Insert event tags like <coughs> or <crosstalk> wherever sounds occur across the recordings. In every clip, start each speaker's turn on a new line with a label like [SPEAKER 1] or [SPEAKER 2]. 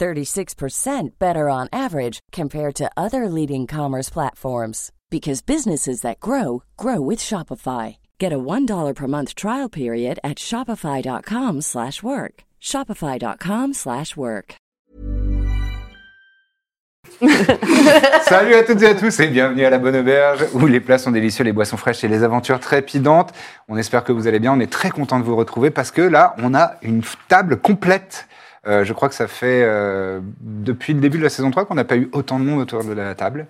[SPEAKER 1] 36% better on average compared to other leading commerce platforms because businesses that grow grow with Shopify. Get a $1 per month trial period at shopify.com/work. slash work. shopify.com/work. slash work.
[SPEAKER 2] Salut à toutes et à tous et bienvenue à la Bonne Auberge où les plats sont délicieux, les boissons fraîches et les aventures trépidantes. On espère que vous allez bien, on est très content de vous retrouver parce que là, on a une table complète. Euh, je crois que ça fait euh, depuis le début de la saison 3 qu'on n'a pas eu autant de monde autour de la table.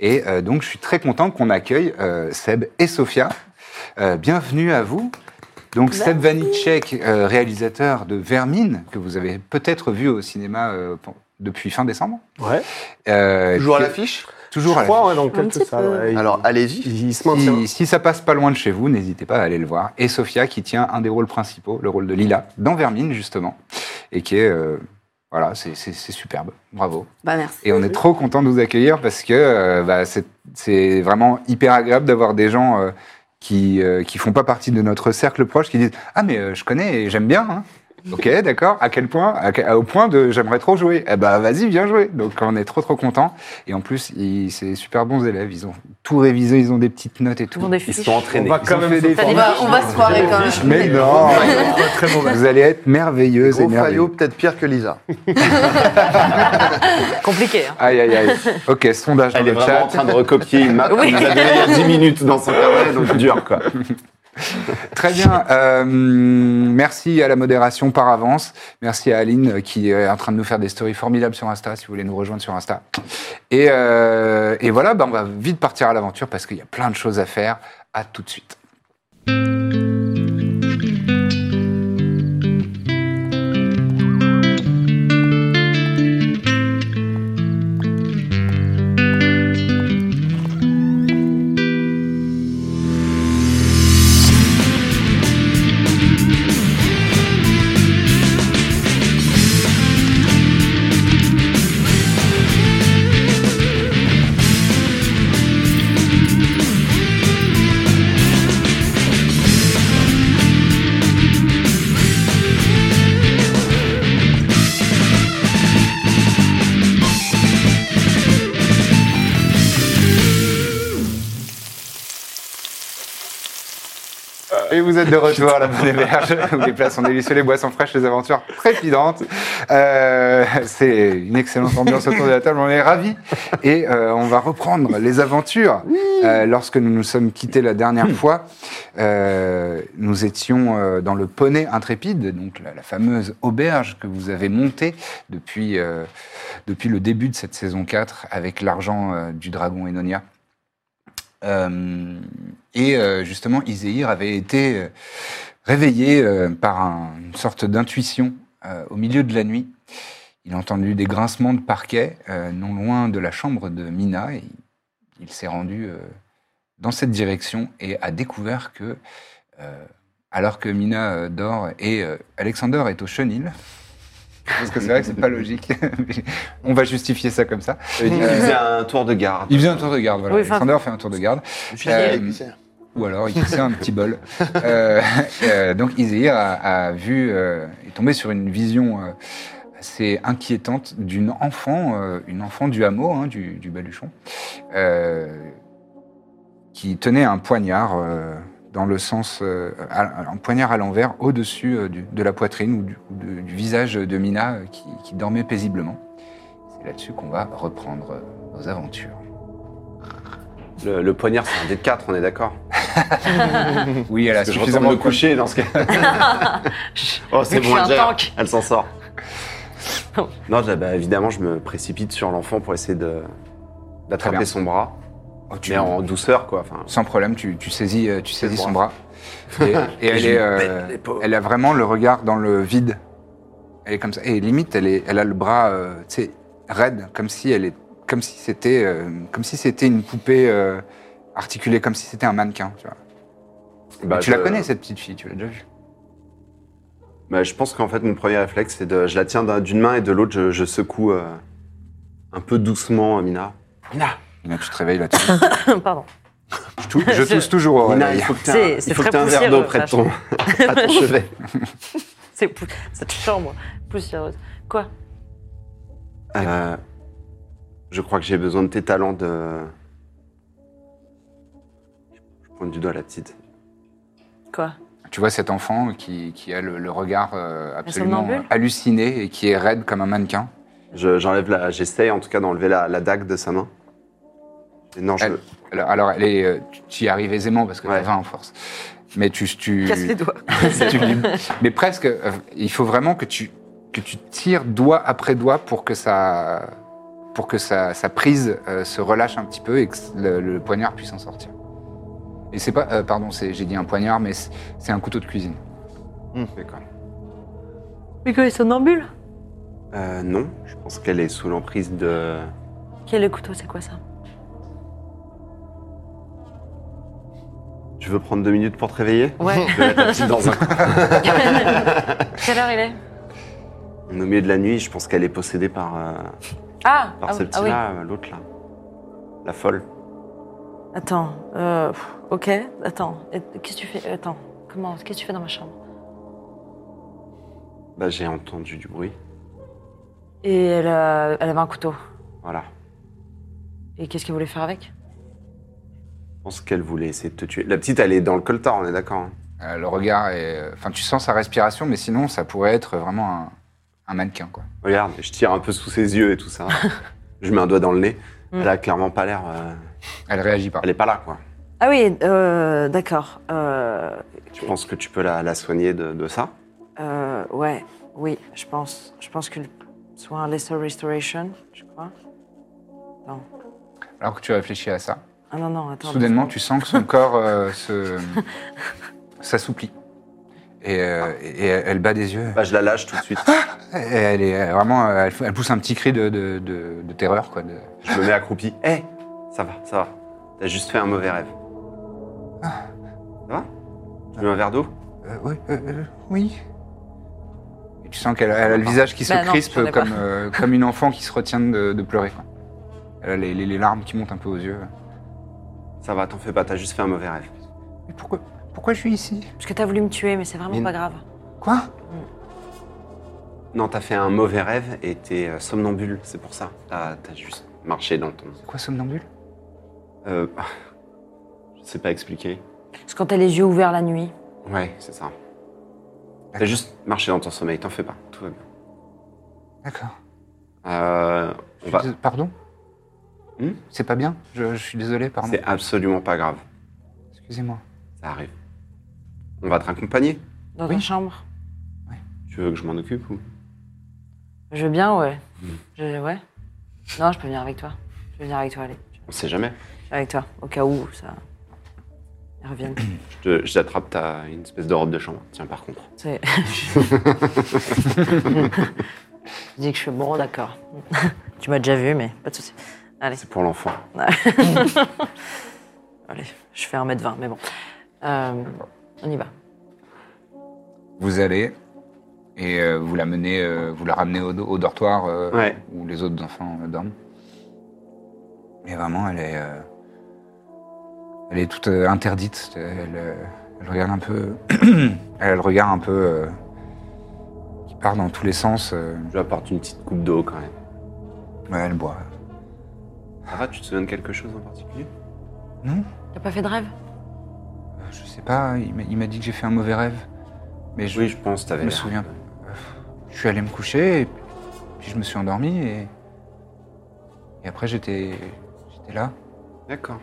[SPEAKER 2] Et euh, donc, je suis très content qu'on accueille euh, Seb et Sofia. Euh, bienvenue à vous. Donc, Seb Vanitschek, euh, réalisateur de Vermine, que vous avez peut-être vu au cinéma euh, pen- depuis fin décembre.
[SPEAKER 3] Ouais.
[SPEAKER 2] Euh,
[SPEAKER 4] Toujours à
[SPEAKER 2] qui-
[SPEAKER 4] l'affiche
[SPEAKER 2] Toujours à
[SPEAKER 3] Je
[SPEAKER 2] l'affiche.
[SPEAKER 3] crois, ouais, dans
[SPEAKER 5] Un
[SPEAKER 3] quelque
[SPEAKER 5] petit
[SPEAKER 3] ça.
[SPEAKER 5] peu.
[SPEAKER 3] ouais. Il-
[SPEAKER 4] Alors allez-y.
[SPEAKER 3] il, il se maintient.
[SPEAKER 2] Si, si ça passe pas loin de chez vous, n'hésitez pas à aller le voir. Et Sofia qui tient un des rôles principaux, le rôle de Lila, dans Vermine justement, et qui est... euh, voilà, c'est c'est- c'est superbe. Bravo.
[SPEAKER 5] Bah merci.
[SPEAKER 2] Et on est trop content de vous accueillir parce que euh, bah, c'est- c'est vraiment hyper agréable d'avoir des gens euh, qui euh, qui font pas partie de notre cercle proche qui disent ah mais euh, je connais et j'aime bien. hein. Ok, d'accord. À quel point À que- Au point de j'aimerais trop jouer. Eh ben vas-y, viens jouer. Donc on est trop trop content. Et en plus, ils- c'est super bons élèves. Ils ont tout révisé. Ils ont des petites notes et tout.
[SPEAKER 5] Ils ont des
[SPEAKER 4] Ils
[SPEAKER 5] fiches.
[SPEAKER 4] sont entraînés.
[SPEAKER 3] va
[SPEAKER 2] Ils
[SPEAKER 3] quand
[SPEAKER 2] ont
[SPEAKER 3] même
[SPEAKER 2] fait
[SPEAKER 3] se
[SPEAKER 2] des
[SPEAKER 3] former.
[SPEAKER 5] Allez, va- Eh ben, on va se foirer quand même.
[SPEAKER 2] Mais non.
[SPEAKER 3] Très mauvais.
[SPEAKER 2] Vous allez être merveilleuse et
[SPEAKER 4] Gros faillot,
[SPEAKER 2] merveilleux.
[SPEAKER 4] peut-être pire que Lisa.
[SPEAKER 5] Compliqué. hein.
[SPEAKER 2] Aïe aïe aïe. Ok, sondage dans
[SPEAKER 6] Elle est
[SPEAKER 2] le
[SPEAKER 6] vraiment
[SPEAKER 2] chat.
[SPEAKER 6] en train de recopier une map
[SPEAKER 5] Oui.
[SPEAKER 6] qu'on nous a donnée il y a 10 minutes dans son carnet, donc dur quoi.
[SPEAKER 2] Très bien. Euh, merci à la modération par avance. Merci à Aline euh, qui est en train de nous faire des stories formidables sur Insta, si vous voulez nous rejoindre sur Insta. Et, euh, et voilà, bah, on va vite partir à l'aventure parce qu'il y a plein de choses à faire. À tout de suite. Et vous êtes de retour à la bonne héberge où les plats sont délicieux, les boissons fraîches, les aventures trépidantes. Euh, c'est une excellente ambiance autour de la table, on est ravis. Et euh, on va reprendre les aventures. Euh, lorsque nous nous sommes quittés la dernière fois, euh, nous étions euh, dans le Poney Intrépide, donc la, la fameuse auberge que vous avez montée depuis, euh, depuis le début de cette saison 4 avec l'argent euh, du dragon Enonia. Euh, et euh, justement, Iséir avait été euh, réveillé euh, par un- une sorte d'intuition euh, au milieu de la nuit. Il a entendu des grincements de parquet euh, non loin de la chambre de Mina et il s'est rendu euh, dans cette direction et a découvert que, euh, alors que Mina euh, dort et euh, Alexander est au chenil, parce que c'est vrai que c'est pas logique, <laughs> mais on va justifier ça comme ça.
[SPEAKER 6] Il faisait un tour de garde.
[SPEAKER 2] Il faisait un tour de garde, voilà.
[SPEAKER 5] Oui, enfin-
[SPEAKER 2] Alexander fait un tour de garde.
[SPEAKER 4] Euh,
[SPEAKER 2] Ou alors il poussait un petit bol. Euh, euh, donc Iséir a, a vu, euh, est tombé sur une vision euh, assez inquiétante d'une enfant, euh, une enfant du hameau, hein, du, du baluchon, euh, qui tenait un poignard euh, dans le sens, euh, à- un poignard à l'envers au-dessus euh, du- de la poitrine ou du, ou de- du visage de Mina euh, qui, qui dormait paisiblement. C'est là-dessus qu'on va reprendre euh, nos aventures.
[SPEAKER 6] Le, le poignard, c'est un dé de 4, on est d'accord
[SPEAKER 2] Oui, elle a
[SPEAKER 6] Hum. Parce que je retourne
[SPEAKER 2] suffisamment
[SPEAKER 6] le coucher dans ce cas. oh, c'est
[SPEAKER 5] Je suis
[SPEAKER 6] bon,
[SPEAKER 5] un
[SPEAKER 6] elle gère.
[SPEAKER 5] tank.
[SPEAKER 6] Elle
[SPEAKER 5] <laughs>
[SPEAKER 6] s'en sort. non, je- bah, évidemment, je me précipite sur l'enfant pour essayer de
[SPEAKER 2] Très bien.
[SPEAKER 6] d'attraper son bras,
[SPEAKER 2] Oh, tu-
[SPEAKER 6] mais en douceur quoi. Enfin,
[SPEAKER 2] Sans problème, tu, tu saisis, euh, tu saisis
[SPEAKER 6] le
[SPEAKER 2] son bras. Et, <laughs> et elle,
[SPEAKER 6] je
[SPEAKER 2] est,
[SPEAKER 6] lui
[SPEAKER 2] euh,
[SPEAKER 6] pète l'épaule.
[SPEAKER 2] elle a vraiment le regard dans le vide. Elle est comme ça. Et limite, elle, est, elle a le bras euh, tu sais, raide, comme si elle est comme si c'était euh, comme si c'était une poupée euh, articulée, comme si c'était un mannequin. Tu, vois.
[SPEAKER 6] Bah,
[SPEAKER 2] Mais tu la
[SPEAKER 6] je-
[SPEAKER 2] connais cette petite fille, tu l'as déjà vue.
[SPEAKER 6] Bah, je pense qu'en fait, mon premier réflexe, c'est de. Je la tiens d'un- d'une main et de l'autre, je, je secoue euh, un peu doucement euh, Mina. Mina
[SPEAKER 2] Mina, tu te réveilles là-dessus. <laughs>
[SPEAKER 5] <laughs> Pardon.
[SPEAKER 2] je, tou- je
[SPEAKER 5] Je-
[SPEAKER 2] tousse toujours au
[SPEAKER 6] Mina, il
[SPEAKER 2] réveil.
[SPEAKER 6] faut que
[SPEAKER 5] C'est-
[SPEAKER 6] t'aies un-
[SPEAKER 5] c'est
[SPEAKER 6] il faut que
[SPEAKER 5] très
[SPEAKER 6] t'aies un verre d'eau
[SPEAKER 5] poussiéreux,
[SPEAKER 6] près
[SPEAKER 5] <laughs>
[SPEAKER 6] de ton, à ton chevet.
[SPEAKER 5] C'est pou- cette chambre poussiéreuse. Quoi
[SPEAKER 6] Euh, je crois que j'ai besoin de tes talents de. Je pointe du doigt la petite.
[SPEAKER 5] Quoi
[SPEAKER 2] Tu vois cet enfant qui, qui a le, le regard euh, absolument
[SPEAKER 5] somnambule
[SPEAKER 2] halluciné et qui est raide comme un mannequin.
[SPEAKER 6] Je- J'enlève la. J'essaye en tout cas d'enlever la, la dague de sa main. Et non, je.
[SPEAKER 2] Elle- Alors, alors, elle est, euh, tu- tu y arrives aisément parce que
[SPEAKER 6] Ouais.
[SPEAKER 2] t'as 20 en force. Mais tu, tu,
[SPEAKER 5] Casse les doigts.
[SPEAKER 2] <laughs> tu lui- mais presque, euh, il faut vraiment que tu, que tu tires doigt après doigt pour que ça, pour que sa, sa prise euh, se relâche un petit peu et que le, le poignard puisse en sortir. Et c'est pas, euh, pardon, c'est- j'ai dit un poignard, mais c'est c'est un couteau de cuisine.
[SPEAKER 6] D'accord.
[SPEAKER 5] Mais quoi, est somnambule
[SPEAKER 6] Euh, non, je pense qu'elle est sous l'emprise de.
[SPEAKER 5] Quel est le couteau C'est quoi ça
[SPEAKER 6] Tu veux prendre deux minutes pour te réveiller
[SPEAKER 5] Ouais.
[SPEAKER 6] Je vais mettre la petite
[SPEAKER 5] <laughs>
[SPEAKER 6] dans un coin.
[SPEAKER 5] Quelle heure il est
[SPEAKER 6] Au milieu de la nuit, je pense qu'elle est possédée par, euh,
[SPEAKER 5] Ah,
[SPEAKER 6] par
[SPEAKER 5] ah
[SPEAKER 6] ce
[SPEAKER 5] oui, ah oui.
[SPEAKER 6] petit-là, euh, l'autre là. La folle.
[SPEAKER 5] Attends, euh, pff, ok, attends. Et Qu'est-ce que tu fais Attends, comment Qu'est-ce que tu fais dans ma chambre
[SPEAKER 6] Bah, j'ai entendu du bruit.
[SPEAKER 5] Et elle, euh, elle avait un couteau.
[SPEAKER 6] Voilà.
[SPEAKER 5] Et qu'est-ce qu'elle voulait faire avec
[SPEAKER 6] Je pense qu'elle voulait essayer de te tuer. La petite, elle est dans le coltard, on est d'accord hein
[SPEAKER 2] Euh, le regard est, enfin, tu sens sa respiration, mais sinon, ça pourrait être vraiment un, un mannequin, quoi.
[SPEAKER 6] Regarde, je tire un peu sous ses yeux et
[SPEAKER 5] <laughs>
[SPEAKER 6] tout ça. je mets un doigt dans le nez.
[SPEAKER 5] Mm.
[SPEAKER 6] Elle a clairement pas l'air. euh,
[SPEAKER 2] Elle réagit pas.
[SPEAKER 6] Elle est pas là, quoi.
[SPEAKER 5] Ah oui, euh, d'accord. Euh,
[SPEAKER 6] Je pense que tu peux la, la soigner de, de ça.
[SPEAKER 5] euh, ouais, oui, je pense. Je pense que soit un Lesser Restoration, je crois.
[SPEAKER 2] Alors que tu réfléchis à ça,
[SPEAKER 5] Ah non, non, attends.
[SPEAKER 2] soudainement, tu sens que
[SPEAKER 5] <laughs>
[SPEAKER 2] son corps euh, se s'assouplit. Et, euh, et- et elle bat des yeux.
[SPEAKER 6] Bah, je la lâche tout de suite.
[SPEAKER 2] Et Elle est euh, vraiment, euh, elle, f- elle pousse un petit cri de, de- de- de terreur, quoi. de-
[SPEAKER 6] je me mets accroupi. Hé, ça va, ça va. T'as juste fait un mauvais rêve.
[SPEAKER 5] Ah.
[SPEAKER 6] Ça va Tu veux un verre d'eau
[SPEAKER 2] Euh, oui, euh, euh, oui. Et tu sens qu'elle elle a le visage qui se
[SPEAKER 5] Bah non,
[SPEAKER 2] crispe
[SPEAKER 5] j'en ai pas.
[SPEAKER 2] comme, euh, comme une enfant qui se retient de, de pleurer. quoi. Elle a les, les- les larmes qui montent un peu aux yeux.
[SPEAKER 6] Ça va, t'en fais pas, t'as juste fait un mauvais rêve.
[SPEAKER 2] Mais pourquoi, pourquoi je suis ici
[SPEAKER 5] Parce que t'as voulu me tuer, mais c'est vraiment
[SPEAKER 6] Mais-
[SPEAKER 5] pas grave.
[SPEAKER 2] Quoi
[SPEAKER 6] Non, t'as fait un mauvais rêve et t'es euh, somnambule, c'est pour ça. T'as Ah, t'as juste marché dans le temps.
[SPEAKER 2] Quoi, somnambule
[SPEAKER 6] Euh, je sais pas expliquer.
[SPEAKER 5] Parce que quand t'as les yeux ouverts la nuit,
[SPEAKER 6] Ouais, c'est ça. T'as
[SPEAKER 2] D'accord.
[SPEAKER 6] juste marché dans ton sommeil, t'en fais pas, tout va bien.
[SPEAKER 2] D'accord.
[SPEAKER 6] Euh,
[SPEAKER 2] Je
[SPEAKER 6] on
[SPEAKER 2] suis
[SPEAKER 6] va...
[SPEAKER 2] dés- Pardon
[SPEAKER 6] Hmm
[SPEAKER 2] C'est pas bien je, je suis désolé, pardon.
[SPEAKER 6] C'est absolument pas grave,
[SPEAKER 2] Excusez-moi.
[SPEAKER 6] ça arrive. On va te raccompagner.
[SPEAKER 5] dans
[SPEAKER 2] Oui.
[SPEAKER 5] ta chambre,
[SPEAKER 6] Tu veux que je m'en occupe ou
[SPEAKER 5] je veux bien, ouais. Je, ouais. Non, je peux venir avec toi. Je veux venir avec toi, allez. Je
[SPEAKER 6] On sait jamais.
[SPEAKER 5] vais avec toi, au cas où ça. Ils reviennent.
[SPEAKER 6] Je te- Je t'attrape, t'as une espèce de robe de chambre. Tiens, par contre.
[SPEAKER 5] C'est- <laughs> je dis que je suis bon, d'accord. <laughs> tu m'as déjà vu, mais pas de souci. Allez,
[SPEAKER 6] C'est pour l'enfant.
[SPEAKER 5] allez, je fais 1m20, mais bon. Euh, on y va.
[SPEAKER 2] Vous allez et euh, vous la menez, euh, vous la ramenez au, do- au dortoir euh,
[SPEAKER 6] Ouais.
[SPEAKER 2] où les autres enfants euh, dorment. Et vraiment, elle est, euh, elle est toute euh, interdite. Elle, euh, elle regarde un peu, <clears throat> elle regarde un peu euh, qui part dans tous les sens. euh,
[SPEAKER 6] Je lui apporte une petite coupe d'eau quand même.
[SPEAKER 2] ouais, elle boit.
[SPEAKER 6] Sarah, tu te souviens de quelque chose en particulier
[SPEAKER 2] Non,
[SPEAKER 5] T'as pas fait de rêve
[SPEAKER 2] euh, je sais pas. Il m'a- il m'a dit que j'ai fait un mauvais rêve, mais je,
[SPEAKER 6] Oui, je pense, t'avais.
[SPEAKER 2] Je me
[SPEAKER 6] l'air.
[SPEAKER 2] souviens. je suis allé me coucher et puis je me suis endormi et, et après j'étais j'étais là.
[SPEAKER 6] D'accord.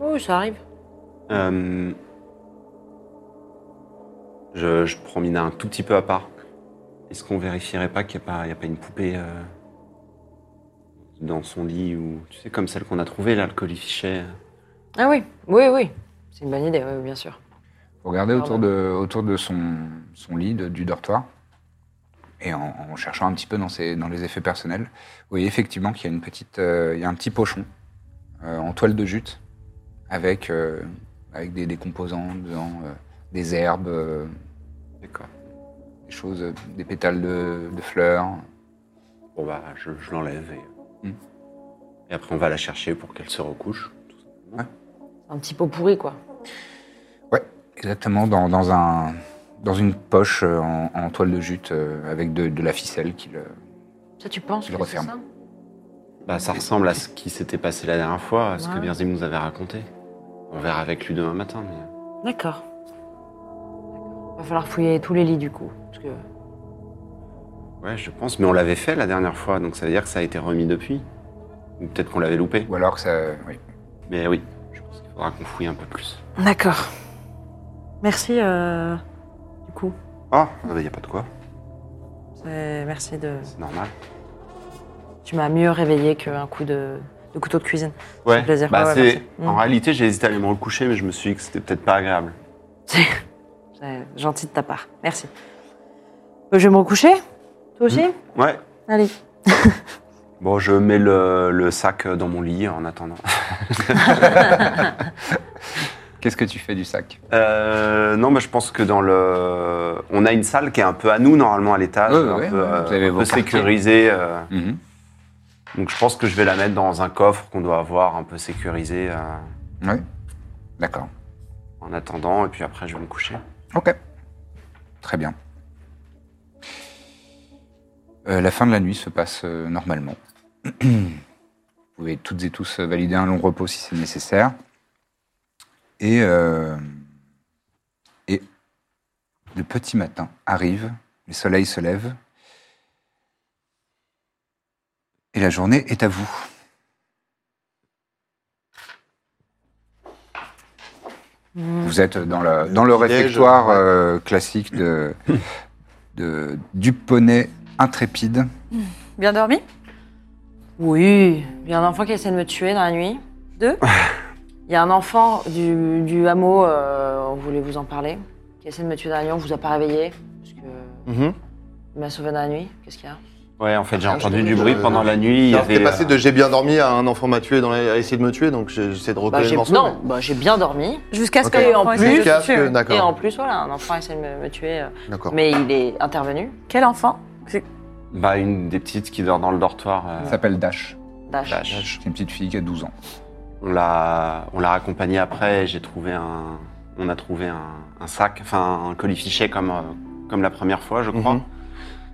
[SPEAKER 5] Oui, Oh, ça arrive.
[SPEAKER 6] Euh, Je, je prends Mina un tout petit peu à part. Est-ce qu'on vérifierait pas qu'il n'y a, pas- il y a pas une poupée euh, dans son lit ou tu sais comme celle qu'on a trouvée là, le colifichet.
[SPEAKER 5] Ah oui, oui, oui. C'est une bonne idée, oui, bien sûr.
[SPEAKER 2] Vous regardez autour
[SPEAKER 5] Pardon.
[SPEAKER 2] de, autour de son, son lit, de- du dortoir. Et en, en cherchant un petit peu dans, ses- dans les effets personnels, vous voyez effectivement qu'il y a une petite, euh, il y a un petit pochon euh, en toile de jute avec euh, avec des, des composants dedans, euh, des herbes, euh,
[SPEAKER 6] D'accord.
[SPEAKER 2] des choses, euh, des pétales de, de fleurs.
[SPEAKER 6] Bon, bah, je, je l'enlève et. euh.
[SPEAKER 2] Hmm.
[SPEAKER 6] Et après, on va la chercher pour qu'elle se recouche.
[SPEAKER 5] Un petit pot pourri, quoi.
[SPEAKER 2] Exactement dans, dans un dans une poche euh, en, en toile de jute euh, avec de, de la ficelle qu'il euh,
[SPEAKER 5] Ça, tu penses
[SPEAKER 2] Je
[SPEAKER 5] que
[SPEAKER 2] le
[SPEAKER 5] c'est
[SPEAKER 2] referme.
[SPEAKER 5] ça
[SPEAKER 6] Bah, ça ressemble à ce qui s'était passé la dernière fois, à ce que
[SPEAKER 5] Ouais.
[SPEAKER 6] Birzim nous avait raconté. On verra avec lui demain matin, mais.
[SPEAKER 5] D'accord. D'accord. Va falloir fouiller tous les lits, du coup. Parce que...
[SPEAKER 6] euh, Ouais, je pense. Mais on l'avait fait la dernière fois, donc ça veut dire que ça a été remis depuis. Ou peut-être qu'on l'avait loupé.
[SPEAKER 2] ou alors que ça. oui.
[SPEAKER 6] Mais oui, je pense qu'il faudra qu'on fouille un peu plus.
[SPEAKER 5] D'accord. Merci, euh, du coup.
[SPEAKER 6] Ah, il n'y a pas de quoi.
[SPEAKER 5] C'est- Merci de...
[SPEAKER 6] C'est normal.
[SPEAKER 5] Tu m'as mieux réveillé qu'un coup de... de couteau de cuisine.
[SPEAKER 6] Ouais,
[SPEAKER 5] fait plaisir.
[SPEAKER 6] Bah,
[SPEAKER 5] Ouais, ouais,
[SPEAKER 6] c'est...
[SPEAKER 5] merci.
[SPEAKER 6] En
[SPEAKER 5] Mm.
[SPEAKER 6] réalité, j'ai hésité à aller me recoucher, mais je me suis dit que c'était peut-être pas agréable.
[SPEAKER 5] C'est c'est gentil de ta part. Merci. Euh, Je vais me recoucher Toi aussi
[SPEAKER 2] Mmh.
[SPEAKER 6] Ouais.
[SPEAKER 5] Allez.
[SPEAKER 6] Bon, je mets le, le sac dans mon lit en attendant. <laughs>
[SPEAKER 2] Qu'est-ce que tu fais du sac
[SPEAKER 6] Euh, non, mais je pense que dans le. On a une salle qui est un peu à nous, normalement, à l'étage.
[SPEAKER 2] Ouais,
[SPEAKER 6] un
[SPEAKER 2] ouais,
[SPEAKER 6] peu,
[SPEAKER 2] ouais.
[SPEAKER 6] euh,
[SPEAKER 2] Vous avez
[SPEAKER 6] un
[SPEAKER 2] vos
[SPEAKER 6] peu
[SPEAKER 2] quartiers.
[SPEAKER 6] sécurisée. euh,
[SPEAKER 2] Mhm.
[SPEAKER 6] donc, je pense que je vais la mettre dans un coffre qu'on doit avoir un peu sécurisé euh,
[SPEAKER 2] Oui. D'accord.
[SPEAKER 6] en attendant. Et puis après, je vais me coucher.
[SPEAKER 2] Ok. Très bien. Euh, la fin de la nuit se passe euh, normalement. Vous pouvez toutes et tous euh, valider un long repos si c'est nécessaire. Et, euh, et le petit matin arrive, le soleil se lève, et la journée est à vous. Vous êtes dans le, dans le
[SPEAKER 6] petit-déj,
[SPEAKER 2] réfectoire euh, classique de, de- du poney intrépide.
[SPEAKER 3] Bien dormi
[SPEAKER 5] Oui, il y a un enfant qui essaie de me tuer dans la nuit.
[SPEAKER 3] <laughs>
[SPEAKER 5] Deux Il y a un enfant du, du hameau, euh, on voulait vous en parler, qui essaie de me tuer dans la nuit, on vous a pas réveillé, parce que
[SPEAKER 4] Mhm.
[SPEAKER 5] il m'a sauvé dans la nuit. Qu'est-ce qu'il y a
[SPEAKER 6] Ouais, en fait, j'ai
[SPEAKER 4] Ah,
[SPEAKER 6] entendu
[SPEAKER 4] je-
[SPEAKER 6] du bruit
[SPEAKER 4] je-
[SPEAKER 6] pendant
[SPEAKER 4] je-
[SPEAKER 6] la nuit. Il y
[SPEAKER 4] Non,
[SPEAKER 6] avait,
[SPEAKER 4] T'es passé
[SPEAKER 6] euh,
[SPEAKER 4] de j'ai bien dormi à un enfant m'a tué dans la- à essayer de me tuer, donc j'ai- j'essaie de
[SPEAKER 5] Bah,
[SPEAKER 4] reconnaître
[SPEAKER 5] j'ai-
[SPEAKER 4] le morceau.
[SPEAKER 5] Non, bah, j'ai bien dormi.
[SPEAKER 3] Jusqu'à ce
[SPEAKER 4] Ok.
[SPEAKER 3] que
[SPEAKER 5] Et en
[SPEAKER 3] l'enfant
[SPEAKER 5] plus,
[SPEAKER 3] essaie de
[SPEAKER 4] Jusqu'à
[SPEAKER 3] se
[SPEAKER 4] ce que-
[SPEAKER 3] tuer.
[SPEAKER 5] Et en
[SPEAKER 4] D'accord.
[SPEAKER 5] plus, voilà, un enfant essaie de me, me tuer, euh,
[SPEAKER 4] D'accord.
[SPEAKER 5] mais il est intervenu.
[SPEAKER 3] Quel enfant
[SPEAKER 6] Bah, une des petites qui dort dans le dortoir. euh,
[SPEAKER 2] Elle s'appelle Dash.
[SPEAKER 5] Dash.
[SPEAKER 6] Dash.
[SPEAKER 2] C'est une petite fille qui a 12 ans.
[SPEAKER 6] On l'a, on l'a raccompagnée après. et J'ai trouvé un, on a trouvé un, un sac, enfin un colifichet comme euh, comme la première fois, je crois.
[SPEAKER 4] Mhm.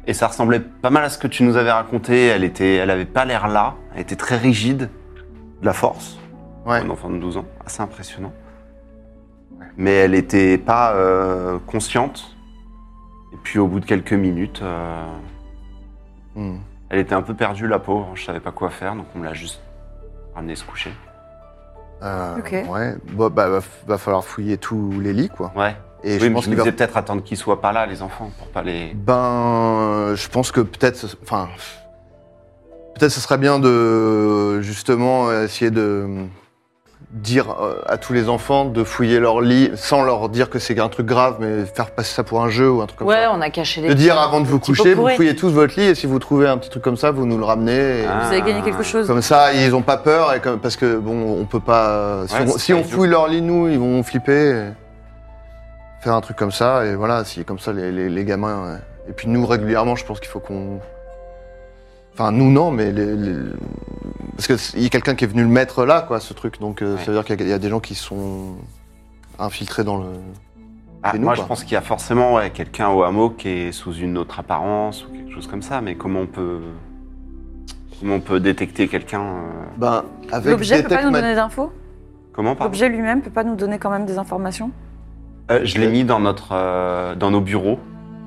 [SPEAKER 6] Et ça ressemblait pas mal à ce que tu nous avais raconté. Elle était, elle avait pas l'air là. Elle était très rigide, de la force.
[SPEAKER 4] Ouais.
[SPEAKER 6] Un enfant de 12 ans, assez impressionnant. Mais elle était pas euh, consciente. Et puis au bout de quelques minutes, euh,
[SPEAKER 4] Hmm.
[SPEAKER 6] elle était un peu perdue, la pauvre. Je savais pas quoi faire, donc on l'a juste ramenée se coucher.
[SPEAKER 4] Euh,
[SPEAKER 3] Ok.
[SPEAKER 4] Ouais. Bon, bah, va, f- va falloir fouiller tous les lits, quoi.
[SPEAKER 6] Ouais.
[SPEAKER 4] Et
[SPEAKER 6] oui,
[SPEAKER 4] je
[SPEAKER 6] mais
[SPEAKER 4] pense
[SPEAKER 6] je
[SPEAKER 4] qu'il
[SPEAKER 6] me
[SPEAKER 4] va-
[SPEAKER 6] disais peut-être attendre qu'ils soient pas là, les enfants, pour pas les.
[SPEAKER 4] Ben, euh, je pense que peut-être, ce- enfin, peut-être ce serait bien de justement essayer de dire euh, à tous les enfants de fouiller leur lit sans leur dire que c'est un truc grave, mais faire passer ça pour un jeu ou un truc comme
[SPEAKER 5] Ouais,
[SPEAKER 4] ça.
[SPEAKER 5] on a caché les.
[SPEAKER 4] De dire avant de vous
[SPEAKER 5] petits pots
[SPEAKER 4] coucher, vous
[SPEAKER 5] pourris.
[SPEAKER 4] fouillez tous votre lit et si vous trouvez un petit truc comme ça, vous nous le ramenez. et-
[SPEAKER 6] Ah.
[SPEAKER 3] Vous avez gagné quelque chose
[SPEAKER 4] Comme ça, ils ont pas peur et comme- parce que bon, on peut pas. euh, si
[SPEAKER 6] Ouais,
[SPEAKER 4] on-
[SPEAKER 6] c'est
[SPEAKER 4] si
[SPEAKER 6] pas
[SPEAKER 4] on
[SPEAKER 6] idiot.
[SPEAKER 4] fouille leur lit, nous, ils vont flipper. et faire un truc comme ça et voilà, si comme ça les, les- les gamins. ouais. Et puis nous régulièrement, je pense qu'il faut qu'on. Enfin nous non, mais les- les- parce que c'est- il y a quelqu'un qui est venu le mettre là, quoi, ce truc. Donc euh,
[SPEAKER 6] Ouais.
[SPEAKER 4] ça veut dire qu'il y, a- il y a des gens qui sont infiltrés dans le.
[SPEAKER 6] Ah,
[SPEAKER 4] chez nous,
[SPEAKER 6] moi,
[SPEAKER 4] quoi.
[SPEAKER 6] je pense qu'il y a forcément ouais, quelqu'un au hameau qui est sous une autre apparence ou quelque chose comme ça. Mais comment on peut, comment on peut détecter quelqu'un euh,
[SPEAKER 4] Ben avec
[SPEAKER 3] L'objet peut
[SPEAKER 4] Detect
[SPEAKER 3] pas nous
[SPEAKER 4] Ma-
[SPEAKER 3] donner d'infos
[SPEAKER 6] Comment pardon
[SPEAKER 3] L'objet lui-même peut pas nous donner quand même des informations
[SPEAKER 6] Euh, Je l'ai mis dans notre, euh, dans nos bureaux.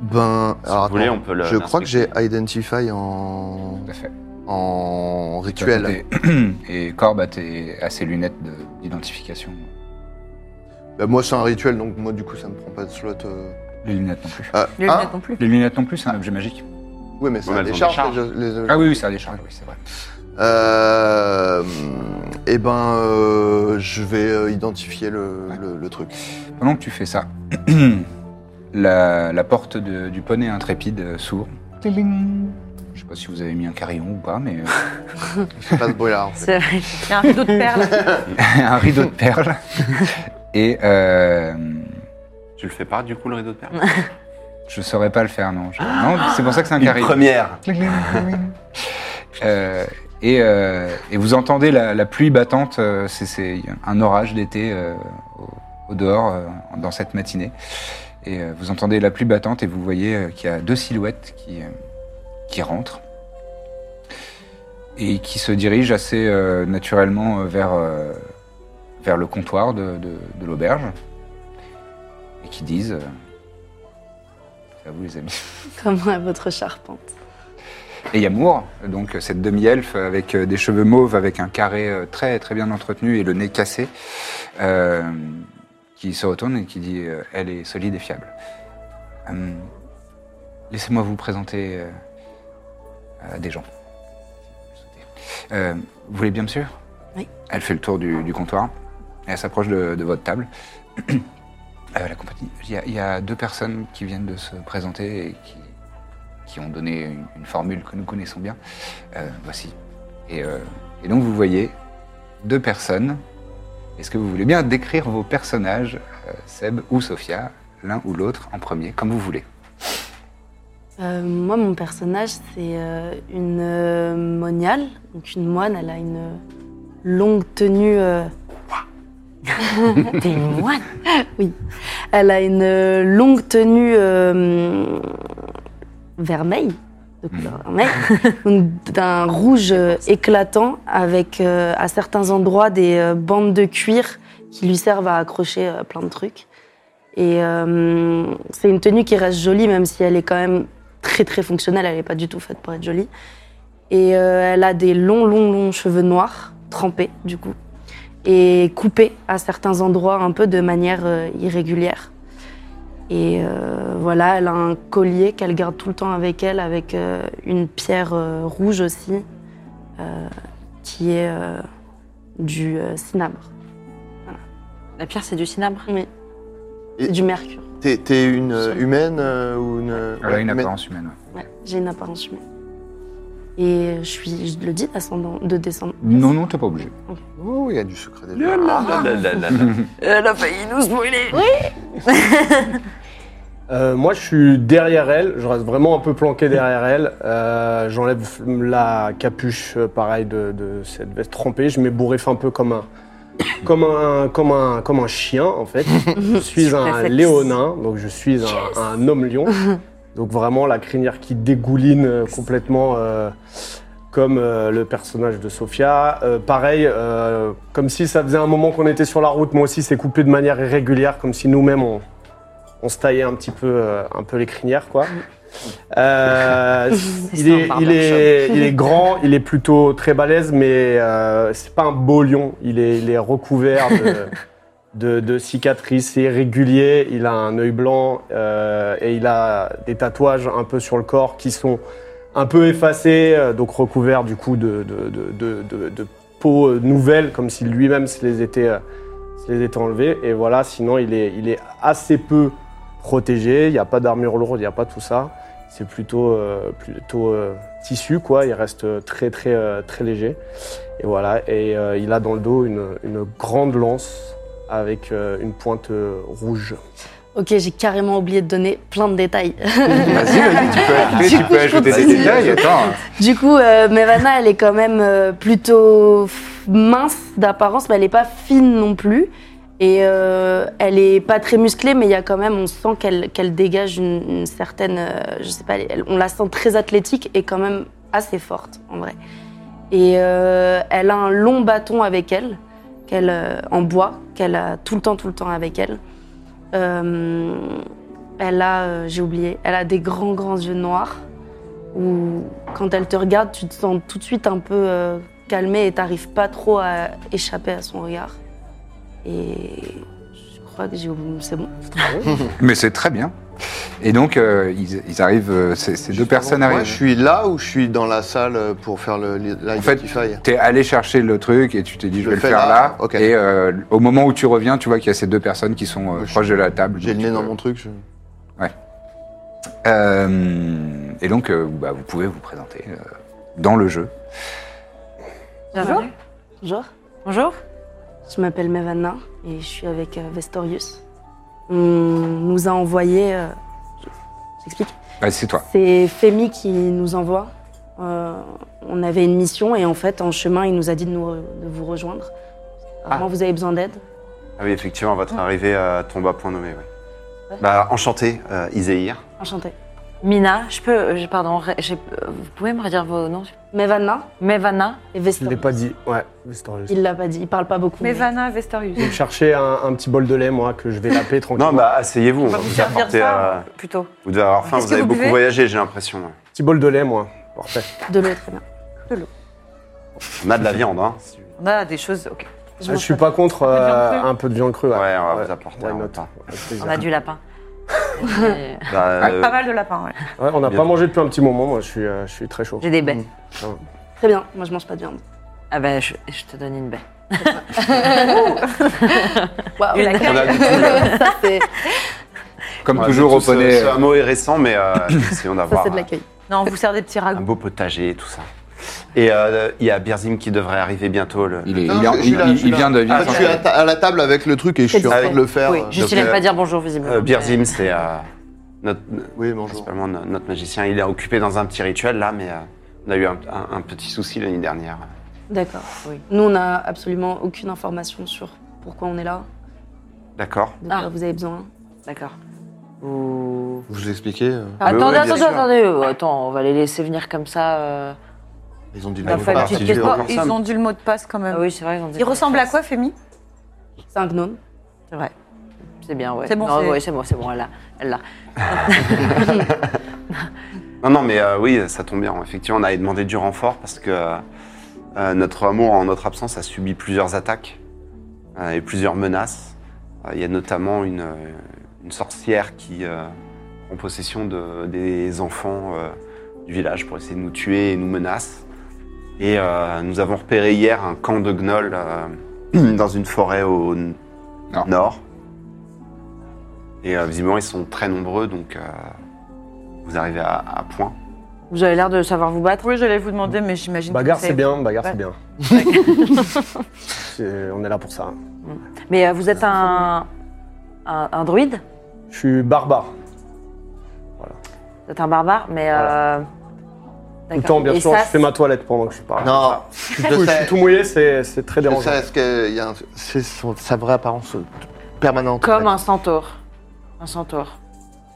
[SPEAKER 4] Ben
[SPEAKER 6] Si
[SPEAKER 4] alors,
[SPEAKER 6] vous voulez,
[SPEAKER 4] attends.
[SPEAKER 6] on peut le.
[SPEAKER 4] je crois que j'ai
[SPEAKER 6] l'inspecter.
[SPEAKER 4] Identify en
[SPEAKER 2] Tout à fait.
[SPEAKER 4] en rituel.
[SPEAKER 2] Bah, <clears throat> Et Corbe a, tes- a ses lunettes de- d'identification.
[SPEAKER 4] Bah, moi, c'est un rituel, donc moi, du coup, ça me prend pas de slot. euh.
[SPEAKER 2] Les lunettes non plus.
[SPEAKER 4] Ah,
[SPEAKER 3] Les
[SPEAKER 4] ah,
[SPEAKER 3] lunettes non plus.
[SPEAKER 2] Les lunettes non plus, c'est un objet magique.
[SPEAKER 4] Oui, mais
[SPEAKER 6] Ouais,
[SPEAKER 4] ça
[SPEAKER 6] elles ont des
[SPEAKER 4] décharge
[SPEAKER 6] charges.
[SPEAKER 4] les, les-
[SPEAKER 2] Ah oui, oui, ça a des charges, oui, c'est vrai.
[SPEAKER 4] Euh, Eh ben, euh, je vais euh, identifier le, le- le truc.
[SPEAKER 2] <clears throat> Pendant que tu fais ça, la, la porte de- du poney intrépide euh, s'ouvre Tiling. Je sais pas si vous avez mis un carillon ou pas, mais euh, <laughs>
[SPEAKER 4] C'est pas ce bruit-là. en fait.
[SPEAKER 5] C'est vrai.
[SPEAKER 3] Il y a un rideau de perles.
[SPEAKER 2] un rideau de perles. Et euh,
[SPEAKER 6] Tu le fais pas du coup le rideau de perles
[SPEAKER 2] je saurais pas le faire, non. Je- Non, c'est pour ça que c'est un
[SPEAKER 6] Une
[SPEAKER 2] carillon. <laughs>
[SPEAKER 6] première
[SPEAKER 2] Euh, et, euh, et vous entendez la, la pluie battante, euh, c'est- c'est un orage d'été euh, au, au dehors euh, dans cette matinée. Et euh, vous entendez la pluie battante et vous voyez euh, qu'il y a deux silhouettes qui, euh, qui rentrent et qui se dirigent assez euh, naturellement euh, vers, euh, vers le comptoir de, de- de l'auberge et qui disent euh, C'est à vous les amis.
[SPEAKER 7] Comme à votre charpente.
[SPEAKER 2] Et Yamour, donc euh, cette demi-elfe avec euh, des cheveux mauves, avec un carré euh, très très bien entretenu et le nez cassé, euh, qui se retourne et qui dit euh, Elle est solide et fiable. Hum, Laissez-moi vous présenter euh, à des gens. si vous le souhaitez. Euh, vous voulez bien, monsieur
[SPEAKER 7] Oui.
[SPEAKER 2] Elle fait le tour du, du comptoir. Elle s'approche de, de votre table. <clears throat> Euh, la compagnie. Il y, a- il y a deux personnes qui viennent de se présenter et qui, qui ont donné une, une formule que nous connaissons bien. Euh, voici. Et, euh, et donc vous voyez deux personnes. Est-ce que vous voulez bien décrire vos personnages, euh, Seb ou Sophia, l'un ou l'autre en premier, comme vous voulez
[SPEAKER 7] Euh, moi, mon personnage, c'est euh, une euh, moniale, donc une moine. Elle a une euh, longue tenue. euh,
[SPEAKER 5] T'es une
[SPEAKER 7] <laughs>
[SPEAKER 5] moine
[SPEAKER 7] elle a une euh, longue tenue euh, vermeille, de couleur vermeille,
[SPEAKER 5] <laughs>
[SPEAKER 7] une- d'un rouge euh, éclatant, avec euh, à certains endroits des euh, bandes de cuir qui lui servent à accrocher euh, plein de trucs. Et euh, c'est une tenue qui reste jolie, même si elle est quand même très très fonctionnelle. Elle n'est pas du tout faite pour être jolie. Et euh, elle a des longs, longs, longs cheveux noirs, trempés du coup, et coupés à certains endroits un peu de manière euh, irrégulière. Et euh, voilà, elle a un collier qu'elle garde tout le temps avec elle, avec euh, une pierre euh, rouge aussi, euh, qui est euh, du euh, cinabre,
[SPEAKER 5] La pierre, c'est du cinabre.
[SPEAKER 7] C'est du mercure.
[SPEAKER 4] T'es- T'es une euh, humaine euh, ou une. euh,
[SPEAKER 2] Elle a
[SPEAKER 4] ouais,
[SPEAKER 2] une
[SPEAKER 4] humaine.
[SPEAKER 2] apparence humaine. ouais.
[SPEAKER 7] Ouais, j'ai une apparence humaine. Et je suis, je le dis, d'ascendant, de descendant.
[SPEAKER 2] Non, non, t'es pas obligé.
[SPEAKER 4] Oh, il y a du secret déjà. Ah,
[SPEAKER 5] Elle a failli nous brûler
[SPEAKER 8] Euh, moi, je suis derrière elle. Je reste vraiment un peu planqué derrière elle. Euh, J'enlève la capuche, euh, pareil, de, de cette veste trempée. Je m'ébouriffe un peu comme un, comme un, comme un, comme un chien,
[SPEAKER 5] <laughs>
[SPEAKER 8] en fait. Je suis un
[SPEAKER 5] Réflexe.
[SPEAKER 8] léonin, donc je suis un, un
[SPEAKER 5] <laughs>
[SPEAKER 8] homme lion. Donc vraiment la crinière qui dégouline euh, complètement, euh, comme euh, le personnage de Sofia. Euh, pareil, euh, comme si ça faisait un moment qu'on était sur la route. Moi aussi, c'est coupé de manière irrégulière, comme si nous-mêmes on on se taillait un petit peu, euh, un peu les crinières, quoi. Euh, il,
[SPEAKER 5] ça, un
[SPEAKER 8] est, il, est, il est grand, il est plutôt très balèze, mais euh, c'est pas un beau lion. Il est, il est recouvert de, de, de cicatrices, c'est irrégulier. Il a un œil blanc euh, et il a des tatouages un peu sur le corps qui sont un peu effacés, euh, donc recouverts du coup de, de, de, de, de- de peau euh, nouvelle, comme si lui-même se les était. euh, se les était enlevés. Et voilà, sinon, il est, il est assez peu protégé. Il n'y a pas d'armure lourde, il n'y a pas tout ça. C'est plutôt, euh, plutôt euh, tissu, quoi. Il reste euh, très, très, euh, très léger. Et voilà. Et euh, il a dans le dos une, une grande lance avec euh, une pointe euh, rouge.
[SPEAKER 7] Ok, j'ai carrément oublié de donner plein de détails.
[SPEAKER 2] <laughs> Vas-y, vas-y, tu peux, ajouter- tu
[SPEAKER 7] Du coup,
[SPEAKER 2] peux
[SPEAKER 7] je
[SPEAKER 2] ajouter des
[SPEAKER 7] continue.
[SPEAKER 2] détails. Attends,
[SPEAKER 7] Du coup, euh, Mevana, elle est quand même euh, plutôt f- mince d'apparence, mais elle n'est pas fine non plus. Et euh, elle est pas très musclée, mais il y a quand même, on sent qu'elle qu'elle dégage une, une certaine, euh, je sais pas, elle- on la sent très athlétique et quand même assez forte en vrai. Et euh, elle a un long bâton avec elle, qu'elle euh, en bois, qu'elle a tout le temps, tout le temps avec elle. Euh, elle a, euh, j'ai oublié, elle a des grands, grands yeux noirs où quand elle te regarde, tu te sens tout de suite un peu euh, calmé et t'arrives pas trop à échapper à son regard. Et je crois que j'ai oublié, c'est bon.
[SPEAKER 2] mais c'est très bien. Et donc, euh, ils, ils arrivent, euh, ces, ces deux personnes
[SPEAKER 4] Moi,
[SPEAKER 2] arrivent.
[SPEAKER 4] je suis là ou je suis dans la salle euh, pour faire le li- l'identifier
[SPEAKER 2] T'es allé chercher le truc et tu t'es dit je,
[SPEAKER 4] Je
[SPEAKER 2] vais le
[SPEAKER 4] le fais
[SPEAKER 2] faire
[SPEAKER 4] là,
[SPEAKER 2] là.
[SPEAKER 4] ok.
[SPEAKER 2] Et euh, au moment où tu reviens, tu vois qu'il y a ces deux personnes qui sont euh,
[SPEAKER 4] Je-
[SPEAKER 2] proches de la table.
[SPEAKER 4] J'ai le
[SPEAKER 2] Donc,
[SPEAKER 4] nez
[SPEAKER 2] tu
[SPEAKER 4] dans
[SPEAKER 2] peux-
[SPEAKER 4] mon truc. je-
[SPEAKER 2] Ouais. Euh, et donc, euh, bah, vous pouvez vous présenter euh, dans le jeu.
[SPEAKER 5] Bonjour.
[SPEAKER 7] Bonjour,
[SPEAKER 5] Bonjour.
[SPEAKER 7] je m'appelle Mevana et je suis avec euh, Vestorius. On nous a envoyé. euh, J'explique.
[SPEAKER 2] Ah, c'est toi.
[SPEAKER 7] C'est Femi qui nous envoie. Euh, on avait une mission et en fait, en chemin, il nous a dit de, nous re- de vous rejoindre. Apparemment, vous avez besoin d'aide.
[SPEAKER 6] Ah oui, effectivement, votre arrivée euh, tombe à point nommé, oui.
[SPEAKER 7] Ouais.
[SPEAKER 6] Bah, enchanté, euh, Iséir.
[SPEAKER 7] Enchanté.
[SPEAKER 5] Mina, je peux. euh, je- pardon, ré- j'ai- euh, vous pouvez me redire vos noms s'il vous
[SPEAKER 7] Mevana
[SPEAKER 5] plaît Mevana.
[SPEAKER 8] Je
[SPEAKER 7] et
[SPEAKER 8] ne l'ai
[SPEAKER 7] Vestorius.
[SPEAKER 8] pas dit. Ouais, Vestorius.
[SPEAKER 7] Il l'a pas dit, il parle pas beaucoup.
[SPEAKER 3] Mais
[SPEAKER 7] mais-
[SPEAKER 3] Vanna Vestorius.
[SPEAKER 8] Je cherchais un, un petit bol de lait, moi, que je vais laper tranquillement.
[SPEAKER 6] Non, bah, asseyez-vous, on va vous
[SPEAKER 3] servir
[SPEAKER 6] apporter.
[SPEAKER 3] ça,
[SPEAKER 6] euh,
[SPEAKER 3] plutôt.
[SPEAKER 6] Vous devez avoir faim,
[SPEAKER 3] Qu'est-ce
[SPEAKER 6] vous
[SPEAKER 3] que
[SPEAKER 6] avez
[SPEAKER 3] vous
[SPEAKER 6] beaucoup
[SPEAKER 3] buvez
[SPEAKER 6] voyagé, j'ai l'impression.
[SPEAKER 8] Petit bol de lait, moi. Parfait.
[SPEAKER 7] De l'eau, très bien.
[SPEAKER 6] On a de la viande, hein.
[SPEAKER 3] On a des choses. ok.
[SPEAKER 8] Ah, Je, suis pas contre
[SPEAKER 3] La viande
[SPEAKER 8] euh,
[SPEAKER 3] crue.
[SPEAKER 8] un peu de viande crue. Ouais,
[SPEAKER 6] Ouais, on va vous apporter
[SPEAKER 8] why
[SPEAKER 6] un
[SPEAKER 8] not
[SPEAKER 6] repas.
[SPEAKER 8] Avec plaisir.
[SPEAKER 5] On a du
[SPEAKER 6] <laughs>
[SPEAKER 5] lapin. Et-
[SPEAKER 6] Bah, euh,
[SPEAKER 3] Ah, Pas mal de lapins, ouais. <laughs>
[SPEAKER 8] Ouais, on n'a
[SPEAKER 6] Bien.
[SPEAKER 8] pas mangé depuis un petit moment, moi je suis, euh, je suis très chaud. Mm.
[SPEAKER 5] J'ai des baies.
[SPEAKER 7] Très bien, moi je mange pas de viande.
[SPEAKER 5] Ah ben, je, je te donne une baie.
[SPEAKER 7] Waouh,
[SPEAKER 5] Une-
[SPEAKER 7] la
[SPEAKER 6] on a du tout.
[SPEAKER 7] ça c'est
[SPEAKER 2] Comme
[SPEAKER 6] Ouais,
[SPEAKER 2] toujours, au
[SPEAKER 6] surtout, ce-
[SPEAKER 2] poney. euh.
[SPEAKER 6] ce hameau est récent, mais euh,
[SPEAKER 2] <coughs>
[SPEAKER 6] essayons
[SPEAKER 7] ça,
[SPEAKER 6] d'avoir
[SPEAKER 7] c'est de
[SPEAKER 6] un,
[SPEAKER 7] l'accueil.
[SPEAKER 3] Non, on vous sert des petits
[SPEAKER 6] un
[SPEAKER 3] ragoûts.
[SPEAKER 6] beau potager et tout ça. Et euh, il y a Birzim qui devrait arriver bientôt. Le...
[SPEAKER 2] Il, est-
[SPEAKER 4] Non,
[SPEAKER 2] il est en-
[SPEAKER 4] je suis là,
[SPEAKER 2] il-
[SPEAKER 4] je suis
[SPEAKER 2] il vient
[SPEAKER 4] là.
[SPEAKER 2] de. hein. il
[SPEAKER 4] Ah,
[SPEAKER 2] vient de-
[SPEAKER 4] je suis à, ta- à la table avec le truc et je
[SPEAKER 7] C'est
[SPEAKER 4] suis en train
[SPEAKER 7] distrait.
[SPEAKER 4] de le faire.
[SPEAKER 5] Oui,
[SPEAKER 4] euh,
[SPEAKER 5] juste
[SPEAKER 6] donc,
[SPEAKER 5] il aime
[SPEAKER 6] euh,
[SPEAKER 5] pas dire bonjour visiblement.
[SPEAKER 6] Euh, Birzim, c'est euh, notre,
[SPEAKER 4] Oui, bonjour.
[SPEAKER 6] principalement no- notre magicien. Il est occupé dans un petit rituel là, mais euh, on a eu un, un- un petit souci l'année dernière.
[SPEAKER 7] D'accord.
[SPEAKER 5] Oui.
[SPEAKER 7] Nous, on n'a absolument aucune information sur pourquoi on est là,
[SPEAKER 6] D'accord
[SPEAKER 7] de
[SPEAKER 5] Ah.
[SPEAKER 7] quoi vous avez besoin.
[SPEAKER 5] D'accord. Vous-
[SPEAKER 4] Vous expliquez euh,
[SPEAKER 6] Ah, mais
[SPEAKER 5] attendez,
[SPEAKER 6] oui, bien
[SPEAKER 5] attendez,
[SPEAKER 6] sûr. Ah,
[SPEAKER 5] attendez. euh, Attends, on va les laisser venir comme ça. euh.
[SPEAKER 4] Ils ont dit
[SPEAKER 5] La
[SPEAKER 4] le mot
[SPEAKER 5] famille,
[SPEAKER 8] Ah,
[SPEAKER 4] parti
[SPEAKER 5] tu
[SPEAKER 4] du-
[SPEAKER 5] te
[SPEAKER 3] Oh,
[SPEAKER 6] encore
[SPEAKER 3] ils
[SPEAKER 6] ça, mais-
[SPEAKER 3] ont dit le mot de passe quand même.
[SPEAKER 5] Ah oui, c'est vrai. ils ont dit-
[SPEAKER 3] Il ressemble à quoi, Femi
[SPEAKER 7] C'est un gnome.
[SPEAKER 5] C'est vrai. C'est bien, ouais.
[SPEAKER 3] C'est bon,
[SPEAKER 5] Non,
[SPEAKER 3] c'est-
[SPEAKER 5] ouais, c'est bon, c'est bon, elle l'a. Elle l'a.
[SPEAKER 6] Non, non, mais euh, oui, ça tombe bien. Effectivement, on avait demandé du renfort parce que euh, notre amour, en notre absence, a subi plusieurs attaques euh, et plusieurs menaces. Euh, Il y a notamment une, euh, une sorcière qui euh, prend possession de, des enfants euh, du village pour essayer de nous tuer et nous menace. Et euh, nous avons repéré hier un camp de gnolls euh, <clears throat> dans une forêt au n-
[SPEAKER 2] Nord.
[SPEAKER 6] nord. Et euh, visiblement, ils sont très nombreux, donc euh, vous arrivez à- à point.
[SPEAKER 5] Vous avez l'air de savoir vous battre.
[SPEAKER 3] Oui, j'allais vous demander, mais j'imagine. que
[SPEAKER 8] Bagarre,
[SPEAKER 3] vous
[SPEAKER 8] c'est
[SPEAKER 3] savez.
[SPEAKER 8] bien, bagarre,
[SPEAKER 3] Ouais.
[SPEAKER 8] c'est bien. C'est- on est là pour ça.
[SPEAKER 5] Mais euh, vous êtes un, un, un druide
[SPEAKER 8] Je suis barbare.
[SPEAKER 5] Vous êtes un barbare, mais.
[SPEAKER 8] Voilà.
[SPEAKER 5] euh,
[SPEAKER 8] Tout le
[SPEAKER 5] d'accord.
[SPEAKER 8] temps, bien
[SPEAKER 5] Et
[SPEAKER 8] sûr,
[SPEAKER 5] ça,
[SPEAKER 8] je fais ma toilette pendant que je suis pas.
[SPEAKER 4] Non,
[SPEAKER 8] Du coup,
[SPEAKER 4] je
[SPEAKER 8] je suis
[SPEAKER 4] sais,
[SPEAKER 8] tout mouillé, c'est c'est très
[SPEAKER 4] je
[SPEAKER 8] dérangeant.
[SPEAKER 4] sais ce qu'il y a un- C'est son- sa vraie apparence euh, permanente.
[SPEAKER 5] Comme
[SPEAKER 4] en
[SPEAKER 5] un centaure. Un centaure.
[SPEAKER 4] fait.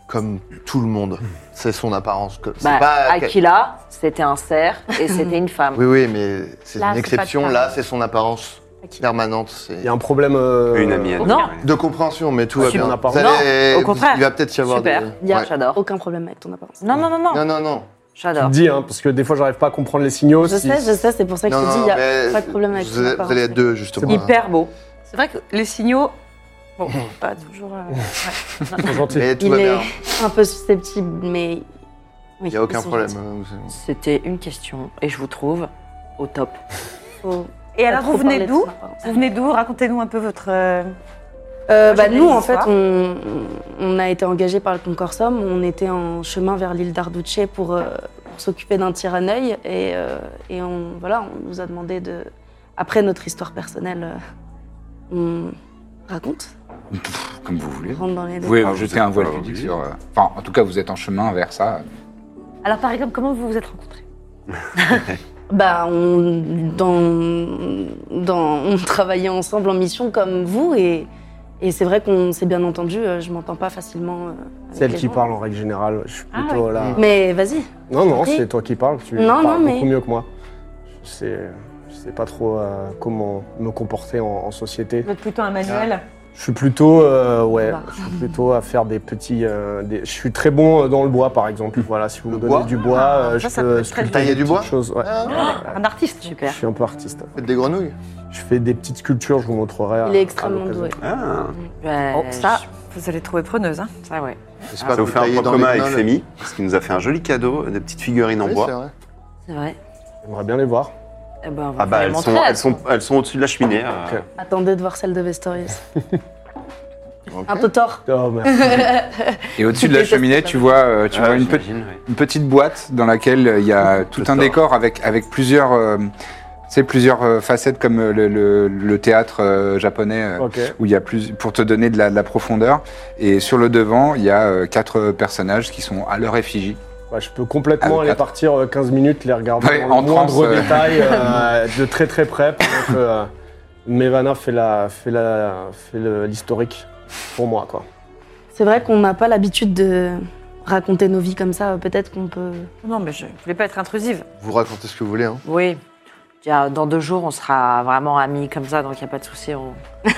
[SPEAKER 4] Comme tout le monde.
[SPEAKER 8] Hmm.
[SPEAKER 4] C'est son apparence. que- c'est
[SPEAKER 5] Bah,
[SPEAKER 4] pas-
[SPEAKER 5] Aquila, c'était un cerf et c'était une femme.
[SPEAKER 4] <laughs> Oui, oui, mais c'est
[SPEAKER 3] Là,
[SPEAKER 4] une
[SPEAKER 3] c'est pas
[SPEAKER 4] exception.
[SPEAKER 3] de
[SPEAKER 4] Là,
[SPEAKER 3] permanence.
[SPEAKER 4] c'est son apparence permanente. c'est-
[SPEAKER 8] Il y a Ah, un problème. euh,
[SPEAKER 6] Une amie à nous.
[SPEAKER 5] Non.
[SPEAKER 4] De compréhension, mais tout va
[SPEAKER 8] Super.
[SPEAKER 4] bien.
[SPEAKER 8] Non,
[SPEAKER 4] Vous allez-
[SPEAKER 5] au contraire.
[SPEAKER 4] Il va peut-être y avoir
[SPEAKER 5] Super,
[SPEAKER 4] des...
[SPEAKER 5] bien,
[SPEAKER 4] Ouais.
[SPEAKER 5] j'adore.
[SPEAKER 7] Aucun problème avec ton apparence.
[SPEAKER 5] Non, non, non, non,
[SPEAKER 4] Non, non, non.
[SPEAKER 8] Tu
[SPEAKER 5] j'adore.
[SPEAKER 8] le dis, hein, parce que des fois, j'arrive pas à comprendre les signaux.
[SPEAKER 7] Je
[SPEAKER 8] si-
[SPEAKER 7] sais, je sais, c'est pour ça que
[SPEAKER 4] non,
[SPEAKER 7] je te dis,
[SPEAKER 4] non,
[SPEAKER 7] il n'y a
[SPEAKER 4] mais
[SPEAKER 7] pas de problème avec
[SPEAKER 4] vous,
[SPEAKER 7] ton
[SPEAKER 4] allez-
[SPEAKER 7] apparence.
[SPEAKER 4] vous allez être deux, justement.
[SPEAKER 5] Hyper beau.
[SPEAKER 3] C'est vrai que les signaux. Bon, pas toujours. euh, ouais.
[SPEAKER 8] ils sont gentils.
[SPEAKER 4] Mais tout
[SPEAKER 7] Il
[SPEAKER 4] va
[SPEAKER 7] est
[SPEAKER 4] bien.
[SPEAKER 7] un peu susceptible, mais.
[SPEAKER 4] Il n'y a aucun problème. euh, vous savez.
[SPEAKER 5] C'était une question et je vous trouve au top.
[SPEAKER 3] Et alors, vous venez d'où Vous venez d'où Racontez-nous un peu votre. euh,
[SPEAKER 7] Euh,
[SPEAKER 3] Moi,
[SPEAKER 7] bah,
[SPEAKER 3] j'ai
[SPEAKER 7] nous,
[SPEAKER 3] des
[SPEAKER 7] en fait,
[SPEAKER 3] histoires.
[SPEAKER 7] on, on a été engagés par le Concorsum. On était en chemin vers l'île d'Arduce pour, euh, pour s'occuper d'un tir à l'œil. Et, euh, et on, voilà, on nous a demandé de. Après notre histoire personnelle, euh, on raconte,
[SPEAKER 2] Comme vous voulez.
[SPEAKER 7] on rentre dans les
[SPEAKER 2] Vous pouvez
[SPEAKER 6] Ah, vous
[SPEAKER 2] jeter
[SPEAKER 6] êtes
[SPEAKER 2] un voile
[SPEAKER 6] pas
[SPEAKER 2] public
[SPEAKER 6] obligé.
[SPEAKER 2] sur. euh, Enfin, en tout cas, vous êtes en chemin vers ça.
[SPEAKER 9] Alors, par exemple, comment vous vous êtes rencontrés
[SPEAKER 7] Bah, on, dans, dans, on travaillait ensemble en mission comme vous. Et, et c'est vrai qu'on s'est bien entendu. euh, Je m'entends pas facilement. euh, avec
[SPEAKER 8] C'est elle
[SPEAKER 7] les
[SPEAKER 8] qui
[SPEAKER 7] gens.
[SPEAKER 8] parle en règle générale. Je suis plutôt là.
[SPEAKER 7] Mais vas-y.
[SPEAKER 8] Non, non,
[SPEAKER 7] Après-
[SPEAKER 8] c'est toi qui parles. Tu
[SPEAKER 7] Non,
[SPEAKER 8] parles
[SPEAKER 7] non, mais-
[SPEAKER 8] beaucoup mieux que moi. Je sais, je sais pas trop euh, comment me comporter en, en société.
[SPEAKER 3] Vous êtes plutôt un manuel.
[SPEAKER 8] Je suis plutôt, euh, ouais,
[SPEAKER 7] Bah.
[SPEAKER 8] je suis plutôt à faire des petits. euh, des- Je suis très bon euh, dans le bois, par exemple. Voilà, si vous
[SPEAKER 4] Le
[SPEAKER 8] me donnez
[SPEAKER 4] bois
[SPEAKER 8] du bois,
[SPEAKER 3] Ah,
[SPEAKER 8] euh,
[SPEAKER 3] ça,
[SPEAKER 8] je
[SPEAKER 3] ça peut
[SPEAKER 8] peux
[SPEAKER 3] être très
[SPEAKER 8] sculpter
[SPEAKER 4] bien.
[SPEAKER 8] des
[SPEAKER 4] Tailler du bois
[SPEAKER 8] petites choses, ouais.
[SPEAKER 4] Ah,
[SPEAKER 3] Un artiste.
[SPEAKER 8] Je
[SPEAKER 5] Super.
[SPEAKER 8] suis un peu artiste.
[SPEAKER 4] Faites des grenouilles.
[SPEAKER 8] Je fais des petites sculptures. Je vous montrerai. à-
[SPEAKER 7] Il est
[SPEAKER 8] à
[SPEAKER 7] extrêmement
[SPEAKER 8] l'occasion.
[SPEAKER 7] doué. Euh,
[SPEAKER 6] Ah,
[SPEAKER 5] Ouais,
[SPEAKER 3] Oh, ça, vous allez trouver preneuse. Hein.
[SPEAKER 5] je- ça, ouais.
[SPEAKER 4] C'est
[SPEAKER 6] Ah, ça vous fait un point commun avec
[SPEAKER 4] Fémi.
[SPEAKER 6] Femi, parce qu'il nous a fait un joli cadeau, euh, des petites figurines en bois.
[SPEAKER 5] C'est vrai.
[SPEAKER 8] J'aimerais bien les voir.
[SPEAKER 5] Eh ben, on va
[SPEAKER 6] Ah bah
[SPEAKER 5] les
[SPEAKER 6] elles
[SPEAKER 5] montrer.
[SPEAKER 6] sont, elles sont, elles sont au-dessus de la cheminée. euh.
[SPEAKER 8] Ok.
[SPEAKER 7] Attendez de voir celle de Vestorius. Un peu <laughs> tort.
[SPEAKER 8] Oh, merci.
[SPEAKER 2] Et au-dessus de la
[SPEAKER 7] <laughs> Déteste
[SPEAKER 2] cheminée,
[SPEAKER 7] ça.
[SPEAKER 2] tu vois, euh, tu
[SPEAKER 6] Ah,
[SPEAKER 2] vois une, pe-
[SPEAKER 6] j'imagine, ouais.
[SPEAKER 2] une petite boîte dans laquelle euh, il y a tout un
[SPEAKER 4] tort.
[SPEAKER 2] décor avec, avec plusieurs, euh, tu sais, plusieurs euh, facettes comme euh, le, le- le théâtre euh, japonais euh,
[SPEAKER 8] Ok.
[SPEAKER 2] où il y a plus pour te donner de la, de la profondeur. Et sur le devant, il y a euh, quatre personnages qui sont à leur effigie.
[SPEAKER 8] Ouais, je peux complètement
[SPEAKER 2] Ah,
[SPEAKER 8] aller
[SPEAKER 2] quatre.
[SPEAKER 8] partir euh, 15 minutes, les regarder
[SPEAKER 2] Ouais,
[SPEAKER 8] dans
[SPEAKER 2] en
[SPEAKER 8] le moindre
[SPEAKER 2] transe, euh.
[SPEAKER 8] détail,
[SPEAKER 2] <laughs>
[SPEAKER 8] euh, de très très près. pendant que, euh, Mevana fait la- fait la- fait le- l'historique pour moi. Quoi.
[SPEAKER 7] C'est vrai qu'on n'a pas l'habitude de raconter nos vies comme ça. Peut-être qu'on peut.
[SPEAKER 3] Non, mais je voulais pas être intrusive.
[SPEAKER 8] Euh,
[SPEAKER 4] Vous racontez ce que vous voulez. Hein.
[SPEAKER 5] Oui. Je veux dire, Dans deux jours, on sera vraiment amis comme ça, donc il n'y a pas de souci. On,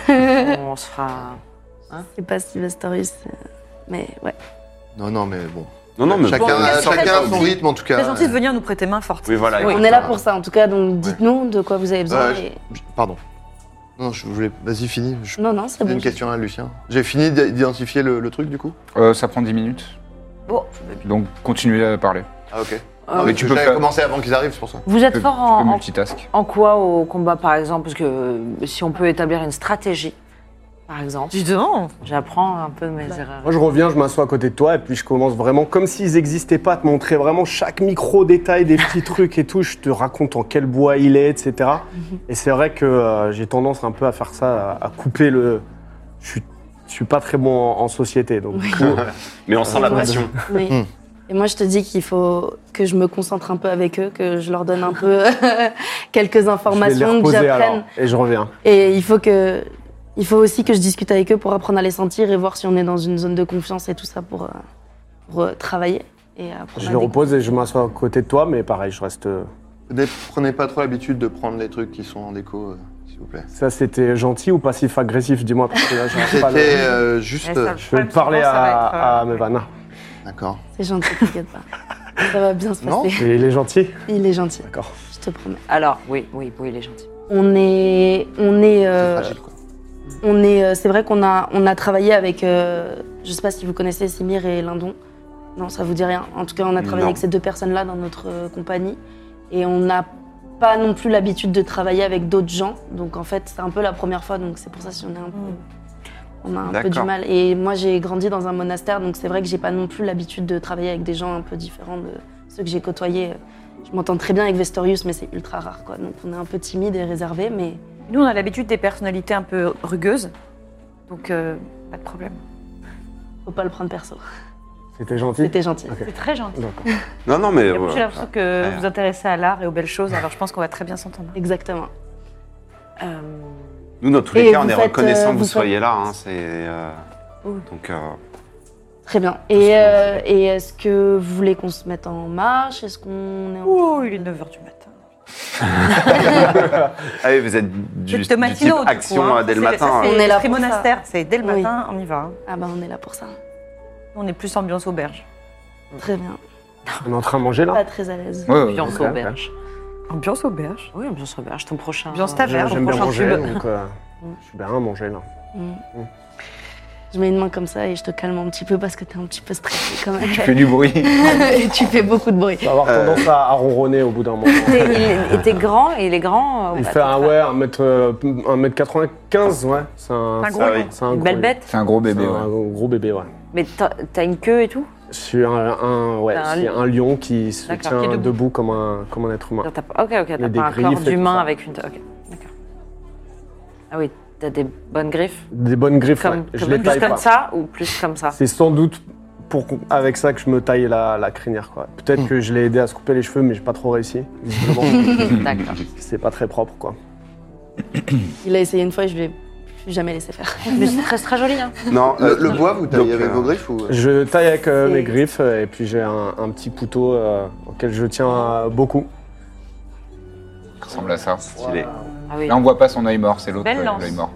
[SPEAKER 5] on se fera.
[SPEAKER 7] C'est pas Sylvesterius. euh, Mais ouais.
[SPEAKER 4] Non, non, mais bon.
[SPEAKER 6] Non, non, mais
[SPEAKER 4] chacun
[SPEAKER 6] bon,
[SPEAKER 4] a,
[SPEAKER 6] c'est
[SPEAKER 4] chacun
[SPEAKER 6] très
[SPEAKER 4] a son
[SPEAKER 6] gentil.
[SPEAKER 4] rythme en tout cas.
[SPEAKER 3] C'est gentil de venir nous prêter main forte.
[SPEAKER 6] Oui, voilà.
[SPEAKER 7] on
[SPEAKER 6] écoute,
[SPEAKER 7] est là
[SPEAKER 6] euh,
[SPEAKER 7] pour ça en tout cas, donc dites-nous de quoi vous avez besoin.
[SPEAKER 4] Ouais,
[SPEAKER 7] et-
[SPEAKER 4] Pardon. Non, je voulais. Vas-y, finis. Je
[SPEAKER 7] Non, non, c'est
[SPEAKER 4] posais
[SPEAKER 7] bon.
[SPEAKER 4] une question à Lucien. J'ai fini d'identifier le, le truc du coup
[SPEAKER 2] Euh, ça prend 10 minutes.
[SPEAKER 3] Bon.
[SPEAKER 2] Donc continuez à parler.
[SPEAKER 4] Ah, ok.
[SPEAKER 5] Euh,
[SPEAKER 4] mais
[SPEAKER 2] tu
[SPEAKER 4] tu
[SPEAKER 2] peux
[SPEAKER 4] peux
[SPEAKER 2] faire-
[SPEAKER 4] commencer avant qu'ils arrivent, c'est pour ça.
[SPEAKER 5] Vous êtes
[SPEAKER 2] Tu peux-
[SPEAKER 5] fort
[SPEAKER 2] tu
[SPEAKER 5] en,
[SPEAKER 2] peux
[SPEAKER 5] en-
[SPEAKER 2] multitask.
[SPEAKER 5] en quoi au combat, par exemple Parce que euh, si on peut établir une stratégie, par exemple,
[SPEAKER 3] Dis donc.
[SPEAKER 5] j'apprends un peu de mes erreurs.
[SPEAKER 8] Moi, je reviens, je m'assois à côté de toi et puis je commence vraiment comme s'ils n'existaient pas, à te montrer vraiment chaque micro détail
[SPEAKER 2] <laughs>
[SPEAKER 8] des petits trucs et tout. Je te raconte en quel bois il est, etc.
[SPEAKER 2] Mhm.
[SPEAKER 8] Et c'est vrai que euh, j'ai tendance un peu à faire ça, à, à couper le. Je suis, je suis pas très bon en, en société, donc du coup,
[SPEAKER 6] Mais on sent la
[SPEAKER 7] Ouais.
[SPEAKER 6] passion.
[SPEAKER 7] Oui.
[SPEAKER 4] Hmm.
[SPEAKER 7] Et moi, je te dis qu'il faut que je me concentre un peu avec eux, que je leur donne un peu <laughs> quelques
[SPEAKER 8] je vais les
[SPEAKER 7] informations, que
[SPEAKER 8] reposer alors
[SPEAKER 7] j'apprenne.
[SPEAKER 8] et je reviens.
[SPEAKER 7] Et il faut que, il faut aussi que je discute avec eux pour apprendre à les sentir et voir si on est dans une zone de confiance et tout ça pour, euh, pour euh, travailler. Et apprendre
[SPEAKER 8] Je les
[SPEAKER 7] à découvrir.
[SPEAKER 8] repose et je m'assois à côté de toi, mais pareil, je reste. euh,
[SPEAKER 4] Ne prenez pas trop l'habitude de prendre les trucs qui sont en déco, euh, s'il vous plaît.
[SPEAKER 8] Ça, c'était gentil ou passif-agressif Dis-moi, parce que là, j'arrive
[SPEAKER 4] C'était
[SPEAKER 8] pas le-
[SPEAKER 4] euh, juste.
[SPEAKER 3] Eh, ça-
[SPEAKER 4] euh,
[SPEAKER 8] Je vais
[SPEAKER 3] Ouais,
[SPEAKER 8] parler
[SPEAKER 3] souvent, ça va
[SPEAKER 8] à,
[SPEAKER 3] être, euh,
[SPEAKER 8] à Mevana.
[SPEAKER 4] D'accord.
[SPEAKER 7] C'est gentil, t'inquiète pas. Ça va bien se
[SPEAKER 4] Non.
[SPEAKER 7] passer.
[SPEAKER 8] Il est gentil
[SPEAKER 7] Il est gentil,
[SPEAKER 8] D'accord.
[SPEAKER 7] je te promets.
[SPEAKER 5] Alors, oui, oui, oui, il est gentil.
[SPEAKER 7] On est, on est,
[SPEAKER 4] C'est
[SPEAKER 7] euh,
[SPEAKER 4] fragile, quoi.
[SPEAKER 7] on est. euh, C'est vrai qu'on a, on a travaillé avec. euh, je sais pas si vous connaissez Simir et Lindon. Non, ça vous dit rien. En tout cas, on a travaillé
[SPEAKER 6] Non.
[SPEAKER 7] avec ces deux personnes-là dans notre euh, compagnie, et on n'a pas non plus l'habitude de travailler avec d'autres gens. Donc en fait, c'est un peu la première fois. Donc c'est pour ça si on est un peu. On a un peu
[SPEAKER 6] D'accord.
[SPEAKER 7] du mal. Et moi, j'ai grandi dans un monastère, donc c'est vrai que j'ai pas non plus l'habitude de travailler avec des gens un peu différents de ceux que j'ai côtoyés. Je m'entends très bien avec Vestorius, mais c'est ultra rare, quoi. Donc on est un peu timide et réservé, mais
[SPEAKER 3] Nous, on a l'habitude des personnalités un peu rugueuses. Donc, euh, pas de problème.
[SPEAKER 7] faut pas le prendre perso.
[SPEAKER 8] C'était gentil
[SPEAKER 7] C'était gentil.
[SPEAKER 8] Ok.
[SPEAKER 3] C'est très gentil.
[SPEAKER 8] D'accord.
[SPEAKER 6] Non, non, mais. euh,
[SPEAKER 3] Et en plus,
[SPEAKER 6] ouais.
[SPEAKER 3] J'ai l'impression que
[SPEAKER 6] Ouais.
[SPEAKER 3] vous vous intéressez à l'art et aux belles choses, alors je pense qu'on va très bien s'entendre.
[SPEAKER 7] Exactement.
[SPEAKER 6] Nous, dans tous les
[SPEAKER 7] Et
[SPEAKER 6] cas, on
[SPEAKER 7] vous
[SPEAKER 6] est
[SPEAKER 7] faites,
[SPEAKER 6] reconnaissant que
[SPEAKER 7] euh,
[SPEAKER 6] vous
[SPEAKER 7] vous faites-
[SPEAKER 6] soyez là. hein, c'est, euh,
[SPEAKER 7] Oui.
[SPEAKER 6] Donc, euh,
[SPEAKER 7] Très bien.
[SPEAKER 6] Tout ce
[SPEAKER 7] Et,
[SPEAKER 6] qu'on
[SPEAKER 7] euh, et est-ce que vous voulez qu'on se mette en marche Est-ce qu'on est en...
[SPEAKER 3] Ouh, il est 9h du matin.
[SPEAKER 6] ah oui, vous êtes du, du
[SPEAKER 3] C'est le matinot,
[SPEAKER 6] type
[SPEAKER 3] du
[SPEAKER 6] action
[SPEAKER 3] coup, hein.
[SPEAKER 6] euh, dès le
[SPEAKER 3] C'est-
[SPEAKER 6] matin.
[SPEAKER 3] ça, c'est
[SPEAKER 7] On est là
[SPEAKER 3] l'esprit
[SPEAKER 7] pour ça.
[SPEAKER 3] monastère, c'est dès le
[SPEAKER 7] Oui.
[SPEAKER 3] matin, on y va. hein.
[SPEAKER 7] Ah bah on est là pour ça.
[SPEAKER 3] On est plus ambiance auberge.
[SPEAKER 7] Très bien.
[SPEAKER 8] On est en train de manger là
[SPEAKER 7] Pas très à l'aise.
[SPEAKER 2] Ouais, ouais,
[SPEAKER 5] Ambiance
[SPEAKER 8] ouais,
[SPEAKER 5] auberge.
[SPEAKER 3] Ambiance auberge
[SPEAKER 5] Oui, ambiance auberge, ton prochain.
[SPEAKER 3] Ambiance
[SPEAKER 8] J'ai-
[SPEAKER 3] taverne,
[SPEAKER 8] J'aime
[SPEAKER 3] on
[SPEAKER 8] bien
[SPEAKER 3] prend
[SPEAKER 8] manger,
[SPEAKER 3] un cube.
[SPEAKER 8] donc euh, je suis bien à manger
[SPEAKER 4] Euh,
[SPEAKER 8] là.
[SPEAKER 7] Mm. Je mets une main comme ça et je te calme un petit peu parce que t'es un petit peu stressé quand même. <laughs>
[SPEAKER 2] Tu fais du bruit.
[SPEAKER 7] et tu fais beaucoup de bruit.
[SPEAKER 8] Tu vas avoir
[SPEAKER 4] Euh,
[SPEAKER 8] tendance à, à ronronner au bout d'un moment.
[SPEAKER 5] Il était grand et il est grand. euh,
[SPEAKER 8] Il
[SPEAKER 5] bah,
[SPEAKER 8] fait
[SPEAKER 5] t'as-
[SPEAKER 8] un, ouais, 1m, euh, 1m95, ouais. C'est un,
[SPEAKER 3] Un
[SPEAKER 8] c'est
[SPEAKER 3] gros
[SPEAKER 6] Ah oui.
[SPEAKER 8] un- c'est un
[SPEAKER 5] Une
[SPEAKER 8] gros-
[SPEAKER 5] belle bête.
[SPEAKER 2] C'est un gros bébé.
[SPEAKER 8] c'est
[SPEAKER 2] ouais.
[SPEAKER 8] un gros bébé, ouais.
[SPEAKER 5] Mais t'as t'as une queue et tout
[SPEAKER 8] Je suis un, un- ouais,
[SPEAKER 5] T'as un
[SPEAKER 8] c'est
[SPEAKER 5] lion.
[SPEAKER 8] un lion qui se
[SPEAKER 5] D'accord,
[SPEAKER 8] tient
[SPEAKER 5] qui est
[SPEAKER 8] debout,
[SPEAKER 5] debout.
[SPEAKER 8] comme, un, comme un être humain.
[SPEAKER 5] Non, t'as pas- Ok, ok,
[SPEAKER 8] y a
[SPEAKER 5] t'as
[SPEAKER 8] des
[SPEAKER 5] pas un
[SPEAKER 8] griffes et
[SPEAKER 5] corps
[SPEAKER 8] tout
[SPEAKER 5] d'humain
[SPEAKER 8] ça.
[SPEAKER 5] avec une. Ok, d'accord. Ah oui, t'as des bonnes griffes
[SPEAKER 8] Des bonnes griffes,
[SPEAKER 5] comme,
[SPEAKER 8] ouais. Je
[SPEAKER 5] comme-
[SPEAKER 8] les
[SPEAKER 5] plus
[SPEAKER 8] taille
[SPEAKER 5] comme
[SPEAKER 8] pas.
[SPEAKER 5] ça ou plus comme ça
[SPEAKER 8] C'est sans doute pour, avec ça que je me taille la, la crinière, quoi. Peut-être que je l'ai aidé à se couper les cheveux, mais j'ai pas trop réussi. visiblement. <laughs>
[SPEAKER 5] D'accord.
[SPEAKER 8] c'est pas très propre, quoi.
[SPEAKER 7] Il a essayé une fois et je lui ai plus jamais laissé faire.
[SPEAKER 5] Mais c'est très très joli. Hein.
[SPEAKER 6] Non,
[SPEAKER 4] Le,
[SPEAKER 6] euh,
[SPEAKER 4] le bois, vous
[SPEAKER 6] donc,
[SPEAKER 4] taillez avec
[SPEAKER 6] euh,
[SPEAKER 4] vos griffes ou
[SPEAKER 8] Je taille avec euh,
[SPEAKER 7] C'est-
[SPEAKER 8] mes griffes euh, et puis j'ai un, un petit couteau euh, auquel je tiens euh, beaucoup.
[SPEAKER 2] Ça ressemble à ça.
[SPEAKER 6] Stylé.
[SPEAKER 5] Ah oui.
[SPEAKER 2] Là, on voit pas son œil mort, c'est l'autre
[SPEAKER 3] Belle
[SPEAKER 2] euh,
[SPEAKER 3] lance.
[SPEAKER 2] l'œil mort.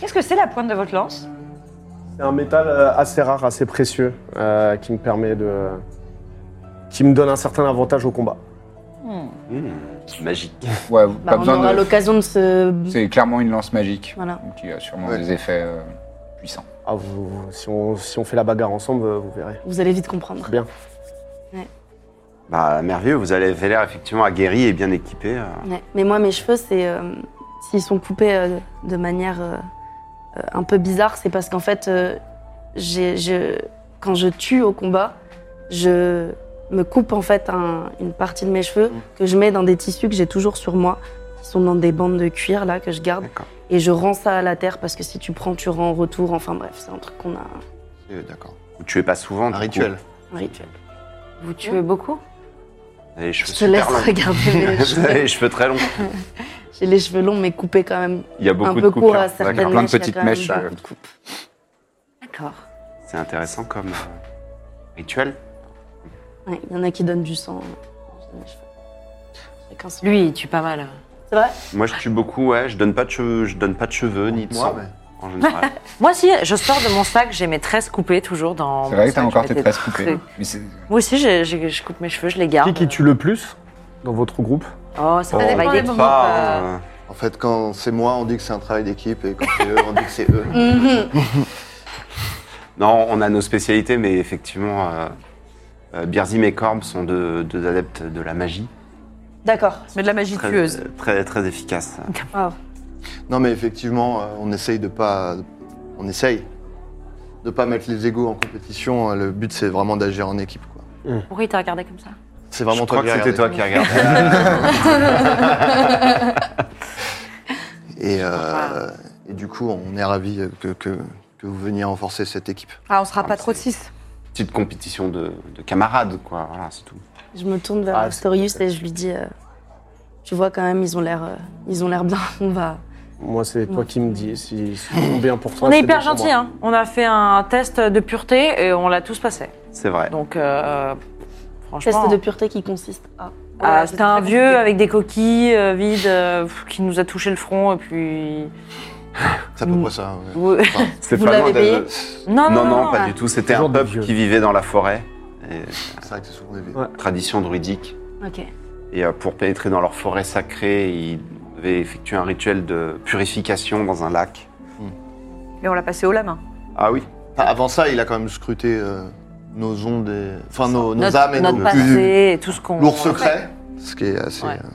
[SPEAKER 3] Qu'est-ce que c'est la pointe de votre lance
[SPEAKER 8] C'est un métal euh, assez rare, assez précieux, euh, qui me permet de. qui me donne un certain avantage au combat.
[SPEAKER 6] Mmh, magique.
[SPEAKER 2] Ouais,
[SPEAKER 7] Bah,
[SPEAKER 2] pas
[SPEAKER 7] on aura
[SPEAKER 2] besoin de.
[SPEAKER 7] l'occasion de se...
[SPEAKER 2] C'est clairement une lance magique.
[SPEAKER 7] Voilà.
[SPEAKER 2] Donc, il y a sûrement
[SPEAKER 4] Ouais.
[SPEAKER 2] des effets euh, puissants.
[SPEAKER 8] Ah, vous- vous- si, on, si on fait la bagarre ensemble, euh, vous verrez.
[SPEAKER 7] Vous allez vite comprendre.
[SPEAKER 8] Bien.
[SPEAKER 6] Bah, merveilleux, vous avez l'air effectivement aguerri et bien équipé. euh.
[SPEAKER 7] Ouais. Mais moi, mes cheveux, c'est... euh, S'ils sont coupés euh, de manière euh, euh, un peu bizarre, c'est parce qu'en fait, euh, j'ai- je- quand je tue au combat, je me coupe en fait un- une partie de mes cheveux
[SPEAKER 6] Mmh.
[SPEAKER 7] que je mets dans des tissus que j'ai toujours sur moi, qui sont dans des bandes de cuir là que je garde,
[SPEAKER 6] D'accord.
[SPEAKER 7] et je rends ça à la terre parce que si tu prends, tu rends en retour. Enfin bref, c'est un truc qu'on a
[SPEAKER 4] Euh, D'accord.
[SPEAKER 6] Vous tuez pas souvent.
[SPEAKER 4] Un
[SPEAKER 6] du
[SPEAKER 4] rituel.
[SPEAKER 7] un rituel.
[SPEAKER 5] Vous tuez beaucoup
[SPEAKER 6] Coup. Vous avez les cheveux
[SPEAKER 7] Je te
[SPEAKER 6] super
[SPEAKER 7] laisse
[SPEAKER 6] longs. <laughs>
[SPEAKER 7] <laughs> regarder mes
[SPEAKER 6] Vous avez
[SPEAKER 7] cheveux.
[SPEAKER 6] les cheveux très longs.
[SPEAKER 7] J'ai les cheveux longs mais coupés quand même
[SPEAKER 6] Il y a beaucoup
[SPEAKER 7] un
[SPEAKER 6] de
[SPEAKER 7] peu
[SPEAKER 6] coupures.
[SPEAKER 7] court à
[SPEAKER 6] D'accord.
[SPEAKER 7] certaines
[SPEAKER 2] plein de
[SPEAKER 7] mèches, il y a
[SPEAKER 2] petites
[SPEAKER 7] quand même
[SPEAKER 2] mèches,
[SPEAKER 7] beaucoup
[SPEAKER 2] euh.
[SPEAKER 7] de coupes.
[SPEAKER 5] D'accord.
[SPEAKER 6] C'est intéressant comme euh, rituel.
[SPEAKER 7] Ouais, Il y en a qui donnent du sang. euh, Chacun son- <laughs>
[SPEAKER 5] Lui, il tue pas mal.
[SPEAKER 7] C'est vrai
[SPEAKER 6] Moi, je tue beaucoup. Ouais, je donne pas de cheveux, je donne pas de cheveux ni de
[SPEAKER 4] Moi, ben.
[SPEAKER 6] sang.
[SPEAKER 4] mais-
[SPEAKER 6] En général.
[SPEAKER 5] Moi si, je sors de mon sac, j'ai mes tresses coupées toujours dans.
[SPEAKER 2] C'est vrai
[SPEAKER 5] mon
[SPEAKER 2] que t'as
[SPEAKER 5] sac,
[SPEAKER 2] encore
[SPEAKER 5] je
[SPEAKER 2] tes
[SPEAKER 5] mets des
[SPEAKER 2] tresses coupées.
[SPEAKER 5] trucs.
[SPEAKER 2] Mais c'est-
[SPEAKER 5] Moi aussi, j'ai- j'ai- je coupe mes cheveux, je les garde.
[SPEAKER 8] Qui qui tue le plus dans votre groupe
[SPEAKER 5] Oh, ça
[SPEAKER 6] On
[SPEAKER 5] va
[SPEAKER 9] dépend
[SPEAKER 5] pas
[SPEAKER 9] des
[SPEAKER 5] aider.
[SPEAKER 9] moments.
[SPEAKER 6] pas,
[SPEAKER 5] euh,
[SPEAKER 6] euh,
[SPEAKER 4] En fait, quand c'est moi, on dit que c'est un travail d'équipe, et quand c'est eux, on dit que c'est eux.
[SPEAKER 7] Mhm.
[SPEAKER 6] Non, on a nos spécialités, mais effectivement, euh, euh, Birzim et Korb sont deux, deux adeptes de la magie.
[SPEAKER 7] D'accord.
[SPEAKER 3] Mais de la magie
[SPEAKER 6] Très,
[SPEAKER 3] tueuse.
[SPEAKER 6] très, très efficaces.
[SPEAKER 4] Non, mais effectivement, euh, on essaye de pas. On essaye de pas mettre les égaux en compétition. hein. Le but, c'est vraiment d'agir en équipe, quoi.
[SPEAKER 5] Pourquoi il t'a regardé comme ça
[SPEAKER 4] C'est vraiment
[SPEAKER 6] je crois
[SPEAKER 4] qui
[SPEAKER 6] que c'était
[SPEAKER 4] regardais.
[SPEAKER 6] toi qui regardais. euh,
[SPEAKER 4] Et, euh,
[SPEAKER 5] Ah.
[SPEAKER 4] et du coup, on est ravis que, que, que vous veniez renforcer cette équipe.
[SPEAKER 3] Ah, on sera
[SPEAKER 6] Ah,
[SPEAKER 3] pas
[SPEAKER 6] mais
[SPEAKER 3] trop de
[SPEAKER 6] c'est-
[SPEAKER 3] 6.
[SPEAKER 6] Petite compétition de, de camarades, quoi. Voilà, c'est tout.
[SPEAKER 7] Je me tourne vers
[SPEAKER 8] Ah,
[SPEAKER 7] Astorius et je lui dis euh, Tu vois, quand même, ils ont l'air euh, ils ont l'air bien. On va.
[SPEAKER 8] Moi, c'est toi qui me dis si, si c'est bien pour toi.
[SPEAKER 5] On est
[SPEAKER 8] c'est
[SPEAKER 5] hyper
[SPEAKER 8] bien pour
[SPEAKER 5] gentils,
[SPEAKER 8] moi.
[SPEAKER 5] hein. On a fait un test de pureté et on l'a tous passé.
[SPEAKER 6] C'est vrai.
[SPEAKER 5] Donc, euh, franchement.
[SPEAKER 7] Test de pureté qui consiste à.
[SPEAKER 5] Ah,
[SPEAKER 3] Ouais,
[SPEAKER 5] C'était
[SPEAKER 3] c'est
[SPEAKER 5] un
[SPEAKER 3] très
[SPEAKER 5] vieux
[SPEAKER 3] compliqué.
[SPEAKER 5] avec des coquilles euh, vides euh, pff, qui nous a touché le front et puis.
[SPEAKER 4] C'est à
[SPEAKER 5] Mm.
[SPEAKER 4] peu près ça. ouais.
[SPEAKER 5] Ouais.
[SPEAKER 6] C'est
[SPEAKER 7] Vous
[SPEAKER 6] pas
[SPEAKER 7] l'avez
[SPEAKER 6] loin de-
[SPEAKER 5] <laughs> Non, non,
[SPEAKER 6] Non, non,
[SPEAKER 5] non,
[SPEAKER 6] pas
[SPEAKER 5] ouais.
[SPEAKER 6] du tout. C'était un
[SPEAKER 8] Toujours des
[SPEAKER 6] peuple
[SPEAKER 8] vieux.
[SPEAKER 6] qui vivait dans la forêt. Et,
[SPEAKER 4] C'est vrai que c'est souvent des
[SPEAKER 8] Ouais.
[SPEAKER 6] tradition druidique.
[SPEAKER 7] Ok.
[SPEAKER 6] Et euh, pour pénétrer dans leur forêt sacrée, ils devaient effectuer un rituel de purification dans un lac.
[SPEAKER 3] Mais on l'a passé haut la main.
[SPEAKER 6] Ah oui
[SPEAKER 4] Ah, avant ça, il a quand même scruté euh, nos ondes et. Enfin, nos, nos
[SPEAKER 5] Notre,
[SPEAKER 4] âmes et
[SPEAKER 5] notre
[SPEAKER 4] nos plus
[SPEAKER 5] passé et tout ce qu'on.
[SPEAKER 4] lourds secrets. Ce qui est assez
[SPEAKER 5] Ouais.
[SPEAKER 4] euh,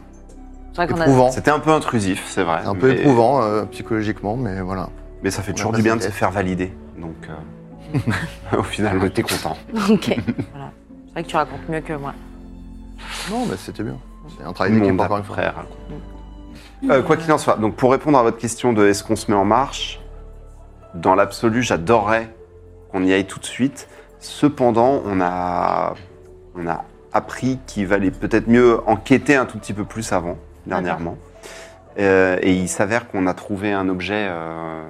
[SPEAKER 5] C'est vrai qu'on a-
[SPEAKER 4] éprouvant.
[SPEAKER 6] C'était un peu intrusif, c'est vrai.
[SPEAKER 4] Un peu
[SPEAKER 6] mais-
[SPEAKER 4] éprouvant euh, psychologiquement, mais voilà.
[SPEAKER 6] Mais ça fait
[SPEAKER 4] On
[SPEAKER 6] toujours
[SPEAKER 4] a
[SPEAKER 6] du bien de
[SPEAKER 4] passé
[SPEAKER 6] se
[SPEAKER 4] le
[SPEAKER 6] faire valider. Donc, euh, <laughs> au final, on était content.
[SPEAKER 7] <laughs>
[SPEAKER 6] <laughs>
[SPEAKER 7] Ok.
[SPEAKER 5] C'est vrai que tu racontes mieux que moi.
[SPEAKER 4] Non, mais c'était bien. C'est un travail
[SPEAKER 6] Mon
[SPEAKER 4] d'équipe encore une fois.
[SPEAKER 6] frère. Euh, quoi qu'il en soit, donc pour répondre à votre question de est-ce qu'on se met en marche, dans l'absolu, j'adorerais qu'on y aille tout de suite. Cependant, on a, on a appris qu'il valait peut-être mieux enquêter un tout petit peu plus avant, dernièrement. Euh, et il s'avère qu'on a trouvé un objet euh,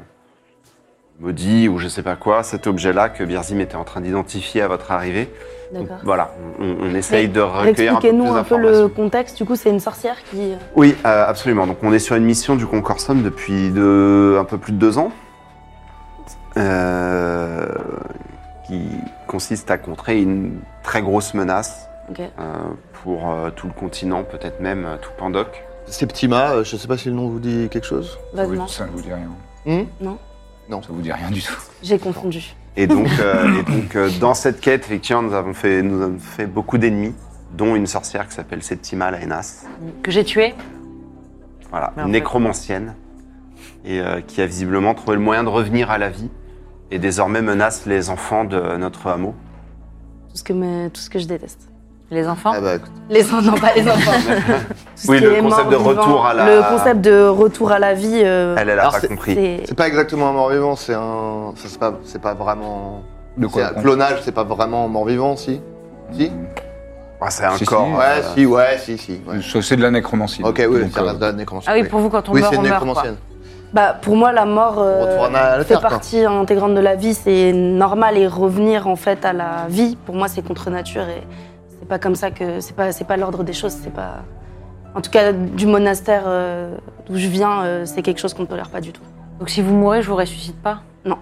[SPEAKER 6] maudit ou je sais pas quoi, cet objet-là que Birzim était en train d'identifier à votre arrivée. Donc,
[SPEAKER 7] D'accord.
[SPEAKER 6] voilà, on, on essaye
[SPEAKER 7] Mais
[SPEAKER 6] de recueillir un peu plus
[SPEAKER 7] Expliquez-nous un peu
[SPEAKER 6] d'informations.
[SPEAKER 7] le contexte. Du coup, c'est une sorcière qui.
[SPEAKER 6] Oui, euh, absolument. Donc on est sur une mission du Concorsum depuis de- un peu plus de deux ans, euh, qui consiste à contrer une très grosse menace
[SPEAKER 7] Ok.
[SPEAKER 6] euh, pour euh, tout le continent, peut-être même euh, tout Pandoc.
[SPEAKER 4] Septima, euh, je sais pas si le nom vous dit quelque chose.
[SPEAKER 7] Vaguement.
[SPEAKER 2] Ça ne vous dit rien.
[SPEAKER 4] Hmm
[SPEAKER 2] Ça vous dit rien du tout.
[SPEAKER 7] J'ai confondu.
[SPEAKER 6] Et donc, euh, et donc euh, dans cette quête, effectivement, nous avons fait, nous avons fait beaucoup d'ennemis, dont une sorcière qui s'appelle Septima Laenas.
[SPEAKER 5] Que j'ai tué
[SPEAKER 6] Voilà,
[SPEAKER 5] Mais en
[SPEAKER 6] une
[SPEAKER 5] fait-
[SPEAKER 6] nécromancienne et euh, qui a visiblement trouvé le moyen de revenir à la vie et désormais menace les enfants de notre hameau.
[SPEAKER 7] Tout ce que, mes- tout ce que je déteste.
[SPEAKER 5] les enfants.
[SPEAKER 4] Ah bah, écoute,
[SPEAKER 7] Les enfants, non, pas les enfants. Tout ce
[SPEAKER 6] Oui,
[SPEAKER 7] qui
[SPEAKER 6] le
[SPEAKER 7] est
[SPEAKER 6] concept
[SPEAKER 7] mort,
[SPEAKER 6] de
[SPEAKER 7] vivant.
[SPEAKER 6] retour à la-
[SPEAKER 7] Le concept de retour à la vie. euh,
[SPEAKER 6] Elle, elle a
[SPEAKER 4] Alors,
[SPEAKER 6] pas
[SPEAKER 4] c'est-
[SPEAKER 6] compris.
[SPEAKER 7] c'est-
[SPEAKER 4] c'est pas exactement un mort-vivant, c'est un. ça, C'est pas, c'est pas vraiment.
[SPEAKER 2] De quoi
[SPEAKER 4] C'est un clonage, c'est pas vraiment un mort-vivant, si Si
[SPEAKER 6] Ah, c'est un
[SPEAKER 2] Si,
[SPEAKER 6] corps.
[SPEAKER 2] si.
[SPEAKER 4] Ouais,
[SPEAKER 6] euh,
[SPEAKER 4] si, ouais, si, si. ouais.
[SPEAKER 2] Ça, C'est de la nécromancie.
[SPEAKER 4] Ok, oui,
[SPEAKER 2] Donc,
[SPEAKER 4] ça
[SPEAKER 2] euh,
[SPEAKER 4] reste de la nécromancienne.
[SPEAKER 5] Ah oui, pour vous, quand on
[SPEAKER 4] Oui,
[SPEAKER 5] meurt,
[SPEAKER 4] c'est
[SPEAKER 5] on
[SPEAKER 4] une
[SPEAKER 5] meurt. Quoi.
[SPEAKER 4] nécromancienne.
[SPEAKER 7] Bah, pour moi, la mort euh,
[SPEAKER 4] On retourne à la
[SPEAKER 7] fait
[SPEAKER 4] terre, quoi.
[SPEAKER 7] partie intégrante de la vie. C'est normal et revenir en fait à la vie. Pour moi, c'est contre nature et c'est pas comme ça que c'est pas c'est pas l'ordre des choses. C'est pas en tout cas du monastère euh, d'où je viens, euh, c'est quelque chose qu'on ne tolère pas du tout.
[SPEAKER 5] Donc si vous mourrez, je vous ressuscite pas
[SPEAKER 7] Non.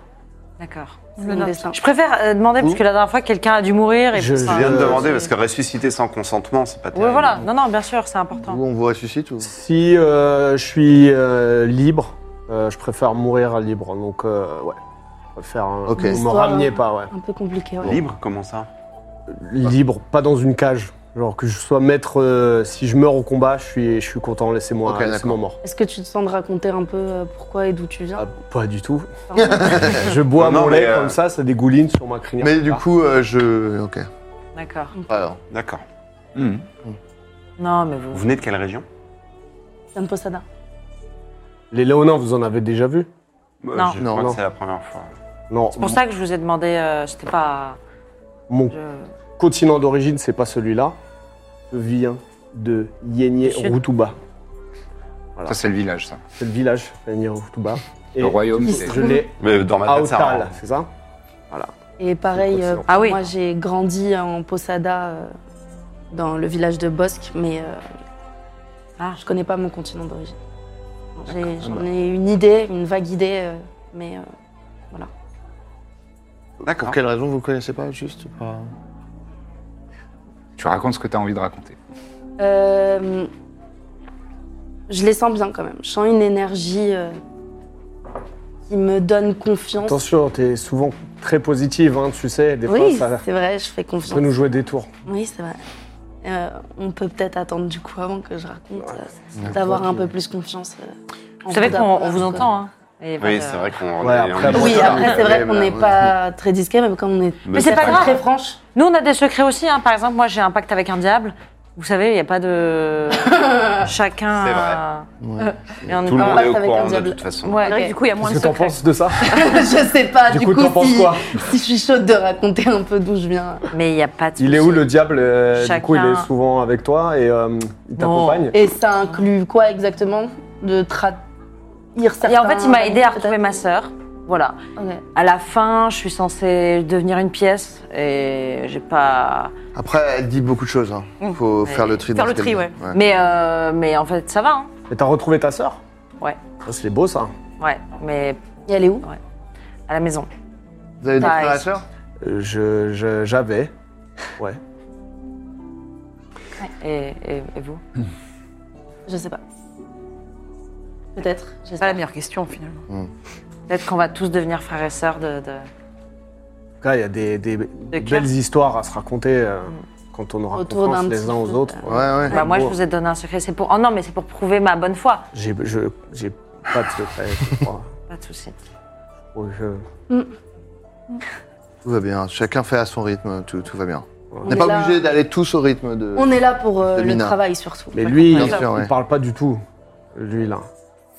[SPEAKER 5] D'accord.
[SPEAKER 7] C'est mon destin.
[SPEAKER 5] Je préfère euh, demander, parce que la dernière fois, quelqu'un a dû mourir. Et
[SPEAKER 8] Je-
[SPEAKER 5] puis,
[SPEAKER 8] je
[SPEAKER 5] enfin,
[SPEAKER 6] Mmh. Je viens de
[SPEAKER 8] Euh,
[SPEAKER 6] demander parce que ressusciter sans consentement, c'est pas terrible.
[SPEAKER 5] Ouais, voilà. Non, non, bien sûr, c'est important.
[SPEAKER 4] Vous, on vous ressuscite
[SPEAKER 5] hein.
[SPEAKER 4] ou
[SPEAKER 8] Si euh, je suis euh, libre, euh, je préfère mourir libre. Donc, euh, ouais. Je préfère. euh,
[SPEAKER 4] Ok.
[SPEAKER 8] Vous me
[SPEAKER 7] Histoire,
[SPEAKER 8] ramenez
[SPEAKER 7] hein.
[SPEAKER 8] pas, ouais.
[SPEAKER 7] Un peu compliqué. ouais.
[SPEAKER 6] Libre, comment ça
[SPEAKER 8] Libre, pas dans une cage. Genre que je sois maître, euh, si je meurs au combat, je suis, je suis content, laissez-moi
[SPEAKER 4] Ok,
[SPEAKER 8] laissez-moi mort.
[SPEAKER 7] Est-ce que tu te sens de raconter un peu euh, pourquoi et d'où tu viens
[SPEAKER 8] Ah, pas du tout.
[SPEAKER 7] Enfin,
[SPEAKER 8] <laughs> Je bois
[SPEAKER 6] Non, non,
[SPEAKER 8] mon
[SPEAKER 6] mais,
[SPEAKER 8] lait
[SPEAKER 6] euh,
[SPEAKER 8] comme ça, ça dégouline sur ma crinière.
[SPEAKER 4] Mais du coup, euh, je. Ok.
[SPEAKER 5] D'accord.
[SPEAKER 4] Alors,
[SPEAKER 6] D'accord.
[SPEAKER 2] Hmm.
[SPEAKER 5] Non, mais
[SPEAKER 6] Vous
[SPEAKER 5] vous.
[SPEAKER 6] venez de quelle région
[SPEAKER 7] Ça me pose ça d'un.
[SPEAKER 8] Les Léonins, vous en avez déjà vu
[SPEAKER 5] Non.
[SPEAKER 6] Je
[SPEAKER 4] Non,
[SPEAKER 6] crois
[SPEAKER 8] non.
[SPEAKER 6] que c'est la première fois.
[SPEAKER 8] Non.
[SPEAKER 5] C'est pour ça que je vous ai demandé. euh, J'étais pas.
[SPEAKER 8] Mon
[SPEAKER 5] je-
[SPEAKER 8] continent d'origine, c'est pas celui-là. Je viens de Yénié
[SPEAKER 5] Monsieur-
[SPEAKER 8] Routouba.
[SPEAKER 2] Ça, c'est le village, ça.
[SPEAKER 8] C'est le village, Yénié Routouba. Et
[SPEAKER 2] Le royaume, c'est.
[SPEAKER 8] je l'ai
[SPEAKER 6] Mais dans ma tête, ça
[SPEAKER 8] Aotal,
[SPEAKER 6] rend-
[SPEAKER 8] c'est ça
[SPEAKER 7] Et pareil,
[SPEAKER 2] C'est
[SPEAKER 7] euh,
[SPEAKER 2] conscient.
[SPEAKER 5] Ah oui.
[SPEAKER 7] moi j'ai grandi en Posada, euh, dans le village de Bosque, mais euh,
[SPEAKER 5] Ah.
[SPEAKER 7] je connais pas mon continent d'origine. J'ai- J'en ai une idée, une vague idée, euh, mais euh,
[SPEAKER 4] pour
[SPEAKER 6] D'accord.
[SPEAKER 4] quelle raison vous connaissez pas juste pas...
[SPEAKER 2] Tu racontes ce que tu as envie de raconter.
[SPEAKER 7] Euh, je les sens bien quand même. Je sens une énergie euh, qui me donne confiance.
[SPEAKER 8] Attention, t'es souvent très positive, hein, tu sais. Des
[SPEAKER 7] oui,
[SPEAKER 8] fois, ça
[SPEAKER 7] c'est vrai, je fais
[SPEAKER 8] peut
[SPEAKER 7] confiance.
[SPEAKER 8] nous jouer des tours.
[SPEAKER 7] Oui, c'est vrai. Euh, on peut peut-être attendre du coup avant que je raconte, euh,
[SPEAKER 8] Ouais.
[SPEAKER 7] d'avoir
[SPEAKER 8] Ouais.
[SPEAKER 7] un peu plus confiance. euh, en
[SPEAKER 5] Vous savez
[SPEAKER 7] vous
[SPEAKER 5] qu'on on
[SPEAKER 7] d'avoir,
[SPEAKER 5] vous
[SPEAKER 7] quoi.
[SPEAKER 5] entend, hein. Et pas
[SPEAKER 6] Oui,
[SPEAKER 5] de-
[SPEAKER 6] c'est vrai qu'on
[SPEAKER 8] Ouais,
[SPEAKER 6] est- on
[SPEAKER 8] après,
[SPEAKER 6] est
[SPEAKER 8] bon,
[SPEAKER 7] Oui,
[SPEAKER 8] Ouais,
[SPEAKER 7] après c'est vrai
[SPEAKER 4] mais,
[SPEAKER 7] qu'on n'est
[SPEAKER 4] euh,
[SPEAKER 7] pas très discret, mais quand on est
[SPEAKER 6] Mais
[SPEAKER 5] c'est pas grave. <laughs>
[SPEAKER 7] très franche,
[SPEAKER 5] Nous, on a des secrets aussi. Hein. Par exemple, moi, j'ai un pacte avec un diable. Vous savez, il n'y a
[SPEAKER 9] <laughs>
[SPEAKER 5] pas de. Chacun.
[SPEAKER 6] C'est vrai.
[SPEAKER 5] a-
[SPEAKER 4] Ouais.
[SPEAKER 5] Et on est
[SPEAKER 6] Tout le
[SPEAKER 5] pas-
[SPEAKER 6] monde est au
[SPEAKER 7] Avec un
[SPEAKER 6] courant de
[SPEAKER 7] diable.
[SPEAKER 6] toute façon.
[SPEAKER 5] Ouais,
[SPEAKER 9] C'est vrai que du coup, il y a moins
[SPEAKER 8] Qu'est-ce
[SPEAKER 9] de
[SPEAKER 8] que t'en
[SPEAKER 9] secrets.
[SPEAKER 8] penses de ça
[SPEAKER 7] je sais pas.
[SPEAKER 8] Du
[SPEAKER 7] Du,
[SPEAKER 8] coup, t'en penses
[SPEAKER 7] si,
[SPEAKER 8] quoi
[SPEAKER 7] si je suis chaude de raconter un peu d'où je viens.
[SPEAKER 5] mais il n'y a pas de.
[SPEAKER 8] Il est où le diable euh, Du coup, il
[SPEAKER 5] Chacun-
[SPEAKER 8] est souvent avec toi et euh, il t'accompagne.
[SPEAKER 7] Et ça inclut quoi exactement De traduire certains...
[SPEAKER 5] Et en fait, il m'a aidé à retrouver ma sœur. Voilà.
[SPEAKER 7] Ok.
[SPEAKER 5] À la fin, je suis censée devenir une pièce et j'ai pas.
[SPEAKER 4] Après, elle dit beaucoup de choses. Hein. Faut
[SPEAKER 5] Ouais.
[SPEAKER 4] faire le tri.
[SPEAKER 9] Faire
[SPEAKER 4] dans
[SPEAKER 9] le
[SPEAKER 4] ce
[SPEAKER 9] tri,
[SPEAKER 4] qu'elle dit. Ouais.
[SPEAKER 5] Mais, euh, mais en fait, ça va. Hein.
[SPEAKER 8] Et t'as retrouvé ta sœur
[SPEAKER 5] Ouais.
[SPEAKER 8] Ça, C'est beau ça.
[SPEAKER 5] Ouais, mais
[SPEAKER 7] Et elle est où
[SPEAKER 5] à la maison.
[SPEAKER 4] Vous avez des
[SPEAKER 5] Pareil.
[SPEAKER 4] frères et sœurs
[SPEAKER 8] Euh, je- je- J'avais.
[SPEAKER 5] Et, et- et vous
[SPEAKER 7] Je sais pas. Peut-être. je sais
[SPEAKER 9] C'est pas la
[SPEAKER 7] pas.
[SPEAKER 9] meilleure question finalement.
[SPEAKER 5] Peut-être qu'on va tous devenir frères et sœurs de. de-
[SPEAKER 8] En tout cas, il y a des, des
[SPEAKER 5] cœur.
[SPEAKER 8] belles histoires à se raconter euh, quand on aura
[SPEAKER 7] Autour
[SPEAKER 8] confiance
[SPEAKER 7] d'un
[SPEAKER 8] les
[SPEAKER 7] petit euh.
[SPEAKER 8] uns aux
[SPEAKER 7] feu.
[SPEAKER 8] autres.
[SPEAKER 4] Ouais, ouais.
[SPEAKER 5] Bah, moi, je
[SPEAKER 8] bon.
[SPEAKER 5] vous ai donné un secret. C'est pour. Oh non, mais c'est pour prouver ma bonne foi.
[SPEAKER 8] J'ai je- j'ai pas de secret, je
[SPEAKER 7] <laughs>
[SPEAKER 8] crois.
[SPEAKER 5] Pas de souci.
[SPEAKER 8] Faut que je-
[SPEAKER 4] Tout va bien. Chacun fait à son rythme. Tout, tout va bien. On n'est
[SPEAKER 7] est
[SPEAKER 4] pas
[SPEAKER 7] là-
[SPEAKER 4] obligé d'aller tous au rythme de.
[SPEAKER 7] On est là pour euh,
[SPEAKER 4] De
[SPEAKER 7] le
[SPEAKER 4] Mina.
[SPEAKER 7] travail surtout.
[SPEAKER 8] Mais lui,
[SPEAKER 4] Bien
[SPEAKER 8] il,
[SPEAKER 4] sûr,
[SPEAKER 8] il
[SPEAKER 4] ouais.
[SPEAKER 8] parle pas du tout. Lui, là.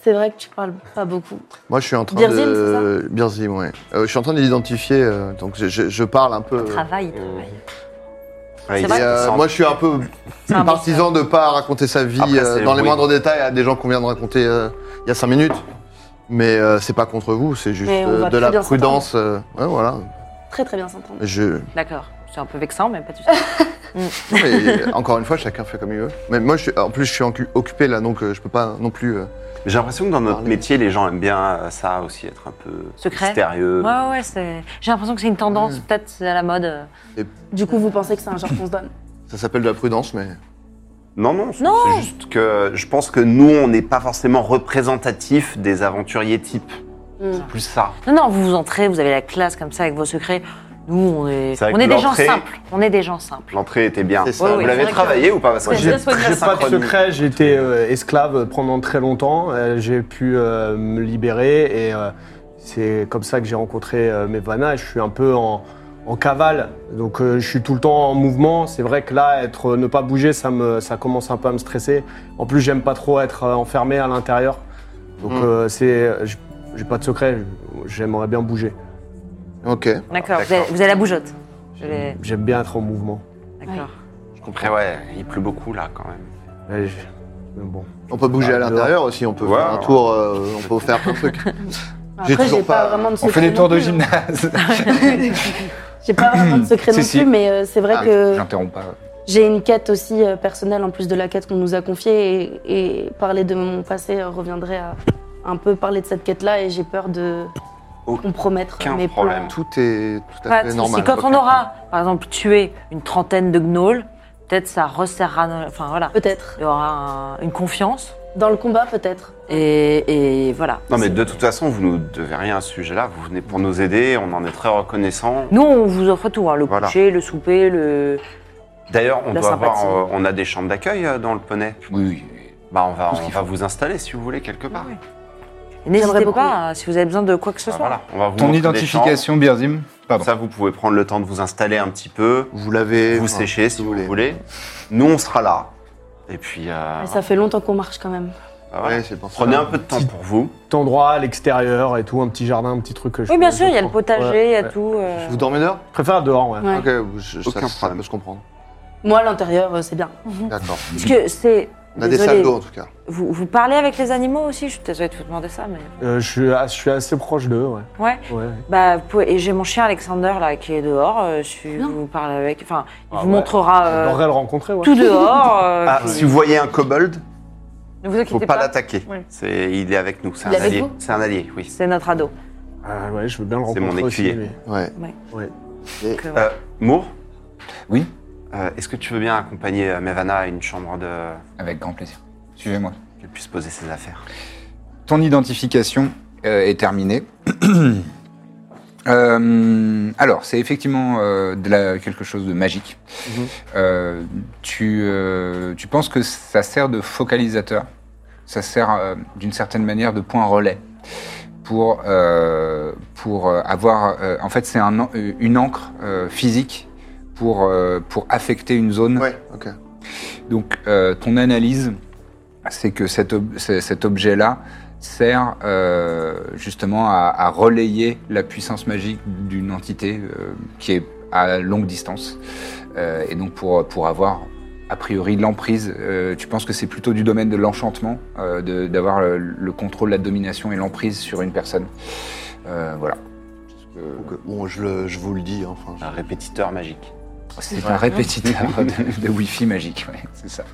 [SPEAKER 7] C'est vrai que tu parles pas beaucoup.
[SPEAKER 4] Moi, je suis en train
[SPEAKER 7] Birzim,
[SPEAKER 4] de. Birzim, ouais. Euh, je suis en train d'identifier. euh, donc, je, je- je parle un peu. euh,
[SPEAKER 5] Travail, travail.
[SPEAKER 6] Ouais,
[SPEAKER 5] C'est
[SPEAKER 6] il
[SPEAKER 5] vrai
[SPEAKER 4] et,
[SPEAKER 6] est
[SPEAKER 4] euh,
[SPEAKER 6] sans-
[SPEAKER 4] moi, je suis un peu
[SPEAKER 5] un bon
[SPEAKER 4] partisan de pas raconter sa vie
[SPEAKER 6] Après,
[SPEAKER 4] euh,
[SPEAKER 6] c'est-
[SPEAKER 4] dans les
[SPEAKER 6] oui.
[SPEAKER 4] moindres détails à des gens qu'on vient de raconter euh, il y a cinq minutes. Mais euh, c'est pas contre vous, c'est juste
[SPEAKER 7] Mais on
[SPEAKER 4] euh,
[SPEAKER 7] va
[SPEAKER 4] de
[SPEAKER 7] très
[SPEAKER 4] la
[SPEAKER 7] bien
[SPEAKER 4] prudence. euh, ouais, voilà.
[SPEAKER 7] Très très bien s'entendre.
[SPEAKER 4] Je,
[SPEAKER 5] D'accord. C'est un peu vexant, mais pas de
[SPEAKER 4] Euh.
[SPEAKER 5] souci.
[SPEAKER 4] Non, mais euh, encore une fois, chacun fait comme il veut. Mais moi, je suis- en plus, je suis encu- occupé là, donc euh, je peux pas non plus. euh,
[SPEAKER 6] J'ai l'impression que dans notre
[SPEAKER 4] Parler.
[SPEAKER 6] métier, les gens aiment bien euh, ça aussi, être un peu
[SPEAKER 5] Secret.
[SPEAKER 6] mystérieux.
[SPEAKER 5] Ouais, ouais, ouais, c'est. J'ai l'impression que c'est une tendance, peut-être c'est à la mode. euh.
[SPEAKER 7] Du coup, vous pensez que c'est un genre qu'on se donne
[SPEAKER 4] Ça s'appelle de la prudence, mais
[SPEAKER 6] Non, non, c'est
[SPEAKER 5] Non.
[SPEAKER 6] c'est juste que je pense que nous, on n'est pas forcément représentatif des aventuriers type.
[SPEAKER 7] Mm.
[SPEAKER 6] Plus ça.
[SPEAKER 5] Non, non, vous vous entrez, vous avez la classe comme ça avec vos secrets. Nous, on est,
[SPEAKER 6] C'est vrai
[SPEAKER 5] on
[SPEAKER 6] que
[SPEAKER 5] est des gens
[SPEAKER 6] l'entrée-
[SPEAKER 5] simples. On est des gens simples.
[SPEAKER 6] L'entrée était bien.
[SPEAKER 4] C'est ça.
[SPEAKER 6] Vous
[SPEAKER 4] Oui, oui,
[SPEAKER 6] l'avez
[SPEAKER 4] c'est vrai
[SPEAKER 6] travaillé ou pas Parce que
[SPEAKER 9] Ouais,
[SPEAKER 6] j'ai
[SPEAKER 9] c'est la
[SPEAKER 6] très
[SPEAKER 8] J'ai pas de
[SPEAKER 6] synchronique.
[SPEAKER 8] secret, j'ai été euh, esclave pendant très longtemps. euh, j'ai pu euh, me libérer et euh, c'est comme ça que j'ai rencontré euh, Mevana. Je suis un peu en, en cavale, donc euh, je suis tout le temps en mouvement. C'est vrai que là, être, euh, ne pas bouger, ça, me, ça commence un peu à me stresser. En plus, j'aime pas trop être euh, enfermé à l'intérieur. Donc
[SPEAKER 4] Mm.
[SPEAKER 8] euh, c'est, j'- j'ai pas de secret, j'aimerais bien bouger.
[SPEAKER 4] ok,
[SPEAKER 5] D'accord, vous,
[SPEAKER 6] d'accord.
[SPEAKER 5] avez- vous avez la bougeotte. Je l'ai-
[SPEAKER 8] J'aime bien être en mouvement.
[SPEAKER 5] D'accord.
[SPEAKER 6] Je comprends, ouais, il pleut beaucoup là quand même.
[SPEAKER 8] Mais je- mais bon.
[SPEAKER 4] on peut bouger
[SPEAKER 8] Ah,
[SPEAKER 4] à l'intérieur aussi. On peut
[SPEAKER 6] Ouais,
[SPEAKER 4] faire un
[SPEAKER 6] alors.
[SPEAKER 4] tour, euh, on peut faire plein de trucs. J'ai
[SPEAKER 7] Après,
[SPEAKER 4] toujours
[SPEAKER 7] j'ai pas...
[SPEAKER 4] pas-
[SPEAKER 7] vraiment de
[SPEAKER 2] On
[SPEAKER 7] secret.
[SPEAKER 2] fait des
[SPEAKER 7] non
[SPEAKER 2] tours de
[SPEAKER 7] plus. hein.
[SPEAKER 2] gymnase. <laughs>
[SPEAKER 7] J'ai pas vraiment de secret
[SPEAKER 2] Si,
[SPEAKER 7] non
[SPEAKER 2] si.
[SPEAKER 7] plus, mais euh, c'est vrai
[SPEAKER 4] Ah,
[SPEAKER 7] que
[SPEAKER 2] J'interromps pas.
[SPEAKER 7] j'ai une quête aussi euh, personnelle en plus de la quête qu'on nous a confiée et, et parler de mon passé euh, reviendrait à un peu parler de cette quête-là et j'ai peur de
[SPEAKER 6] Aucun
[SPEAKER 7] compromettre mes
[SPEAKER 6] problème.
[SPEAKER 7] plans.
[SPEAKER 4] Tout est tout à
[SPEAKER 5] Pas de souci.
[SPEAKER 4] fait normal.
[SPEAKER 5] Quand
[SPEAKER 4] Ok.
[SPEAKER 5] on aura, par exemple, tué une trentaine de gnolls, peut-être ça resserrera. nos- Enfin voilà,
[SPEAKER 7] Peut-être.
[SPEAKER 5] il y aura un- une confiance.
[SPEAKER 7] Dans le combat, peut-être.
[SPEAKER 5] Et, et voilà.
[SPEAKER 6] Non mais de toute façon, vous nous devez rien à ce sujet-là. Vous venez pour nous aider, on en est très reconnaissants.
[SPEAKER 5] Nous, on vous offre tout, hein, le
[SPEAKER 6] Voilà.
[SPEAKER 5] coucher, le souper, le,
[SPEAKER 6] D'ailleurs, on
[SPEAKER 5] La
[SPEAKER 6] doit avoir,
[SPEAKER 5] sympathie.
[SPEAKER 6] euh, on a des chambres d'accueil euh, dans le poney.
[SPEAKER 2] Oui,
[SPEAKER 6] Bah, on va, on va vous installer si vous voulez quelque part.
[SPEAKER 5] Et N'hésitez
[SPEAKER 7] J'aimerais
[SPEAKER 5] pas
[SPEAKER 7] beaucoup.
[SPEAKER 5] hein, si vous avez besoin de quoi que ce
[SPEAKER 6] Ah,
[SPEAKER 5] soit.
[SPEAKER 6] voilà, on va vous
[SPEAKER 2] Ton
[SPEAKER 6] montrer des
[SPEAKER 2] identification, Birzim
[SPEAKER 6] chambres.
[SPEAKER 2] Pardon.
[SPEAKER 6] Ça, vous pouvez prendre le temps de vous installer un petit peu,
[SPEAKER 4] Vous l'avez.
[SPEAKER 6] vous
[SPEAKER 4] enfin,
[SPEAKER 6] sécher si vous voulez. Nous, on sera là. Et puis, euh,
[SPEAKER 7] Mais Ah, ça fait longtemps qu'on marche quand même.
[SPEAKER 6] bah, voilà.
[SPEAKER 4] Ouais, c'est pour ça.
[SPEAKER 6] prenez un peu de temps pour vous.
[SPEAKER 8] Cet endroit, à l'extérieur et tout, un petit jardin, un petit truc que je
[SPEAKER 5] Oui, bien
[SPEAKER 8] je
[SPEAKER 5] sûr, il y a le
[SPEAKER 8] prends.
[SPEAKER 5] potager,
[SPEAKER 8] Ouais,
[SPEAKER 5] il y a
[SPEAKER 8] ouais.
[SPEAKER 5] tout. Mm. euh.
[SPEAKER 4] Vous dormez dehors
[SPEAKER 8] Je préfère dehors, ouais.
[SPEAKER 7] Ouais.
[SPEAKER 4] Ok, je, je-
[SPEAKER 6] Aucun
[SPEAKER 4] ça, ça
[SPEAKER 6] problème.
[SPEAKER 4] peut se comprendre.
[SPEAKER 7] Moi, à l'intérieur, euh, c'est bien.
[SPEAKER 4] D'accord.
[SPEAKER 5] Mhm. Parce que c'est.
[SPEAKER 4] On a des
[SPEAKER 5] Désolée.
[SPEAKER 4] salles d'eau en tout cas.
[SPEAKER 5] Vous, vous parlez avec les animaux aussi Je suis désolée de vous demander ça, mais.
[SPEAKER 8] Euh, je, suis, ah, je suis assez proche d'eux, ouais.
[SPEAKER 5] Ouais.
[SPEAKER 8] ouais.
[SPEAKER 5] Bah, vous pouvez- Et j'ai mon chien Alexander là qui est dehors. euh, si
[SPEAKER 7] Bien.
[SPEAKER 5] vous parlez avec. Enfin, il
[SPEAKER 8] Ah
[SPEAKER 5] vous
[SPEAKER 8] ouais.
[SPEAKER 5] montrera euh,
[SPEAKER 8] J'adorerais le rencontrer, ouais.
[SPEAKER 5] tout dehors. euh,
[SPEAKER 6] Ah, Si vous voyez un kobold,
[SPEAKER 5] Ne vous
[SPEAKER 6] faut
[SPEAKER 5] inquiétez
[SPEAKER 6] pas,
[SPEAKER 5] pas.
[SPEAKER 6] l'attaquer.
[SPEAKER 3] Ouais.
[SPEAKER 6] C'est, il est avec nous. C'est
[SPEAKER 7] Il est
[SPEAKER 6] un
[SPEAKER 7] avec
[SPEAKER 6] allié.
[SPEAKER 7] vous
[SPEAKER 6] C'est un allié, oui.
[SPEAKER 5] C'est notre ado.
[SPEAKER 8] Ah ouais, je veux bien le
[SPEAKER 6] C'est
[SPEAKER 8] rencontrer
[SPEAKER 6] mon
[SPEAKER 8] aussi,
[SPEAKER 6] écuyer.
[SPEAKER 8] lui.
[SPEAKER 4] Ouais.
[SPEAKER 5] Donc, euh,
[SPEAKER 6] Euh, Moore
[SPEAKER 2] Oui.
[SPEAKER 6] Euh, est-ce que tu veux bien accompagner euh, Mevana à une chambre de
[SPEAKER 2] Avec grand plaisir. Suivez-moi.
[SPEAKER 6] qu'elle puisse poser ses affaires
[SPEAKER 2] Ton identification euh, est terminée. Euh, alors, c'est effectivement euh, de la- quelque chose de magique. Euh, tu, euh, tu penses que ça sert de focalisateur, ça sert euh, d'une certaine manière de point relais pour, euh, pour euh, avoir... euh, en fait, c'est un an- une encre euh, physique pour, euh, pour affecter une
[SPEAKER 6] Mm.
[SPEAKER 2] zone
[SPEAKER 4] Ouais, ok.
[SPEAKER 2] donc, euh, ton analyse, c'est que cet, ob- c'est- cet objet-là sert euh, justement à, à relayer la puissance magique d'une entité euh, qui est à longue distance. Euh, et donc, pour, pour avoir a priori l'emprise, euh, tu penses que c'est plutôt du domaine de l'enchantement, euh, de- d'avoir le, le contrôle, la domination et l'emprise sur une personne. Euh, voilà.
[SPEAKER 4] Ok, Bon, je, le- je vous le dis, hein, enfin. je-
[SPEAKER 6] Un répétiteur magique.
[SPEAKER 2] C'est un répétiteur de, de Wi-Fi magique, ouais, c'est ça.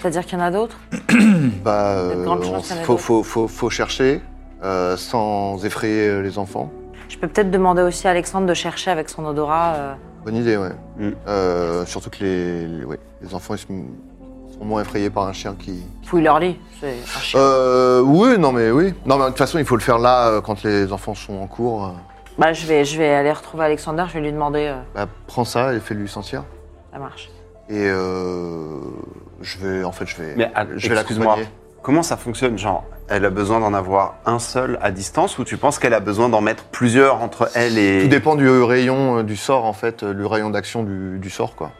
[SPEAKER 5] C'est-à-dire qu'il y en a d'autres
[SPEAKER 6] Mm.
[SPEAKER 4] Bah,
[SPEAKER 5] Il y a de
[SPEAKER 4] euh,
[SPEAKER 5] grandes chances
[SPEAKER 4] on-
[SPEAKER 5] qu'il y en ait
[SPEAKER 4] faut,
[SPEAKER 5] d'autres.
[SPEAKER 4] faut, faut, faut chercher euh, sans effrayer euh, les enfants.
[SPEAKER 5] Je peux peut-être demander aussi à Alexandre de chercher avec son odorat. euh,
[SPEAKER 4] Bonne idée, ouais.
[SPEAKER 6] Mm.
[SPEAKER 4] Euh, surtout que les, les- ouais, les enfants ils se- sont moins effrayés par un chien qui.
[SPEAKER 5] fouille leur lit. C'est un chien.
[SPEAKER 4] Euh, oui, non mais oui. Non mais de toute façon, il faut le faire là euh, quand les enfants sont en cours.
[SPEAKER 5] Bah, je vais, je vais aller retrouver Alexander, je vais lui demander. euh,
[SPEAKER 4] Bah, prends ça et fais-lui sentir.
[SPEAKER 5] ça marche.
[SPEAKER 4] Et euh, je vais, en fait, je vais,
[SPEAKER 6] Mais, ah,
[SPEAKER 4] je vais
[SPEAKER 6] excuse-moi.
[SPEAKER 4] l'accompagner.
[SPEAKER 6] Comment ça fonctionne Genre, elle a besoin d'en avoir un seul à distance ou tu penses qu'elle a besoin d'en mettre plusieurs entre elle et.
[SPEAKER 4] Tout dépend du rayon euh, du sort, en fait, euh, le rayon d'action du, du sort, quoi.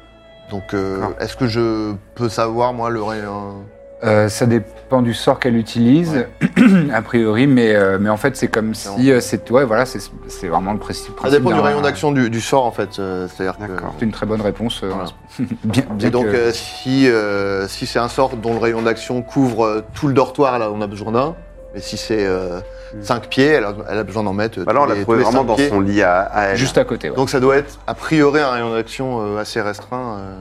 [SPEAKER 4] Donc, euh,
[SPEAKER 6] D'accord.
[SPEAKER 4] est-ce que je peux savoir, moi, le rayon
[SPEAKER 2] Euh, ça dépend du sort qu'elle utilise, <clears throat> a priori, mais, euh, mais en fait, c'est comme si euh, c'est ouais, voilà, c'est c'est vraiment le principe.
[SPEAKER 4] Ça
[SPEAKER 2] principe
[SPEAKER 4] dépend du
[SPEAKER 2] d'un-
[SPEAKER 4] rayon d'action du, du sort, en fait. euh, C'est-à-dire que.
[SPEAKER 6] hein. D'accord.
[SPEAKER 2] C'est une très bonne réponse. euh,
[SPEAKER 4] Voilà.
[SPEAKER 2] <laughs> bien, bien
[SPEAKER 4] Et donc,
[SPEAKER 2] que-
[SPEAKER 4] euh, si, euh, si c'est un sort dont le rayon d'action couvre euh, tout le dortoir, là, on a besoin d'un. Mais si c'est
[SPEAKER 6] Hmm.
[SPEAKER 4] 5 pieds, elle a, elle a besoin d'en mettre. euh,
[SPEAKER 6] Bah là, on
[SPEAKER 4] tous
[SPEAKER 6] l'a
[SPEAKER 4] les-
[SPEAKER 6] trouvé
[SPEAKER 4] tous les
[SPEAKER 6] vraiment
[SPEAKER 4] cinq
[SPEAKER 6] dans
[SPEAKER 4] pieds.
[SPEAKER 6] son lit à, à elle.
[SPEAKER 2] juste à côté. ouais.
[SPEAKER 4] Donc, ça doit être, a priori, un rayon d'action euh, assez restreint. euh.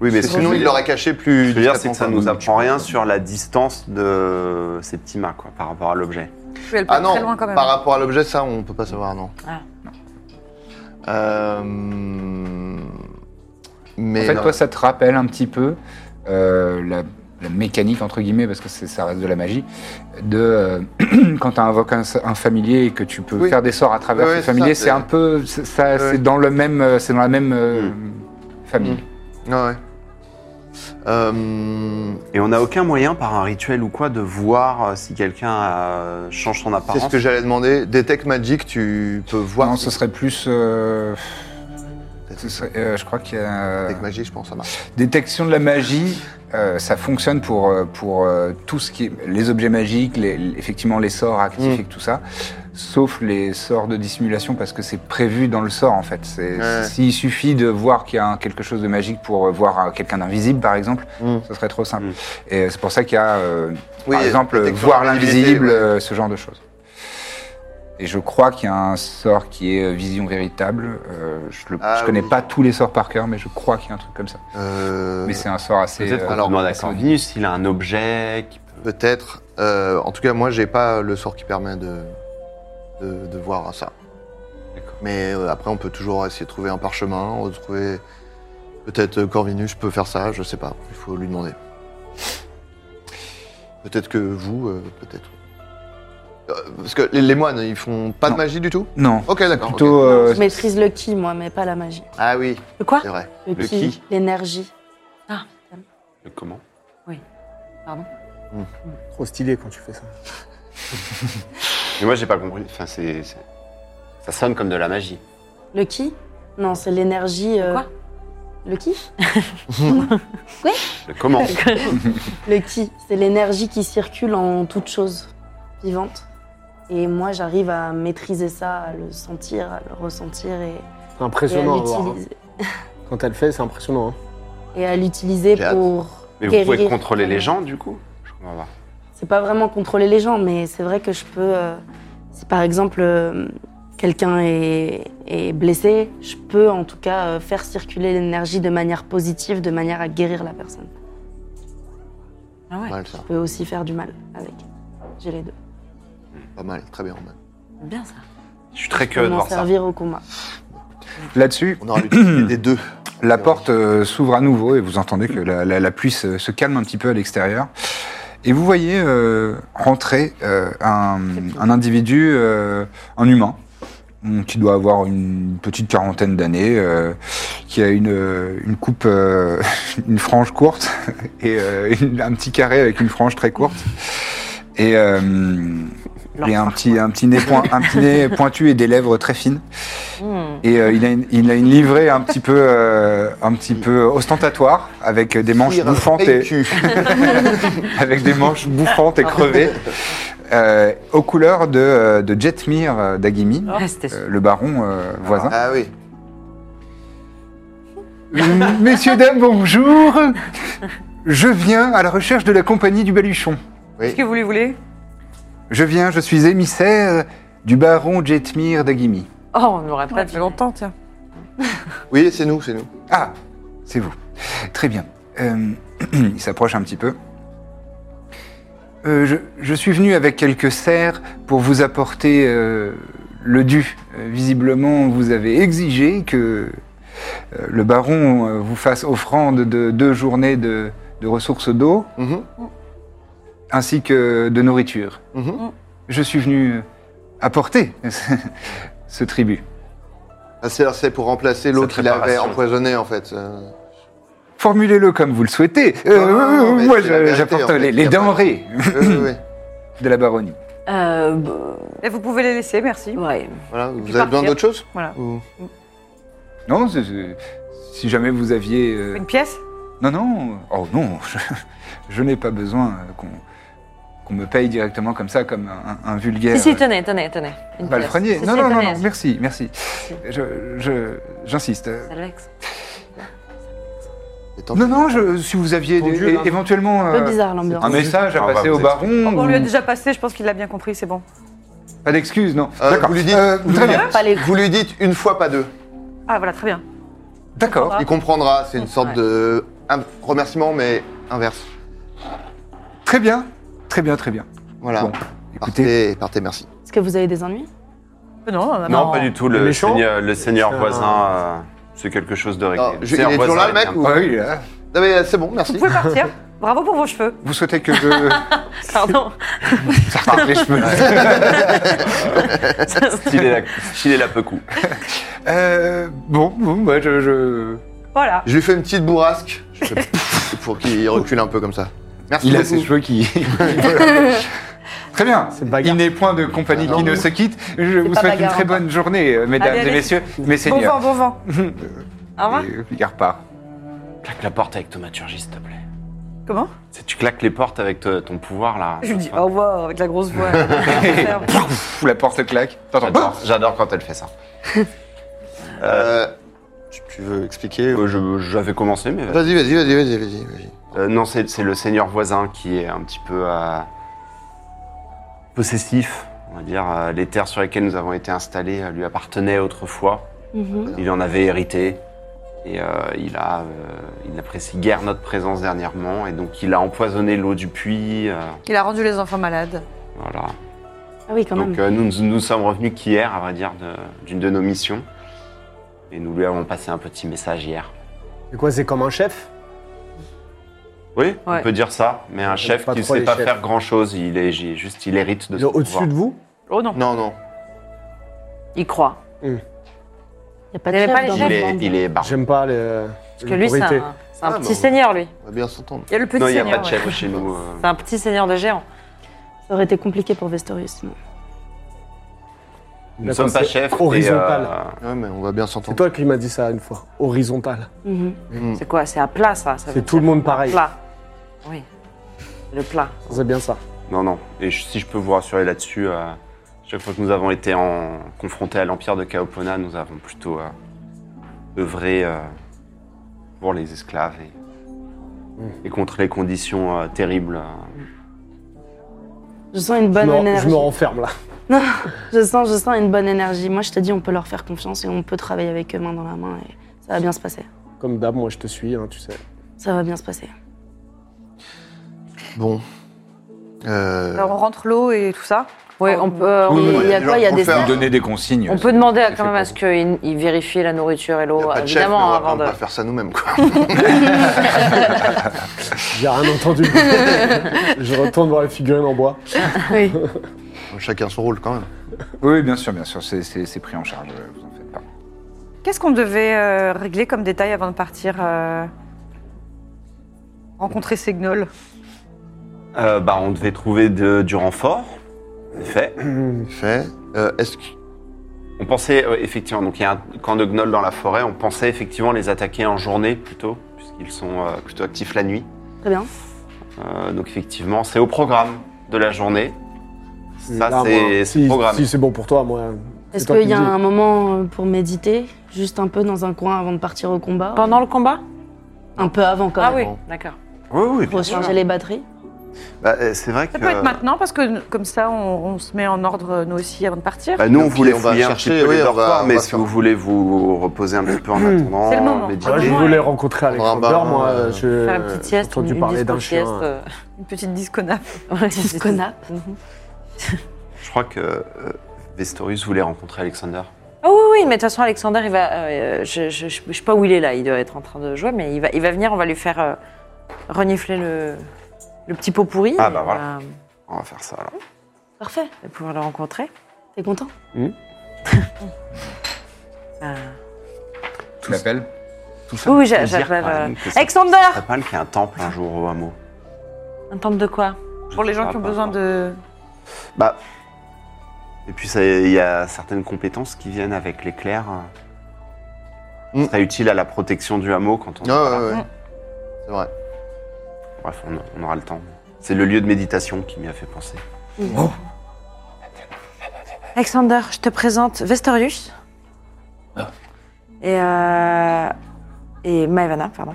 [SPEAKER 6] Oui, mais
[SPEAKER 4] Parce que sinon, il l'aurait caché
[SPEAKER 6] Ce
[SPEAKER 4] plus.
[SPEAKER 6] que je veux dire, c'est
[SPEAKER 4] discrètement,
[SPEAKER 6] que ça
[SPEAKER 4] quoi.
[SPEAKER 6] nous apprend rien sur la distance de ses petits mains, quoi, par rapport à l'objet.
[SPEAKER 3] Je vais le
[SPEAKER 4] Ah
[SPEAKER 3] prendre
[SPEAKER 4] non,
[SPEAKER 3] très loin quand même.
[SPEAKER 4] par rapport à l'objet, ça, on peut pas savoir, non.
[SPEAKER 5] Ah.
[SPEAKER 4] Euh, Mais euh,
[SPEAKER 2] en fait,
[SPEAKER 4] non.
[SPEAKER 2] toi, ça te rappelle un petit peu euh, la, la mécanique, entre guillemets, parce que c'est- ça reste de la magie, de euh, <clears throat> quand tu invoques un, un familier et que tu peux
[SPEAKER 4] Oui.
[SPEAKER 2] faire des sorts à travers
[SPEAKER 4] Ouais,
[SPEAKER 2] ce
[SPEAKER 4] ouais, c'est
[SPEAKER 2] familier,
[SPEAKER 4] ça,
[SPEAKER 2] c'est
[SPEAKER 4] c'est-
[SPEAKER 2] un peu. c'est- ça-
[SPEAKER 4] Ouais. Mm.
[SPEAKER 2] C'est dans, le même, euh, c'est dans la même euh, famille.
[SPEAKER 4] Ah ouais. Euh,
[SPEAKER 6] Et on n'a aucun moyen, par un rituel ou quoi, de voir euh, si quelqu'un euh, change son
[SPEAKER 4] c'est ce
[SPEAKER 6] apparence.
[SPEAKER 4] que j'allais demander. Detect Magic, tu peux voir.
[SPEAKER 2] Non, ce serait plus. euh,
[SPEAKER 4] Detect
[SPEAKER 2] ce serait- euh, je crois qu'il y a.
[SPEAKER 4] Detect Magic, je pense, ça marche.
[SPEAKER 2] Détection de la magie, euh, ça fonctionne pour, euh, pour euh, tout ce qui est les objets magiques, les- les- effectivement les sorts actifs
[SPEAKER 4] Mm.
[SPEAKER 2] et tout ça, sauf les sorts de dissimulation parce que c'est prévu dans le sort en fait. C'est-
[SPEAKER 4] Ouais.
[SPEAKER 2] S'il suffit de voir qu'il y a un- quelque chose de magique pour euh, voir euh, quelqu'un d'invisible par exemple,
[SPEAKER 4] Mm.
[SPEAKER 2] ce serait trop simple.
[SPEAKER 6] Mm.
[SPEAKER 2] Et c'est pour ça qu'il y a euh,
[SPEAKER 4] Oui,
[SPEAKER 2] par exemple euh,
[SPEAKER 4] détection
[SPEAKER 2] voir
[SPEAKER 4] de la visibilité,
[SPEAKER 2] l'invisible,
[SPEAKER 4] ouais.
[SPEAKER 2] euh, ce genre de choses. Et je crois qu'il y a un sort qui est euh, vision véritable. Euh, je ne
[SPEAKER 4] Ah
[SPEAKER 2] connais
[SPEAKER 4] oui.
[SPEAKER 2] pas tous les sorts par cœur, mais je crois qu'il y a un truc comme ça.
[SPEAKER 4] Euh,
[SPEAKER 2] Mais c'est un sort assez.
[SPEAKER 6] Peut-être qu'on
[SPEAKER 2] euh,
[SPEAKER 6] peut demander à
[SPEAKER 2] assez
[SPEAKER 6] Corvinus s'il a un objet qui peut...
[SPEAKER 4] Peut-être. Euh, en tout cas, moi, j'ai pas le sort qui permet de, de, de voir ça.
[SPEAKER 6] D'accord.
[SPEAKER 4] Mais euh, après, on peut toujours essayer de trouver un parchemin, on peut trouver. Peut-être euh, Corvinus peut faire ça, je sais pas. Il faut lui demander. Peut-être que vous, euh, peut-être. Euh, Parce que les, les moines, ils font pas
[SPEAKER 2] Non.
[SPEAKER 4] de magie du tout
[SPEAKER 2] Non.
[SPEAKER 4] Ok, d'accord.
[SPEAKER 2] Plutôt.
[SPEAKER 4] ok.
[SPEAKER 2] euh,
[SPEAKER 7] Je maîtrise le ki, moi, mais pas la magie.
[SPEAKER 4] Ah oui,
[SPEAKER 5] Le quoi
[SPEAKER 4] c'est vrai.
[SPEAKER 7] Le,
[SPEAKER 6] Le
[SPEAKER 7] ki,
[SPEAKER 6] ki.
[SPEAKER 7] l'énergie.
[SPEAKER 6] Comment
[SPEAKER 8] Trop stylé quand tu fais ça.
[SPEAKER 6] Mais moi, j'ai pas compris. Enfin, c'est. c'est- Ça sonne comme de la magie.
[SPEAKER 7] Le ki Non, c'est l'énergie. euh,
[SPEAKER 5] quoi
[SPEAKER 7] Le ki
[SPEAKER 6] Le comment
[SPEAKER 7] Le ki, c'est l'énergie qui circule en toute chose vivante. Et moi, j'arrive à maîtriser ça, à le sentir, à le ressentir et,
[SPEAKER 8] C'est
[SPEAKER 7] et à
[SPEAKER 8] impressionnant à voir. hein.
[SPEAKER 7] l'utiliser.
[SPEAKER 8] Quand elle fait, c'est impressionnant. hein.
[SPEAKER 7] Et à l'utiliser
[SPEAKER 4] J'ai hâte.
[SPEAKER 7] pour.
[SPEAKER 6] Mais vous pouvez
[SPEAKER 7] guérir.
[SPEAKER 6] contrôler les gens, du coup Je comprends pas.
[SPEAKER 7] C'est pas vraiment contrôler les gens, mais c'est vrai que je peux. euh, si par exemple euh, quelqu'un est, est blessé, je peux en tout cas euh, faire circuler l'énergie de manière positive, de manière à guérir la personne.
[SPEAKER 5] Ah ouais,
[SPEAKER 4] Pas mal ça,
[SPEAKER 7] Je peux aussi faire du mal avec. J'ai les deux.
[SPEAKER 4] pas mal, très bien. Roman.
[SPEAKER 5] c'est bien ça.
[SPEAKER 6] Je suis très
[SPEAKER 7] Pour
[SPEAKER 6] curieux de
[SPEAKER 7] m'en
[SPEAKER 6] voir ça.
[SPEAKER 7] servir au combat.
[SPEAKER 2] Là-dessus,
[SPEAKER 4] On
[SPEAKER 2] <clears throat>
[SPEAKER 4] aura l'utilité des deux.
[SPEAKER 2] La porte euh, s'ouvre à nouveau et vous entendez que la, la- la pluie se, se calme un petit peu à l'extérieur. Et vous voyez euh, rentrer euh, un, un individu, euh, un humain, hum, qui doit avoir une petite quarantaine d'années, euh, qui a une, euh, une coupe, euh, une frange courte <laughs> et euh, une- un petit carré avec une frange très courte. Et, euh, et un, petit, un, petit nez point- un petit nez pointu et des lèvres très fines.
[SPEAKER 5] Hmm.
[SPEAKER 2] Et euh, il, a une, il a une livrée un petit peu, euh, un petit peu ostentatoire, avec des manches
[SPEAKER 4] Cuir euh,
[SPEAKER 2] bouffantes
[SPEAKER 4] et
[SPEAKER 2] et,
[SPEAKER 4] cul.
[SPEAKER 2] <laughs> avec des manches bouffantes et crevées, euh, aux couleurs de, euh, de Jetmir euh, d'Agimi,
[SPEAKER 5] Restez
[SPEAKER 2] euh, le baron euh, voisin.
[SPEAKER 4] <laughs> Ah oui.
[SPEAKER 2] Messieurs, dames, <laughs> bonjour Je viens à la recherche de la compagnie du Baluchon.
[SPEAKER 3] Qu'est-ce que vous lui voulez
[SPEAKER 2] Je viens, je suis émissaire du baron Jetmir d'Agimi.
[SPEAKER 5] Oh, on n'aurait pas dit.
[SPEAKER 3] longtemps, tiens.
[SPEAKER 4] Oui, c'est nous, c'est nous.
[SPEAKER 2] Ah, c'est vous. Très bien. Euh, <clears throat> il s'approche un petit peu. Euh, je, je suis venu avec quelques serres pour vous apporter euh, le dû. Euh, visiblement, vous avez exigé que euh, le baron euh, vous fasse offrande de deux journées de, de ressources d'eau
[SPEAKER 4] Mhm,
[SPEAKER 2] ainsi que de nourriture.
[SPEAKER 4] mhm.
[SPEAKER 2] Je suis venu apporter <laughs> ce tribut.
[SPEAKER 4] Ah, c'est c'est pour remplacer l'autre qu'il avait
[SPEAKER 6] préparation.
[SPEAKER 4] empoisonné en fait. Euh,
[SPEAKER 2] <laughs> Formulez-le comme vous le souhaitez. Euh,
[SPEAKER 4] Non, non, non, mais
[SPEAKER 2] moi,
[SPEAKER 4] c'est la vérité,
[SPEAKER 2] j'apporte
[SPEAKER 4] en fait,
[SPEAKER 2] les-
[SPEAKER 4] y
[SPEAKER 2] les
[SPEAKER 4] a pas de-
[SPEAKER 2] denrées
[SPEAKER 4] oui, oui, oui.
[SPEAKER 2] de la baronnie.
[SPEAKER 5] Euh, bah,
[SPEAKER 3] Et Eh, vous pouvez les laisser, merci.
[SPEAKER 5] ouais.
[SPEAKER 4] Voilà, vous avez
[SPEAKER 3] partir.
[SPEAKER 4] besoin d'autre chose
[SPEAKER 3] Voilà.
[SPEAKER 4] Ou-
[SPEAKER 2] Non, c'est- c'est- si jamais vous aviez... euh,
[SPEAKER 3] Une pièce
[SPEAKER 2] Non, non, oh non, <laughs> je, je n'ai pas besoin euh, qu'on qu'on me paye directement comme ça, comme un, un vulgaire
[SPEAKER 5] Si, si,
[SPEAKER 2] euh,
[SPEAKER 5] tenez, tenez, tenez. Une pièce.
[SPEAKER 2] palefrenier.
[SPEAKER 5] Si,
[SPEAKER 2] Non,
[SPEAKER 5] si,
[SPEAKER 2] non, non,
[SPEAKER 5] tenez.
[SPEAKER 2] non, merci, merci. Je- je- J'insiste. euh,
[SPEAKER 5] Ça le vexe.
[SPEAKER 4] Et tant
[SPEAKER 2] non,
[SPEAKER 4] pis.
[SPEAKER 2] non, je- si vous aviez des-
[SPEAKER 8] Dieu,
[SPEAKER 2] é-
[SPEAKER 8] hein.
[SPEAKER 2] éventuellement
[SPEAKER 7] Un peu
[SPEAKER 2] euh,
[SPEAKER 7] bizarre l'ambiance.
[SPEAKER 2] un message à
[SPEAKER 6] Ah, bah,
[SPEAKER 2] passer
[SPEAKER 6] vous
[SPEAKER 2] au
[SPEAKER 6] êtes-
[SPEAKER 2] baron,
[SPEAKER 3] On lui a
[SPEAKER 2] ou-
[SPEAKER 3] déjà passé, je pense qu'il l'a bien compris, c'est bon.
[SPEAKER 2] pas d'excuses, non.
[SPEAKER 4] Euh,
[SPEAKER 2] D'accord.
[SPEAKER 4] vous lui dites,
[SPEAKER 2] Euh,
[SPEAKER 4] vous,
[SPEAKER 2] très
[SPEAKER 4] lui
[SPEAKER 2] bien.
[SPEAKER 4] dites- vous lui dites une fois pas deux.
[SPEAKER 3] Ah voilà, très bien.
[SPEAKER 2] D'accord.
[SPEAKER 4] Il comprendra. C'est une sorte
[SPEAKER 5] Ouais.
[SPEAKER 4] de un remerciement mais inverse.
[SPEAKER 2] Très bien, très bien, très bien.
[SPEAKER 4] Voilà.
[SPEAKER 2] Bon, écoutez,
[SPEAKER 4] partez, partez, merci.
[SPEAKER 7] Est-ce que vous avez des ennuis
[SPEAKER 3] Euh, Non, on a-
[SPEAKER 6] Non, pas du tout.
[SPEAKER 8] Le
[SPEAKER 6] Le
[SPEAKER 8] méchant
[SPEAKER 6] seigneur, le seigneur
[SPEAKER 8] C'est un-
[SPEAKER 6] voisin, euh, c'est quelque chose de réglé.
[SPEAKER 4] Alors,
[SPEAKER 6] Le
[SPEAKER 4] Ah, je- il
[SPEAKER 6] seigneur
[SPEAKER 4] est toujours
[SPEAKER 6] voisin
[SPEAKER 4] là, le mec,
[SPEAKER 6] bien-
[SPEAKER 4] ou-
[SPEAKER 2] Ah oui, euh,
[SPEAKER 4] Non mais euh, c'est bon,
[SPEAKER 3] Vous
[SPEAKER 4] merci.
[SPEAKER 3] pouvez partir. Bravo pour vos cheveux.
[SPEAKER 2] vous souhaitez que je...
[SPEAKER 5] Pardon.
[SPEAKER 2] Ça repart avec les cheveux.
[SPEAKER 6] Stylé la,
[SPEAKER 4] <laughs>
[SPEAKER 6] stylé la peu coup.
[SPEAKER 2] Euh, bon, bon, bah, je- je...
[SPEAKER 3] Voilà.
[SPEAKER 4] Je lui fais une petite bourrasque je
[SPEAKER 2] <laughs>
[SPEAKER 4] fais <laughs> pfff pour qu'il recule un peu comme ça. Merci
[SPEAKER 2] Il a
[SPEAKER 4] beaucoup.
[SPEAKER 2] ses cheveux qui. <laughs> Voilà. Très bien.
[SPEAKER 8] C'est bagarre.
[SPEAKER 2] Il n'est point de compagnie qui ne se quitte. Je vous
[SPEAKER 7] pas
[SPEAKER 2] souhaite une
[SPEAKER 7] bagarre,
[SPEAKER 2] très bonne journée, euh, mesdames
[SPEAKER 3] Allez, allez.
[SPEAKER 2] et messieurs, mes
[SPEAKER 3] Bon vent,
[SPEAKER 2] seigneurs.
[SPEAKER 3] bon vent.
[SPEAKER 5] Au revoir.
[SPEAKER 2] Et, euh, Il repart.
[SPEAKER 6] Claque la porte avec thaumaturgie, s'il te plaît.
[SPEAKER 3] Comment
[SPEAKER 6] Tu sais, Tu claques les portes avec te- ton pouvoir, là.
[SPEAKER 3] Je lui dis au revoir avec la
[SPEAKER 6] <laughs>
[SPEAKER 3] grosse voix. Ferme.
[SPEAKER 2] <laughs> Pouf, la porte claque. T'entends
[SPEAKER 6] J'adore- J'adore quand elle fait ça.
[SPEAKER 4] Euh, tu- tu veux expliquer
[SPEAKER 6] Euh, je- J'avais commencé, mais...
[SPEAKER 4] Vas-y, vas-y, vas-y, vas-y, vas-y. vas-y.
[SPEAKER 6] Euh, non, c'est c'est le seigneur voisin qui est un petit peu euh, possessif. On va dire, Euh, les terres sur lesquelles nous avons été installés euh, lui appartenaient autrefois.
[SPEAKER 5] Mhm.
[SPEAKER 6] Il en avait hérité. Et euh, il a, euh, il n'apprécie guère notre présence dernièrement. Et donc, il a empoisonné l'eau du puits. euh,
[SPEAKER 3] Il a rendu les enfants malades.
[SPEAKER 6] voilà.
[SPEAKER 7] Ah oui, quand même.
[SPEAKER 6] Donc euh, nous, nous sommes revenus qu'hier, à vrai dire, de- d'une de, nos missions. Et nous lui avons passé un petit message hier.
[SPEAKER 8] C'est quoi, c'est comme un chef
[SPEAKER 6] Oui,
[SPEAKER 5] Ouais.
[SPEAKER 6] on peut dire ça. Mais un chef
[SPEAKER 8] pas
[SPEAKER 6] qui ne
[SPEAKER 8] trop
[SPEAKER 6] sait
[SPEAKER 8] les
[SPEAKER 6] pas
[SPEAKER 8] chefs.
[SPEAKER 6] faire grand-chose, il est il- juste, il hérite de
[SPEAKER 8] Ils
[SPEAKER 6] son
[SPEAKER 8] sont Au-dessus
[SPEAKER 6] pouvoir.
[SPEAKER 8] de vous
[SPEAKER 3] Oh non.
[SPEAKER 4] Non, non.
[SPEAKER 5] Il croit.
[SPEAKER 7] Il n'y a pas
[SPEAKER 5] Il y
[SPEAKER 7] de
[SPEAKER 5] avait
[SPEAKER 7] chef
[SPEAKER 5] pas les
[SPEAKER 7] dans
[SPEAKER 5] chefs
[SPEAKER 6] Il
[SPEAKER 7] le
[SPEAKER 6] est,
[SPEAKER 7] monde.
[SPEAKER 6] il est bar-
[SPEAKER 8] J'aime pas les.
[SPEAKER 5] Parce que lui, c'est un, c'est un
[SPEAKER 4] Ah,
[SPEAKER 5] petit
[SPEAKER 4] bah,
[SPEAKER 5] seigneur, lui.
[SPEAKER 4] On va bien s'entendre.
[SPEAKER 3] Il y a le petit
[SPEAKER 6] Non, il n'y a
[SPEAKER 3] seigneur.
[SPEAKER 6] pas de
[SPEAKER 3] ouais.
[SPEAKER 6] chef chez
[SPEAKER 8] <laughs>
[SPEAKER 6] nous. euh.
[SPEAKER 5] C'est un petit seigneur de géant.
[SPEAKER 7] Ça aurait été compliqué pour Vestorius, sinon.
[SPEAKER 6] Nous ne
[SPEAKER 8] D'accord,
[SPEAKER 6] sommes pas
[SPEAKER 8] c'est
[SPEAKER 6] chefs. et,
[SPEAKER 8] horizontal.
[SPEAKER 6] euh,
[SPEAKER 4] Ouais, mais on va bien
[SPEAKER 8] C'est
[SPEAKER 4] s'entendre.
[SPEAKER 8] toi qui m'as dit ça une fois. Horizontal.
[SPEAKER 7] Mhm.
[SPEAKER 5] C'est quoi C'est à plat, ça, ça veut
[SPEAKER 8] C'est tout le
[SPEAKER 5] dire.
[SPEAKER 8] monde pareil.
[SPEAKER 5] Plat. Oui. Le plat.
[SPEAKER 8] C'est bien ça.
[SPEAKER 6] Non, non. Et je- si je peux vous rassurer là-dessus, euh, chaque fois que nous avons été en... confrontés à l'empire de Kaopona, nous avons plutôt euh, œuvré euh, pour les esclaves et,
[SPEAKER 8] Mm.
[SPEAKER 6] et contre les conditions euh, terribles. euh.
[SPEAKER 7] Je sens une bonne
[SPEAKER 8] je, me, je
[SPEAKER 7] énergie.
[SPEAKER 8] me renferme là.
[SPEAKER 7] <laughs> Je sens, je sens une bonne énergie. Moi, je te dis, on peut leur faire confiance et on peut travailler avec eux main dans la main et ça va bien se passer.
[SPEAKER 8] Comme d'hab, moi je te suis, hein, tu sais.
[SPEAKER 7] Ça va bien se passer.
[SPEAKER 4] Bon. Euh,
[SPEAKER 3] Alors on rentre l'eau et tout ça.
[SPEAKER 5] Oui, on peut. euh,
[SPEAKER 4] Oui,
[SPEAKER 5] on-
[SPEAKER 4] oui,
[SPEAKER 5] il y a
[SPEAKER 4] oui,
[SPEAKER 5] quoi Il y a
[SPEAKER 4] faut
[SPEAKER 5] des.
[SPEAKER 4] le faire.
[SPEAKER 2] Vous donnez des consignes.
[SPEAKER 5] On peut demander à-
[SPEAKER 2] C'est
[SPEAKER 5] quand même
[SPEAKER 2] fait
[SPEAKER 5] à ce qu'il il vérifie la nourriture et
[SPEAKER 4] y a
[SPEAKER 5] l'eau,
[SPEAKER 4] pas de chef, mais
[SPEAKER 5] évidemment,
[SPEAKER 4] on va
[SPEAKER 5] avant
[SPEAKER 4] pas- on va
[SPEAKER 5] de.
[SPEAKER 4] pas faire ça nous-mêmes, quoi. <laughs>
[SPEAKER 8] J'ai rien entendu. <laughs> je retourne voir les figurines en bois.
[SPEAKER 7] Oui.
[SPEAKER 4] Chacun son rôle, quand même.
[SPEAKER 2] Oui, bien sûr, bien sûr, c'est- c'est c'est pris en charge, euh, vous en faites pas.
[SPEAKER 3] Qu'est-ce qu'on devait euh, régler comme détail avant de partir euh, Rencontrer Segnol.
[SPEAKER 6] Euh, bah, on devait trouver de- du renfort. En effet.
[SPEAKER 4] Fait. Euh, Est-ce que.
[SPEAKER 6] On pensait, ouais, effectivement, donc il y a un camp de gnolls dans la forêt, on pensait effectivement les attaquer en journée plutôt, puisqu'ils sont euh, plutôt actifs la nuit.
[SPEAKER 7] Très bien.
[SPEAKER 6] Euh, donc effectivement, c'est au programme de la journée.
[SPEAKER 8] Là,
[SPEAKER 6] Ça,
[SPEAKER 8] moi,
[SPEAKER 6] c'est c'est
[SPEAKER 8] si,
[SPEAKER 6] programmé.
[SPEAKER 8] Si c'est bon pour toi, moi. c'est
[SPEAKER 7] Est-ce
[SPEAKER 8] toi
[SPEAKER 7] qu'il
[SPEAKER 8] qui
[SPEAKER 7] y a
[SPEAKER 8] dis. Ah,
[SPEAKER 7] un moment euh, pour méditer Juste un peu dans un coin avant de partir au combat
[SPEAKER 5] Pendant le combat
[SPEAKER 7] Un peu avant, quand
[SPEAKER 5] Ah
[SPEAKER 7] même.
[SPEAKER 5] oui, Ah d'accord.
[SPEAKER 6] Oui, oui.
[SPEAKER 7] Pour changer les batteries
[SPEAKER 6] Bah, euh, c'est vrai que
[SPEAKER 3] Ça peut être
[SPEAKER 6] euh,
[SPEAKER 3] maintenant parce que comme ça on, on se met en ordre euh, nous aussi avant de partir.
[SPEAKER 6] bah, nous, on
[SPEAKER 4] Donc,
[SPEAKER 6] voulait
[SPEAKER 4] on va
[SPEAKER 6] fouiller un
[SPEAKER 4] chercher,
[SPEAKER 6] petit peu
[SPEAKER 4] oui,
[SPEAKER 6] les
[SPEAKER 4] on va-
[SPEAKER 6] dortoirs,
[SPEAKER 4] on
[SPEAKER 6] mais
[SPEAKER 4] va
[SPEAKER 6] si
[SPEAKER 4] faire-
[SPEAKER 6] vous voulez vous reposer un petit peu en attendant,
[SPEAKER 3] Hmm.
[SPEAKER 6] euh,
[SPEAKER 3] C'est le moment.
[SPEAKER 6] méditer.
[SPEAKER 8] Ouais, je
[SPEAKER 3] Ouais.
[SPEAKER 8] voulais rencontrer Alexander,
[SPEAKER 4] Prendre un bain,
[SPEAKER 8] moi.
[SPEAKER 4] euh,
[SPEAKER 8] euh, je-
[SPEAKER 5] Faire une petite sieste,
[SPEAKER 8] j'ai
[SPEAKER 5] une,
[SPEAKER 8] entendu
[SPEAKER 5] une
[SPEAKER 8] parler d'un
[SPEAKER 5] disco sieste.
[SPEAKER 8] chien.
[SPEAKER 5] euh.
[SPEAKER 3] Une petite disconnape.
[SPEAKER 5] <laughs> Ouais, c'est-
[SPEAKER 7] Petite
[SPEAKER 5] c'est-
[SPEAKER 7] connape.
[SPEAKER 6] Je crois que euh, Vestorius voulait rencontrer Alexander.
[SPEAKER 5] Ah oui, oui, mais de toute façon, Alexander, il va. euh, je, je, je- je sais pas où il est là, il doit être en train de jouer, mais il va, il va venir, on va lui faire euh, renifler le, le petit pot pourri.
[SPEAKER 6] Ah,
[SPEAKER 5] et
[SPEAKER 6] bah,
[SPEAKER 5] on
[SPEAKER 6] voilà.
[SPEAKER 5] va-
[SPEAKER 6] On va faire ça alors.
[SPEAKER 7] Parfait.
[SPEAKER 5] on va pouvoir le rencontrer.
[SPEAKER 7] T'es content
[SPEAKER 5] Ah.
[SPEAKER 2] Tu l'appelles
[SPEAKER 6] Tout ça
[SPEAKER 5] Oui, oui,
[SPEAKER 6] pour
[SPEAKER 5] j'a-
[SPEAKER 6] dire
[SPEAKER 3] Ah,
[SPEAKER 5] j'appelle.
[SPEAKER 6] quand
[SPEAKER 3] bah.
[SPEAKER 5] euh,
[SPEAKER 6] même que c'est-
[SPEAKER 5] Alexander
[SPEAKER 6] serait pas mal qu'il y ait un temple un jour au hameau.
[SPEAKER 5] euh, Un temple de quoi
[SPEAKER 3] Pour les gens
[SPEAKER 6] Ah,
[SPEAKER 3] qui ont
[SPEAKER 6] pas
[SPEAKER 3] besoin
[SPEAKER 6] encore.
[SPEAKER 3] de.
[SPEAKER 6] Bah. Et puis, ça- il y a certaines compétences qui viennent avec l'éclair.
[SPEAKER 4] Mm.
[SPEAKER 6] Ça serait utile à la protection du hameau quand on.
[SPEAKER 4] Ah, Ouais, ouais, ouais.
[SPEAKER 3] Mm.
[SPEAKER 4] C'est vrai.
[SPEAKER 6] Bref, on, on aura le temps. C'est le lieu de méditation qui m'y a fait penser.
[SPEAKER 5] Alexander, je te présente Vestorius. Et, euh, et Maevana, pardon.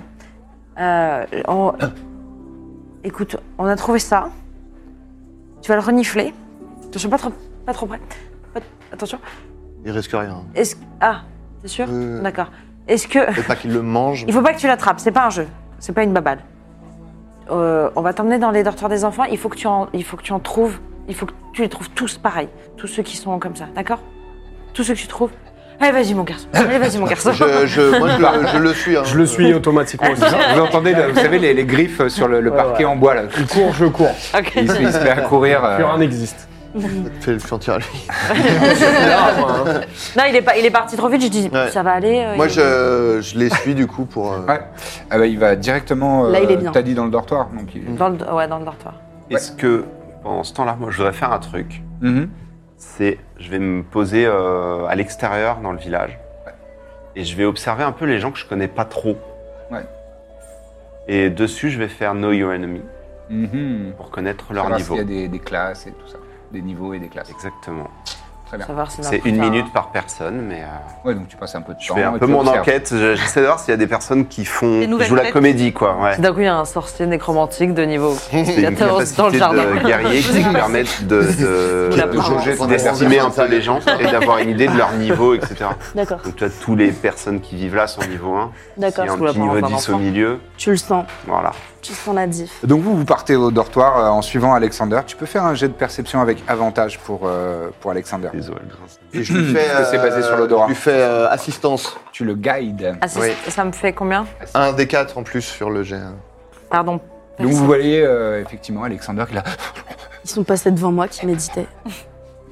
[SPEAKER 5] Euh, on- Écoute, on a trouvé ça. Tu vas le renifler. Attention, pas trop, pas trop près. Pas- Attention.
[SPEAKER 4] Il risque rien.
[SPEAKER 5] Est-ce... Ah, c'est sûr
[SPEAKER 4] Euh.
[SPEAKER 5] D'accord. Est-ce que...
[SPEAKER 4] Peut-être pas qu'il le mange.
[SPEAKER 5] <laughs> Il faut pas que tu l'attrapes, c'est pas un jeu. C'est pas une babale. Euh, on va t'emmener dans les dortoirs des enfants. Il faut que tu en, il faut que tu en trouves. Il faut que tu les trouves tous pareils. Tous ceux qui sont comme ça, d'accord Tous ceux que tu trouves. Allez, vas-y, mon garçon. Allez, vas-y, mon garçon.
[SPEAKER 4] <laughs> Je, je- moi, je, le- je le suis. hein.
[SPEAKER 8] Je le suis automatiquement. aussi.
[SPEAKER 2] Vous, vous entendez, le- vous savez, les, les griffes sur le, le
[SPEAKER 8] Ouais,
[SPEAKER 2] parquet
[SPEAKER 8] ouais.
[SPEAKER 2] en bois, là.
[SPEAKER 8] Je cours, je cours.
[SPEAKER 5] <laughs> Ok.
[SPEAKER 2] Il se, il se met à courir. euh,
[SPEAKER 8] Plus rien n'existe.
[SPEAKER 4] Ça te fait le sentir à lui.
[SPEAKER 5] Ah, hein.
[SPEAKER 8] <laughs>
[SPEAKER 5] Non, il est, pas, il est parti trop vite. Je dis,
[SPEAKER 4] Ouais.
[SPEAKER 5] ça va aller. euh,
[SPEAKER 4] Moi,
[SPEAKER 5] il-
[SPEAKER 4] je, je les suis, du coup, pour. euh,
[SPEAKER 2] Ouais. Ah bah, il va directement. euh,
[SPEAKER 7] Là, il est bien.
[SPEAKER 2] T'as dit dans le dortoir. Donc il...
[SPEAKER 5] Dans le, ouais, dans le dortoir.
[SPEAKER 6] Est-ce que, pendant ce temps-là, moi, je voudrais faire un truc
[SPEAKER 2] Mhm.
[SPEAKER 6] C'est, je vais me poser euh, à l'extérieur, dans le village. Et je vais observer un peu les gens que je connais pas trop.
[SPEAKER 2] Ouais.
[SPEAKER 6] Et dessus, je vais faire Know Your Enemy
[SPEAKER 2] Mhm.
[SPEAKER 6] pour connaître leur
[SPEAKER 2] Savoir
[SPEAKER 6] niveau.
[SPEAKER 2] s'il y a des, des classes et tout ça. Des niveaux et des classes.
[SPEAKER 6] Exactement.
[SPEAKER 2] Bien.
[SPEAKER 5] Savoir si
[SPEAKER 6] C'est
[SPEAKER 5] n'importe
[SPEAKER 6] une
[SPEAKER 5] quoi.
[SPEAKER 6] minute par personne, mais euh,
[SPEAKER 2] Ouais, donc tu passes un peu de temps.
[SPEAKER 6] je fais un
[SPEAKER 2] et
[SPEAKER 6] peu
[SPEAKER 2] tu
[SPEAKER 6] mon
[SPEAKER 2] observes.
[SPEAKER 6] enquête. Je- J'essaie de voir s'il y a des personnes qui font,
[SPEAKER 3] Des
[SPEAKER 6] qui
[SPEAKER 3] nouvelles
[SPEAKER 6] jouent la
[SPEAKER 3] têtes.
[SPEAKER 6] comédie, quoi. Ouais.
[SPEAKER 5] D'un coup, il y a un sorcier nécromantique de
[SPEAKER 4] <laughs>
[SPEAKER 5] niveau
[SPEAKER 6] C'est une
[SPEAKER 5] 14 dans le
[SPEAKER 6] capacité
[SPEAKER 5] jardin.
[SPEAKER 6] de guerrier
[SPEAKER 5] <laughs>
[SPEAKER 6] qui te permet de, de,
[SPEAKER 5] Qui
[SPEAKER 6] de
[SPEAKER 5] apprend.
[SPEAKER 6] jauger,
[SPEAKER 4] On a
[SPEAKER 6] d'estimer
[SPEAKER 4] grandi
[SPEAKER 6] un
[SPEAKER 4] dans
[SPEAKER 6] peu
[SPEAKER 4] une
[SPEAKER 6] les gens et d'avoir une idée de leur niveau, etc. <laughs>
[SPEAKER 7] D'accord,
[SPEAKER 6] Donc tu as tous les personnes qui vivent là sont niveau 1. Il
[SPEAKER 7] d'accord.
[SPEAKER 6] y a un
[SPEAKER 5] Sous la
[SPEAKER 6] petit niveau
[SPEAKER 5] parole d'un
[SPEAKER 6] 10 au
[SPEAKER 5] enfant.
[SPEAKER 6] milieu.
[SPEAKER 7] Tu le sens.
[SPEAKER 6] Voilà.
[SPEAKER 7] Tu sens la diff.
[SPEAKER 2] Donc vous, vous partez au dortoir euh, en suivant Alexander. Tu peux faire un jet de perception avec avantage pour, euh, pour Alexander.
[SPEAKER 6] Désolé, le grince.
[SPEAKER 4] et je lui fais.
[SPEAKER 2] <laughs> Parce que c'est basé sur l'odorat.
[SPEAKER 4] Je lui fais euh, assistance.
[SPEAKER 2] Tu le guides.
[SPEAKER 5] Ah, c'est-
[SPEAKER 4] Oui.
[SPEAKER 5] Ça me fait combien
[SPEAKER 4] Un des quatre en plus sur le jet.
[SPEAKER 5] Pardon.
[SPEAKER 2] Donc vous voyez euh, effectivement Alexander qui est là.
[SPEAKER 7] Ils sont passés devant moi qui méditaient.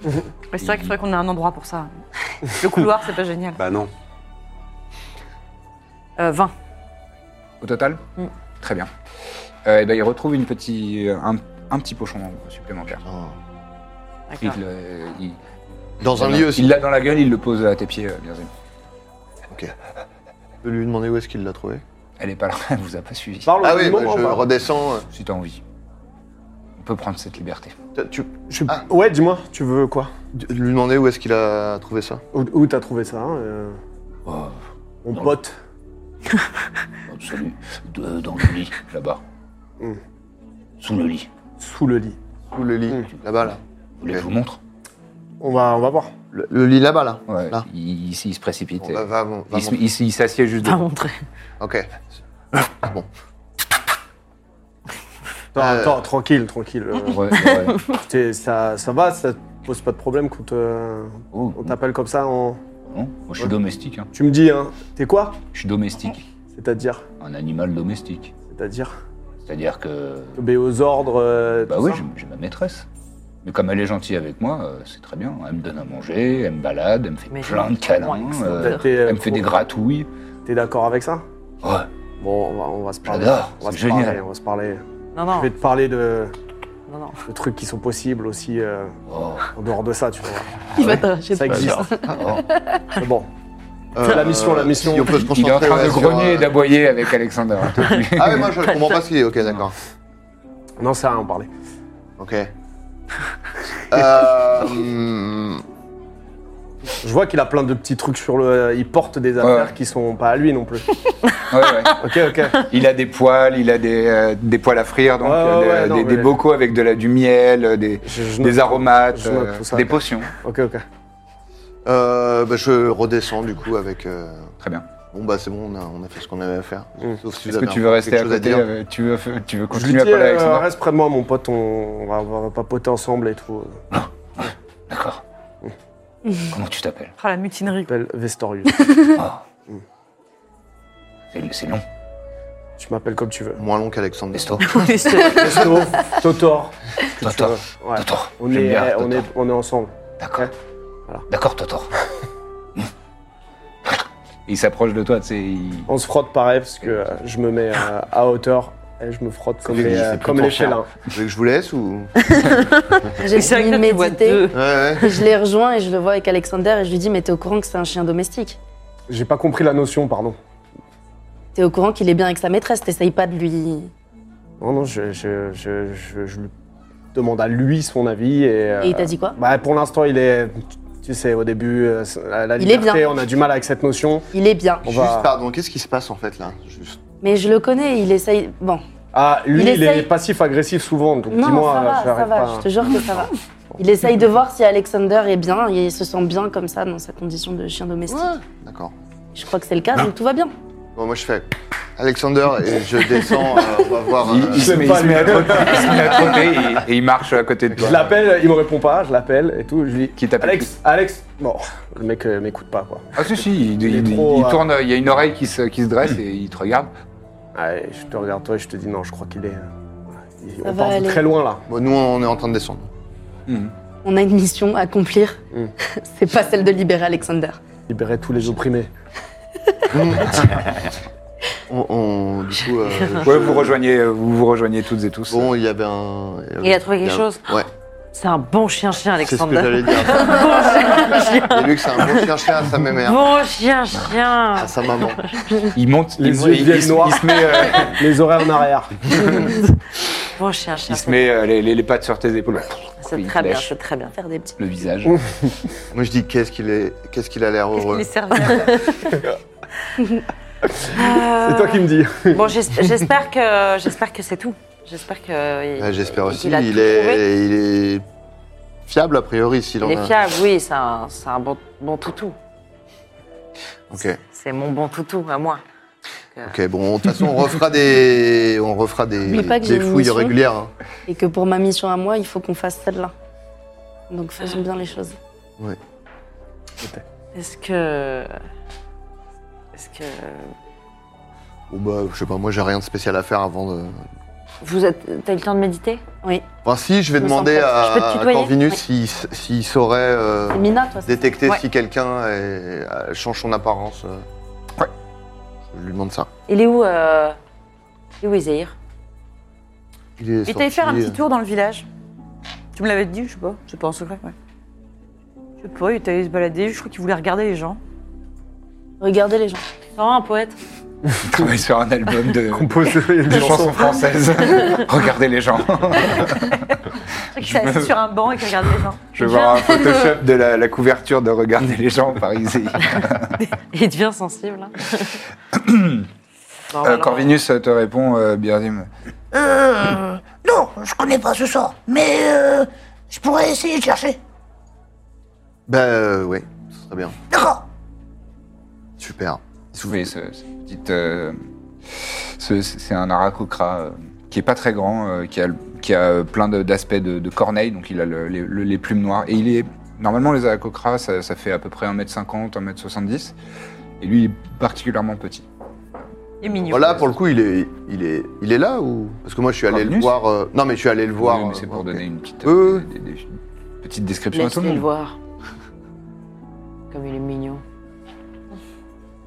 [SPEAKER 3] Mais C'est vrai qu'il faudrait qu'on ait un endroit pour ça. Le couloir, c'est pas génial.
[SPEAKER 6] Bah non.
[SPEAKER 5] Euh, 20.
[SPEAKER 2] Au total
[SPEAKER 5] Mm.
[SPEAKER 2] Très bien. Euh, et ben, il retrouve une petite, euh, un, un petit pochon supplémentaire.
[SPEAKER 7] Ah.
[SPEAKER 2] Il,
[SPEAKER 5] D'accord.
[SPEAKER 2] le- il-
[SPEAKER 4] Dans un
[SPEAKER 2] il-
[SPEAKER 4] lieu aussi.
[SPEAKER 2] Il l'a dans la gueule, il le pose à tes pieds, euh, bien sûr.
[SPEAKER 4] Je peux lui demander où est-ce qu'il l'a trouvé.
[SPEAKER 2] Elle est pas là, <laughs> elle vous a pas suivi.
[SPEAKER 5] Oh,
[SPEAKER 8] Parle
[SPEAKER 4] Ah
[SPEAKER 8] au
[SPEAKER 4] oui, bah,
[SPEAKER 8] moment,
[SPEAKER 4] je
[SPEAKER 8] bah.
[SPEAKER 4] redescends.
[SPEAKER 2] Si t'as envie. On peut prendre cette liberté.
[SPEAKER 4] euh, Tu,
[SPEAKER 8] Je-
[SPEAKER 4] Ah.
[SPEAKER 8] Ouais, dis-moi, tu veux quoi
[SPEAKER 4] de- lui demander où est-ce qu'il a trouvé ça.
[SPEAKER 8] Où, où t'as trouvé ça hein, euh,
[SPEAKER 2] Oh,
[SPEAKER 8] Mon
[SPEAKER 2] Dans le-
[SPEAKER 8] pote.
[SPEAKER 2] absolu. De- dans le lit, là-bas.
[SPEAKER 8] Mm.
[SPEAKER 2] Sous le lit.
[SPEAKER 8] Sous le lit.
[SPEAKER 4] Sous le
[SPEAKER 2] Hmm.
[SPEAKER 4] lit,
[SPEAKER 8] Mm.
[SPEAKER 4] là-bas, là.
[SPEAKER 2] Vous voulez que
[SPEAKER 4] Ok.
[SPEAKER 2] je vous montre
[SPEAKER 8] On va, on va voir.
[SPEAKER 4] Le, le lit là-bas, là.
[SPEAKER 2] Ouais,
[SPEAKER 4] Là.
[SPEAKER 2] il- ici, il se précipite.
[SPEAKER 4] Bon, bah, va, bon, va,
[SPEAKER 2] il se-
[SPEAKER 4] bon.
[SPEAKER 2] il se- il s'assied juste
[SPEAKER 7] Ah
[SPEAKER 2] devant.
[SPEAKER 4] Ok.
[SPEAKER 8] Attends,
[SPEAKER 4] Euh.
[SPEAKER 8] attends, tranquille, tranquille.
[SPEAKER 5] <laughs>
[SPEAKER 8] euh,
[SPEAKER 2] Ouais, ouais.
[SPEAKER 8] <laughs> t'es- ça, ça va, ça te pose pas de problème quand euh,
[SPEAKER 2] Oh,
[SPEAKER 8] on t'appelle comme ça en...
[SPEAKER 2] non, moi, je suis domestique. hein.
[SPEAKER 8] Tu me dis, hein, t'es quoi
[SPEAKER 2] Je suis domestique.
[SPEAKER 8] C'est-à-dire
[SPEAKER 2] Un animal domestique.
[SPEAKER 8] C'est-à-dire
[SPEAKER 2] C'est-à-dire que.
[SPEAKER 8] Obéir aux ordres, euh,
[SPEAKER 2] Bah
[SPEAKER 8] tout
[SPEAKER 2] oui,
[SPEAKER 8] ça
[SPEAKER 2] j'ai j'ai ma maîtresse. Mais comme elle est gentille avec moi, euh, c'est très bien. Elle me donne à manger, elle me balade, elle me fait
[SPEAKER 5] Mais
[SPEAKER 2] plein de
[SPEAKER 5] j'ai tellement
[SPEAKER 2] câlins,
[SPEAKER 5] Alexander.
[SPEAKER 2] euh,
[SPEAKER 8] T'es, euh,
[SPEAKER 2] elle me fait
[SPEAKER 8] pro-
[SPEAKER 2] des gratouilles.
[SPEAKER 8] T'es d'accord avec ça
[SPEAKER 2] Ouais,
[SPEAKER 8] Bon, on va, on va se parler.
[SPEAKER 2] J'adore,
[SPEAKER 8] On va
[SPEAKER 2] c'est
[SPEAKER 8] se parler,
[SPEAKER 2] génial.
[SPEAKER 8] on va se parler.
[SPEAKER 5] Non,
[SPEAKER 8] Je vais
[SPEAKER 5] non,
[SPEAKER 8] te parler de,
[SPEAKER 5] non, non.
[SPEAKER 8] de trucs qui sont possibles aussi euh,
[SPEAKER 2] oh,
[SPEAKER 8] en dehors de ça, tu vois.
[SPEAKER 7] <laughs> Il va t'arracher.
[SPEAKER 8] Ça existe.
[SPEAKER 2] oh.
[SPEAKER 8] Mais Bon,
[SPEAKER 4] Euh,
[SPEAKER 8] La mission, la mission.
[SPEAKER 4] si on peut se
[SPEAKER 2] Il est en
[SPEAKER 4] concentrer,
[SPEAKER 2] train
[SPEAKER 4] ouais,
[SPEAKER 2] de
[SPEAKER 4] sur,
[SPEAKER 2] grogner et
[SPEAKER 4] euh,
[SPEAKER 2] d'aboyer avec Alexander.
[SPEAKER 8] <laughs>
[SPEAKER 4] Ah oui, moi je comprends pas si. Ok, d'accord.
[SPEAKER 8] non, ça, on parlait.
[SPEAKER 2] <laughs>
[SPEAKER 4] Ok. Euh, hmm,
[SPEAKER 8] Je vois qu'il a plein de petits trucs sur le. euh, Il porte des affaires qui sont pas à lui non plus.
[SPEAKER 2] Ouais, ouais.
[SPEAKER 8] Ok, ok.
[SPEAKER 2] Il a des poils, il a des, euh, des poils à frire, donc
[SPEAKER 8] Ouais, ouais,
[SPEAKER 2] euh,
[SPEAKER 8] ouais,
[SPEAKER 2] des,
[SPEAKER 8] non,
[SPEAKER 2] des- des
[SPEAKER 8] mais-
[SPEAKER 2] bocaux avec de la, du miel, euh, des,
[SPEAKER 8] Je- je note-
[SPEAKER 2] des aromates,
[SPEAKER 8] je note
[SPEAKER 2] euh,
[SPEAKER 8] tout ça.
[SPEAKER 2] des potions.
[SPEAKER 8] Ok, ok.
[SPEAKER 4] euh, bah, je redescends du coup avec. euh,
[SPEAKER 2] Très bien.
[SPEAKER 4] Bon bah c'est bon, on a, on a fait ce qu'on avait à faire.
[SPEAKER 8] Mm.
[SPEAKER 4] Sauf si vous
[SPEAKER 2] Est-ce que
[SPEAKER 4] avez
[SPEAKER 2] tu
[SPEAKER 4] un-
[SPEAKER 2] veux rester
[SPEAKER 4] quelque
[SPEAKER 2] à
[SPEAKER 4] chose
[SPEAKER 2] côté
[SPEAKER 4] dire.
[SPEAKER 2] euh, tu veux, f- tu veux
[SPEAKER 8] Je lui
[SPEAKER 2] continuer à
[SPEAKER 8] dis,
[SPEAKER 2] parler à
[SPEAKER 8] euh,
[SPEAKER 2] Alexander
[SPEAKER 8] reste près de moi, mon pote, on, on va, on va papoter ensemble et tout.
[SPEAKER 2] D'accord.
[SPEAKER 8] Mm.
[SPEAKER 2] Comment tu
[SPEAKER 8] <laughs>
[SPEAKER 2] t'appelles Oh.
[SPEAKER 3] Ah, la mutinerie.
[SPEAKER 8] Il m'appelle Vestorius.
[SPEAKER 2] <laughs>
[SPEAKER 8] Mm.
[SPEAKER 2] C'est c'est long,
[SPEAKER 8] tu m'appelles comme tu veux.
[SPEAKER 4] Moins long qu'Alexandre.
[SPEAKER 2] Pesto.
[SPEAKER 8] Vesto, Totor. ce que tu
[SPEAKER 2] Totor.
[SPEAKER 8] veux. Ouais.
[SPEAKER 2] Totor.
[SPEAKER 8] On
[SPEAKER 2] J'aime
[SPEAKER 8] est, eh,
[SPEAKER 2] bien,
[SPEAKER 8] on,
[SPEAKER 2] Totor.
[SPEAKER 8] est, on est ensemble.
[SPEAKER 2] D'accord.
[SPEAKER 8] Ouais. Voilà.
[SPEAKER 2] D'accord,
[SPEAKER 8] <laughs>
[SPEAKER 2] Totor. Mm. Il s'approche de toi, tu sais. il-
[SPEAKER 8] On se frotte pareil parce que euh, je me mets euh, à hauteur et je me frotte comme
[SPEAKER 4] fait que
[SPEAKER 8] les,
[SPEAKER 4] je
[SPEAKER 8] euh,
[SPEAKER 4] sais plus
[SPEAKER 8] comme
[SPEAKER 4] ton
[SPEAKER 8] les
[SPEAKER 4] chien.
[SPEAKER 8] félins.
[SPEAKER 4] Vous voulez que je vous
[SPEAKER 2] <laughs>
[SPEAKER 4] laisse ou
[SPEAKER 7] Ah, J'ai
[SPEAKER 5] C'est
[SPEAKER 7] fini de
[SPEAKER 5] vrai que tu vois
[SPEAKER 7] méditer.
[SPEAKER 5] deux.
[SPEAKER 4] Ouais, ouais.
[SPEAKER 7] Je les rejoins et je le vois avec Alexander et je lui dis mais t'es au courant que c'est un chien domestique
[SPEAKER 8] J'ai pas compris la notion, pardon.
[SPEAKER 7] T'es au courant qu'il est bien avec sa maîtresse, t'essayes pas de lui...
[SPEAKER 8] Non, non, je, je, je, je- je lui demande à lui son avis et. euh,
[SPEAKER 7] Et il t'a dit quoi
[SPEAKER 8] Bah, pour l'instant, il est. Tu sais, au début, euh, la, la
[SPEAKER 7] Il est
[SPEAKER 8] liberté,
[SPEAKER 7] bien.
[SPEAKER 8] on a du mal avec cette notion.
[SPEAKER 7] Il est bien.
[SPEAKER 8] On
[SPEAKER 4] Juste
[SPEAKER 8] va-
[SPEAKER 4] pardon, qu'est-ce qui se passe en fait là Juste.
[SPEAKER 7] Mais je le connais, il essaye... Bon,
[SPEAKER 8] Ah, lui, il,
[SPEAKER 7] Il
[SPEAKER 8] est
[SPEAKER 7] essaye-
[SPEAKER 8] passif-agressif souvent, donc
[SPEAKER 7] non,
[SPEAKER 8] dis-moi,
[SPEAKER 7] ça va, ça
[SPEAKER 8] j'arrive
[SPEAKER 7] va,
[SPEAKER 8] pas. hein.
[SPEAKER 7] je te jure que ça va. Il essaye de voir si Alexander est bien et il se sent bien comme ça dans sa condition de chien domestique.
[SPEAKER 4] D'accord.
[SPEAKER 7] Je crois que c'est le cas, donc tout va bien.
[SPEAKER 4] Bon, moi je fais Alexander et je descends. euh, on va voir.
[SPEAKER 2] Il,
[SPEAKER 4] euh,
[SPEAKER 2] il se
[SPEAKER 8] l'aime
[SPEAKER 2] met, il
[SPEAKER 8] pas,
[SPEAKER 2] se met
[SPEAKER 8] lui.
[SPEAKER 2] à trotter, <laughs> il se met à trotter et, et il marche à côté de toi.
[SPEAKER 8] Je l'appelle, il me répond pas, je l'appelle et tout, je lui dis
[SPEAKER 2] Qui t'appelle
[SPEAKER 8] Alex, Alex Bon, le mec euh, m'écoute pas quoi.
[SPEAKER 2] Ah si, si, il, il-
[SPEAKER 8] est trop,
[SPEAKER 2] il
[SPEAKER 8] euh,
[SPEAKER 2] tourne, il y a une oreille qui se, qui se dresse et il te regarde.
[SPEAKER 8] Allez, je te regarde toi Ah, et je te dis non, je crois qu'il est. euh, il-
[SPEAKER 7] Ça
[SPEAKER 8] on
[SPEAKER 7] va
[SPEAKER 8] part de
[SPEAKER 7] aller.
[SPEAKER 8] très loin là.
[SPEAKER 4] Bon, nous on est en train de descendre.
[SPEAKER 7] On a une mission à accomplir.
[SPEAKER 8] Mm.
[SPEAKER 7] <laughs> c'est pas celle de libérer Alexander.
[SPEAKER 8] Libérer tous les opprimés.
[SPEAKER 4] On, on- du coup.
[SPEAKER 2] <laughs>
[SPEAKER 4] euh,
[SPEAKER 8] Mm.
[SPEAKER 2] Ouais,
[SPEAKER 4] je-
[SPEAKER 2] vous rejoignez, euh, vous vous rejoignez toutes et tous.
[SPEAKER 4] Bon, il y avait un.
[SPEAKER 5] Il a trouvé quelque
[SPEAKER 4] il y a-
[SPEAKER 5] chose
[SPEAKER 4] Ouais.
[SPEAKER 5] C'est un bon chien-chien,
[SPEAKER 4] C'est ce que
[SPEAKER 5] Alexander. <laughs>
[SPEAKER 4] j'allais dire. J'ai vu que c'est un bon chien chien à sa mémère,
[SPEAKER 5] Bon chien-chien.
[SPEAKER 4] à sa maman.
[SPEAKER 2] Il monte,
[SPEAKER 8] Les
[SPEAKER 2] il,
[SPEAKER 8] yeux
[SPEAKER 2] il-
[SPEAKER 8] deviennent
[SPEAKER 2] il se-
[SPEAKER 8] noirs.
[SPEAKER 2] il se met, euh,
[SPEAKER 8] <laughs> Les horaires en arrière.
[SPEAKER 5] Bon chien-chien.
[SPEAKER 2] il se met euh, les, les- les pattes sur tes épaules.
[SPEAKER 5] C'est
[SPEAKER 2] il
[SPEAKER 5] très bien,
[SPEAKER 2] lèche
[SPEAKER 5] c'est très bien.
[SPEAKER 7] Faire des petits...
[SPEAKER 2] le visage.
[SPEAKER 4] Moi je dis qu'est-ce qu'il est, qu'est-ce qu'il a l'air heureux.
[SPEAKER 3] Les serviettes.
[SPEAKER 4] <laughs>
[SPEAKER 7] Ah.
[SPEAKER 8] C'est toi
[SPEAKER 2] <laughs>
[SPEAKER 8] qui me dis.
[SPEAKER 5] Euh, Bon, j'es- j'espère que j'espère que c'est tout. J'espère que. il-
[SPEAKER 4] Ouais, J'espère
[SPEAKER 5] et
[SPEAKER 4] aussi.
[SPEAKER 5] qu'il a
[SPEAKER 4] il
[SPEAKER 5] tout trouvé.
[SPEAKER 4] est, il est fiable a priori s'il en
[SPEAKER 5] Il
[SPEAKER 4] a.
[SPEAKER 5] est fiable, oui, c'est un, c'est un bon, bon toutou.
[SPEAKER 4] Ok.
[SPEAKER 5] C'est mon bon toutou à moi.
[SPEAKER 4] Ok. Bon, de toute façon, on refera des, on refera des,
[SPEAKER 7] Oublie pas que j'ai
[SPEAKER 4] des
[SPEAKER 7] une
[SPEAKER 4] fouilles
[SPEAKER 7] mission.
[SPEAKER 4] régulières. hein.
[SPEAKER 7] Et que pour ma mission à moi, il faut qu'on fasse celle-là. Donc
[SPEAKER 5] Ah.
[SPEAKER 7] faisons bien les choses.
[SPEAKER 5] Est-ce que. Est-ce que.
[SPEAKER 4] Bon bah, je sais pas. Moi, j'ai rien de spécial à faire avant de,
[SPEAKER 5] Vous êtes, t'as eu le temps de méditer
[SPEAKER 7] Oui.
[SPEAKER 4] Enfin, si, je vais
[SPEAKER 5] Je me
[SPEAKER 4] demander
[SPEAKER 5] sens prête.
[SPEAKER 4] à,
[SPEAKER 5] Je peux te
[SPEAKER 4] à
[SPEAKER 5] tutoyer
[SPEAKER 4] Corvinus
[SPEAKER 5] Oui.
[SPEAKER 4] s'il s'il saurait euh,
[SPEAKER 7] C'est Mina, toi. c'est ça
[SPEAKER 4] détecter
[SPEAKER 5] Ouais.
[SPEAKER 4] si quelqu'un est- euh, change son apparence. euh.
[SPEAKER 2] Ouais.
[SPEAKER 4] Je lui demande ça.
[SPEAKER 5] Il est où, euh... il est où Izehir
[SPEAKER 4] Il est
[SPEAKER 3] Et t'allais faire un
[SPEAKER 4] sorti,
[SPEAKER 3] petit tour dans le village. Tu me l'avais dit, je sais pas. C'est pas en secret, ouais. Je sais pas, il t'allait se balader. Je crois qu'il voulait regarder les gens.
[SPEAKER 7] Regardez les gens.
[SPEAKER 5] C'est vraiment un poète.
[SPEAKER 2] Il travaille sur un album de,
[SPEAKER 8] Composé
[SPEAKER 2] de chansons
[SPEAKER 8] <laughs>
[SPEAKER 2] françaises. Regardez les gens.
[SPEAKER 3] C'est vrai qu'il s'est assis sur un banc et qu'il regardait les gens.
[SPEAKER 2] Je vais voir un Photoshop de la, la couverture de Regardez les gens par Izzy.
[SPEAKER 5] <laughs> Il devient sensible. hein. <coughs> Non,
[SPEAKER 2] Euh,
[SPEAKER 5] voilà.
[SPEAKER 2] Corvinus te répond, euh, Birzim.
[SPEAKER 10] Euh, non, je connais pas ce sort, mais euh, je pourrais essayer de chercher.
[SPEAKER 4] Bah euh, oui, ce serait bien.
[SPEAKER 10] D'accord.
[SPEAKER 4] Super.
[SPEAKER 2] Souvez ce, ce petit. euh, ce- c'est un aracocra euh, qui est pas très grand, euh, qui a, le- qui a euh, plein de- d'aspects de, de corneille, donc il a le- les, le- les plumes noires. Et il est. Normalement, les aracocras, ça, ça fait à peu près 1m50, 1m70. Et lui, il est particulièrement petit.
[SPEAKER 3] Il est mignon.
[SPEAKER 4] Voilà, pour le coup, il est, il est, il est là ou Parce que moi, je suis allé le
[SPEAKER 2] Corvinus
[SPEAKER 4] voir. euh, Non, mais je suis allé le voir.
[SPEAKER 2] Oui, mais c'est
[SPEAKER 4] euh,
[SPEAKER 2] pour
[SPEAKER 4] ok.
[SPEAKER 2] donner une petite,
[SPEAKER 4] Euh.
[SPEAKER 2] des- des- des- petite description à tout le
[SPEAKER 5] Laisse-les le
[SPEAKER 2] monde.
[SPEAKER 5] voir. <laughs> Comme il est mignon.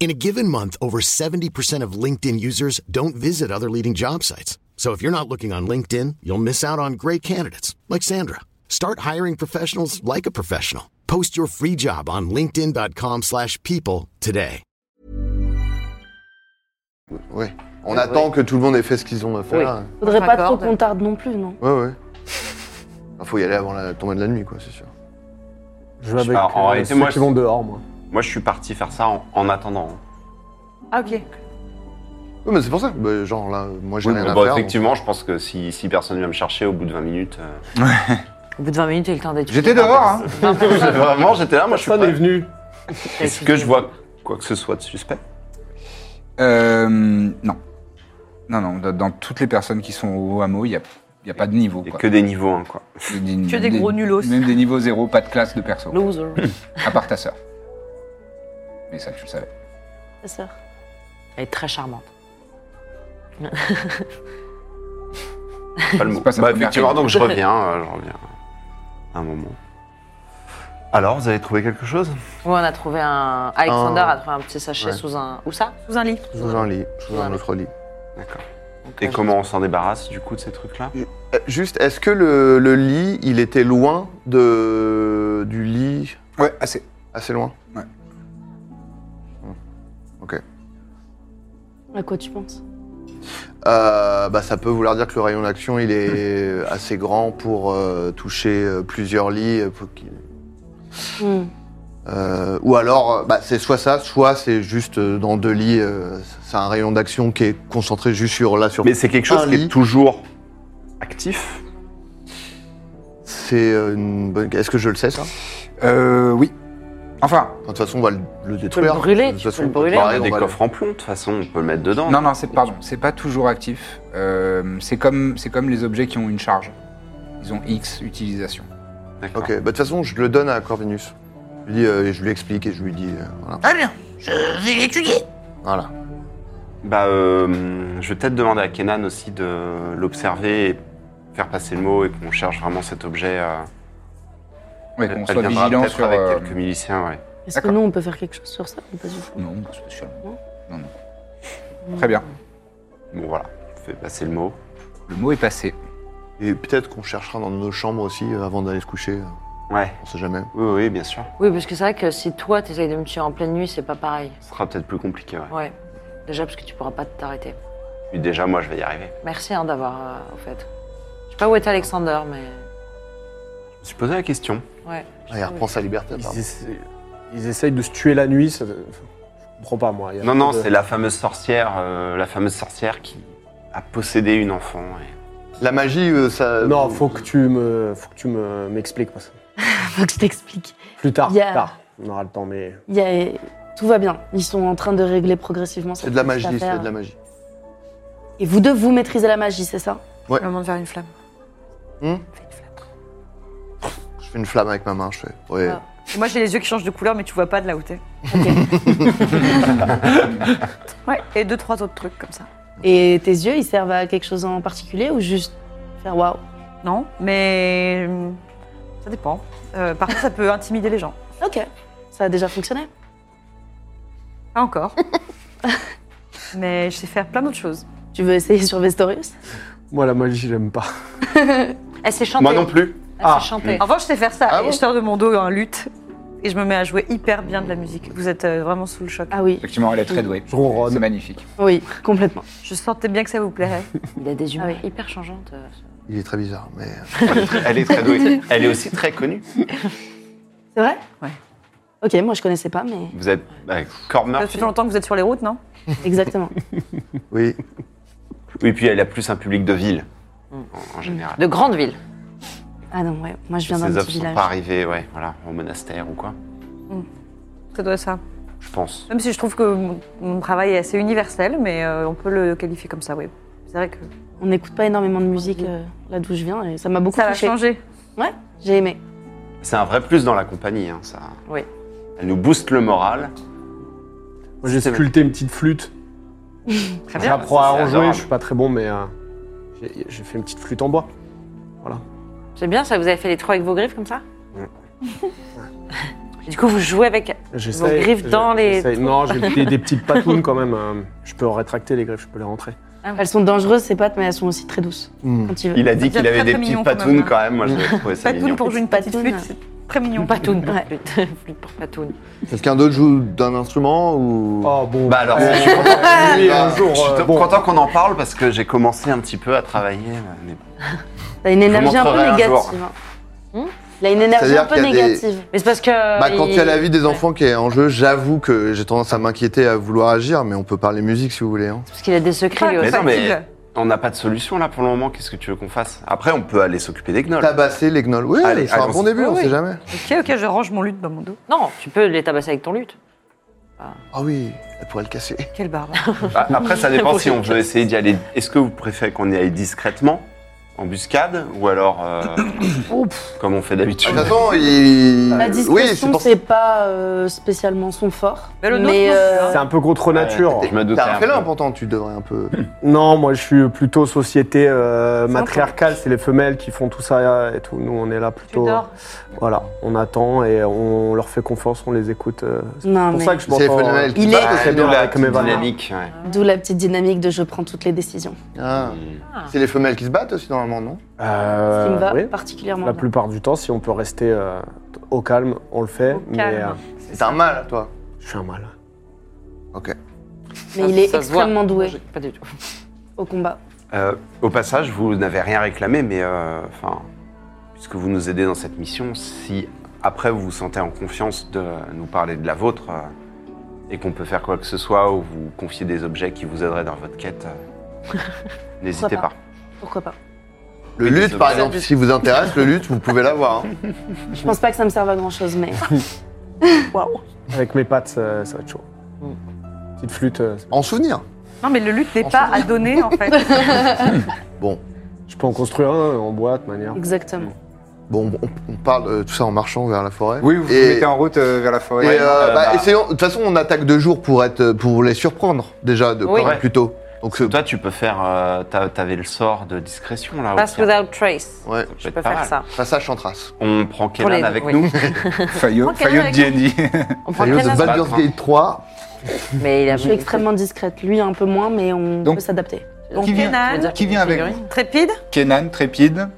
[SPEAKER 10] In a given month, over 70% of LinkedIn users don't visit other leading job sites. So if you're not looking on LinkedIn, you'll miss out on great candidates like Sandra. Start hiring professionals like a professional. Post your free job on linkedin.com/people slash people today.
[SPEAKER 4] oui. On attend que tout le monde ait fait ce qu'ils ont à faire.
[SPEAKER 7] Faudrait pas trop
[SPEAKER 5] D'accord.
[SPEAKER 7] qu'on tarde non plus, non
[SPEAKER 4] Ouais, ouais. Il faut y aller avant la tombée de la nuit, quoi, c'est sûr.
[SPEAKER 8] Je vais avec
[SPEAKER 6] Ah, en
[SPEAKER 8] euh,
[SPEAKER 6] réalité,
[SPEAKER 8] ceux
[SPEAKER 6] moi,
[SPEAKER 8] qui
[SPEAKER 6] je-
[SPEAKER 8] vont dehors, moi.
[SPEAKER 6] Moi, je suis parti faire ça en, en attendant.
[SPEAKER 3] Ah, ok.
[SPEAKER 4] Oui, mais c'est pour ça. Bah, genre, là, moi, j'ai
[SPEAKER 6] Oui,
[SPEAKER 4] rien
[SPEAKER 6] bon,
[SPEAKER 4] à
[SPEAKER 6] bon,
[SPEAKER 4] faire.
[SPEAKER 6] effectivement, je pense que si, si personne vient me chercher au bout de 20 minutes. euh,
[SPEAKER 5] Au bout de 20 minutes, il y a le temps d'étudier.
[SPEAKER 2] J'étais dehors, hein.
[SPEAKER 6] <laughs> euh,
[SPEAKER 4] <laughs>
[SPEAKER 6] Vraiment, j'étais là, moi, je suis
[SPEAKER 8] Personne n'est
[SPEAKER 6] prêt.
[SPEAKER 8] venu.
[SPEAKER 6] Est-ce que je vois quoi que ce soit de suspect
[SPEAKER 2] Euh, non. Non, non, dans- dans toutes les personnes qui sont au hameau, il n'y a, il y a pas de niveau.
[SPEAKER 6] Il n'y a
[SPEAKER 2] Quoi.
[SPEAKER 6] que des niveaux 1, quoi.
[SPEAKER 2] Des,
[SPEAKER 3] Que des gros nulos.
[SPEAKER 2] Même des niveaux zéro, pas de classe de perso.
[SPEAKER 5] <laughs> Loser.
[SPEAKER 2] À part ta sœur. Mais ça, tu le savais.
[SPEAKER 7] Ta sœur.
[SPEAKER 5] Elle est très charmante.
[SPEAKER 6] Pas le mot.
[SPEAKER 2] pas sa
[SPEAKER 6] Bah,
[SPEAKER 2] première
[SPEAKER 6] effectivement,
[SPEAKER 2] réunion.
[SPEAKER 4] <laughs>
[SPEAKER 6] donc je reviens, euh, je reviens. Un moment. Alors, vous avez trouvé quelque chose
[SPEAKER 5] Oui, on a trouvé un. Alexander
[SPEAKER 4] Un-
[SPEAKER 5] a trouvé un petit sachet
[SPEAKER 4] Ouais.
[SPEAKER 5] sous un. Où ça
[SPEAKER 3] Sous un lit.
[SPEAKER 4] Sous un lit, sous un autre lit.
[SPEAKER 6] D'accord. Et comment on s'en débarrasse du coup de ces trucs-là
[SPEAKER 4] Euh, Juste, est-ce que le, le lit, il était loin de, du lit
[SPEAKER 2] Ouais, assez.
[SPEAKER 4] Assez loin
[SPEAKER 7] À quoi tu penses
[SPEAKER 4] Euh, bah, Ça peut vouloir dire que le rayon d'action,
[SPEAKER 6] <laughs>
[SPEAKER 4] il est assez grand pour euh, toucher euh, plusieurs lits. euh, pour qu'il-
[SPEAKER 7] Hmm.
[SPEAKER 4] Euh, ou alors, euh, bah, c'est soit ça, soit c'est juste euh, dans deux lits. euh, c'est un rayon d'action qui est concentré juste sur là, sur
[SPEAKER 6] Mais c'est quelque
[SPEAKER 4] Un
[SPEAKER 6] chose qui
[SPEAKER 4] lit.
[SPEAKER 6] est toujours actif.
[SPEAKER 4] C'est euh, une bonne. Est-ce que je le sais ça Enfin,
[SPEAKER 2] Euh, oui. Enfin,
[SPEAKER 4] De toute façon, on va le, le détruire.
[SPEAKER 5] brûler,
[SPEAKER 4] de
[SPEAKER 5] tu
[SPEAKER 4] toute
[SPEAKER 5] peux
[SPEAKER 4] façon,
[SPEAKER 5] le
[SPEAKER 4] quand
[SPEAKER 5] brûler. hein.
[SPEAKER 6] Il y
[SPEAKER 4] on arrive,
[SPEAKER 6] a Bah, des
[SPEAKER 4] on va le-
[SPEAKER 6] coffres en plomb, de toute façon, on peut le mettre dedans.
[SPEAKER 2] non, non, c'est pardon, c'est pas toujours actif. Euh, c'est comme, c'est comme les objets qui ont une charge. Ils ont X utilisation.
[SPEAKER 6] D'accord.
[SPEAKER 4] Ok, bah, de toute façon, je le donne à Corvinus. Je lui, dis, euh, et je lui explique et je lui dis. euh, voilà.
[SPEAKER 10] Très bien, je vais l'étudier.
[SPEAKER 4] Voilà.
[SPEAKER 6] Bah, euh, je vais peut-être demander à Kenan aussi de l'observer et faire passer le mot et qu'on cherche vraiment cet objet. euh,
[SPEAKER 2] Ouais,
[SPEAKER 6] elle-
[SPEAKER 2] qu'on
[SPEAKER 6] elle
[SPEAKER 2] soit
[SPEAKER 6] viendra
[SPEAKER 2] vigilant
[SPEAKER 6] peut-être
[SPEAKER 2] sur.
[SPEAKER 6] avec
[SPEAKER 2] euh,
[SPEAKER 6] quelques miliciens, ouais.
[SPEAKER 7] Est-ce que
[SPEAKER 2] D'accord.
[SPEAKER 7] nous, on peut faire quelque chose sur ça ou pas du tout <laughs>
[SPEAKER 2] Non, pas spécialement. Non, non. Très bien.
[SPEAKER 6] Bon, voilà, on fait passer le mot.
[SPEAKER 2] Le mot est passé.
[SPEAKER 4] Et peut-être qu'on cherchera dans nos chambres aussi euh, avant d'aller se coucher. euh,
[SPEAKER 6] Ouais.
[SPEAKER 4] On sait jamais.
[SPEAKER 6] Oui, oui, bien sûr.
[SPEAKER 5] Oui, parce que c'est vrai que si toi, t'essayes de me tuer en pleine nuit, c'est pas pareil.
[SPEAKER 6] Ce sera peut-être plus compliqué, ouais.
[SPEAKER 5] Ouais. Déjà, parce que tu pourras pas t'arrêter.
[SPEAKER 6] Puis déjà, moi, je vais y arriver.
[SPEAKER 5] Merci hein, d'avoir, euh, au fait. Je sais pas où est Alexander, mais.
[SPEAKER 6] Je me suis posé la question.
[SPEAKER 5] Ouais.
[SPEAKER 4] Ah, il reprend sa liberté.
[SPEAKER 8] Ils,
[SPEAKER 4] pardon.
[SPEAKER 8] essa- ils essayent de se tuer la nuit. ça- Je comprends pas, moi. il y a
[SPEAKER 6] Non,
[SPEAKER 8] pas
[SPEAKER 6] non,
[SPEAKER 8] de-
[SPEAKER 6] c'est la fameuse sorcière, euh, la fameuse sorcière qui a possédé une enfant. et
[SPEAKER 4] La magie, euh, ça.
[SPEAKER 8] Non, faut que tu me, faut que tu me- m'expliques parce que
[SPEAKER 7] Faut que je t'explique.
[SPEAKER 8] plus tard,
[SPEAKER 7] Il y a-
[SPEAKER 8] plus tard, on aura le temps. Mais
[SPEAKER 7] Il y a- Tout va bien. Ils sont en train de régler progressivement cette
[SPEAKER 4] C'est de la
[SPEAKER 7] petite
[SPEAKER 4] magie,
[SPEAKER 7] affaire.
[SPEAKER 4] c'est de la magie.
[SPEAKER 7] Et vous deux, vous maîtrisez la magie, c'est ça
[SPEAKER 3] Le moment de faire une flamme.
[SPEAKER 4] Je fais une flamme avec ma main, je fais. Ouais.
[SPEAKER 3] Ah. Et moi, j'ai les yeux qui changent de couleur, mais tu vois pas de là où t'es.
[SPEAKER 4] <laughs>
[SPEAKER 3] ouais, et deux, trois autres trucs comme ça.
[SPEAKER 4] Hmm.
[SPEAKER 7] Et tes yeux, ils servent à quelque chose en particulier ou juste faire waouh
[SPEAKER 3] Non, mais. euh, Ça dépend. Euh, par contre, ça peut intimider les gens.
[SPEAKER 7] Ok, ça a déjà fonctionné.
[SPEAKER 4] <laughs>
[SPEAKER 3] Pas encore. mais je sais faire plein d'autres choses.
[SPEAKER 7] Tu veux essayer sur Vestorius
[SPEAKER 8] moi, la magie, j'aime pas.
[SPEAKER 5] Elle s'est chantée.
[SPEAKER 6] Moi non plus.
[SPEAKER 5] Elle
[SPEAKER 8] Ah.
[SPEAKER 5] s'est chantée.
[SPEAKER 3] En revanche, je sais faire ça.
[SPEAKER 4] Ah
[SPEAKER 3] et
[SPEAKER 4] bon
[SPEAKER 3] je sors de mon dos un luth et je me mets à jouer hyper bien de la musique. Vous êtes euh, vraiment sous le choc.
[SPEAKER 7] Ah oui,
[SPEAKER 2] Effectivement, elle est très douée.
[SPEAKER 8] Je ronronne.
[SPEAKER 2] C'est magnifique.
[SPEAKER 7] oui, complètement.
[SPEAKER 3] Je sentais bien que ça vous plairait.
[SPEAKER 5] Il a des humeurs
[SPEAKER 7] Ah oui.
[SPEAKER 5] hyper changeantes. euh, ce-
[SPEAKER 4] Il est très bizarre, mais. euh,
[SPEAKER 6] Elle est très douée. Elle est aussi très connue.
[SPEAKER 7] C'est vrai
[SPEAKER 3] Ouais.
[SPEAKER 7] Ok, moi je connaissais pas, mais
[SPEAKER 6] Vous êtes bah, avec Corp
[SPEAKER 3] Ça
[SPEAKER 6] Murphy.
[SPEAKER 3] fait longtemps que vous êtes sur les routes, non
[SPEAKER 4] <laughs>
[SPEAKER 7] exactement.
[SPEAKER 4] Oui. <laughs>
[SPEAKER 6] Oui, puis elle a plus un public de ville en- en général.
[SPEAKER 5] De grandes villes.
[SPEAKER 7] Ah non, ouais, moi je viens d'un
[SPEAKER 6] Ces œuvres
[SPEAKER 7] petit
[SPEAKER 6] sont pas
[SPEAKER 7] village.
[SPEAKER 6] arrivées, ouais, voilà, au monastère ou quoi,
[SPEAKER 3] Ça doit être ça.
[SPEAKER 6] je pense.
[SPEAKER 3] Même si je trouve que mon- mon travail est assez universel, mais euh, on peut le qualifier comme ça, oui. C'est vrai que
[SPEAKER 7] On n'écoute pas énormément de musique euh, là d'où je viens et ça m'a beaucoup
[SPEAKER 3] ça va
[SPEAKER 7] touchée.
[SPEAKER 3] changer.
[SPEAKER 7] J'ai aimé.
[SPEAKER 6] C'est un vrai plus dans la compagnie, hein, ça.
[SPEAKER 5] Oui.
[SPEAKER 6] Elle nous booste le moral.
[SPEAKER 8] Moi, j'ai
[SPEAKER 6] C'est vrai.
[SPEAKER 8] sculpté une petite flûte.
[SPEAKER 3] Très bien.
[SPEAKER 8] J'apprends à
[SPEAKER 6] c'est
[SPEAKER 8] en jouer.
[SPEAKER 6] adorable.
[SPEAKER 8] Je suis pas très bon, mais euh, j'ai- j'ai fait une petite flûte en bois.
[SPEAKER 5] C'est bien ça, vous avez fait les trois avec vos griffes comme ça Et <laughs> Du coup, vous jouez avec.
[SPEAKER 8] J'essaie-
[SPEAKER 5] griffes dans
[SPEAKER 8] je-
[SPEAKER 5] les
[SPEAKER 8] j'essaie- Non, j'ai des, des petites patounes quand même. euh, Je peux en rétracter les griffes, je peux les rentrer.
[SPEAKER 3] Ah
[SPEAKER 7] Elles sont dangereuses ces pattes, mais elles sont aussi très douces
[SPEAKER 4] Hmm.
[SPEAKER 7] quand tu veux.
[SPEAKER 6] Il a dit
[SPEAKER 3] devient
[SPEAKER 6] qu'il avait
[SPEAKER 3] très,
[SPEAKER 6] des
[SPEAKER 3] très mignon
[SPEAKER 6] petites
[SPEAKER 3] quand même,
[SPEAKER 6] patounes
[SPEAKER 3] hein.
[SPEAKER 6] quand même, moi je trouvais ça
[SPEAKER 3] Patoune
[SPEAKER 6] mignon.
[SPEAKER 3] pour jouer une petite
[SPEAKER 7] Patoune.
[SPEAKER 3] flûte, c'est très mignon.
[SPEAKER 5] Patoune pour <laughs> flûte. Flûte pour patoune.
[SPEAKER 4] Quelqu'un d'autre joue d'un instrument ou.
[SPEAKER 8] Oh bon.
[SPEAKER 6] Bah alors,
[SPEAKER 8] Euh,
[SPEAKER 6] je suis content-
[SPEAKER 8] lui,
[SPEAKER 4] bah,
[SPEAKER 8] un jour.
[SPEAKER 6] je suis
[SPEAKER 8] euh, bon.
[SPEAKER 6] content qu'on en parle parce que j'ai commencé un petit peu à travailler. euh, mais-
[SPEAKER 7] T'as une énergie un peu
[SPEAKER 6] montrerai un
[SPEAKER 7] négative. hein. Hmm Il a une énergie
[SPEAKER 4] C'est-à-dire
[SPEAKER 7] un peu
[SPEAKER 4] qu'il y a des-
[SPEAKER 7] négative.
[SPEAKER 5] Mais c'est parce que.
[SPEAKER 4] Bah, quand il y a la vie des
[SPEAKER 5] Ouais.
[SPEAKER 4] enfants qui est en jeu, j'avoue que j'ai tendance à m'inquiéter, à vouloir agir, mais on peut parler musique si vous voulez. hein.
[SPEAKER 5] Parce qu'il a des secrets lui
[SPEAKER 3] Pas
[SPEAKER 5] aussi.
[SPEAKER 6] Mais non, mais-
[SPEAKER 3] euh, facile.
[SPEAKER 6] On n'a pas de solution là pour le moment, qu'est-ce que tu veux qu'on fasse Après, on peut aller s'occuper des gnolls.
[SPEAKER 4] Tabasser les gnolls. Oui,
[SPEAKER 6] Allez,
[SPEAKER 4] c'est un bon
[SPEAKER 6] allons-y.
[SPEAKER 4] début,
[SPEAKER 3] Oui,
[SPEAKER 4] on
[SPEAKER 3] oui.
[SPEAKER 4] sait jamais.
[SPEAKER 3] Ok, ok, je range mon luth dans mon dos.
[SPEAKER 5] Non, tu peux les tabasser avec ton lutte.
[SPEAKER 4] Ah oui, elle pourrait le casser.
[SPEAKER 3] Quel barbe.
[SPEAKER 6] Bah, Après, ça
[SPEAKER 3] <laughs>
[SPEAKER 6] dépend si on veut essayer d'y aller. Est-ce que vous préférez qu'on y aille discrètement, en buscade, ou alors
[SPEAKER 3] <coughs>
[SPEAKER 6] euh, comme on fait
[SPEAKER 4] De
[SPEAKER 8] Ah,
[SPEAKER 6] d'habitude
[SPEAKER 4] toute façon, il.
[SPEAKER 7] La
[SPEAKER 4] oui,
[SPEAKER 7] discrétion,
[SPEAKER 4] c'est pour
[SPEAKER 7] c'est pas euh, spécialement son fort.
[SPEAKER 3] Mais le nôtre
[SPEAKER 7] mais,
[SPEAKER 3] non plus, hein.
[SPEAKER 8] C'est un peu contre nature.
[SPEAKER 6] Je me doutais
[SPEAKER 4] T'as
[SPEAKER 6] un
[SPEAKER 4] un félin
[SPEAKER 6] peu.
[SPEAKER 4] pourtant, tu devrais un peu.
[SPEAKER 8] Non, moi je suis plutôt société euh, matriarcale, c'est les femelles qui font tout ça euh, et tout. Nous on est là
[SPEAKER 3] Tu
[SPEAKER 8] plutôt. euh,
[SPEAKER 3] dors.
[SPEAKER 8] Voilà, on attend et on leur fait confiance, on les écoute. euh, C'est
[SPEAKER 7] Non,
[SPEAKER 8] pour
[SPEAKER 7] mais
[SPEAKER 8] ça que je
[SPEAKER 4] C'est les
[SPEAKER 8] m'entends.
[SPEAKER 4] femelles qui
[SPEAKER 7] Il
[SPEAKER 4] parlent,
[SPEAKER 7] est-
[SPEAKER 8] très
[SPEAKER 6] Nous,
[SPEAKER 8] bien
[SPEAKER 6] la
[SPEAKER 8] avec mes
[SPEAKER 6] petite
[SPEAKER 8] valeurs.
[SPEAKER 6] dynamique. ouais.
[SPEAKER 7] euh, d'où la petite dynamique de je prends toutes les décisions.
[SPEAKER 4] Ah. C'est les femelles qui se battent aussi normalement, non
[SPEAKER 8] Euh,
[SPEAKER 7] ce qui me va
[SPEAKER 8] oui.
[SPEAKER 7] particulièrement
[SPEAKER 8] La
[SPEAKER 7] bien.
[SPEAKER 8] plupart du temps, si on peut rester euh, au calme, on le fait.
[SPEAKER 3] Au
[SPEAKER 8] mais
[SPEAKER 3] calme.
[SPEAKER 8] euh,
[SPEAKER 4] C'est un mâle, toi.
[SPEAKER 8] je suis un mal.
[SPEAKER 7] Mais il est
[SPEAKER 5] Ça se voit.
[SPEAKER 7] extrêmement doué
[SPEAKER 5] Je- Pas du tout.
[SPEAKER 7] au combat.
[SPEAKER 6] Euh, au passage, vous n'avez rien réclamé, mais euh, enfin, puisque vous nous aidez dans cette mission, si après vous vous sentez en confiance de nous parler de la vôtre euh, et qu'on peut faire quoi que ce soit ou vous confier des objets qui vous aideraient dans votre quête,
[SPEAKER 5] <laughs>
[SPEAKER 6] euh, n'hésitez
[SPEAKER 7] Pourquoi
[SPEAKER 6] pas.
[SPEAKER 7] Pourquoi pas
[SPEAKER 4] Le
[SPEAKER 6] Oui, des
[SPEAKER 4] luth, par
[SPEAKER 6] objets.
[SPEAKER 4] exemple, si vous intéresse, le luth, vous pouvez l'avoir. hein.
[SPEAKER 7] Je pense pas que ça me serve à grand
[SPEAKER 4] <laughs>
[SPEAKER 7] chose, mais
[SPEAKER 8] Avec mes pattes, euh, ça, ça va être chaud. Petite flûte, euh,
[SPEAKER 4] En souvenir.
[SPEAKER 3] Non, mais le luth n'est
[SPEAKER 4] On
[SPEAKER 3] pas
[SPEAKER 4] s'en
[SPEAKER 3] à donner en <laughs> fait.
[SPEAKER 4] Bon,
[SPEAKER 8] je peux en construire un en boîte, manière.
[SPEAKER 7] exactement.
[SPEAKER 4] bon, on, on parle euh, tout ça en marchant vers la forêt.
[SPEAKER 2] Oui, vous vous
[SPEAKER 4] Et-
[SPEAKER 2] mettez en route euh, vers la forêt.
[SPEAKER 4] Et euh,
[SPEAKER 6] euh,
[SPEAKER 4] bah,
[SPEAKER 6] bah-
[SPEAKER 4] essayons. De toute façon, on attaque de jour pour être euh, pour les surprendre déjà de
[SPEAKER 5] Oui.
[SPEAKER 4] plus
[SPEAKER 6] Ouais.
[SPEAKER 4] plutôt. Donc c'est-
[SPEAKER 6] Toi, tu peux faire. euh, t'as- T'avais le sort de discrétion là. au
[SPEAKER 5] Pass
[SPEAKER 6] pire.
[SPEAKER 5] without trace.
[SPEAKER 4] ouais,
[SPEAKER 6] Ça
[SPEAKER 5] Je
[SPEAKER 6] peut
[SPEAKER 5] peux
[SPEAKER 6] être pas
[SPEAKER 5] faire
[SPEAKER 6] mal.
[SPEAKER 5] ça.
[SPEAKER 4] passage en trace.
[SPEAKER 6] On prend
[SPEAKER 5] Pour
[SPEAKER 6] Kenan
[SPEAKER 5] les-
[SPEAKER 6] avec
[SPEAKER 5] oui. <laughs>
[SPEAKER 6] nous.
[SPEAKER 2] Fayot
[SPEAKER 5] Prends Kenan
[SPEAKER 2] Fayot D&D.
[SPEAKER 5] On prend
[SPEAKER 4] Sérieux,
[SPEAKER 5] Kenan.
[SPEAKER 4] The Baldur's Gate 3.
[SPEAKER 5] Mais il a
[SPEAKER 7] Je suis extrêmement discrète, lui un peu moins, mais on
[SPEAKER 2] Donc-
[SPEAKER 7] peut s'adapter.
[SPEAKER 3] Donc, Kenan,
[SPEAKER 5] dire
[SPEAKER 2] Qui vient avec
[SPEAKER 5] figurine.
[SPEAKER 2] vous
[SPEAKER 3] Trépide.
[SPEAKER 2] <laughs> Kenan, Trépide,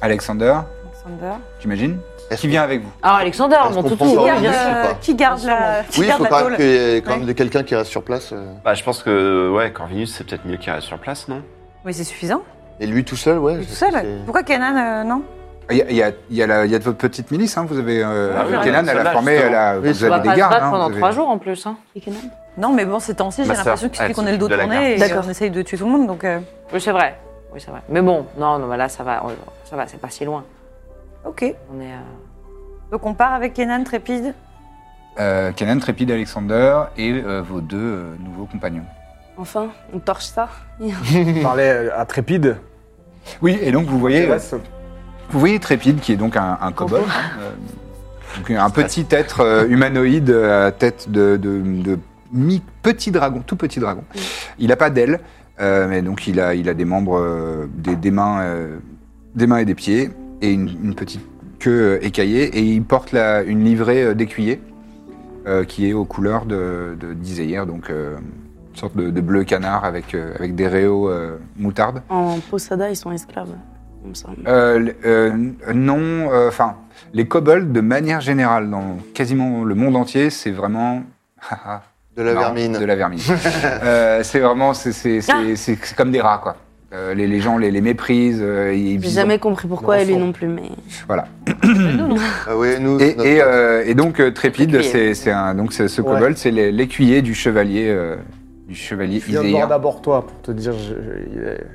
[SPEAKER 2] Alexander,
[SPEAKER 3] Alexander.
[SPEAKER 2] j'imagine.
[SPEAKER 4] Est-ce
[SPEAKER 2] Qui vient avec vous
[SPEAKER 5] Ah, Alexander,
[SPEAKER 4] Est-ce
[SPEAKER 5] mon
[SPEAKER 4] qu'on
[SPEAKER 5] toutou.
[SPEAKER 6] Oh,
[SPEAKER 5] hein,
[SPEAKER 4] prend ça
[SPEAKER 3] Qui
[SPEAKER 5] bien
[SPEAKER 3] garde,
[SPEAKER 4] bien
[SPEAKER 5] sûr.
[SPEAKER 4] sûr,
[SPEAKER 3] euh,
[SPEAKER 4] pas.
[SPEAKER 3] qui garde la, qui
[SPEAKER 4] Oui, il
[SPEAKER 3] garde
[SPEAKER 4] faut
[SPEAKER 3] la
[SPEAKER 4] quand
[SPEAKER 3] tôle
[SPEAKER 4] même qu'il y ait quand
[SPEAKER 3] Ouais.
[SPEAKER 4] même de quelqu'un qui reste sur place. euh.
[SPEAKER 6] Bah, je pense que ouais, Corvinus, c'est peut-être mieux qu'il reste sur place, non
[SPEAKER 3] Mais c'est suffisant.
[SPEAKER 4] Et lui tout seul, ouais.
[SPEAKER 3] Il est
[SPEAKER 4] je
[SPEAKER 3] tout
[SPEAKER 4] sais pas,
[SPEAKER 3] seul.
[SPEAKER 4] c'est-
[SPEAKER 3] Pourquoi Kenan, euh, non
[SPEAKER 2] Il Ah, y a, il y a- il y a la- il y a de votre petite milice, hein, vous avez... euh,
[SPEAKER 6] Ah oui, on a un
[SPEAKER 2] Kenan, elle
[SPEAKER 6] soldat,
[SPEAKER 2] a formé,
[SPEAKER 6] justement.
[SPEAKER 2] elle a, vous
[SPEAKER 4] Oui,
[SPEAKER 5] On va
[SPEAKER 2] avez
[SPEAKER 5] pas
[SPEAKER 2] des
[SPEAKER 5] se
[SPEAKER 2] gardes.
[SPEAKER 5] battre
[SPEAKER 2] hein,
[SPEAKER 5] pendant
[SPEAKER 2] vous
[SPEAKER 5] trois
[SPEAKER 2] avez-
[SPEAKER 5] jours en plus. Hein.
[SPEAKER 7] Et Kenan
[SPEAKER 3] Non, mais bon, ces temps-ci, j'ai
[SPEAKER 6] Ma sœur,
[SPEAKER 3] l'impression que
[SPEAKER 6] elle
[SPEAKER 3] depuis qu'on est le
[SPEAKER 6] s'occupe
[SPEAKER 3] dos
[SPEAKER 6] de la
[SPEAKER 3] tourné,
[SPEAKER 7] garde.
[SPEAKER 3] et on essaye de tuer tout le monde, donc... euh,
[SPEAKER 5] Oui, c'est vrai. Oui, c'est vrai. Mais bon, non, non, mais là, ça va, on- ça va, c'est pas si loin.
[SPEAKER 3] Ok.
[SPEAKER 5] On est. euh,
[SPEAKER 3] Donc on part avec Kenan Trépide.
[SPEAKER 2] Euh, Kanan, Trépide, Alexander et euh, vos deux euh, nouveaux compagnons.
[SPEAKER 7] Enfin, on torche ça.
[SPEAKER 8] On parlait euh, à Trépide.
[SPEAKER 2] Oui, et donc vous voyez,
[SPEAKER 8] Thérèse.
[SPEAKER 2] vous voyez Trépide qui est donc un, un kobold, hein, euh, donc un petit être euh, humanoïde euh, à tête de, de- de mi- petit dragon, tout petit dragon. Il n'a pas d'ailes, euh, mais donc il a, il a des membres, euh, des, des mains, euh, des mains et des pieds, et une, une petite queue euh, écaillée, et il porte la- une livrée euh, d'écuyer euh, qui est aux couleurs de, de d'Isaïr, donc euh, une sorte de, de bleu canard avec, euh, avec des réaux euh, moutarde.
[SPEAKER 7] En Posada, ils sont esclaves, il
[SPEAKER 6] Ah,
[SPEAKER 7] me semble.
[SPEAKER 2] Euh, l- euh, n- non, euh, enfin, les kobolds, de manière générale, dans quasiment le monde entier, c'est vraiment. Haha,
[SPEAKER 4] De la
[SPEAKER 2] marrant,
[SPEAKER 4] vermine.
[SPEAKER 2] De la
[SPEAKER 4] <laughs>
[SPEAKER 2] vermine. Euh, c'est vraiment, c'est- c'est c'est- c'est- c'est comme des rats, quoi. Euh, les, les gens les, les méprisent. euh, ils
[SPEAKER 7] J'ai
[SPEAKER 2] ils-
[SPEAKER 7] jamais compris pourquoi, et lui non plus, mais.
[SPEAKER 2] Voilà.
[SPEAKER 4] Ah oui, nous,
[SPEAKER 2] Et,
[SPEAKER 4] notre-
[SPEAKER 2] et, euh, et donc, euh, Trépide, c'est
[SPEAKER 5] L'écuyer.
[SPEAKER 2] c'est un- donc c'est- ce
[SPEAKER 8] Ouais.
[SPEAKER 2] kobold, c'est l'é- l'écuyer du chevalier. euh, du chevalier
[SPEAKER 8] Je viens de voir
[SPEAKER 2] Iséir.
[SPEAKER 8] d'abord toi pour te dire. je- je- il est-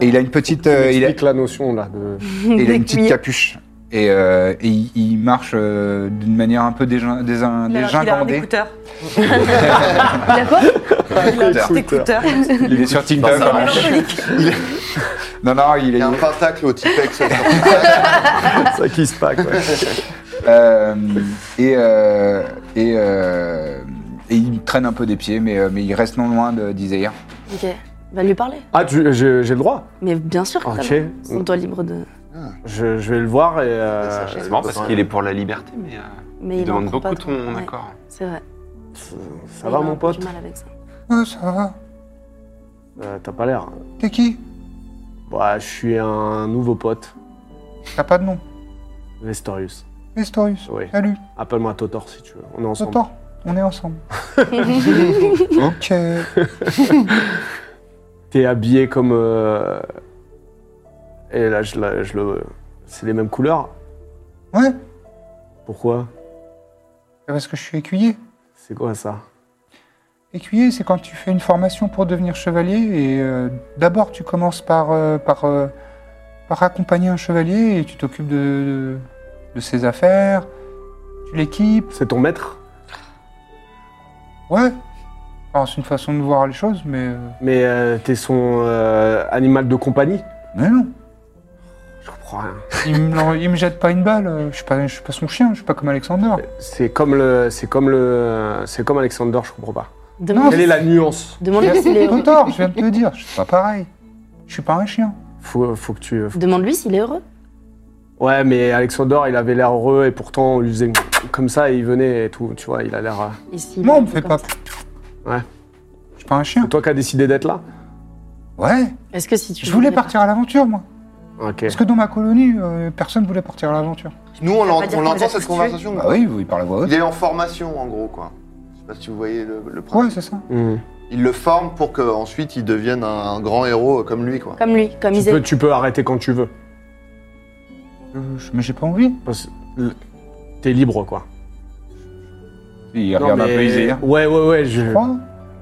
[SPEAKER 2] Et il a une petite,
[SPEAKER 8] tu
[SPEAKER 2] euh, il a,
[SPEAKER 8] m'expliques la notion là
[SPEAKER 7] <laughs>
[SPEAKER 8] de. <laughs>
[SPEAKER 2] Et il a une petite
[SPEAKER 7] L'écuyer.
[SPEAKER 2] capuche. Et, euh, et il, il marche euh, d'une manière un peu dégin- désin-
[SPEAKER 3] Il a- il a un
[SPEAKER 2] dégingandée.
[SPEAKER 3] écouteur.
[SPEAKER 8] Il
[SPEAKER 3] Un petit écouteur.
[SPEAKER 2] Il, est sur TikTok.
[SPEAKER 4] Dans sa
[SPEAKER 2] hein. Il- non, non, il
[SPEAKER 4] il
[SPEAKER 2] est.
[SPEAKER 4] y a un pentacle au
[SPEAKER 2] <laughs>
[SPEAKER 4] Tipex. ça sort.
[SPEAKER 8] Ça qui se pack. ouais.
[SPEAKER 2] euh, et, euh, et, euh, et il traîne un peu des pieds, mais, euh, mais il reste non loin de- d'Isaïr.
[SPEAKER 7] Ok. Va lui parler.
[SPEAKER 8] Ah, tu- j'ai j'ai le droit.
[SPEAKER 7] Mais bien sûr que t'as
[SPEAKER 8] Ok.
[SPEAKER 7] le droit. C'est toi libre de.
[SPEAKER 8] Je, je vais le voir et. euh,
[SPEAKER 4] Ça,
[SPEAKER 6] C'est marrant parce qu'il est pour la liberté, mais euh,
[SPEAKER 7] Mais
[SPEAKER 6] il,
[SPEAKER 7] en
[SPEAKER 6] demande
[SPEAKER 7] prend
[SPEAKER 6] beaucoup
[SPEAKER 7] pas trop.
[SPEAKER 6] ton
[SPEAKER 7] Ouais,
[SPEAKER 6] accord.
[SPEAKER 7] C'est vrai.
[SPEAKER 8] ça va
[SPEAKER 7] Il a
[SPEAKER 8] mon
[SPEAKER 7] un peu
[SPEAKER 8] pote
[SPEAKER 7] du mal avec ça.
[SPEAKER 2] Ah, ça va.
[SPEAKER 8] Euh, T'as pas l'air.
[SPEAKER 2] T'es qui
[SPEAKER 8] Bah, je suis un nouveau pote,
[SPEAKER 2] T'as pas de nom.
[SPEAKER 8] Vestorius.
[SPEAKER 2] Vestorius.
[SPEAKER 8] Oui.
[SPEAKER 2] Salut.
[SPEAKER 8] Appelle-moi Totor si tu veux. On est ensemble.
[SPEAKER 2] Autant. On est
[SPEAKER 3] <laughs>
[SPEAKER 2] ensemble. ok.
[SPEAKER 8] T'es habillé comme. euh, Et là, je, la- je le. C'est les mêmes couleurs.
[SPEAKER 2] Ouais.
[SPEAKER 8] Pourquoi
[SPEAKER 2] C'est parce que je suis écuyer.
[SPEAKER 8] C'est quoi ça
[SPEAKER 2] Écuyer, c'est quand tu fais une formation pour devenir chevalier et euh, d'abord tu commences par, euh, par, euh, par accompagner un chevalier et tu t'occupes de, de, de ses affaires, tu l'équipes.
[SPEAKER 8] C'est ton maître
[SPEAKER 2] Ouais, Enfin, c'est une façon de voir les choses, mais. euh,
[SPEAKER 8] Mais euh, t'es son euh, animal de compagnie
[SPEAKER 2] Mais non,
[SPEAKER 8] Je comprends rien.
[SPEAKER 2] il me, l'en- il me jette pas une balle, euh, je suis pas, je suis pas son chien, je suis pas comme Alexander.
[SPEAKER 8] C'est comme le. C'est comme le. C'est comme Alexander, je comprends pas.
[SPEAKER 2] Ah,
[SPEAKER 7] Demande-
[SPEAKER 8] Quelle est la nuance
[SPEAKER 2] <laughs>
[SPEAKER 7] Demande-lui s'il est heureux.
[SPEAKER 2] tort, je viens de te le dire, je suis pas pareil. Je suis pas un chien.
[SPEAKER 8] Faut, faut que tu.
[SPEAKER 7] Demande-lui s'il est heureux.
[SPEAKER 8] Ouais, mais Alexander, il avait l'air heureux et pourtant, on lui faisait comme ça et il venait et tout. Tu vois, il a l'air. euh,
[SPEAKER 7] Et s'il
[SPEAKER 2] Moi,
[SPEAKER 7] est
[SPEAKER 2] on me
[SPEAKER 7] un
[SPEAKER 2] fait
[SPEAKER 7] peu
[SPEAKER 2] pas.
[SPEAKER 7] comme
[SPEAKER 8] Ouais.
[SPEAKER 2] Je suis pas un chien.
[SPEAKER 8] C'est toi qui as décidé d'être là
[SPEAKER 2] Ouais,
[SPEAKER 7] ça. Est-ce que si tu.
[SPEAKER 2] je voulais partir à l'aventure, moi.
[SPEAKER 8] Ok.
[SPEAKER 2] Parce que dans ma colonie, euh, personne voulait partir à l'aventure.
[SPEAKER 4] Nous, on l'en-
[SPEAKER 3] dire
[SPEAKER 4] on
[SPEAKER 3] qu'on les
[SPEAKER 4] l'entend
[SPEAKER 3] a
[SPEAKER 4] cette
[SPEAKER 3] tous
[SPEAKER 4] conversation.
[SPEAKER 2] Bah oui, il parle à voix haute.
[SPEAKER 4] Il est en formation, en gros, quoi. Je sais pas si vous voyez le, le
[SPEAKER 2] Ouais,
[SPEAKER 4] principe.
[SPEAKER 2] c'est ça.
[SPEAKER 8] Hmm.
[SPEAKER 4] Il le forme pour qu'ensuite il devienne un, un grand héros euh, comme lui, quoi.
[SPEAKER 7] Comme lui, comme
[SPEAKER 8] Tu,
[SPEAKER 7] Isée.
[SPEAKER 8] peux, tu peux arrêter quand tu veux.
[SPEAKER 2] Euh, je- mais j'ai pas envie.
[SPEAKER 8] Parce- le- T'es libre, quoi.
[SPEAKER 2] Il hein.
[SPEAKER 8] Non, mais- Ouais, ouais, ouais. Je...
[SPEAKER 2] Je crois,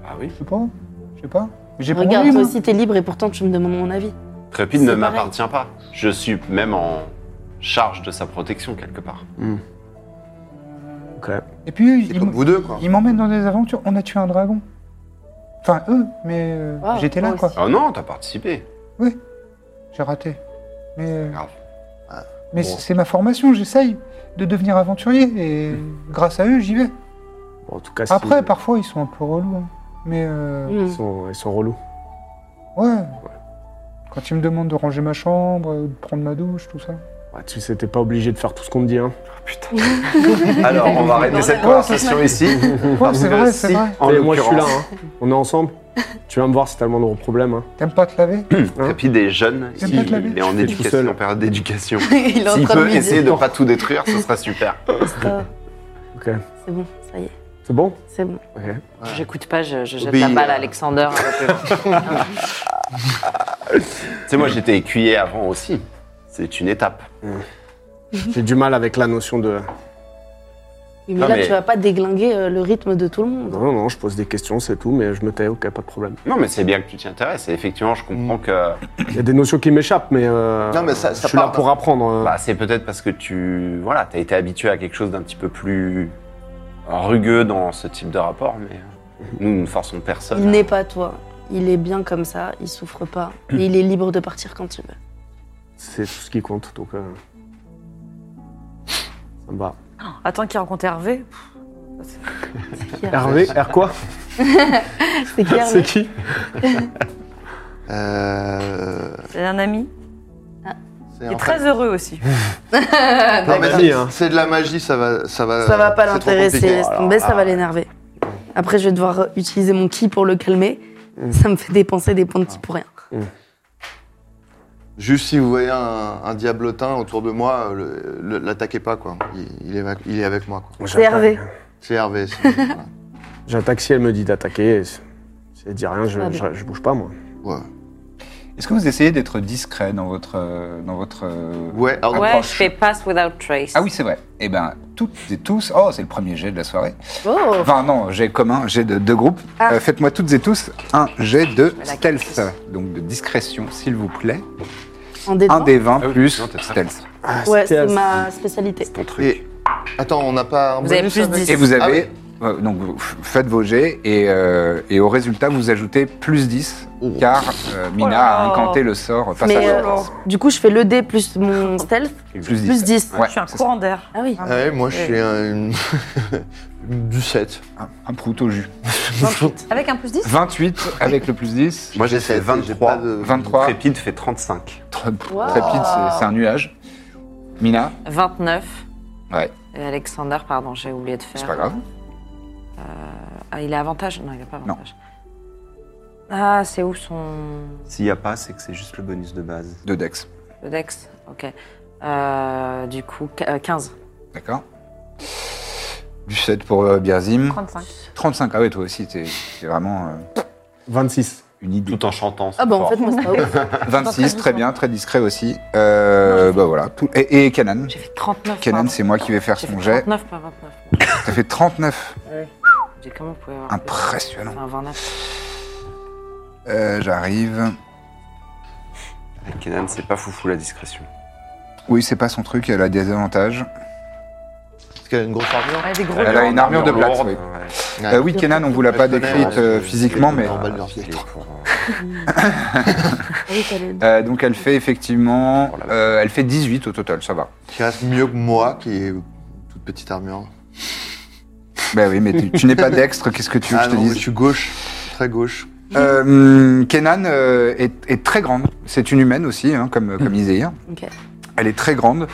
[SPEAKER 6] Ah oui.
[SPEAKER 2] je sais pas. Je sais pas. J'ai pas
[SPEAKER 7] Regarde,
[SPEAKER 2] envie,
[SPEAKER 7] toi
[SPEAKER 2] moi.
[SPEAKER 7] aussi t'es libre et pourtant tu me demandes mon avis.
[SPEAKER 6] Trépide
[SPEAKER 7] C'est
[SPEAKER 6] ne
[SPEAKER 7] pareil.
[SPEAKER 6] m'appartient pas. Je suis même en charge de sa protection quelque part.
[SPEAKER 8] Ok.
[SPEAKER 2] Et puis,
[SPEAKER 4] C'est
[SPEAKER 2] il
[SPEAKER 4] comme
[SPEAKER 2] m-
[SPEAKER 4] vous deux, quoi.
[SPEAKER 2] il m'emmène dans des aventures. On a tué un dragon. Enfin, eux, mais euh,
[SPEAKER 7] Wow,
[SPEAKER 2] j'étais là,
[SPEAKER 7] moi
[SPEAKER 2] quoi.
[SPEAKER 7] aussi.
[SPEAKER 6] Oh non, t'as
[SPEAKER 7] <laughs>
[SPEAKER 6] participé.
[SPEAKER 2] J'ai raté. Mais, euh,
[SPEAKER 6] Grave.
[SPEAKER 2] mais
[SPEAKER 4] Bon.
[SPEAKER 2] c'est ma formation, j'essaye de devenir aventurier. Et grâce à eux, j'y vais.
[SPEAKER 8] Bon, en tout cas, si-
[SPEAKER 2] Après, parfois, ils sont un peu relous. hein. Mais euh,
[SPEAKER 7] Hmm.
[SPEAKER 8] ils, sont, ils sont relous.
[SPEAKER 2] Mm. ouais. Quand ils me demandent de ranger ma chambre, euh, de prendre ma douche, <laughs> tout ça.
[SPEAKER 8] Ouais, Bah, tu sais, t'es pas obligé de faire tout ce qu'on te dit. Hein.
[SPEAKER 6] Alors, on va arrêter cette conversation ici.
[SPEAKER 2] Ouais, c'est vrai, c'est
[SPEAKER 6] si,
[SPEAKER 2] vrai.
[SPEAKER 6] en
[SPEAKER 8] Et moi, je suis là.
[SPEAKER 6] l'occurrence,
[SPEAKER 8] hein. On est ensemble. tu vas me voir si t'as le moindre problème. Hein.
[SPEAKER 2] T'aimes pas te laver
[SPEAKER 6] Trépide est jeune.
[SPEAKER 2] C'est
[SPEAKER 6] Il,
[SPEAKER 2] pas de la vie.
[SPEAKER 6] est en
[SPEAKER 8] Je fais tout
[SPEAKER 6] éducation,
[SPEAKER 8] seul.
[SPEAKER 6] en période d'éducation.
[SPEAKER 7] <laughs> Il est en
[SPEAKER 6] S'il
[SPEAKER 7] train de
[SPEAKER 6] peut
[SPEAKER 7] lui
[SPEAKER 6] essayer
[SPEAKER 7] dire.
[SPEAKER 6] de pas tout détruire, ce serait super.
[SPEAKER 7] Ah,
[SPEAKER 8] Ok.
[SPEAKER 7] C'est bon, ça y est,
[SPEAKER 8] C'est bon
[SPEAKER 7] c'est bon.
[SPEAKER 8] Ok.
[SPEAKER 5] J'écoute pas, je, je jette
[SPEAKER 4] Obéir.
[SPEAKER 5] la
[SPEAKER 2] euh,
[SPEAKER 5] balle à
[SPEAKER 2] <laughs>
[SPEAKER 5] Alexander. avec le-
[SPEAKER 6] Tu sais, moi, j'étais écuyer avant aussi. C'est une étape.
[SPEAKER 8] J'ai du mal avec la notion de.
[SPEAKER 7] Oui, mais
[SPEAKER 6] Non,
[SPEAKER 7] là,
[SPEAKER 6] mais-
[SPEAKER 7] tu vas pas déglinguer euh, le rythme de tout le monde.
[SPEAKER 8] Non, non, je pose des questions, c'est tout, mais je me tais, ok, pas de problème.
[SPEAKER 6] Non, mais c'est bien que tu t'y intéresses. Et effectivement, je comprends
[SPEAKER 7] Mm.
[SPEAKER 6] que
[SPEAKER 8] Il y a des notions qui m'échappent, mais, euh,
[SPEAKER 4] Non, mais ça- ça
[SPEAKER 8] je suis là
[SPEAKER 4] part-
[SPEAKER 8] pour apprendre. euh.
[SPEAKER 6] bah, c'est peut-être parce que tu voilà, as été habitué à quelque chose d'un petit peu plus rugueux dans ce type de rapport. Mais euh, nous, nous ne forçons personne.
[SPEAKER 7] Il n'est pas toi. Il est bien comme ça, il souffre pas. Et il est libre de partir quand il veut.
[SPEAKER 8] C'est tout ce qui compte, donc euh, ça me va.
[SPEAKER 3] Attends qu'il rencontre Hervé.
[SPEAKER 8] Hervé, R quoi
[SPEAKER 7] C'est clair,
[SPEAKER 8] C'est qui
[SPEAKER 4] Euh...
[SPEAKER 3] C'est un ami.
[SPEAKER 4] c'est
[SPEAKER 3] Il est
[SPEAKER 4] en
[SPEAKER 3] très heureux aussi.
[SPEAKER 4] fait- Non, mais
[SPEAKER 8] Vas-y,
[SPEAKER 4] c'est-
[SPEAKER 8] hein.
[SPEAKER 4] c'est de la magie, ça va. Ça va,
[SPEAKER 7] Ça va pas
[SPEAKER 4] c'est trop
[SPEAKER 7] l'intéresser,
[SPEAKER 4] compliqué.
[SPEAKER 7] laisse tomber, ça va l'énerver. Après, je vais devoir euh, utiliser mon ki pour le calmer. Ça me fait dépenser des points de ki pour rien.
[SPEAKER 4] Juste si vous voyez un, un diablotin autour de moi, euh, le- le- l'attaquez pas, quoi. Il, il est, avec- il est avec moi, quoi.
[SPEAKER 7] C'est Hervé.
[SPEAKER 4] C'est Hervé. c'est-
[SPEAKER 5] <laughs>
[SPEAKER 4] voilà.
[SPEAKER 8] J'attaque si elle me dit d'attaquer. Si elle dit rien, je,
[SPEAKER 7] Ah
[SPEAKER 8] je, je bouge pas, moi.
[SPEAKER 4] Ouais.
[SPEAKER 2] Est-ce que vous essayez d'être discret dans votre. euh, Dans votre euh,
[SPEAKER 4] Ouais, alors,
[SPEAKER 5] Ouais,
[SPEAKER 2] Approche.
[SPEAKER 5] je fais pass without trace.
[SPEAKER 2] Ah oui, c'est vrai. Eh ben, toutes et tous. Oh, c'est le premier jet de la soirée.
[SPEAKER 7] Oh
[SPEAKER 2] Enfin, non, jet commun, jet de deux groupes.
[SPEAKER 7] Ah.
[SPEAKER 2] Euh, Faites-moi toutes et tous un jet de
[SPEAKER 5] la
[SPEAKER 2] stealth, donc de discrétion, s'il vous plaît.
[SPEAKER 7] En détente
[SPEAKER 2] Un des 20
[SPEAKER 6] Ah oui,
[SPEAKER 2] plus
[SPEAKER 6] non, t'es très
[SPEAKER 2] stealth.
[SPEAKER 7] Ouais, c'est ma spécialité.
[SPEAKER 6] C'est ton truc.
[SPEAKER 4] et- Attends, on n'a pas un
[SPEAKER 5] Vous avez
[SPEAKER 4] bonus
[SPEAKER 5] plus
[SPEAKER 4] avec-
[SPEAKER 5] 10.
[SPEAKER 2] hein. Et vous
[SPEAKER 4] Ah
[SPEAKER 2] avez. euh, Donc, vous f- faites vos jets et, euh, et au résultat, vous ajoutez plus 10,
[SPEAKER 4] Oh.
[SPEAKER 2] car euh, Mina
[SPEAKER 3] Oh là
[SPEAKER 2] a
[SPEAKER 3] là.
[SPEAKER 2] incanté le sort face
[SPEAKER 7] Mais
[SPEAKER 2] à
[SPEAKER 7] euh,
[SPEAKER 2] face.
[SPEAKER 7] du coup, je fais le dé plus mon stealth,
[SPEAKER 2] Plus 10.
[SPEAKER 7] plus 10.
[SPEAKER 2] Ouais,
[SPEAKER 3] je suis un
[SPEAKER 2] c'est
[SPEAKER 3] courant d'air.
[SPEAKER 7] Ah oui.
[SPEAKER 4] Ah ouais, moi, je suis un, une- <laughs> du 7.
[SPEAKER 2] Un, un prout au jus.
[SPEAKER 5] Avec un plus 10
[SPEAKER 2] 28 avec le plus 10.
[SPEAKER 6] Moi, j'ai fait 23.
[SPEAKER 4] Pas de...
[SPEAKER 2] 23.
[SPEAKER 6] Trépide fait 35.
[SPEAKER 2] Tra- Trépide, c'est- c'est un nuage. Mina,
[SPEAKER 5] 29.
[SPEAKER 2] Ouais.
[SPEAKER 5] Et euh, Alexander, pardon, j'ai oublié de faire.
[SPEAKER 2] c'est pas grave.
[SPEAKER 5] Ah, il a avantage Non, il a pas avantage. Ah, c'est où son.
[SPEAKER 6] S'il n'y a pas, c'est que c'est juste le bonus de base.
[SPEAKER 2] De Dex.
[SPEAKER 5] Le Dex Ok. Euh, du coup, qu- euh, 15.
[SPEAKER 2] D'accord. Du 7 pour euh, Birzim.
[SPEAKER 3] 35.
[SPEAKER 2] 35, ah ouais, toi aussi, t'es t'es vraiment euh,
[SPEAKER 8] 26.
[SPEAKER 2] une idée.
[SPEAKER 6] Tout en chantant. c'est
[SPEAKER 7] Ah bah en
[SPEAKER 6] fort.
[SPEAKER 7] fait, moi, c'est pas ouf.
[SPEAKER 2] 26, très bien, très discret aussi. Euh, bah voilà. tout- Et, et Kenan.
[SPEAKER 5] J'ai fait 39.
[SPEAKER 2] Kenan,
[SPEAKER 5] pardon.
[SPEAKER 2] c'est moi qui vais faire
[SPEAKER 5] J'ai
[SPEAKER 2] son
[SPEAKER 5] fait
[SPEAKER 2] jet.
[SPEAKER 5] 39, pas 29.
[SPEAKER 2] Ça fait 39.
[SPEAKER 5] J'ai comment vous pouvez avoir.
[SPEAKER 2] Impressionnant.
[SPEAKER 5] Enfin, 29.
[SPEAKER 2] Euh, J'arrive.
[SPEAKER 6] Avec Kenan, c'est pas foufou la discrétion.
[SPEAKER 2] Oui, c'est pas son truc, elle a des avantages.
[SPEAKER 4] Parce qu'elle a une grosse armure.
[SPEAKER 3] Ouais, des gros
[SPEAKER 2] Elle a une armure de plate,
[SPEAKER 6] lourde,
[SPEAKER 2] oui.
[SPEAKER 6] ouais.
[SPEAKER 2] Euh, oui, Kenan, on vous l'a pas décrite euh, physiquement, mais.
[SPEAKER 4] normal.
[SPEAKER 6] Ah,
[SPEAKER 4] Baldur.
[SPEAKER 6] c'est pour, euh,
[SPEAKER 7] <laughs>
[SPEAKER 2] <laughs>
[SPEAKER 7] Ah oui, t'as le-
[SPEAKER 2] euh, donc elle fait effectivement. euh, elle fait 18 au total, ça va.
[SPEAKER 4] Qui reste mieux que moi, qui est toute petite armure.
[SPEAKER 2] Bah oui, mais tu, tu n'es
[SPEAKER 4] <laughs>
[SPEAKER 2] pas dextre, qu'est-ce que tu veux
[SPEAKER 4] Ah
[SPEAKER 2] que je te
[SPEAKER 4] non,
[SPEAKER 2] dise
[SPEAKER 4] je suis gauche. Très gauche.
[SPEAKER 2] Euh, Kenan euh, est, est très grande. C'est une humaine aussi, hein, comme, comme Iséir.
[SPEAKER 7] Euh. Ok.
[SPEAKER 2] Elle est très grande.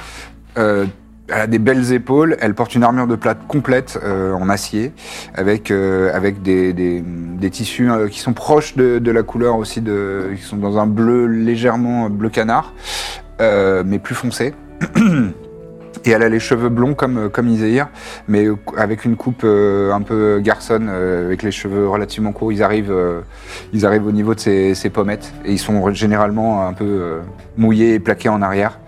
[SPEAKER 2] Euh, elle a des belles épaules. Elle porte une armure de plate complète euh, en acier, avec, euh, avec des, des- des tissus euh, qui sont proches de, de la couleur aussi, de, qui sont dans un bleu légèrement bleu canard, euh, mais plus foncé. Et elle a les cheveux blonds comme, comme Iséir, mais avec une coupe euh, un peu garçonne, euh, avec les cheveux relativement courts. Ils arrivent, euh, ils arrivent au niveau de ses, ses pommettes et ils sont généralement un peu euh, mouillés et plaqués en arrière.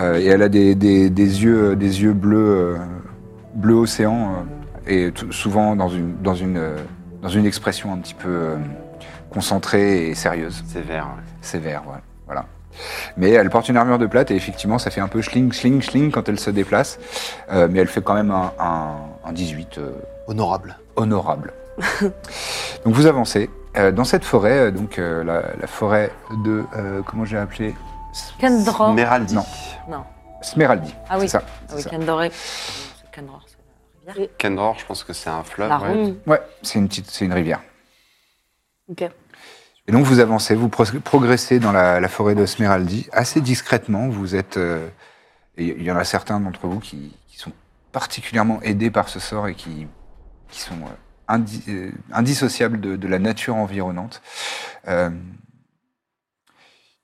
[SPEAKER 2] Euh, et elle a des, des- des yeux, des yeux bleus, euh, bleu océan, euh, et tout- souvent dans une, dans, une, euh, dans une expression un petit peu euh, concentrée et sérieuse,
[SPEAKER 6] C'est vert. ouais.
[SPEAKER 2] sévère. Voilà. voilà. Mais elle porte une armure de plate et effectivement ça fait un peu schling, schling, schling quand elle se déplace. Euh, mais elle fait quand même un, un- un 18. euh,
[SPEAKER 4] Honorable.
[SPEAKER 5] <laughs>
[SPEAKER 2] honorable. donc vous avancez euh, dans cette forêt, euh, donc euh, la, la forêt de euh, comment j'ai appelé S-
[SPEAKER 5] Kendra. Ah
[SPEAKER 6] Smeraldi.
[SPEAKER 2] Non.
[SPEAKER 5] Non.
[SPEAKER 2] Smeraldi.
[SPEAKER 5] Ah oui.
[SPEAKER 2] C'est ça.
[SPEAKER 5] Ah
[SPEAKER 2] c'est
[SPEAKER 5] oui,
[SPEAKER 2] ça.
[SPEAKER 5] Kendor.
[SPEAKER 2] <laughs>
[SPEAKER 5] C'est Kendor, c'est la rivière.
[SPEAKER 6] Kendor, je pense que c'est un fleuve.
[SPEAKER 5] La
[SPEAKER 6] ouais.
[SPEAKER 5] ronde.
[SPEAKER 2] Ouais, c'est une petite, c'est une rivière.
[SPEAKER 7] Ok.
[SPEAKER 2] Et donc vous avancez, vous pro- progressez dans la, la forêt de Smeraldi assez discrètement. Vous êtes, euh, et il y en a certains d'entre vous qui, qui sont particulièrement aidés par ce sort et qui, qui sont euh, indi- euh, indissociables de, de la nature environnante. Euh,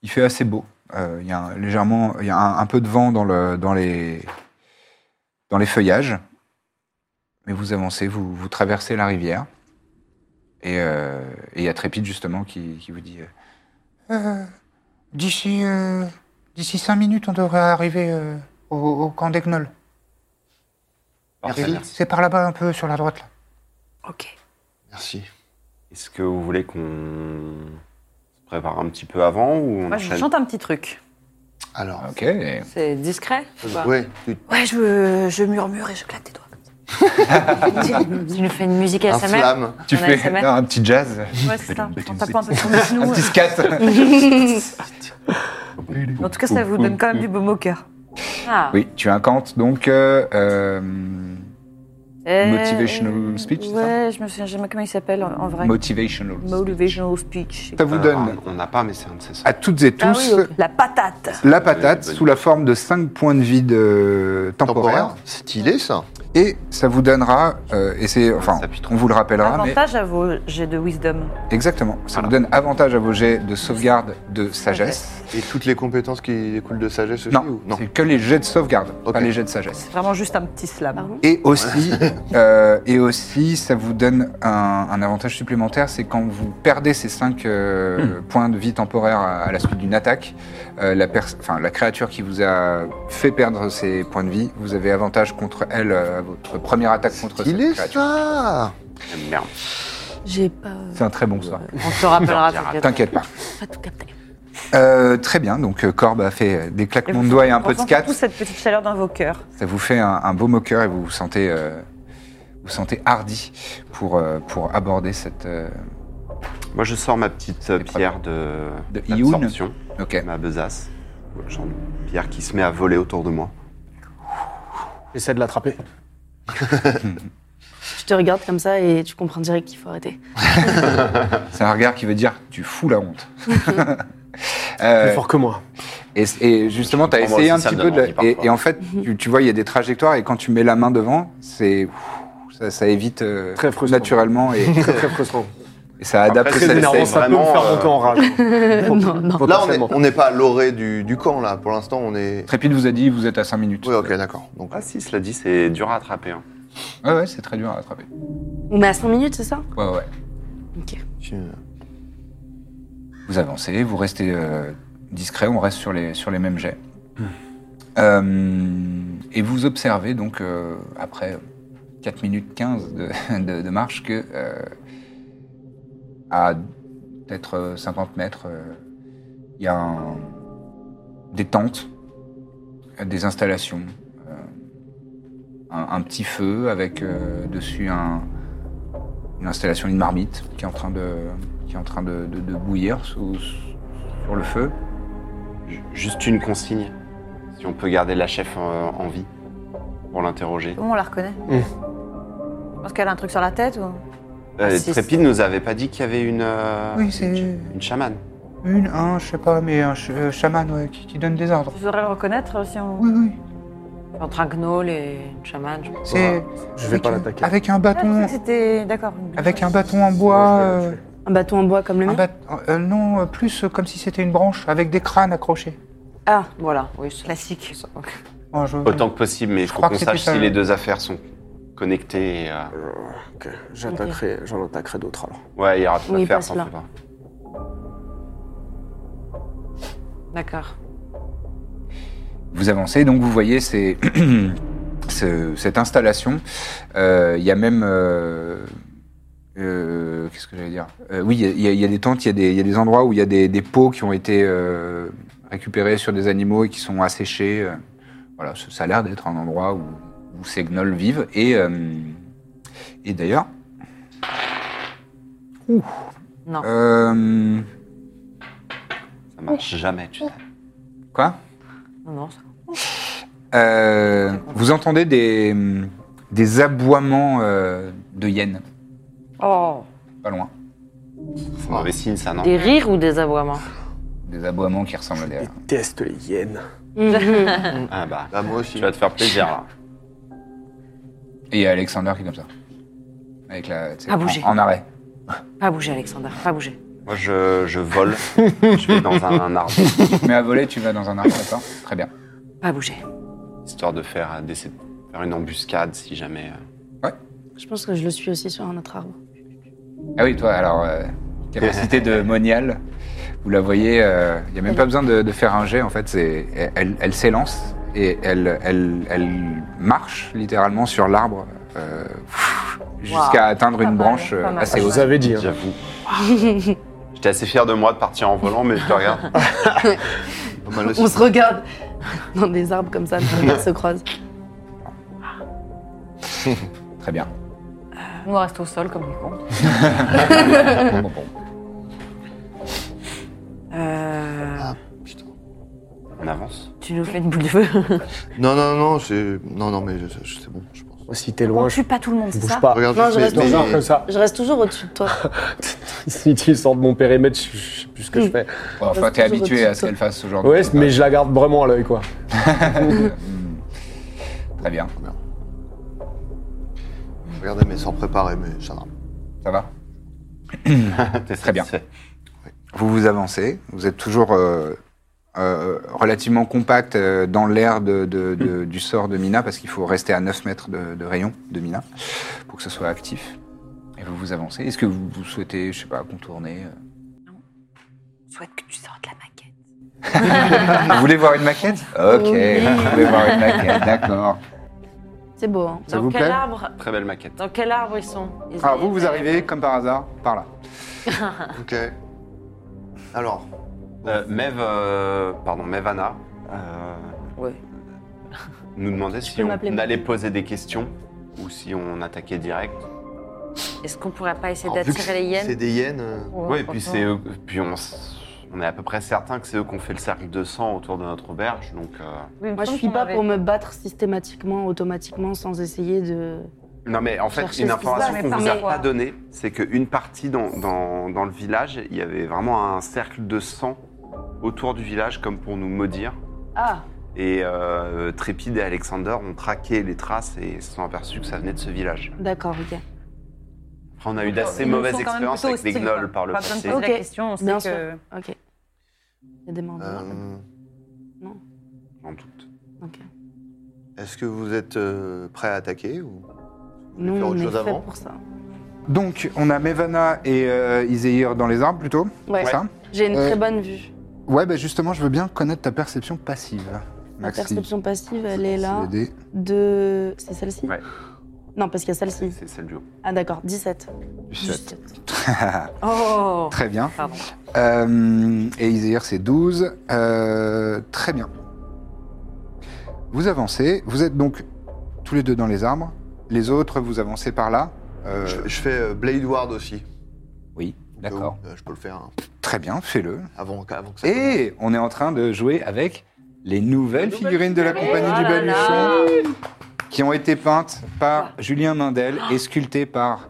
[SPEAKER 2] il fait assez beau. Euh, Il y a un- légèrement, il y a un, un peu de vent dans, le, dans, les, dans les feuillages, mais vous avancez, vous, vous traversez la rivière. Et euh, et il y a Trépide justement qui, qui vous dit euh, Euh, d'ici euh, d'ici cinq minutes on devrait arriver euh, au, au camp d'Egnol.
[SPEAKER 6] Parfait,
[SPEAKER 2] Merci.
[SPEAKER 6] merci.
[SPEAKER 2] C'est par là-bas un peu, sur la droite. Là.
[SPEAKER 7] Ok.
[SPEAKER 4] Merci.
[SPEAKER 6] Est-ce que vous voulez qu'on se prépare un petit peu avant ou on
[SPEAKER 3] Moi, je
[SPEAKER 6] enchaîne
[SPEAKER 3] chante un petit truc.
[SPEAKER 4] Alors,
[SPEAKER 2] Ok. <laughs>
[SPEAKER 5] C'est discret
[SPEAKER 2] Ah.
[SPEAKER 5] ou pas
[SPEAKER 4] oui.
[SPEAKER 3] Ouais, je, je murmure et je claque des doigts.
[SPEAKER 5] Tu nous fais une musique
[SPEAKER 4] Un
[SPEAKER 5] ASMR
[SPEAKER 4] slam.
[SPEAKER 2] Tu
[SPEAKER 5] On a
[SPEAKER 2] fais
[SPEAKER 5] SMR.
[SPEAKER 2] non, un petit jazz,
[SPEAKER 3] Ouais, c'est ça. En tapant un peu sur les
[SPEAKER 2] un
[SPEAKER 3] genoux.
[SPEAKER 2] petit scat. <laughs>
[SPEAKER 3] En tout cas, ça vous donne quand même du baume au cœur.
[SPEAKER 5] Ah,
[SPEAKER 2] Oui, tu incantes donc euh, euh,
[SPEAKER 5] Euh,
[SPEAKER 2] Motivational speech, c'est ça
[SPEAKER 3] Euh, Ouais, je me souviens jamais comment il s'appelle en en vrai.
[SPEAKER 2] Motivational.
[SPEAKER 3] Motivational speech.
[SPEAKER 2] Ça vous
[SPEAKER 6] Euh,
[SPEAKER 2] donne
[SPEAKER 6] On n'a pas, mais c'est un de ses seuls.
[SPEAKER 2] à toutes et tous
[SPEAKER 3] Ah oui, ok. la patate.
[SPEAKER 2] la patate
[SPEAKER 6] Oui, bonne
[SPEAKER 2] sous la forme de 5 points de vide euh, temporaires.
[SPEAKER 4] Temporaire. Stylé, ça.
[SPEAKER 2] Et ça vous donnera, euh, et c'est, enfin,
[SPEAKER 6] Ça pique trop.
[SPEAKER 2] on vous le rappellera, mais
[SPEAKER 3] Avantage à vos jets de wisdom.
[SPEAKER 2] exactement, ça
[SPEAKER 6] Voilà.
[SPEAKER 2] vous donne avantage à vos jets de sauvegarde de sagesse.
[SPEAKER 4] Et toutes les compétences qui découlent de sagesse aussi
[SPEAKER 2] Non,
[SPEAKER 4] ou Non.
[SPEAKER 2] c'est que les jets de sauvegarde,
[SPEAKER 4] Ok.
[SPEAKER 2] pas les jets de sagesse.
[SPEAKER 3] C'est vraiment juste un petit slam.
[SPEAKER 2] Et aussi, euh, et aussi, ça vous donne un, un avantage supplémentaire, c'est quand vous perdez ces 5 points de vie temporaires à, à la suite d'une attaque, euh, la, pers- enfin, la créature qui vous a fait perdre ces points de vie, vous avez avantage contre elle euh, à votre première attaque contre cette
[SPEAKER 4] Stylé,
[SPEAKER 2] créature.
[SPEAKER 4] ça.
[SPEAKER 6] Merde.
[SPEAKER 7] J'ai pas,
[SPEAKER 2] C'est un très bon sort.
[SPEAKER 5] on
[SPEAKER 2] <laughs>
[SPEAKER 5] te rappellera t'inquiète.
[SPEAKER 2] T'inquiète pas.
[SPEAKER 7] pas tout capté.
[SPEAKER 2] Euh, très bien, donc euh, Corbe a fait euh, des claquements de doigts et un peu de
[SPEAKER 3] Ressentez
[SPEAKER 2] scat.
[SPEAKER 3] tous cette petite chaleur dans vos cœurs.
[SPEAKER 2] Ça vous fait un, un beau moqueur et vous vous sentez, euh, vous sentez hardi pour, euh, pour aborder cette. euh,
[SPEAKER 6] Moi, je sors ma petite euh,
[SPEAKER 2] C'est pas
[SPEAKER 6] pierre de,
[SPEAKER 2] De Ioun.
[SPEAKER 6] d'absorption,
[SPEAKER 2] Ok.
[SPEAKER 6] ma besace. Genre une pierre qui se met à voler autour de moi.
[SPEAKER 8] Essaie de l'attraper.
[SPEAKER 7] Je te regarde comme ça et tu comprends direct qu'il faut arrêter.
[SPEAKER 2] C'est un regard qui veut dire tu fous la honte. Euh,
[SPEAKER 8] Plus fort que moi.
[SPEAKER 2] et, et justement, tu as
[SPEAKER 6] Moi
[SPEAKER 2] essayé
[SPEAKER 6] aussi,
[SPEAKER 2] un
[SPEAKER 6] ça
[SPEAKER 2] petit
[SPEAKER 6] me
[SPEAKER 2] peu de.
[SPEAKER 6] donne
[SPEAKER 2] la-
[SPEAKER 6] envie
[SPEAKER 2] Et,
[SPEAKER 6] parfois.
[SPEAKER 2] et en fait,
[SPEAKER 7] Mhm.
[SPEAKER 2] tu, tu vois, il y a des trajectoires et quand tu mets la main devant, c'est. Ça, ça évite euh,
[SPEAKER 8] Très frustrant.
[SPEAKER 2] naturellement et,
[SPEAKER 8] Très, très frustrant.
[SPEAKER 2] et ça adapte
[SPEAKER 6] Après,
[SPEAKER 8] Très
[SPEAKER 6] c'est-
[SPEAKER 2] ça-
[SPEAKER 8] énervant,
[SPEAKER 6] c'est
[SPEAKER 8] ça peut me
[SPEAKER 6] vraiment,
[SPEAKER 8] faire
[SPEAKER 6] euh,
[SPEAKER 8] monter en rage.
[SPEAKER 4] Là,
[SPEAKER 7] non, <laughs> non.
[SPEAKER 4] on
[SPEAKER 8] <laughs>
[SPEAKER 4] est-
[SPEAKER 8] Potentiellement.
[SPEAKER 4] on n'est pas à l'orée du, du camp, là. Pour l'instant, on est.
[SPEAKER 2] Trépide vous a dit, vous êtes à 5 minutes.
[SPEAKER 4] Oui, ok, d'accord. Donc,
[SPEAKER 6] Ah si, cela dit, c'est dur à attraper. hein.
[SPEAKER 2] Ouais, ouais, c'est très dur à rattraper.
[SPEAKER 7] On est à 5 minutes, c'est ça
[SPEAKER 2] Ouais, ouais.
[SPEAKER 4] tu-
[SPEAKER 2] Vous avancez, vous restez euh, discret, on reste sur les, sur les mêmes jets. Euh, et vous observez donc, euh, après 4 minutes 15 de, <laughs> de- de marche, que euh, à peut-être 50 mètres, euh, il y a un- des tentes, des installations, euh, un, un petit feu avec euh, dessus un, une installation, une marmite qui est en train de, qui est en train de, de- de bouillir sous, sur le feu.
[SPEAKER 6] Ju- Juste une consigne, si on peut garder la chef euh, en vie pour l'interroger.
[SPEAKER 2] Ah,
[SPEAKER 3] Comment on la reconnaît Je
[SPEAKER 2] Mm.
[SPEAKER 3] pense qu'elle a un truc sur la tête ou
[SPEAKER 6] Euh,
[SPEAKER 3] si,
[SPEAKER 6] Trépide nous avait pas dit qu'il y avait une, euh,
[SPEAKER 2] Oui, c'est
[SPEAKER 6] une chamane.
[SPEAKER 2] une, un, je sais pas, mais un ch- euh, chaman ouais, qui, qui donne des ordres.
[SPEAKER 3] Vous saurez le reconnaître euh, si on.
[SPEAKER 2] Oui, oui,
[SPEAKER 5] Entre un gnoll et une chamane, je pense.
[SPEAKER 2] c'est
[SPEAKER 8] Je vais
[SPEAKER 2] avec,
[SPEAKER 8] pas
[SPEAKER 2] un-
[SPEAKER 8] l'attaquer.
[SPEAKER 2] avec un
[SPEAKER 3] Ah, je pensais
[SPEAKER 2] bâton,
[SPEAKER 3] que c'était. D'accord.
[SPEAKER 2] avec un bâton en bois.
[SPEAKER 8] Non, je vais la
[SPEAKER 2] euh,
[SPEAKER 7] Un bâton en bois comme le
[SPEAKER 2] un
[SPEAKER 7] mien
[SPEAKER 2] bât- euh, non, euh, plus euh, comme si c'était une branche avec des crânes accrochés.
[SPEAKER 5] Ah, voilà, oui. ça-
[SPEAKER 3] Classique.
[SPEAKER 5] ça-
[SPEAKER 2] Oh, je-
[SPEAKER 6] Autant que possible, mais il faut
[SPEAKER 2] crois
[SPEAKER 6] qu'on
[SPEAKER 2] que c'était
[SPEAKER 6] sache
[SPEAKER 2] ça.
[SPEAKER 6] si les deux affaires sont connectées. et, euh,
[SPEAKER 8] Ok, j'attaquerai, j'en attaquerai d'autres alors.
[SPEAKER 6] Ouais, il y aura tout
[SPEAKER 7] Oui,
[SPEAKER 6] à faire,
[SPEAKER 7] passe
[SPEAKER 6] t'en
[SPEAKER 7] là.
[SPEAKER 6] fais pas.
[SPEAKER 5] D'accord.
[SPEAKER 2] Vous avancez, donc vous voyez ces- <clears throat> ce- cette installation. Euh, Il y a même. euh, euh, Qu'est-ce que j'allais dire Euh, Oui, il y a- il y, a- il y a des tentes, il y, a des- il y a des endroits où il y a des, des pots qui ont été euh, récupérés sur des animaux et qui sont asséchés. Euh, Voilà, ça ça a l'air d'être un endroit où, où ces gnolls vivent. Et, euh, et d'ailleurs. Ouh.
[SPEAKER 5] Non.
[SPEAKER 2] Euh,
[SPEAKER 6] Ça marche jamais, tu sais.
[SPEAKER 2] quoi
[SPEAKER 5] Non, non, ça-
[SPEAKER 2] Euh, vous entendez des, des aboiements euh, de hyènes,
[SPEAKER 5] Oh.
[SPEAKER 2] pas loin.
[SPEAKER 6] C'est mauvais signe, ça, non
[SPEAKER 5] Des rires ou des aboiements
[SPEAKER 2] Des aboiements qui ressemblent à des...
[SPEAKER 8] Déteste les hyènes.
[SPEAKER 6] Ah bah,
[SPEAKER 4] Bah, moi aussi.
[SPEAKER 6] tu vas te faire plaisir, là.
[SPEAKER 2] Et il y a Alexander qui est comme ça. Avec la... tu sais,
[SPEAKER 5] À bouger.
[SPEAKER 2] En, en arrêt.
[SPEAKER 5] Pas bouger, Alexander, pas bouger.
[SPEAKER 6] Moi, je, je vole. je vais dans un, un arbre,
[SPEAKER 2] Mais à voler, tu vas dans un arc, d'accord Très bien.
[SPEAKER 5] Pas bouger.
[SPEAKER 6] histoire de faire, euh, d'essayer de faire une embuscade, si jamais... euh,
[SPEAKER 7] Je pense que je le suis aussi sur un autre arbre.
[SPEAKER 2] Ah oui, toi, alors, euh, capacité de Monial, euh, vous la voyez, il n'y a même pas besoin de, de faire un jet, en fait, c'est- elle, elle s'élance, et elle, elle, elle marche littéralement sur l'arbre euh, jusqu'à atteindre une branche euh, assez haute.
[SPEAKER 8] vous avez dit. hein.
[SPEAKER 7] <laughs>
[SPEAKER 6] J'avoue. J'étais assez fier de moi de partir en volant, mais je te regarde. Pas mal aussi.
[SPEAKER 7] On se regarde <laughs> dans des arbres comme
[SPEAKER 4] <laughs>
[SPEAKER 7] ça, nos regards se croisent.
[SPEAKER 2] Très bien.
[SPEAKER 3] On reste au sol comme des cons.
[SPEAKER 2] Bon, bon, bon.
[SPEAKER 3] Euh,
[SPEAKER 6] On avance.
[SPEAKER 3] tu nous fais une boule de feu.
[SPEAKER 4] Non, non, non, c'est. Non, non, mais je- je- c'est bon, je pense.
[SPEAKER 8] Si t'es
[SPEAKER 9] On
[SPEAKER 8] loin, je
[SPEAKER 9] tue pas tout le monde, c'est
[SPEAKER 8] bouge
[SPEAKER 9] ça
[SPEAKER 8] pas.
[SPEAKER 4] Regarde
[SPEAKER 7] Non,
[SPEAKER 4] juste
[SPEAKER 7] je
[SPEAKER 4] mes-
[SPEAKER 7] reste
[SPEAKER 4] mes-
[SPEAKER 8] Toujours comme ça.
[SPEAKER 7] Je reste toujours au-dessus de toi.
[SPEAKER 8] <laughs> Si tu sors de mon périmètre, je je sais plus ce que je fais.
[SPEAKER 2] Bon, enfin, t'es
[SPEAKER 7] Parce que
[SPEAKER 2] habitué
[SPEAKER 7] je
[SPEAKER 2] à ce qu'elle fasse ce genre
[SPEAKER 8] Ouais,
[SPEAKER 2] de choses.
[SPEAKER 8] mais je la garde vraiment à l'œil, quoi.
[SPEAKER 2] hein. Très bien.
[SPEAKER 4] Regardez, mais sans préparer, mais ça va.
[SPEAKER 2] Ça va
[SPEAKER 6] T'es
[SPEAKER 2] Très bien.
[SPEAKER 6] satisfait.
[SPEAKER 2] Vous vous avancez, vous êtes toujours euh, euh, relativement compact euh, dans l'air de- de- de- du sort de Mina, parce qu'il faut rester à 9 mètres de, de rayon de Mina pour que ce soit actif. Et vous vous avancez. Est-ce que vous, vous souhaitez, je sais pas, contourner euh,
[SPEAKER 9] Je souhaite que tu sortes la maquette.
[SPEAKER 2] Vous voulez voir une maquette Ok, <laughs> vous voulez voir une maquette, d'accord.
[SPEAKER 7] C'est beau, hein.
[SPEAKER 2] Ça
[SPEAKER 5] dans
[SPEAKER 2] vous
[SPEAKER 5] quel
[SPEAKER 2] plaît
[SPEAKER 5] arbre
[SPEAKER 6] Très belle maquette.
[SPEAKER 5] Dans quel arbre ils sont Ils
[SPEAKER 2] Alors Ah,
[SPEAKER 5] ont-
[SPEAKER 2] vous, vous arrivez comme par hasard par là.
[SPEAKER 4] Ok. Alors,
[SPEAKER 6] Euh, Mev, euh, pardon, Mevana. euh,
[SPEAKER 3] Ouais.
[SPEAKER 6] Nous demandait si
[SPEAKER 7] peux
[SPEAKER 6] on
[SPEAKER 7] m'appeler Mev.
[SPEAKER 6] allait poser des questions ou si on attaquait direct.
[SPEAKER 5] Est-ce qu'on pourrait pas essayer
[SPEAKER 4] alors,
[SPEAKER 2] Oh,
[SPEAKER 4] vu que
[SPEAKER 5] d'attirer les hyènes
[SPEAKER 4] C'est des hyènes. euh,
[SPEAKER 6] Oui, et puis, c'est eux- puis on, s- on est à peu près certain que c'est eux qui ont fait le cercle de sang autour de notre auberge. Donc, euh,
[SPEAKER 7] Moi, je suis pas pour me battre systématiquement, automatiquement, sans essayer de.
[SPEAKER 6] Non, mais en fait,
[SPEAKER 7] Chercher
[SPEAKER 6] une
[SPEAKER 7] ce qui se
[SPEAKER 6] information
[SPEAKER 7] passe,
[SPEAKER 6] qu'on
[SPEAKER 7] mais
[SPEAKER 6] vous a
[SPEAKER 7] par
[SPEAKER 6] pas donnée, c'est qu'une partie dans, dans- dans le village, il y avait vraiment un cercle de sang autour du village, comme pour nous maudire.
[SPEAKER 7] Ah
[SPEAKER 6] Et euh, Trépide et Alexander ont traqué les traces et se sont aperçus que ça venait de ce village.
[SPEAKER 7] D'accord, ok.
[SPEAKER 6] Après, on a eu d'assez mauvaises expériences avec des gnolls par le
[SPEAKER 3] pas besoin de
[SPEAKER 6] passé.
[SPEAKER 3] poser
[SPEAKER 7] Ok.
[SPEAKER 3] la question, on sait
[SPEAKER 7] Bien
[SPEAKER 3] que...
[SPEAKER 7] sûr. Ok. Il y a des morts. dedans.
[SPEAKER 4] euh,
[SPEAKER 6] J'en doute.
[SPEAKER 7] Ok.
[SPEAKER 4] Est-ce que vous êtes euh, prêt à attaquer ou
[SPEAKER 7] Nous,
[SPEAKER 4] faire
[SPEAKER 7] on
[SPEAKER 4] autre
[SPEAKER 7] est
[SPEAKER 4] chose avant
[SPEAKER 7] fait pour ça.
[SPEAKER 2] Donc, on a Mevana et euh, Izehir dans les arbres plutôt.
[SPEAKER 7] Ouais.
[SPEAKER 2] c'est ça
[SPEAKER 7] J'ai une
[SPEAKER 2] Euh,
[SPEAKER 7] très bonne vue.
[SPEAKER 2] Ouais, bah justement, je veux bien connaître ta perception passive.
[SPEAKER 7] La
[SPEAKER 2] Maxi.
[SPEAKER 7] perception passive, elle est là.
[SPEAKER 2] C'est le dé.
[SPEAKER 7] De. C'est celle-ci
[SPEAKER 6] Ouais.
[SPEAKER 7] Non, parce qu'il y a celle-ci.
[SPEAKER 6] C'est celle du haut.
[SPEAKER 7] Ah, d'accord, 17.
[SPEAKER 2] Sept.
[SPEAKER 5] Oh
[SPEAKER 2] <laughs> Très bien.
[SPEAKER 5] Pardon.
[SPEAKER 2] Euh, et Izehir, c'est 12. Euh, très bien. Vous avancez. Vous êtes donc tous les deux dans les arbres. Les autres, vous avancez par là. Euh,
[SPEAKER 4] je, je fais euh, Blade Ward aussi.
[SPEAKER 2] Oui,
[SPEAKER 4] Au cas
[SPEAKER 2] d'accord.
[SPEAKER 4] où, euh, je peux le faire hein,
[SPEAKER 2] Très bien, fais-le.
[SPEAKER 4] avant, avant que ça. commence.
[SPEAKER 2] Et on est en train de jouer avec les nouvelles figurines de la compagnie
[SPEAKER 5] Oh
[SPEAKER 2] du
[SPEAKER 5] là
[SPEAKER 2] Baluchon qui ont été peintes par Julien Mindel et sculptées par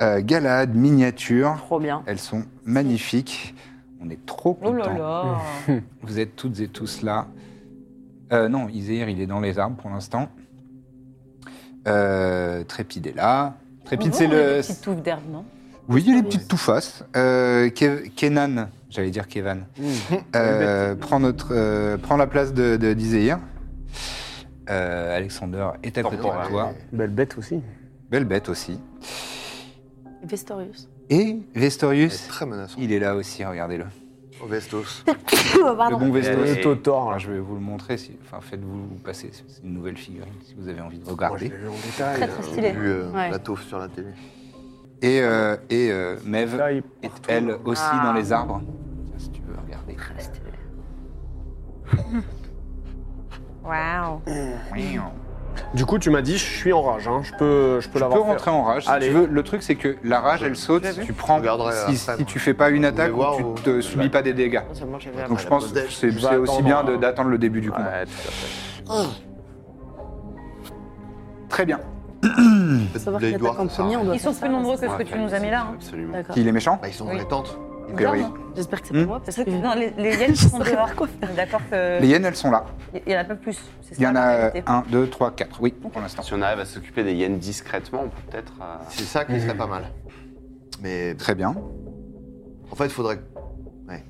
[SPEAKER 2] euh, Galad Miniature.
[SPEAKER 5] Trop bien.
[SPEAKER 2] Elles sont magnifiques. On est trop
[SPEAKER 3] Oh là
[SPEAKER 2] contents.
[SPEAKER 3] là
[SPEAKER 2] Vous êtes toutes et tous là. Euh, non, Iséir, il est dans les arbres pour l'instant. Euh, Trépide est là. Trépide, c'est le.
[SPEAKER 3] Petite touffe d'herbe, non
[SPEAKER 2] Oui, il y a les petites touffasses. Euh, Kev- Kenan, j'allais dire
[SPEAKER 8] Mm. <laughs>
[SPEAKER 2] Kevan, euh, prend, notre, euh, prend la place de, de d'Iséir. Euh, Alexander est à côté de
[SPEAKER 6] Temporaire.
[SPEAKER 2] toi.
[SPEAKER 8] Belle bête aussi.
[SPEAKER 2] Belle bête aussi.
[SPEAKER 7] Vestorius.
[SPEAKER 2] Et
[SPEAKER 4] Elle est
[SPEAKER 2] Vestorius,
[SPEAKER 4] très menaçant.
[SPEAKER 2] il est là aussi, regardez-le.
[SPEAKER 4] Au Vestos.
[SPEAKER 2] Le bon Vestorius.
[SPEAKER 6] Et-
[SPEAKER 8] C'est au tort,
[SPEAKER 2] Alors,
[SPEAKER 8] là.
[SPEAKER 2] je vais vous le montrer, si- enfin faites-vous passer, c'est une nouvelle figurine si vous avez envie de regarder.
[SPEAKER 8] vu en détail.
[SPEAKER 9] Très, très
[SPEAKER 4] J'ai
[SPEAKER 9] stylé.
[SPEAKER 4] vu euh,
[SPEAKER 7] Ouais.
[SPEAKER 4] la taufe sur la télé.
[SPEAKER 2] Et, euh, et euh, Mev
[SPEAKER 8] Là, il-
[SPEAKER 2] est elle aussi dans les arbres. Tiens, si tu veux regarder.
[SPEAKER 5] Waouh
[SPEAKER 2] Tu
[SPEAKER 8] Du coup, tu m'as dit, je suis en rage. hein. Je peux, je peux
[SPEAKER 2] peux
[SPEAKER 8] l'avoir. fait.
[SPEAKER 2] rentrer en rage si
[SPEAKER 8] Allez.
[SPEAKER 2] tu veux. Le truc c'est que la rage elle saute si tu prends
[SPEAKER 4] regarderai
[SPEAKER 2] si,
[SPEAKER 4] après,
[SPEAKER 2] si
[SPEAKER 4] moi.
[SPEAKER 2] tu fais pas une
[SPEAKER 4] Vous
[SPEAKER 2] attaque
[SPEAKER 4] voulez voir
[SPEAKER 2] ou
[SPEAKER 4] ou-
[SPEAKER 2] tu te subis pas des dégâts.
[SPEAKER 5] Seulement j'avais
[SPEAKER 2] Donc je
[SPEAKER 4] la
[SPEAKER 2] pense
[SPEAKER 4] pause
[SPEAKER 2] que
[SPEAKER 4] déj.
[SPEAKER 2] c'est
[SPEAKER 8] Je vais
[SPEAKER 2] c'est aussi
[SPEAKER 8] attendre,
[SPEAKER 2] bien
[SPEAKER 8] hein.
[SPEAKER 2] de- d'attendre le début du combat.
[SPEAKER 6] Ouais, tout à fait.
[SPEAKER 2] Très bien.
[SPEAKER 7] Faut savoir qui
[SPEAKER 4] Blade
[SPEAKER 7] attaque
[SPEAKER 4] Ward,
[SPEAKER 7] en
[SPEAKER 4] ça sert à
[SPEAKER 7] premier, on
[SPEAKER 4] rien.
[SPEAKER 7] doit
[SPEAKER 3] Ils
[SPEAKER 7] faire
[SPEAKER 3] sont plus
[SPEAKER 7] ça,
[SPEAKER 3] nombreux
[SPEAKER 7] c'est
[SPEAKER 3] que
[SPEAKER 7] ça.
[SPEAKER 3] ce que tu nous as mis là. hein.
[SPEAKER 6] Absolument.
[SPEAKER 7] D'accord.
[SPEAKER 2] Il est méchant
[SPEAKER 4] Bah, ils sont
[SPEAKER 3] Oui.
[SPEAKER 4] dans les tentes.
[SPEAKER 2] A priori.
[SPEAKER 3] Bizarre, hein.
[SPEAKER 7] J'espère que c'est
[SPEAKER 2] Hmm
[SPEAKER 7] pas moi, parce
[SPEAKER 3] C'est
[SPEAKER 7] que...
[SPEAKER 3] vrai que non, les, les hyènes sont dehors. On est d'accord
[SPEAKER 2] Les
[SPEAKER 3] qu'il
[SPEAKER 2] hyènes elles sont là.
[SPEAKER 3] y en a pas plus. c'est
[SPEAKER 2] Il y
[SPEAKER 3] ça,
[SPEAKER 2] en
[SPEAKER 3] la
[SPEAKER 2] a
[SPEAKER 3] réalité.
[SPEAKER 2] 1, 2, 3, 4. Oui, pour l'instant.
[SPEAKER 6] Si on arrive à s'occuper des hyènes discrètement, on peut peut-être. euh,
[SPEAKER 4] C'est ça qui serait pas mal. Mais
[SPEAKER 2] Très bien.
[SPEAKER 4] en fait, il faudrait ouais,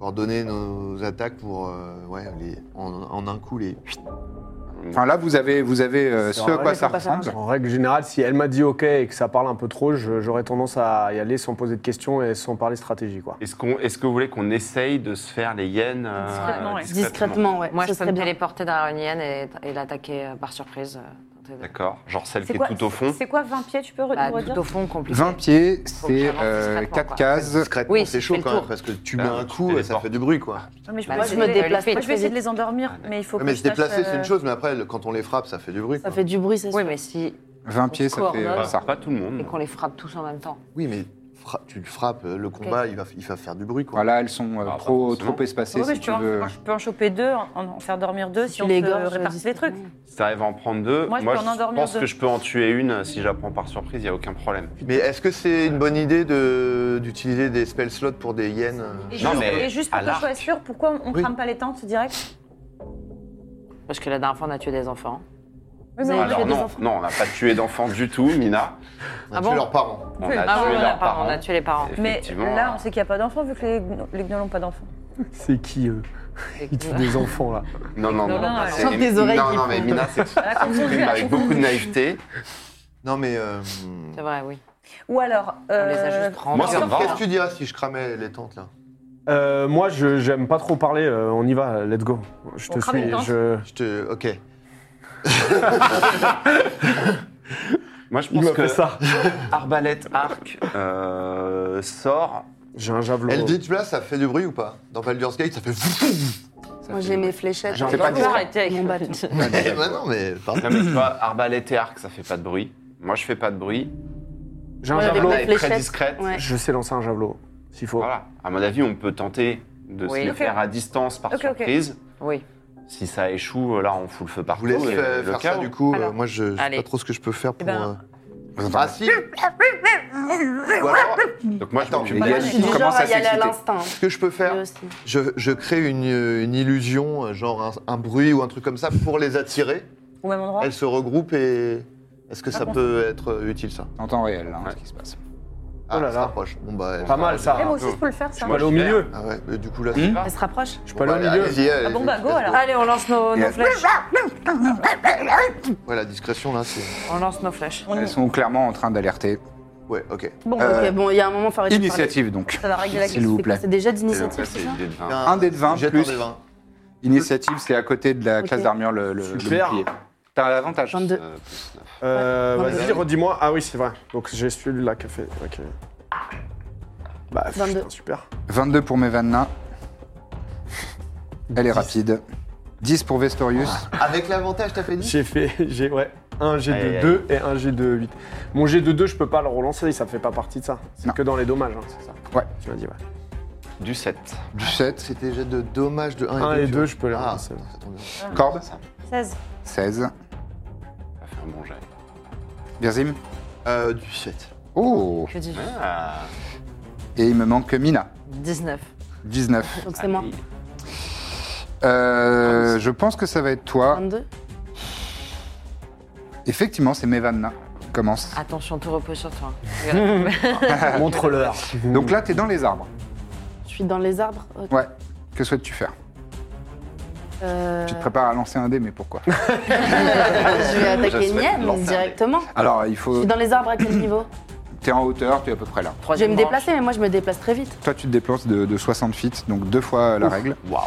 [SPEAKER 4] coordonner nos attaques pour euh, ouais, les- en, en un coup les.
[SPEAKER 2] Enfin là, vous avez, vous avez euh,
[SPEAKER 8] C'est
[SPEAKER 2] ce à
[SPEAKER 8] vrai,
[SPEAKER 2] quoi
[SPEAKER 8] c'est
[SPEAKER 2] ça
[SPEAKER 8] pas
[SPEAKER 2] ressemble.
[SPEAKER 8] En règle générale, si elle m'a dit OK et que ça parle un peu trop, je- j'aurais tendance à y aller sans poser de questions et sans parler stratégie. Quoi.
[SPEAKER 6] Est-ce qu'on- est-ce que vous voulez qu'on essaye de se faire les hyènes euh,
[SPEAKER 7] Discrètement,
[SPEAKER 6] discrètement
[SPEAKER 7] Discrètement, ouais.
[SPEAKER 5] Moi,
[SPEAKER 7] ça
[SPEAKER 5] je peux
[SPEAKER 7] serait
[SPEAKER 5] me
[SPEAKER 7] bien.
[SPEAKER 5] téléporter derrière une hyène et, et l'attaquer euh, par surprise. euh, tenter de-
[SPEAKER 6] D'accord, genre celle qui
[SPEAKER 9] C'est
[SPEAKER 6] est
[SPEAKER 9] quoi,
[SPEAKER 6] tout au fond.
[SPEAKER 9] c'est quoi 20 pieds, tu peux re-
[SPEAKER 5] Bah,
[SPEAKER 9] nous redire
[SPEAKER 5] tout au fond, compliqué.
[SPEAKER 2] 20 pieds,
[SPEAKER 5] Faut que
[SPEAKER 2] c'est
[SPEAKER 5] j'avance discrètement,
[SPEAKER 2] 4
[SPEAKER 5] quoi.
[SPEAKER 2] cases.
[SPEAKER 4] Discrètement,
[SPEAKER 5] Oui,
[SPEAKER 4] c'est
[SPEAKER 5] tu
[SPEAKER 4] chaud
[SPEAKER 5] fais le
[SPEAKER 4] quand même,
[SPEAKER 5] tour.
[SPEAKER 4] parce que tu
[SPEAKER 6] Là,
[SPEAKER 4] mets un
[SPEAKER 6] Bah, tu
[SPEAKER 4] coup et ça
[SPEAKER 6] téléportes.
[SPEAKER 4] fait du bruit, quoi.
[SPEAKER 9] Non, mais je,
[SPEAKER 5] Bah,
[SPEAKER 9] moi,
[SPEAKER 5] tu
[SPEAKER 9] je
[SPEAKER 5] peux
[SPEAKER 9] me
[SPEAKER 5] les
[SPEAKER 9] déplace.
[SPEAKER 5] faire.
[SPEAKER 9] Moi, je vais essayer de les endormir, mais il faut que
[SPEAKER 4] mais
[SPEAKER 9] je
[SPEAKER 4] se déplacer,
[SPEAKER 9] sache,
[SPEAKER 4] c'est
[SPEAKER 9] euh,
[SPEAKER 4] une chose, mais après, le- quand on les frappe, ça fait du bruit.
[SPEAKER 7] Ça fait du bruit, c'est sûr.
[SPEAKER 5] Oui, mais si
[SPEAKER 2] 20
[SPEAKER 5] On
[SPEAKER 2] pieds,
[SPEAKER 5] se
[SPEAKER 2] ça fait
[SPEAKER 5] coordonne.
[SPEAKER 2] euh, ça.
[SPEAKER 6] Pas tout le monde.
[SPEAKER 5] et qu'on les frappe tous en même temps.
[SPEAKER 4] Oui, mais fra- tu le frappes, euh, le combat, il, va, il va faire du bruit, quoi.
[SPEAKER 2] Voilà, elles sont euh,
[SPEAKER 4] bah,
[SPEAKER 6] Ah, pas
[SPEAKER 2] trop,
[SPEAKER 6] forcément.
[SPEAKER 2] trop espacées.
[SPEAKER 9] ouais,
[SPEAKER 2] si
[SPEAKER 9] je,
[SPEAKER 2] tu
[SPEAKER 9] peux en,
[SPEAKER 2] veux.
[SPEAKER 9] je peux en choper deux, en, en faire dormir deux si,
[SPEAKER 7] Tu
[SPEAKER 9] on
[SPEAKER 7] les
[SPEAKER 9] se
[SPEAKER 7] gorges,
[SPEAKER 9] répartit les trucs.
[SPEAKER 6] Si t'arrives à en prendre deux,
[SPEAKER 9] Moi, je peux en endormir
[SPEAKER 6] pense
[SPEAKER 9] deux.
[SPEAKER 6] que je peux en tuer une euh, si j'apprends par surprise, il n'y a aucun problème.
[SPEAKER 4] Mais est-ce que c'est une bonne idée de- d'utiliser des spell slots pour des hyènes euh,
[SPEAKER 9] Et
[SPEAKER 6] Non,
[SPEAKER 9] juste,
[SPEAKER 6] mais
[SPEAKER 9] et juste
[SPEAKER 6] à
[SPEAKER 9] pour que je sois
[SPEAKER 6] l'arc.
[SPEAKER 9] sûre, pourquoi on
[SPEAKER 4] Oui.
[SPEAKER 9] crame pas les tentes direct
[SPEAKER 5] Parce que la dernière fois, on a tué des enfants.
[SPEAKER 9] Oui,
[SPEAKER 7] mais on
[SPEAKER 6] Alors
[SPEAKER 7] fait des
[SPEAKER 6] non,
[SPEAKER 7] enfants.
[SPEAKER 6] non, on n'a pas tué d'enfants du tout, Mina.
[SPEAKER 4] On a
[SPEAKER 5] Ah
[SPEAKER 4] tué
[SPEAKER 5] bon
[SPEAKER 4] leurs parents.
[SPEAKER 6] On
[SPEAKER 9] Oui.
[SPEAKER 6] a
[SPEAKER 9] Ah
[SPEAKER 6] tué
[SPEAKER 9] oui, on a
[SPEAKER 5] par-
[SPEAKER 6] leurs parents.
[SPEAKER 5] on a tué les parents.
[SPEAKER 9] Mais
[SPEAKER 6] Effectivement.
[SPEAKER 9] là, on sait qu'il n'y a pas d'enfants vu que les, gno- les gnolls n'ont pas d'enfants.
[SPEAKER 8] C'est qui eux
[SPEAKER 5] C'est
[SPEAKER 8] Ils tuent des enfants là.
[SPEAKER 6] Non, non, non.
[SPEAKER 9] Non, non,
[SPEAKER 6] là,
[SPEAKER 9] non.
[SPEAKER 6] c'est-
[SPEAKER 7] Sauf des oreilles
[SPEAKER 6] Non,
[SPEAKER 7] qui
[SPEAKER 6] non, mais
[SPEAKER 7] font.
[SPEAKER 6] Mina s'exprime
[SPEAKER 9] Elle a confondu, elle a <laughs>
[SPEAKER 6] avec beaucoup de naïveté.
[SPEAKER 4] Non, mais. euh,
[SPEAKER 5] C'est vrai, oui.
[SPEAKER 9] Ou alors.
[SPEAKER 5] On les a
[SPEAKER 9] euh,
[SPEAKER 5] juste rendus.
[SPEAKER 6] Moi, ça me va.
[SPEAKER 4] Qu'est-ce que tu diras si je cramais les tentes, là
[SPEAKER 8] Euh, moi, je j'aime pas trop parler. euh, on y va, let's go. Je te
[SPEAKER 9] On crame
[SPEAKER 8] suis.
[SPEAKER 9] une tente.
[SPEAKER 8] Je...
[SPEAKER 4] Je te. Ok.
[SPEAKER 6] Moi, je
[SPEAKER 8] Il
[SPEAKER 6] pense
[SPEAKER 8] m'a
[SPEAKER 6] que
[SPEAKER 8] fait ça.
[SPEAKER 6] arbalète, arc, euh, sort.
[SPEAKER 8] J'ai un javelot.
[SPEAKER 4] Eldritch Blast, ça fait du bruit ou pas Dans Baldur's Gate, ça fait. <laughs>
[SPEAKER 7] Moi, j'ai mes fléchettes.
[SPEAKER 8] J'en
[SPEAKER 7] Mon
[SPEAKER 8] fais pas
[SPEAKER 7] bâton.
[SPEAKER 8] des-
[SPEAKER 5] arrêter avec
[SPEAKER 7] Mon bâton.
[SPEAKER 4] Eh ben non, mais. Pardon.
[SPEAKER 6] Non, mais tu vois, arbalète et arc, ça fait pas de bruit. Moi, je fais pas de bruit.
[SPEAKER 8] J'ai un
[SPEAKER 7] Ouais, avec
[SPEAKER 8] javelot.
[SPEAKER 6] Elle
[SPEAKER 7] ma
[SPEAKER 6] est très
[SPEAKER 7] fléchette.
[SPEAKER 6] discrète.
[SPEAKER 7] Ouais.
[SPEAKER 8] Je sais lancer un javelot, s'il faut.
[SPEAKER 6] Voilà. À mon avis, on peut tenter de
[SPEAKER 5] Oui.
[SPEAKER 6] se les
[SPEAKER 5] Ok.
[SPEAKER 6] faire à distance par
[SPEAKER 9] Ok, ok.
[SPEAKER 6] surprise.
[SPEAKER 5] Oui.
[SPEAKER 6] Si ça échoue, euh, là, on fout le feu
[SPEAKER 4] Je
[SPEAKER 6] partout.
[SPEAKER 4] vous laisse
[SPEAKER 6] et
[SPEAKER 4] euh,
[SPEAKER 6] Ah, le
[SPEAKER 4] faire ça
[SPEAKER 6] chaos.
[SPEAKER 4] du coup. euh,
[SPEAKER 5] Alors.
[SPEAKER 4] moi, je je sais
[SPEAKER 5] Allez.
[SPEAKER 4] pas trop ce que je peux faire pour.
[SPEAKER 9] ben,
[SPEAKER 4] euh, Ah si Ou alors,
[SPEAKER 6] Donc moi, je
[SPEAKER 4] Attends,
[SPEAKER 6] m'occupe
[SPEAKER 2] mais
[SPEAKER 6] pas
[SPEAKER 2] il y a
[SPEAKER 6] de-
[SPEAKER 7] Je
[SPEAKER 2] Il
[SPEAKER 7] suis du genre
[SPEAKER 2] commence
[SPEAKER 7] à
[SPEAKER 2] à
[SPEAKER 7] y aller à
[SPEAKER 2] s'exciter.
[SPEAKER 7] l'instinct.
[SPEAKER 4] ce que je peux
[SPEAKER 7] Lui
[SPEAKER 4] faire,
[SPEAKER 7] aussi.
[SPEAKER 4] je, je crée une, une illusion, euh, genre un, un bruit ou un truc comme ça, pour les attirer.
[SPEAKER 9] Au même endroit
[SPEAKER 4] Elles se regroupent et. Est-ce que ça peut être euh, utile ça
[SPEAKER 2] En temps réel, hein, ce qui se passe.
[SPEAKER 4] Ah,
[SPEAKER 8] Oh là
[SPEAKER 4] ça
[SPEAKER 8] là.
[SPEAKER 4] rapproche. Bon bah. elles-
[SPEAKER 8] Pas mal ça.
[SPEAKER 9] Eh, Moi aussi, je peux le faire, ça.
[SPEAKER 8] Je peux aller au
[SPEAKER 6] Moi, je
[SPEAKER 8] milieu.
[SPEAKER 4] Ah ouais, mais du coup là.
[SPEAKER 2] Hmm
[SPEAKER 7] Elle se rapproche.
[SPEAKER 8] Je peux aller au milieu.
[SPEAKER 9] Ah bon, bah, go, alors.
[SPEAKER 5] Allez, on lance nos, nos
[SPEAKER 2] Et-
[SPEAKER 5] flèches.
[SPEAKER 4] Ouais, la discrétion là, c'est.
[SPEAKER 5] On lance nos flèches.
[SPEAKER 9] On y-
[SPEAKER 2] Elles sont clairement en train d'alerter.
[SPEAKER 4] Ouais, ok.
[SPEAKER 7] Bon,
[SPEAKER 2] Euh,
[SPEAKER 7] ok, bon, il y a un moment, il faut arrêter de parler.
[SPEAKER 2] Initiative donc.
[SPEAKER 9] Ça va régler la
[SPEAKER 2] S'il
[SPEAKER 9] question.
[SPEAKER 2] vous plaît.
[SPEAKER 7] C'est déjà
[SPEAKER 6] Et donc
[SPEAKER 7] d'initiative.
[SPEAKER 6] là, c'est une idée de vingt.
[SPEAKER 2] Un dé de 20
[SPEAKER 4] Jette
[SPEAKER 2] plus-
[SPEAKER 4] un dé de 20.
[SPEAKER 2] Initiative, c'est à côté de la
[SPEAKER 7] Ok.
[SPEAKER 2] classe d'armure le, le, le
[SPEAKER 8] Super.
[SPEAKER 2] bouclier. T'as l'avantage.
[SPEAKER 7] 22.
[SPEAKER 6] Euh, plus neuf.
[SPEAKER 8] Euh,
[SPEAKER 7] Ouais.
[SPEAKER 8] Vas-y, redis-moi. Ah oui, c'est vrai. Donc j'ai celui-là qui a fait. ok. Bah,
[SPEAKER 7] 22.
[SPEAKER 8] putain, super.
[SPEAKER 2] 22 pour Mevanna. Elle est rapide. 10 pour Vestorius.
[SPEAKER 7] Ah.
[SPEAKER 4] Avec l'avantage, t'as fait 10
[SPEAKER 8] J'ai fait. <laughs> J'ai, ouais. Un G
[SPEAKER 6] Aïe,
[SPEAKER 8] de
[SPEAKER 6] aïe,
[SPEAKER 8] 2 et un G de 8. Mon G de 2, je peux pas le relancer, ça fait pas partie de ça. C'est
[SPEAKER 2] Non.
[SPEAKER 8] que dans les dommages, hein, c'est ça
[SPEAKER 2] Ouais.
[SPEAKER 8] Tu m'as dit, ouais.
[SPEAKER 6] Du 7.
[SPEAKER 2] Du 7.
[SPEAKER 4] C'était jet de dommage de 1 et 2.
[SPEAKER 8] 1 et
[SPEAKER 4] tu
[SPEAKER 8] 2,
[SPEAKER 4] vois.
[SPEAKER 8] je peux les
[SPEAKER 4] Ah, <laughs>
[SPEAKER 8] relancer.
[SPEAKER 4] ça tombe bien.
[SPEAKER 2] Corbe.
[SPEAKER 9] 16.
[SPEAKER 2] 16.
[SPEAKER 6] Ça fait un bon jet.
[SPEAKER 2] Birzim.
[SPEAKER 4] Euh, du 7.
[SPEAKER 2] Oh
[SPEAKER 5] Que dis-je
[SPEAKER 6] Ah,
[SPEAKER 2] Et il me manque Mina.
[SPEAKER 5] 19.
[SPEAKER 2] 19.
[SPEAKER 7] Donc c'est moi.
[SPEAKER 6] allez.
[SPEAKER 2] Euh, je pense que ça va être toi.
[SPEAKER 7] 22.
[SPEAKER 2] Effectivement, c'est Mevanna qui
[SPEAKER 7] Ah.
[SPEAKER 2] commence.
[SPEAKER 5] Attention, tout repose sur <laughs> toi. Regarde.
[SPEAKER 8] Montre-leur.
[SPEAKER 2] Donc là, t'es dans les arbres.
[SPEAKER 7] Je suis dans les arbres. Ok.
[SPEAKER 2] Ouais. Que souhaites-tu faire
[SPEAKER 7] Euh,
[SPEAKER 2] Tu te prépares à lancer un dé, mais
[SPEAKER 7] <laughs>
[SPEAKER 2] pourquoi
[SPEAKER 7] je vais attaquer
[SPEAKER 6] souhaite lancer un
[SPEAKER 7] une hyène
[SPEAKER 6] dé.
[SPEAKER 7] directement.
[SPEAKER 2] Alors, il
[SPEAKER 7] Je
[SPEAKER 2] faut.
[SPEAKER 7] suis dans les arbres à quel niveau
[SPEAKER 2] T'es en hauteur, tu es à peu près là.
[SPEAKER 7] Je vais
[SPEAKER 5] Troisième
[SPEAKER 7] me
[SPEAKER 5] branche.
[SPEAKER 7] déplacer, mais moi je me déplace très vite.
[SPEAKER 2] Toi, tu te déplaces de, de 60 feet, donc deux fois la règle.
[SPEAKER 6] Waouh.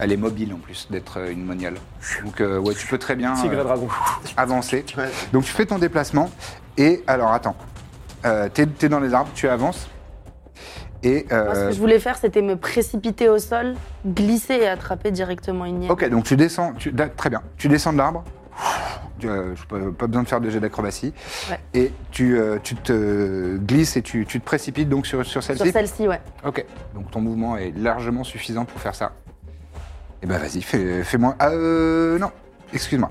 [SPEAKER 2] Elle est mobile en plus d'être euh, une moniale. Donc, euh, ouais, tu peux très bien
[SPEAKER 8] Tigre et
[SPEAKER 2] euh,
[SPEAKER 8] dragon.
[SPEAKER 2] avancer.
[SPEAKER 4] Ouais.
[SPEAKER 2] Donc, tu fais ton déplacement. Et alors, attends. Euh, t'es t'es dans les arbres, tu avances. Et.
[SPEAKER 7] Moi, ce
[SPEAKER 2] euh,
[SPEAKER 7] que je voulais faire, c'était me précipiter au sol, glisser et attraper directement une hyène.
[SPEAKER 2] Ok, donc tu descends, tu, da- très bien. Tu descends de l'arbre. Euh, je- pas, pas besoin de faire de jet d'acrobatie.
[SPEAKER 7] Ouais.
[SPEAKER 2] Et tu, euh, tu te glisses et tu, tu te précipites donc sur, sur
[SPEAKER 7] Sur
[SPEAKER 2] celle-ci.
[SPEAKER 7] celle-ci, ouais.
[SPEAKER 2] ok, donc ton mouvement est largement suffisant pour faire ça. Et ben vas-y, fais- fais-moi. ah, euh, non, excuse-moi.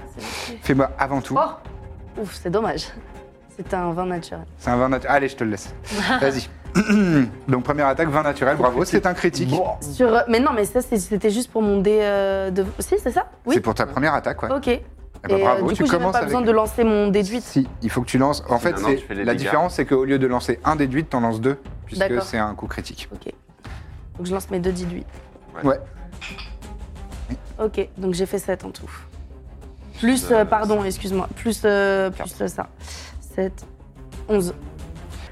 [SPEAKER 2] Fais-moi avant tout.
[SPEAKER 7] Oh. Ouf, c'est dommage. C'était un vin naturel.
[SPEAKER 2] C'est un 20 naturel. Allez, je te le
[SPEAKER 7] <laughs>
[SPEAKER 2] laisse. vas-y. <clears throat> donc première attaque, 20 naturel, bravo, c'est un critique.
[SPEAKER 7] Sur, euh, mais non, mais ça, c'est- c'était juste pour mon dé euh, de. Si, c'est ça Oui.
[SPEAKER 2] C'est pour ta première attaque, ouais.
[SPEAKER 7] Ok. Et,
[SPEAKER 2] Eh ben,
[SPEAKER 7] euh,
[SPEAKER 2] bravo,
[SPEAKER 7] du
[SPEAKER 2] tu
[SPEAKER 7] coup, j'ai même
[SPEAKER 2] commences
[SPEAKER 7] pas
[SPEAKER 2] avec-
[SPEAKER 7] besoin de lancer mon déduite.
[SPEAKER 2] Si, il faut que tu lances. En fait,
[SPEAKER 6] non,
[SPEAKER 2] c'est-
[SPEAKER 6] tu fais les
[SPEAKER 2] la
[SPEAKER 6] dégâts.
[SPEAKER 2] différence, c'est qu'au lieu de lancer un déduit, t'en lances deux, puisque
[SPEAKER 7] D'accord.
[SPEAKER 2] c'est un coup critique.
[SPEAKER 7] Donc je lance mes deux déduits.
[SPEAKER 2] Ouais.
[SPEAKER 7] Ok, donc j'ai fait 7 en tout. Plus, euh,
[SPEAKER 6] euh,
[SPEAKER 7] pardon, excuse-moi. Plus, euh, plus euh, ça. 7, 11.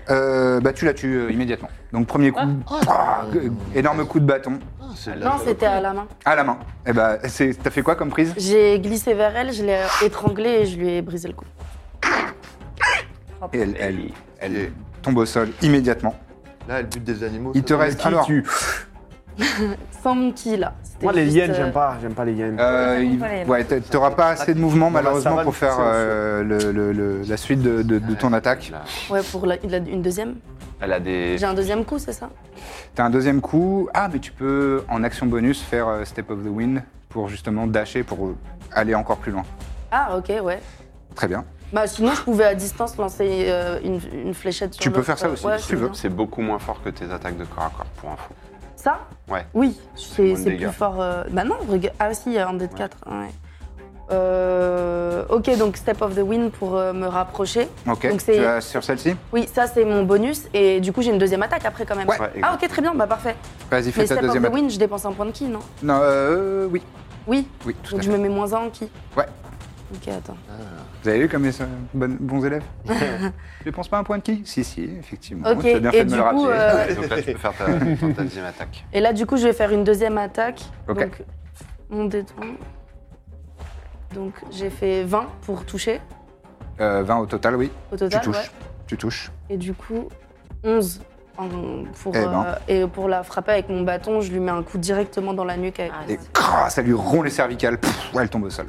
[SPEAKER 2] Euh, bah, tu la tues euh, immédiatement. Donc, premier coup,
[SPEAKER 7] Ah. Oh,
[SPEAKER 2] pouah, euh, énorme coup de bâton
[SPEAKER 7] Non, c'était à la main.
[SPEAKER 2] à la main. Et bah, c'est- t'as fait quoi comme prise
[SPEAKER 7] J'ai glissé vers elle, je l'ai étranglée et je lui ai brisé le cou.
[SPEAKER 2] Et elle, elle, elle tombe au sol immédiatement.
[SPEAKER 4] Là, elle bute des animaux.
[SPEAKER 2] Il
[SPEAKER 4] ça
[SPEAKER 2] te
[SPEAKER 4] tombe.
[SPEAKER 2] reste alors.
[SPEAKER 8] tu-
[SPEAKER 7] Sans mon ki, là. C'était
[SPEAKER 8] Moi, les
[SPEAKER 7] juste,
[SPEAKER 8] hyènes,
[SPEAKER 7] euh,
[SPEAKER 8] j'aime pas, j'aime pas les hyènes.
[SPEAKER 2] Euh, il-
[SPEAKER 9] Voilà, il-
[SPEAKER 2] ouais, t'a- t'auras pas assez de mouvement
[SPEAKER 8] bah, ça
[SPEAKER 2] malheureusement
[SPEAKER 8] va,
[SPEAKER 2] pour faire
[SPEAKER 8] c'est le
[SPEAKER 2] euh, le- le- le- la suite de, de- de ton attaque.
[SPEAKER 7] Ouais, pour la- il a une deuxième.
[SPEAKER 6] Ah, Elle a des.
[SPEAKER 7] J'ai un deuxième coup, c'est ça
[SPEAKER 2] T'as un deuxième coup. Ah, mais tu peux en action bonus faire euh, Step of the Wind pour justement dasher pour euh, aller encore plus loin.
[SPEAKER 7] Ah, ok, ouais.
[SPEAKER 2] Très bien.
[SPEAKER 7] Bah, sinon, je pouvais à distance lancer euh, une, une fléchette sur
[SPEAKER 2] Tu peux
[SPEAKER 7] l'autre.
[SPEAKER 2] faire ça aussi,
[SPEAKER 7] Ouais,
[SPEAKER 2] si
[SPEAKER 7] je
[SPEAKER 2] tu
[SPEAKER 7] veux
[SPEAKER 2] veux.
[SPEAKER 7] bien.
[SPEAKER 6] C'est beaucoup moins fort que tes attaques de corps à corps, pour info.
[SPEAKER 7] Ça
[SPEAKER 6] Ouais.
[SPEAKER 7] Oui, c'est
[SPEAKER 6] moins de
[SPEAKER 7] c'est
[SPEAKER 6] dégâts.
[SPEAKER 7] plus fort. euh, Bah non, regarde. Ah, si, un dé de 4. Ouais. Euh, ok, donc Step of the Wind pour euh, me rapprocher.
[SPEAKER 2] Ok.
[SPEAKER 7] Donc c'est-
[SPEAKER 2] tu vas sur celle-ci.
[SPEAKER 7] Oui, ça c'est mon bonus et du coup j'ai une deuxième attaque après quand même.
[SPEAKER 2] Ouais.
[SPEAKER 7] ah ok très bien, bah parfait.
[SPEAKER 2] Vas-y, fais
[SPEAKER 7] Mais
[SPEAKER 2] ta
[SPEAKER 7] Step of
[SPEAKER 2] deuxième
[SPEAKER 7] the
[SPEAKER 2] attaque.
[SPEAKER 7] Wind, je dépense un point de ki, non
[SPEAKER 2] Non, euh, oui,
[SPEAKER 7] Oui,
[SPEAKER 2] oui, tout à
[SPEAKER 7] donc
[SPEAKER 2] fait.
[SPEAKER 7] je me mets moins 1 en ki.
[SPEAKER 2] Ouais.
[SPEAKER 7] Ok, attends.
[SPEAKER 2] Vous avez vu comme les euh, bonnes- bons
[SPEAKER 7] <laughs>
[SPEAKER 2] élèves Je pense pas un point de qui Si, si, effectivement.
[SPEAKER 7] Ok,
[SPEAKER 2] Tu as bien
[SPEAKER 7] et
[SPEAKER 2] fait de me
[SPEAKER 7] du
[SPEAKER 2] le
[SPEAKER 7] coup,
[SPEAKER 2] rappeler.
[SPEAKER 7] euh,
[SPEAKER 6] Ouais, donc là, tu peux faire ta, ton- ta deuxième attaque.
[SPEAKER 7] Et là du coup je vais faire une deuxième attaque.
[SPEAKER 2] Ok.
[SPEAKER 7] Donc mon détour. Donc j'ai fait 20 pour toucher
[SPEAKER 2] Euh, 20 au total, oui.
[SPEAKER 7] au
[SPEAKER 2] Tu
[SPEAKER 7] total.
[SPEAKER 2] touches.
[SPEAKER 7] ouais.
[SPEAKER 2] Tu touches.
[SPEAKER 7] Et du coup 11 en- pour,
[SPEAKER 2] Eh ben.
[SPEAKER 7] euh, et pour la frapper avec mon bâton, je lui mets un coup directement dans la nuque. Avec...
[SPEAKER 2] Et crah, ça lui rompt les cervicales. Pff, elle tombe au sol.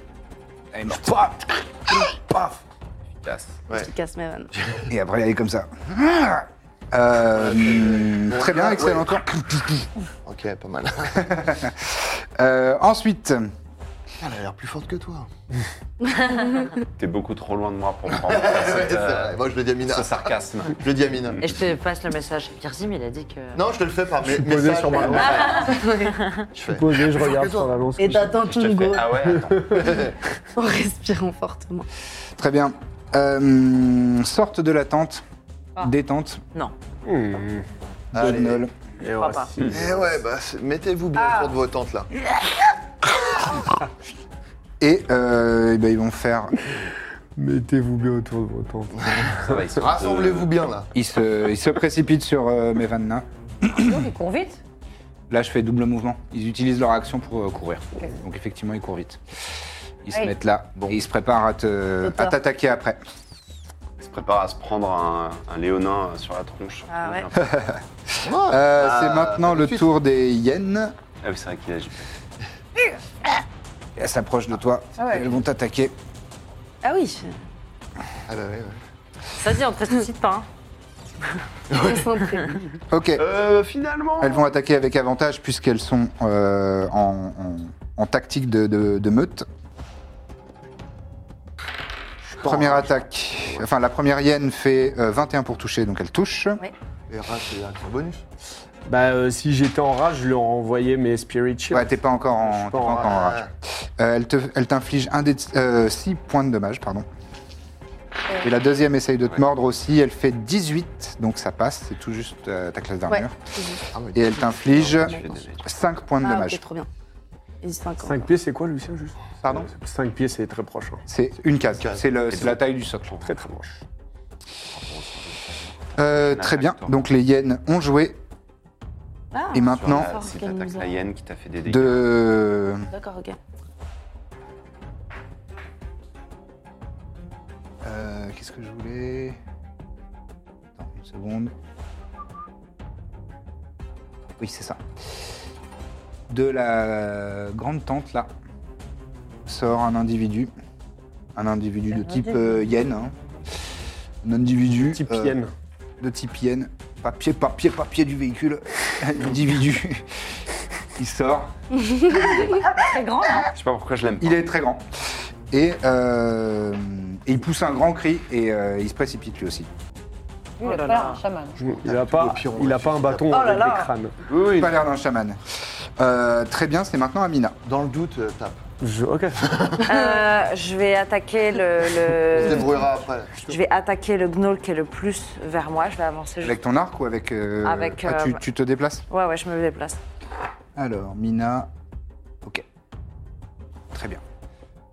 [SPEAKER 2] Elle est morte. Paf Paf
[SPEAKER 6] Efficace.
[SPEAKER 4] Ouais.
[SPEAKER 7] qui casse
[SPEAKER 2] <laughs>
[SPEAKER 7] mes vannes.
[SPEAKER 2] Et après, elle est comme ça. Euh, très bien, excellent tour.
[SPEAKER 4] Ok,
[SPEAKER 8] <laughs>
[SPEAKER 4] pas mal.
[SPEAKER 2] Euh, ensuite,
[SPEAKER 4] Elle a l'air plus forte que toi.
[SPEAKER 6] T'es beaucoup trop loin de moi pour prendre
[SPEAKER 2] <laughs>
[SPEAKER 6] cette,
[SPEAKER 4] C'est
[SPEAKER 6] euh,
[SPEAKER 4] vrai, Moi, je le dis à Mina.
[SPEAKER 6] ce sarcasme.
[SPEAKER 4] <laughs> Je le dis à Mina.
[SPEAKER 5] Et je te passe le message. Kirzim, il a dit que.
[SPEAKER 4] Non, je te le fais par
[SPEAKER 8] Je suis
[SPEAKER 4] mes-
[SPEAKER 8] posé
[SPEAKER 4] message.
[SPEAKER 8] sur ma lance.
[SPEAKER 4] Je
[SPEAKER 8] Je
[SPEAKER 4] fais.
[SPEAKER 8] suis posé, je regarde sur la lance.
[SPEAKER 7] Et t'attends
[SPEAKER 6] Je te
[SPEAKER 7] ton
[SPEAKER 6] fais,
[SPEAKER 7] go
[SPEAKER 6] Ah ouais, attends.
[SPEAKER 7] en respirant fortement.
[SPEAKER 2] très bien. Euh, sorte de la tente.
[SPEAKER 5] Ah.
[SPEAKER 2] Détente.
[SPEAKER 8] Mmh.
[SPEAKER 4] Allez.
[SPEAKER 2] Gognol.
[SPEAKER 8] Et
[SPEAKER 5] crois pas.
[SPEAKER 8] voici.
[SPEAKER 4] Eh ouais, bah, c'est- mettez-vous bien
[SPEAKER 5] Ah.
[SPEAKER 4] autour de vos tentes là.
[SPEAKER 2] Et, euh, eh ben, ils vont faire.
[SPEAKER 8] Mettez-vous bien autour de vos tentes.
[SPEAKER 6] Ça va, ils sont
[SPEAKER 4] Rassemblez-vous bien là.
[SPEAKER 2] Ils se, ils se précipitent sur euh, Mevanna.
[SPEAKER 3] Donc, ils courent vite.
[SPEAKER 2] Là, je fais double mouvement. Ils utilisent leur action pour euh, courir. Donc, effectivement, ils courent vite. Ils se
[SPEAKER 3] Allez.
[SPEAKER 2] mettent là.
[SPEAKER 4] Bon.
[SPEAKER 2] Et ils se préparent à te- à t'attaquer après.
[SPEAKER 6] Ils se préparent à se prendre un, un léonin euh, sur la tronche.
[SPEAKER 7] Ah ouais.
[SPEAKER 2] Euh,
[SPEAKER 4] Ah,
[SPEAKER 2] C'est maintenant
[SPEAKER 4] tout de
[SPEAKER 2] le
[SPEAKER 4] suite.
[SPEAKER 2] tour des hyènes.
[SPEAKER 6] Ah oui, c'est vrai qu'il agit.
[SPEAKER 2] Elles s'approchent de toi.
[SPEAKER 3] Ah ouais.
[SPEAKER 2] Elles vont t'attaquer.
[SPEAKER 7] Ah oui,
[SPEAKER 4] Ah bah ouais, ouais.
[SPEAKER 5] Ça dit, on te ressuscite pas. hein.
[SPEAKER 7] concentré.
[SPEAKER 2] Ok.
[SPEAKER 6] Euh, finalement
[SPEAKER 2] Elles vont attaquer avec avantage puisqu'elles sont euh, en, en- en tactique de, de- de meute. Première attaque. Enfin, la première hyène fait euh, 21 pour toucher, donc elle touche.
[SPEAKER 4] Et Ra, c'est action bonus.
[SPEAKER 8] Bah, euh, si j'étais en rage, je leur envoyais mes spirit shields.
[SPEAKER 2] Ouais, t'es pas encore en,
[SPEAKER 8] Je suis
[SPEAKER 2] t'es
[SPEAKER 8] pas
[SPEAKER 2] pas
[SPEAKER 8] en
[SPEAKER 2] encore en rage. Euh, elle, te- elle t'inflige un des 6 points de dommage, pardon. Et la deuxième essaye de te mordre aussi. Elle fait 18, donc ça passe. C'est tout juste euh, ta classe d'armure.
[SPEAKER 4] Ah ouais.
[SPEAKER 2] Et elle t'inflige
[SPEAKER 6] Je fais des-
[SPEAKER 2] 5 points de
[SPEAKER 7] Ah
[SPEAKER 2] dommage.
[SPEAKER 7] ok, trop bien. Et 50.
[SPEAKER 8] 5 pieds, c'est quoi, Lucien, juste
[SPEAKER 2] Pardon
[SPEAKER 8] 5 pieds, c'est très proche. hein.
[SPEAKER 2] C'est une case.
[SPEAKER 4] Une case.
[SPEAKER 2] C'est, le-
[SPEAKER 6] Et
[SPEAKER 2] c'est
[SPEAKER 6] donc-
[SPEAKER 2] la taille du socle.
[SPEAKER 8] Très, très proche.
[SPEAKER 2] Euh,
[SPEAKER 6] On
[SPEAKER 2] très
[SPEAKER 6] attaque,
[SPEAKER 2] bien.
[SPEAKER 6] toi.
[SPEAKER 2] Donc les hyènes ont joué.
[SPEAKER 7] Ah,
[SPEAKER 2] Et
[SPEAKER 6] Sur
[SPEAKER 2] maintenant,
[SPEAKER 6] la- C'est l'attaque la hyène qui t'a fait des dégâts.
[SPEAKER 2] de.
[SPEAKER 7] d'accord, ok.
[SPEAKER 2] Euh, qu'est-ce que je voulais Attends, une seconde. Oui, c'est ça. De la grande tente, là, sort un individu. Un individu de type euh, hyène. hein. Un individu.
[SPEAKER 8] Type
[SPEAKER 2] euh,
[SPEAKER 8] hyène.
[SPEAKER 2] de type hyène. Papier, papier, papier du véhicule. <laughs> Individu. Il sort.
[SPEAKER 3] Très grand. hein.
[SPEAKER 6] Je sais pas pourquoi je l'aime pas.
[SPEAKER 2] Il est très grand. Et, euh, et il pousse un grand cri et euh, il se précipite lui aussi.
[SPEAKER 3] Lui, Il
[SPEAKER 5] Oh
[SPEAKER 3] a
[SPEAKER 5] là
[SPEAKER 3] pas
[SPEAKER 5] là.
[SPEAKER 3] l'air un chaman.
[SPEAKER 8] Il a pas,
[SPEAKER 4] piron,
[SPEAKER 8] il a
[SPEAKER 4] là,
[SPEAKER 8] pas un bâton
[SPEAKER 3] là
[SPEAKER 8] avec
[SPEAKER 3] là.
[SPEAKER 8] des crânes.
[SPEAKER 6] Oui, oui.
[SPEAKER 2] Pas l'air d'un chaman. Euh, très bien, c'est maintenant Amina.
[SPEAKER 4] Dans le doute, euh, tape.
[SPEAKER 8] Je- ok.
[SPEAKER 5] <laughs> Euh, je vais attaquer
[SPEAKER 4] On se
[SPEAKER 5] <laughs> le. le...
[SPEAKER 4] débrouillera après.
[SPEAKER 5] Euh, Je vais attaquer le gnoll qui est le plus vers moi. Je vais avancer.
[SPEAKER 2] Avec ton arc ou avec... euh,
[SPEAKER 5] Avec,
[SPEAKER 2] ah, tu,
[SPEAKER 5] euh,
[SPEAKER 2] tu te déplaces
[SPEAKER 5] Ouais, ouais, je me déplace.
[SPEAKER 2] Alors, Mina... Ok. Très bien.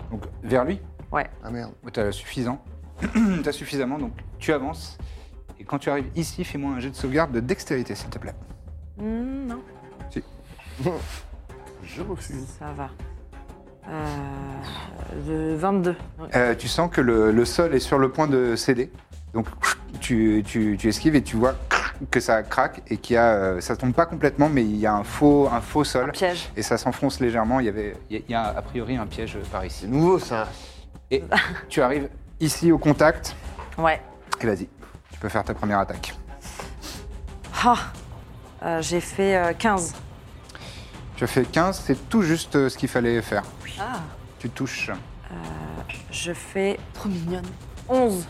[SPEAKER 2] Donc, vers lui
[SPEAKER 5] Ouais.
[SPEAKER 4] Ah merde.
[SPEAKER 2] Tu as suffisant. <clears throat> T'as suffisamment, donc tu avances. Et quand tu arrives ici, fais-moi un jet de sauvegarde de dextérité, s'il te plaît.
[SPEAKER 5] Hmm, non,
[SPEAKER 4] Je refuse.
[SPEAKER 5] ça va. Euh, de 22.
[SPEAKER 2] Euh, tu sens que le, le sol est sur le point de céder. Donc tu, tu- tu esquives et tu vois que ça craque et qu'il y a, euh, ça tombe pas complètement, mais il y a un faux, un faux sol.
[SPEAKER 5] Piège.
[SPEAKER 2] Et ça s'enfonce légèrement. Il y avait, il y a- il y a a priori un piège par ici.
[SPEAKER 4] C'est nouveau ça.
[SPEAKER 2] Et tu arrives ici au contact.
[SPEAKER 5] Ouais.
[SPEAKER 2] Et vas-y, tu peux faire ta première attaque.
[SPEAKER 5] Ah Euh, J'ai fait euh, 15.
[SPEAKER 2] Tu as fait 15, c'est tout juste euh, ce qu'il fallait faire.
[SPEAKER 5] Ah.
[SPEAKER 2] Tu touches.
[SPEAKER 5] Je fais
[SPEAKER 7] Trop mignonne.
[SPEAKER 5] 11.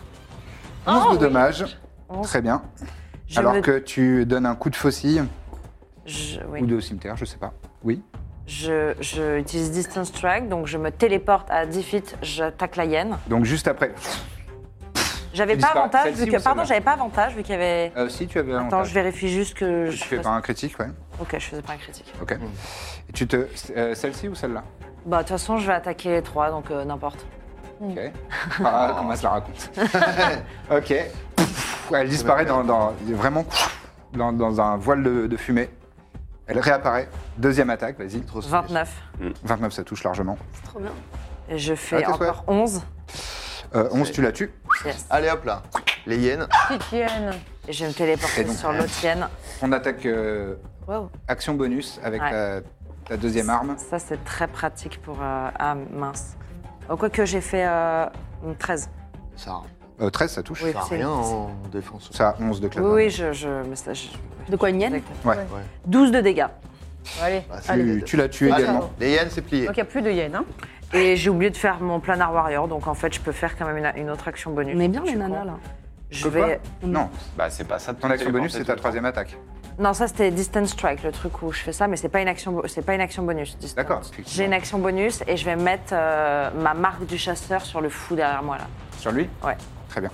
[SPEAKER 2] 11 de dommages.
[SPEAKER 5] Ah, Onze.
[SPEAKER 2] Très bien.
[SPEAKER 5] Je
[SPEAKER 2] Alors
[SPEAKER 5] me-
[SPEAKER 2] que tu donnes un coup de faucille
[SPEAKER 5] Je, oui.
[SPEAKER 2] ou de cimetière, je sais pas. Oui.
[SPEAKER 5] je, je utilise Distance Track, donc je me téléporte à 10 feet, j'attaque la hyène.
[SPEAKER 2] Donc juste après.
[SPEAKER 5] J'avais
[SPEAKER 2] Tu
[SPEAKER 5] pas
[SPEAKER 2] disparais.
[SPEAKER 5] avantage,
[SPEAKER 2] Celle-ci
[SPEAKER 5] vu
[SPEAKER 2] ou
[SPEAKER 5] que. Pardon,
[SPEAKER 2] celle-là
[SPEAKER 5] j'avais pas avantage, vu qu'il y avait.
[SPEAKER 2] Euh, si tu avais
[SPEAKER 5] Attends, je
[SPEAKER 2] avantage.
[SPEAKER 5] vérifie juste que.
[SPEAKER 2] Tu fais pas un critique, ouais.
[SPEAKER 5] Ok, je faisais pas un critique.
[SPEAKER 2] Ok. Et tu te, euh, celle-ci ou celle-là
[SPEAKER 5] Bah, de toute façon, je vais attaquer 3, donc euh, n'importe.
[SPEAKER 2] Ok. Ah, comment elle se la raconte Ok. Pouf, Elle disparaît dans, dans- vraiment dans, dans un voile de, de fumée. Elle réapparaît. Deuxième attaque, vas-y.
[SPEAKER 4] Trop stylé.
[SPEAKER 5] 29.
[SPEAKER 2] 29, ça touche largement.
[SPEAKER 7] C'est trop bien.
[SPEAKER 5] Et je fais
[SPEAKER 2] Ah, t'as
[SPEAKER 5] encore 11.
[SPEAKER 2] Euh, 11, tu la tues.
[SPEAKER 5] Yes.
[SPEAKER 4] Allez hop là. Les hyènes.
[SPEAKER 3] Petite hyène.
[SPEAKER 5] Et je vais me
[SPEAKER 2] Et
[SPEAKER 5] téléporter
[SPEAKER 2] donc- euh,
[SPEAKER 5] sur l'autre hyène.
[SPEAKER 2] On attaque euh,
[SPEAKER 7] Wow.
[SPEAKER 2] action bonus avec
[SPEAKER 5] Ouais.
[SPEAKER 2] ta, ta deuxième arme.
[SPEAKER 5] Ça, c'est très pratique pour. euh, Ah, mince. Oh, Quoique, j'ai fait euh, 13.
[SPEAKER 4] Ça
[SPEAKER 2] Euh, 13, ça touche.
[SPEAKER 5] Oui,
[SPEAKER 4] sert à
[SPEAKER 5] c'est-
[SPEAKER 4] rien en défense.
[SPEAKER 2] Ça a 11 de classe.
[SPEAKER 5] Oui, oui, je. je, mais ça, je-
[SPEAKER 7] De quoi, une hyène
[SPEAKER 5] Exactement.
[SPEAKER 2] Ouais.
[SPEAKER 5] 12 de dégâts.
[SPEAKER 3] Allez.
[SPEAKER 4] Bah, c'est-
[SPEAKER 2] Tu, tu la tues
[SPEAKER 4] Ah,
[SPEAKER 2] également.
[SPEAKER 4] non, Les hyènes, c'est plié.
[SPEAKER 3] Donc il n'y a plus de hyène. Hein.
[SPEAKER 5] Et j'ai oublié de faire mon planar warrior, donc en fait, je peux faire quand même une, une autre action bonus.
[SPEAKER 7] On est bien
[SPEAKER 5] Je
[SPEAKER 7] les
[SPEAKER 5] suis
[SPEAKER 7] nanas
[SPEAKER 5] con.
[SPEAKER 7] là.
[SPEAKER 5] Je
[SPEAKER 2] Quoi
[SPEAKER 5] vais.
[SPEAKER 6] Non. Bah, c'est pas ça.
[SPEAKER 2] Ton action bonus, c'est ta troisième attaque.
[SPEAKER 5] Non, ça c'était distance strike, le truc où je fais ça, mais c'est pas une action, bo- c'est pas une action bonus. distance.
[SPEAKER 2] D'accord.
[SPEAKER 5] J'ai une action bonus et je vais mettre euh, ma marque du chasseur sur le fou derrière moi là.
[SPEAKER 2] Sur lui
[SPEAKER 5] Ouais.
[SPEAKER 2] Très bien.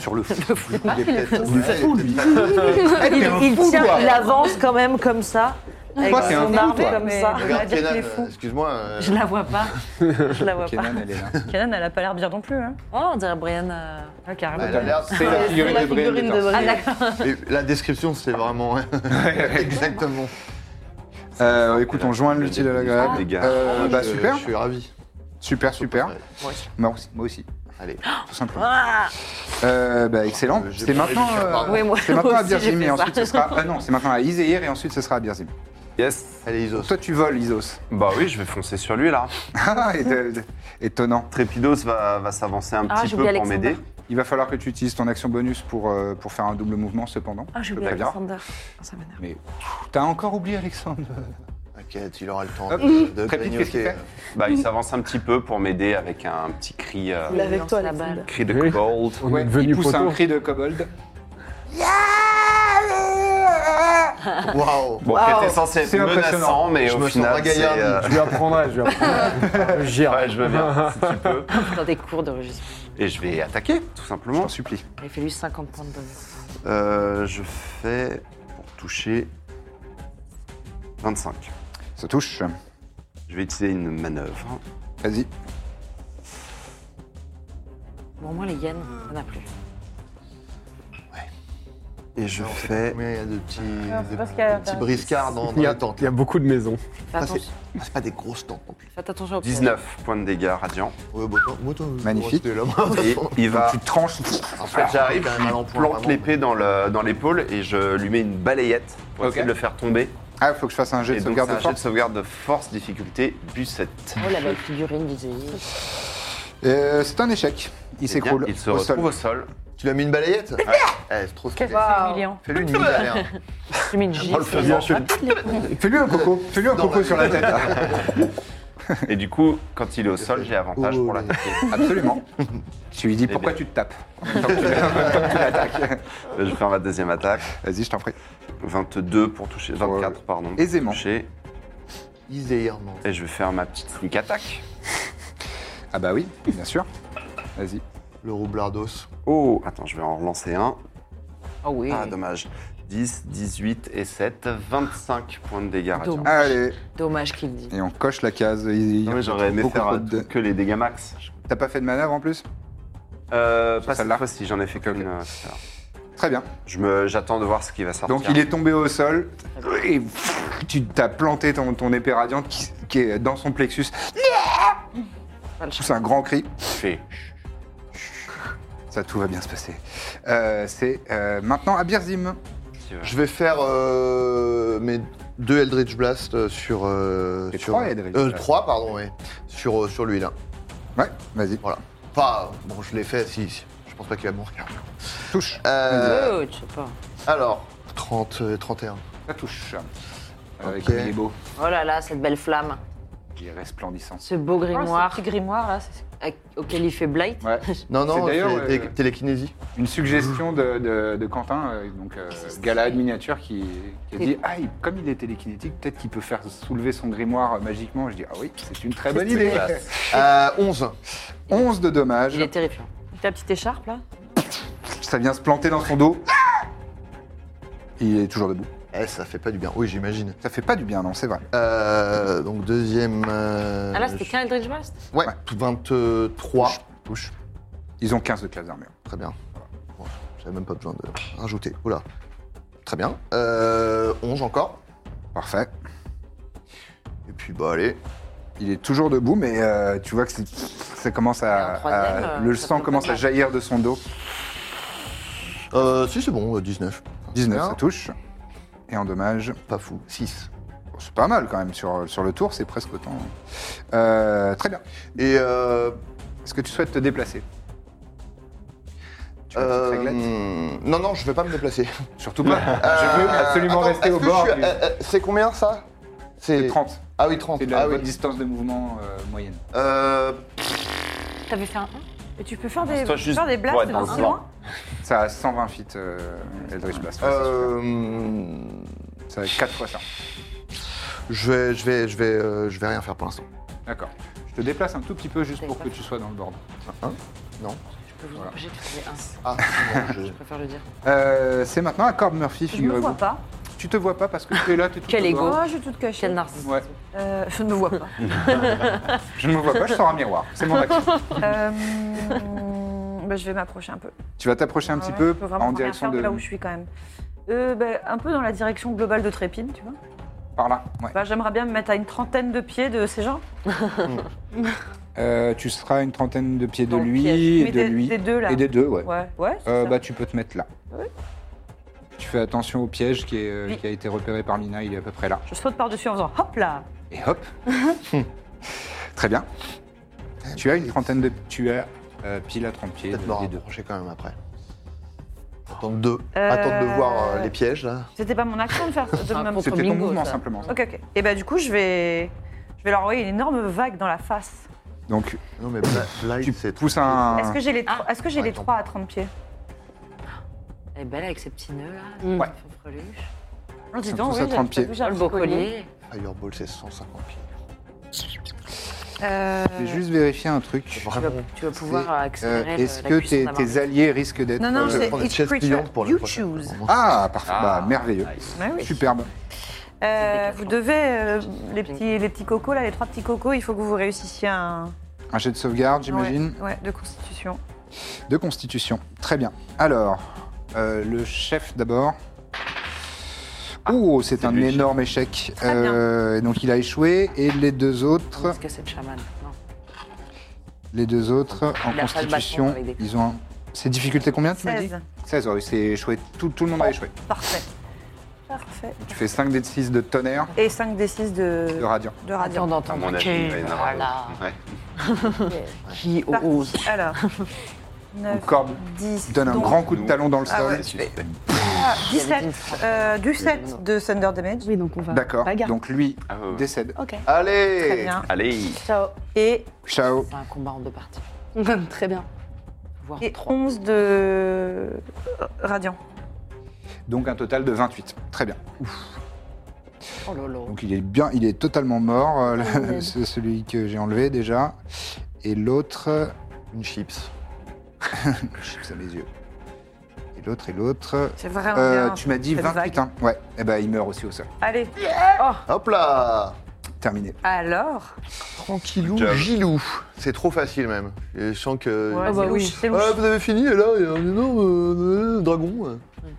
[SPEAKER 6] Sur le fou.
[SPEAKER 4] Il est peut-être- Ouais,
[SPEAKER 8] lui.
[SPEAKER 5] <laughs> il il tient, il avance quand même comme ça, avec
[SPEAKER 2] Toi, t'es un
[SPEAKER 5] son
[SPEAKER 2] fou,
[SPEAKER 5] arme
[SPEAKER 2] toi.
[SPEAKER 5] comme
[SPEAKER 3] Mais-
[SPEAKER 5] ça.
[SPEAKER 3] mais-
[SPEAKER 4] Regarde
[SPEAKER 3] Il a dit qu'il
[SPEAKER 4] Kenan,
[SPEAKER 3] est fou.
[SPEAKER 4] euh, excuse-moi. euh,
[SPEAKER 5] Je la vois pas. Je la vois pas.
[SPEAKER 2] <laughs> Kenan, elle
[SPEAKER 5] <laughs>
[SPEAKER 2] est là.
[SPEAKER 3] Canon, elle n'a pas l'air bien non plus. Hein.
[SPEAKER 5] Oh, on dirait Brian. euh,
[SPEAKER 3] Ah,
[SPEAKER 2] Bah,
[SPEAKER 3] carrément.
[SPEAKER 4] elle a l'air-
[SPEAKER 2] C'est la figurine de Brian
[SPEAKER 7] figurine de Ah,
[SPEAKER 2] Peters.
[SPEAKER 7] Brian.
[SPEAKER 4] Et <laughs> La description, c'est vraiment. <laughs> Exactement.
[SPEAKER 2] Euh, écoute, on joint l'utile à l'agréable.
[SPEAKER 6] Des Ah, gars.
[SPEAKER 2] Euh, bah
[SPEAKER 4] Je-
[SPEAKER 2] super,
[SPEAKER 4] Je suis ravi.
[SPEAKER 2] super, super.
[SPEAKER 4] Ouais.
[SPEAKER 2] Moi aussi, moi aussi,
[SPEAKER 4] Allez.
[SPEAKER 2] tout simplement.
[SPEAKER 5] Ah
[SPEAKER 2] Euh, bah, excellent.
[SPEAKER 4] Euh, j'ai
[SPEAKER 2] C'est
[SPEAKER 4] pas
[SPEAKER 2] maintenant,
[SPEAKER 4] réussi à
[SPEAKER 2] euh,
[SPEAKER 4] parler.
[SPEAKER 5] Oui, moi
[SPEAKER 2] c'est maintenant à
[SPEAKER 5] aussi, j'ai
[SPEAKER 2] Birzim
[SPEAKER 5] fait
[SPEAKER 2] et
[SPEAKER 5] ça.
[SPEAKER 2] ensuite ce sera. Ah non, c'est maintenant à Iséir et ensuite ce sera à Birzim.
[SPEAKER 6] Yes.
[SPEAKER 4] Allez, Isos.
[SPEAKER 2] Toi, tu voles, Isos. <laughs>
[SPEAKER 6] Bah oui, je vais foncer sur lui là.
[SPEAKER 2] Ah, et, euh, étonnant.
[SPEAKER 6] Trépidos va, va s'avancer un
[SPEAKER 5] Ah,
[SPEAKER 6] petit
[SPEAKER 5] j'ai
[SPEAKER 6] peu
[SPEAKER 5] oublié
[SPEAKER 6] pour
[SPEAKER 5] Alexander.
[SPEAKER 6] m'aider.
[SPEAKER 2] Il va falloir que tu utilises ton action bonus pour, euh, pour faire un double mouvement, cependant.
[SPEAKER 5] Ah, j'ai
[SPEAKER 2] Je
[SPEAKER 5] oublié
[SPEAKER 2] préviens.
[SPEAKER 5] Alexander. Ah, ça m'énerve.
[SPEAKER 2] T'as encore oublié, Alexandre.
[SPEAKER 4] T'inquiète, il aura le temps
[SPEAKER 2] Hop.
[SPEAKER 4] de, de
[SPEAKER 2] Très vite, qu'est-ce qu'il
[SPEAKER 4] grignoter.
[SPEAKER 2] fait
[SPEAKER 6] Bah, il s'avance un petit peu pour m'aider avec un petit cri, euh,
[SPEAKER 7] Il est avec
[SPEAKER 5] lance
[SPEAKER 7] toi,
[SPEAKER 5] la
[SPEAKER 7] Alexandre.
[SPEAKER 5] balle.
[SPEAKER 6] cri de
[SPEAKER 8] Oui.
[SPEAKER 6] kobold.
[SPEAKER 8] On est
[SPEAKER 2] Ouais,
[SPEAKER 8] devenu
[SPEAKER 2] il pousse
[SPEAKER 8] poteau.
[SPEAKER 2] un cri de kobold.
[SPEAKER 4] Waouh.
[SPEAKER 6] Bon, qui était censé être
[SPEAKER 2] C'est impressionnant.
[SPEAKER 6] menaçant, mais
[SPEAKER 4] Je
[SPEAKER 6] au
[SPEAKER 4] me sens
[SPEAKER 6] final,
[SPEAKER 4] pas gaillard,
[SPEAKER 6] c'est, euh,
[SPEAKER 8] <laughs> Je lui apprendrai, je lui apprendrai. Gire.
[SPEAKER 6] Ouais, je veux bien,
[SPEAKER 2] <laughs>
[SPEAKER 6] si tu peux.
[SPEAKER 5] Dans des cours de registre.
[SPEAKER 6] Et je vais attaquer, tout
[SPEAKER 2] Je
[SPEAKER 6] simplement.
[SPEAKER 2] t'en supplie.
[SPEAKER 5] Il fait lui 50 points de bonus.
[SPEAKER 6] Euh, je fais pour toucher 25.
[SPEAKER 2] Ça touche.
[SPEAKER 6] Je vais utiliser une manœuvre.
[SPEAKER 2] Vas-y.
[SPEAKER 5] Bon, au moins les hyènes, on en a plus.
[SPEAKER 6] Et je fais.
[SPEAKER 4] Combien il y a de petits,
[SPEAKER 3] Non, c'est
[SPEAKER 4] de-
[SPEAKER 3] parce qu'il y a-
[SPEAKER 4] de petits briscards dans, dans
[SPEAKER 8] <laughs> Il y, a,
[SPEAKER 4] les tentes
[SPEAKER 8] il y a beaucoup de maisons.
[SPEAKER 5] Fais
[SPEAKER 4] Ça,
[SPEAKER 5] attention,
[SPEAKER 4] Ah, c'est pas des grosses tentes non plus.
[SPEAKER 5] faites attention au piège.
[SPEAKER 6] 19 points de dégâts
[SPEAKER 2] <laughs>
[SPEAKER 6] radiants.
[SPEAKER 4] Ouais, bah, attends, moi, attends, je vais
[SPEAKER 2] Magnifique.
[SPEAKER 4] rester là, moi, de toute
[SPEAKER 6] Et
[SPEAKER 4] façon.
[SPEAKER 6] il va.
[SPEAKER 2] Tu tranches.
[SPEAKER 4] En
[SPEAKER 6] En fait, j'arrive,
[SPEAKER 4] quand
[SPEAKER 6] je
[SPEAKER 4] même
[SPEAKER 6] lui
[SPEAKER 4] à l'emploi,
[SPEAKER 6] plante
[SPEAKER 4] vraiment.
[SPEAKER 6] l'épée dans le- dans l'épaule et je lui mets une balayette pour
[SPEAKER 2] Ok.
[SPEAKER 6] essayer de le faire tomber.
[SPEAKER 2] Ah, il faut que je fasse un jet
[SPEAKER 6] et
[SPEAKER 2] de
[SPEAKER 6] donc,
[SPEAKER 2] sauvegarde
[SPEAKER 6] c'est
[SPEAKER 2] de
[SPEAKER 6] un jet de
[SPEAKER 2] force.
[SPEAKER 6] sauvegarde de force, difficulté Eh Bucette.
[SPEAKER 5] Oh, la belle figurine d'Iséir.
[SPEAKER 2] Euh, C'est un échec. Il
[SPEAKER 6] Eh bien,
[SPEAKER 2] s'écroule
[SPEAKER 6] Il se
[SPEAKER 2] au
[SPEAKER 6] retrouve
[SPEAKER 2] sol.
[SPEAKER 6] au sol.
[SPEAKER 4] Tu lui as mis une balayette Eh, C'est trop stylé.
[SPEAKER 7] Ah.
[SPEAKER 3] Humiliant.
[SPEAKER 4] Fais-lui
[SPEAKER 2] <laughs>
[SPEAKER 4] une
[SPEAKER 2] Bah.
[SPEAKER 4] mine derrière.
[SPEAKER 5] J'ai mis une
[SPEAKER 2] Oh,
[SPEAKER 6] En
[SPEAKER 5] gifle.
[SPEAKER 6] le faisant, je-
[SPEAKER 2] Fais-lui un coco. Fais-lui un
[SPEAKER 4] Dans
[SPEAKER 2] coco
[SPEAKER 4] la
[SPEAKER 2] sur la
[SPEAKER 4] nuit.
[SPEAKER 2] tête.
[SPEAKER 6] Et du coup, quand il est au sol, j'ai avantage
[SPEAKER 4] Oh,
[SPEAKER 6] pour
[SPEAKER 4] là.
[SPEAKER 6] l'attaquer.
[SPEAKER 2] Absolument. tu lui dis
[SPEAKER 6] Eh
[SPEAKER 2] pourquoi
[SPEAKER 6] bien.
[SPEAKER 2] tu te tapes. En même temps que tu- en même temps que tu l'attaques.
[SPEAKER 6] Je vais faire ma deuxième attaque.
[SPEAKER 2] Vas-y, je t'en prie.
[SPEAKER 6] 22 pour toucher. 24, pardon. pour
[SPEAKER 2] Aisément.
[SPEAKER 6] toucher.
[SPEAKER 4] Iséir, non.
[SPEAKER 6] Et je vais faire ma petite sneak attack.
[SPEAKER 2] Ah bah oui, bien sûr. Vas-y.
[SPEAKER 4] Le roublardos.
[SPEAKER 6] Oh, attends, je vais en relancer un.
[SPEAKER 5] Oh oui.
[SPEAKER 6] Ah, dommage. 10, 18 et 7, 25 points de dégâts radiants.
[SPEAKER 2] Allez,
[SPEAKER 5] Dommage qu'il dit.
[SPEAKER 2] et on coche la case. Il- il-
[SPEAKER 6] Non, mais j'aurais aimé
[SPEAKER 2] beaucoup
[SPEAKER 6] faire
[SPEAKER 2] trop
[SPEAKER 6] euh,
[SPEAKER 2] de-
[SPEAKER 6] que les dégâts max.
[SPEAKER 2] T'as pas fait de manœuvre en plus
[SPEAKER 6] Euh, pas cette
[SPEAKER 2] celle-là
[SPEAKER 6] fois-ci, j'en ai fait qu'une. euh, tout à l'heure.
[SPEAKER 2] Très bien.
[SPEAKER 6] Je me, j'attends de voir ce qui va sortir.
[SPEAKER 2] Donc il est tombé au sol et pff, tu t'as planté ton, ton épée radiante qui, qui est dans son plexus. C'est un grand cri.
[SPEAKER 6] fait.
[SPEAKER 2] Ça, tout va bien se passer. Euh, C'est euh, maintenant à Birzim.
[SPEAKER 6] si, euh,
[SPEAKER 4] Je vais faire euh, mes deux Eldritch Blast euh, sur. euh,
[SPEAKER 2] Et
[SPEAKER 4] sur
[SPEAKER 2] trois Eldritch
[SPEAKER 4] euh,
[SPEAKER 2] Blast.
[SPEAKER 4] trois, pardon, oui. Sur, euh, sur lui, là.
[SPEAKER 2] Ouais, vas-y.
[SPEAKER 4] Voilà. Pas. Bon, je l'ai fait, si, si. Je pense pas qu'il va mourir.
[SPEAKER 2] Touche.
[SPEAKER 4] Euh,
[SPEAKER 5] Oh, je sais pas.
[SPEAKER 4] alors, 30, euh, 31.
[SPEAKER 2] Ça touche. Euh, Avec
[SPEAKER 4] Ok.
[SPEAKER 2] il est beau.
[SPEAKER 5] Oh là là, cette belle flamme.
[SPEAKER 2] Il est resplendissant.
[SPEAKER 5] Ce beau
[SPEAKER 9] Oh,
[SPEAKER 5] grimoire
[SPEAKER 3] petit grimoire là, Oh, c'est
[SPEAKER 5] avec- auquel il fait blight.
[SPEAKER 2] Ouais. C'est
[SPEAKER 4] Non, non,
[SPEAKER 2] d'ailleurs,
[SPEAKER 4] c'est télé-
[SPEAKER 2] euh,
[SPEAKER 4] télékinésie.
[SPEAKER 2] Une suggestion de, de- de Quentin, euh, donc euh, Galahad miniature, qui, qui a dit Ah, il- comme il est télékinétique, peut-être qu'il peut faire soulever son grimoire euh, magiquement. Je dis Ah oui, c'est une très bonne idée.
[SPEAKER 4] Euh, 11.
[SPEAKER 2] 11 de dommages.
[SPEAKER 5] Il est terrifiant.
[SPEAKER 3] ta petite écharpe là.
[SPEAKER 2] Ça vient se planter dans son dos. Il est toujours debout.
[SPEAKER 4] Eh, ça fait pas du bien. Oui, j'imagine.
[SPEAKER 2] Ça fait pas du bien, non, c'est vrai.
[SPEAKER 4] Euh, donc, deuxième. euh,
[SPEAKER 5] Ah là, c'était qu'un Eldritch Blast
[SPEAKER 4] Ouais, 23.
[SPEAKER 2] Touche. Ils ont 15 de classe d'armure.
[SPEAKER 4] Très bien. Bon, J'avais même pas besoin de rajouter. Oula. Très bien. Euh, 11 encore.
[SPEAKER 2] Parfait.
[SPEAKER 4] Et puis, bah, allez.
[SPEAKER 2] Il est toujours debout, mais euh, tu vois que c'est- ça commence à,
[SPEAKER 5] Et un troisième,
[SPEAKER 2] à-
[SPEAKER 5] euh,
[SPEAKER 2] le
[SPEAKER 5] ça
[SPEAKER 2] sang
[SPEAKER 5] peut
[SPEAKER 2] commence
[SPEAKER 5] pas
[SPEAKER 2] à
[SPEAKER 5] mal.
[SPEAKER 2] jaillir de son dos.
[SPEAKER 4] Euh, si, c'est bon, euh, 19.
[SPEAKER 2] 19,
[SPEAKER 4] Bien.
[SPEAKER 2] ça touche. Et en dommage,
[SPEAKER 4] Pas fou. 6.
[SPEAKER 2] c'est pas mal quand même sur, sur le tour, c'est presque autant. Euh, très bien.
[SPEAKER 4] Et euh,
[SPEAKER 2] Est-ce que tu souhaites te déplacer Tu veux une petite
[SPEAKER 4] euh,
[SPEAKER 2] réglette
[SPEAKER 4] non, non, je vais pas me déplacer.
[SPEAKER 2] Surtout
[SPEAKER 4] <laughs>
[SPEAKER 2] pas. Je veux
[SPEAKER 4] Euh,
[SPEAKER 2] absolument
[SPEAKER 4] attends,
[SPEAKER 2] rester
[SPEAKER 4] est-ce
[SPEAKER 2] au
[SPEAKER 4] que
[SPEAKER 2] bord.
[SPEAKER 4] je suis-
[SPEAKER 2] du-
[SPEAKER 4] euh, euh, C'est combien ça
[SPEAKER 2] C'est 30.
[SPEAKER 4] Ah oui, 30.
[SPEAKER 2] C'est de la
[SPEAKER 4] Ah
[SPEAKER 2] bonne
[SPEAKER 4] oui.
[SPEAKER 2] distance de mouvement euh, moyenne.
[SPEAKER 4] Euh,
[SPEAKER 5] T'avais fait un 1
[SPEAKER 3] Et tu peux faire des,
[SPEAKER 6] Toi, juste
[SPEAKER 3] faire des blasts
[SPEAKER 6] pour être dans
[SPEAKER 3] dans
[SPEAKER 6] le
[SPEAKER 3] ce
[SPEAKER 6] vent.
[SPEAKER 3] loin.
[SPEAKER 2] Ça a 120 feet, euh, Eldritch Blast. ouais, c'est super.
[SPEAKER 4] euh,
[SPEAKER 2] Ça a 4 fois ça.
[SPEAKER 4] je vais, je vais, je vais, euh, je vais rien faire pour l'instant.
[SPEAKER 2] D'accord. Je te déplace un tout petit peu juste pour que tu sois dans le bord.
[SPEAKER 5] Je peux vous
[SPEAKER 2] Voilà.
[SPEAKER 5] empêcher de faire un.
[SPEAKER 4] Ah, c'est bon,
[SPEAKER 5] Je préfère le dire.
[SPEAKER 2] Euh, c'est maintenant à Corbe Murphy,
[SPEAKER 3] Je me vois
[SPEAKER 2] figurez-vous.
[SPEAKER 3] pas.
[SPEAKER 2] Tu te vois pas parce que tu es là, tu
[SPEAKER 5] Quel
[SPEAKER 3] Oh,
[SPEAKER 5] ego.
[SPEAKER 3] je suis toute cachée.
[SPEAKER 5] Quel narcissisme.
[SPEAKER 2] Ouais,
[SPEAKER 3] Euh, je ne me vois <laughs> pas.
[SPEAKER 2] je ne me vois pas, je sors un miroir. C'est mon
[SPEAKER 3] <laughs>
[SPEAKER 2] action.
[SPEAKER 3] Euh, bah, je vais m'approcher un peu.
[SPEAKER 2] Tu vas t'approcher un petit
[SPEAKER 3] Ouais,
[SPEAKER 2] peu
[SPEAKER 3] je peux vraiment
[SPEAKER 2] en
[SPEAKER 3] rien
[SPEAKER 2] direction
[SPEAKER 3] faire
[SPEAKER 2] de.
[SPEAKER 3] là où je suis quand même. Euh, bah, un peu dans la direction globale de Trépine, tu vois.
[SPEAKER 2] Par là. Ouais.
[SPEAKER 3] Bah, J'aimerais bien me mettre à une trentaine de pieds de ces gens.
[SPEAKER 2] Euh, tu seras à une trentaine de pieds de
[SPEAKER 5] Dans le
[SPEAKER 2] lui,
[SPEAKER 5] piège.
[SPEAKER 2] et
[SPEAKER 3] Mais
[SPEAKER 2] de
[SPEAKER 3] des,
[SPEAKER 2] lui.
[SPEAKER 3] des deux là.
[SPEAKER 2] Et des deux, ouais.
[SPEAKER 3] Ouais, ouais. c'est
[SPEAKER 2] Euh,
[SPEAKER 3] ça.
[SPEAKER 2] bah, tu peux te mettre là.
[SPEAKER 3] Oui.
[SPEAKER 2] Tu fais attention au piège qui, est, euh,
[SPEAKER 3] Oui.
[SPEAKER 2] qui a été repéré par Mina, il est à peu près là.
[SPEAKER 3] Je saute par-dessus en faisant hop là.
[SPEAKER 2] Et
[SPEAKER 3] <laughs>
[SPEAKER 2] hop Hum. Très bien. <laughs> Tu as une trentaine de. Tu as euh, pile à 30 pieds
[SPEAKER 4] Peut-être
[SPEAKER 2] de-
[SPEAKER 4] me
[SPEAKER 2] des deux.
[SPEAKER 4] rapprocher quand même après. Attendre deux.
[SPEAKER 3] Euh,
[SPEAKER 4] Attendre de voir euh, les pièges là.
[SPEAKER 3] C'était pas mon action <laughs> de faire de
[SPEAKER 5] Ah,
[SPEAKER 3] me-
[SPEAKER 5] contre
[SPEAKER 2] C'était ton
[SPEAKER 5] Bingo,
[SPEAKER 2] mouvement
[SPEAKER 5] ça.
[SPEAKER 2] simplement.
[SPEAKER 3] Ok, ok. Et bah du coup, je vais, je vais leur envoyer une énorme vague dans la face.
[SPEAKER 2] Donc
[SPEAKER 4] Non mais Bla- Blight,
[SPEAKER 2] tu
[SPEAKER 4] c'est
[SPEAKER 2] pousses un.
[SPEAKER 3] Est-ce que j'ai les, tro- est-ce que j'ai
[SPEAKER 4] Ouais,
[SPEAKER 3] les
[SPEAKER 4] attends.
[SPEAKER 3] trois à 30 pieds
[SPEAKER 5] Elle est belle avec ses petits nœuds là.
[SPEAKER 7] Mm.
[SPEAKER 2] Ouais.
[SPEAKER 5] son freluche.
[SPEAKER 3] Non, Oh, dis
[SPEAKER 2] Ça
[SPEAKER 3] donc,
[SPEAKER 2] pousse
[SPEAKER 3] oui,
[SPEAKER 2] à 30
[SPEAKER 3] j'ai-
[SPEAKER 2] pieds.
[SPEAKER 3] j'ai un
[SPEAKER 5] Le
[SPEAKER 3] beau
[SPEAKER 5] beau
[SPEAKER 3] collier.
[SPEAKER 5] collier.
[SPEAKER 4] Fireball, c'est 150 pieds.
[SPEAKER 3] Euh,
[SPEAKER 2] Je vais juste vérifier un truc.
[SPEAKER 5] Tu vas,
[SPEAKER 4] Vraiment.
[SPEAKER 5] Euh, tu vas pouvoir
[SPEAKER 2] C'est,
[SPEAKER 5] accélérer.
[SPEAKER 2] Euh,
[SPEAKER 5] le-
[SPEAKER 2] Est-ce
[SPEAKER 5] la
[SPEAKER 2] que
[SPEAKER 5] cuisson de
[SPEAKER 2] tes,
[SPEAKER 5] la
[SPEAKER 2] tes
[SPEAKER 5] marmite.
[SPEAKER 2] alliés risquent d'être. euh,
[SPEAKER 3] Non, non,
[SPEAKER 4] Je vais
[SPEAKER 3] c'est
[SPEAKER 4] prendre une
[SPEAKER 3] each
[SPEAKER 4] chaise
[SPEAKER 3] creature
[SPEAKER 4] pliante pour la
[SPEAKER 3] you
[SPEAKER 4] prochaine.
[SPEAKER 3] choose.
[SPEAKER 2] Ah, parfait. Bah, merveilleux.
[SPEAKER 3] Ouais, Ah, oui.
[SPEAKER 2] Superbe.
[SPEAKER 3] Euh, vous devez, euh, les, petits, les petits cocos, là, les trois petits cocos, il faut que vous réussissiez un.
[SPEAKER 2] Un jet de sauvegarde, j'imagine.
[SPEAKER 3] Ouais, ouais, de constitution.
[SPEAKER 2] De constitution. Très bien. Alors, euh, le chef d'abord. oh, c'est un
[SPEAKER 6] lui.
[SPEAKER 2] énorme échec.
[SPEAKER 3] Très bien.
[SPEAKER 2] Euh, donc il a échoué. Et les deux autres,
[SPEAKER 5] Parce que c'est le chaman. Non.
[SPEAKER 2] les deux autres en
[SPEAKER 5] Il a pas le
[SPEAKER 2] constitution,
[SPEAKER 5] bâton avec des-
[SPEAKER 2] ils ont. un- C'est difficulté combien tu m'as dit
[SPEAKER 3] 16.
[SPEAKER 2] 16, oui, c'est échoué. Tout, tout le monde a échoué.
[SPEAKER 3] Parfait. Parfait.
[SPEAKER 2] Tu fais 5 d 6 de tonnerre,
[SPEAKER 3] Et 5 des 6 de,
[SPEAKER 2] de radiant.
[SPEAKER 3] de radiant.
[SPEAKER 6] À
[SPEAKER 5] d'entendre.
[SPEAKER 6] mon avis, il va y en avoir
[SPEAKER 5] Voilà.
[SPEAKER 6] une. Ouais.
[SPEAKER 2] Ah
[SPEAKER 5] Qui
[SPEAKER 3] Parti.
[SPEAKER 5] ose
[SPEAKER 2] <laughs>
[SPEAKER 3] Alors, 9,
[SPEAKER 2] Corbe
[SPEAKER 3] 10.
[SPEAKER 2] donne un
[SPEAKER 3] donc-
[SPEAKER 2] grand coup de
[SPEAKER 6] Nous.
[SPEAKER 2] talon dans le
[SPEAKER 3] Ah
[SPEAKER 2] sol.
[SPEAKER 3] ouais.
[SPEAKER 6] Suspect.
[SPEAKER 3] Ah, 17. euh, du 7 de Thunder Damage.
[SPEAKER 7] Oui, donc on va.
[SPEAKER 2] D'accord.
[SPEAKER 7] Bagarre.
[SPEAKER 2] Donc lui
[SPEAKER 6] Ah, ouais, ouais.
[SPEAKER 2] décède.
[SPEAKER 7] Ok.
[SPEAKER 4] Allez
[SPEAKER 3] Très bien.
[SPEAKER 6] Allez,
[SPEAKER 7] Ciao.
[SPEAKER 3] Et,
[SPEAKER 2] Ciao.
[SPEAKER 5] C'est un combat en deux parties.
[SPEAKER 7] <laughs> Très bien.
[SPEAKER 5] Voire
[SPEAKER 3] et
[SPEAKER 5] trois.
[SPEAKER 3] 11 de euh, radiant.
[SPEAKER 2] Donc un total de 28. Très bien.
[SPEAKER 5] Oh lolo.
[SPEAKER 2] Donc il est bien, il est totalement mort, euh, le- <laughs>
[SPEAKER 7] Malade.
[SPEAKER 2] c'est celui que j'ai enlevé déjà. Et l'autre, <laughs>
[SPEAKER 4] Une chips.
[SPEAKER 2] chips à mes yeux. Et Et l'autre, et l'autre.
[SPEAKER 9] C'est
[SPEAKER 3] Ah,
[SPEAKER 9] vraiment
[SPEAKER 2] Euh,
[SPEAKER 9] bien,
[SPEAKER 2] tu m'as dit
[SPEAKER 9] cette
[SPEAKER 2] 28,
[SPEAKER 9] vague.
[SPEAKER 2] hein. Ouais. Et ben, il meurt aussi au sol.
[SPEAKER 9] Allez.
[SPEAKER 4] Hop là
[SPEAKER 2] Terminé.
[SPEAKER 9] Alors
[SPEAKER 4] Tranquillou,
[SPEAKER 6] Job.
[SPEAKER 4] gilou. C'est trop facile même. Et je sens que.
[SPEAKER 9] Ouais, c'est louche, c'est
[SPEAKER 4] Ah,
[SPEAKER 9] louche.
[SPEAKER 4] vous avez fini, et là, il y a un énorme euh, euh, dragon.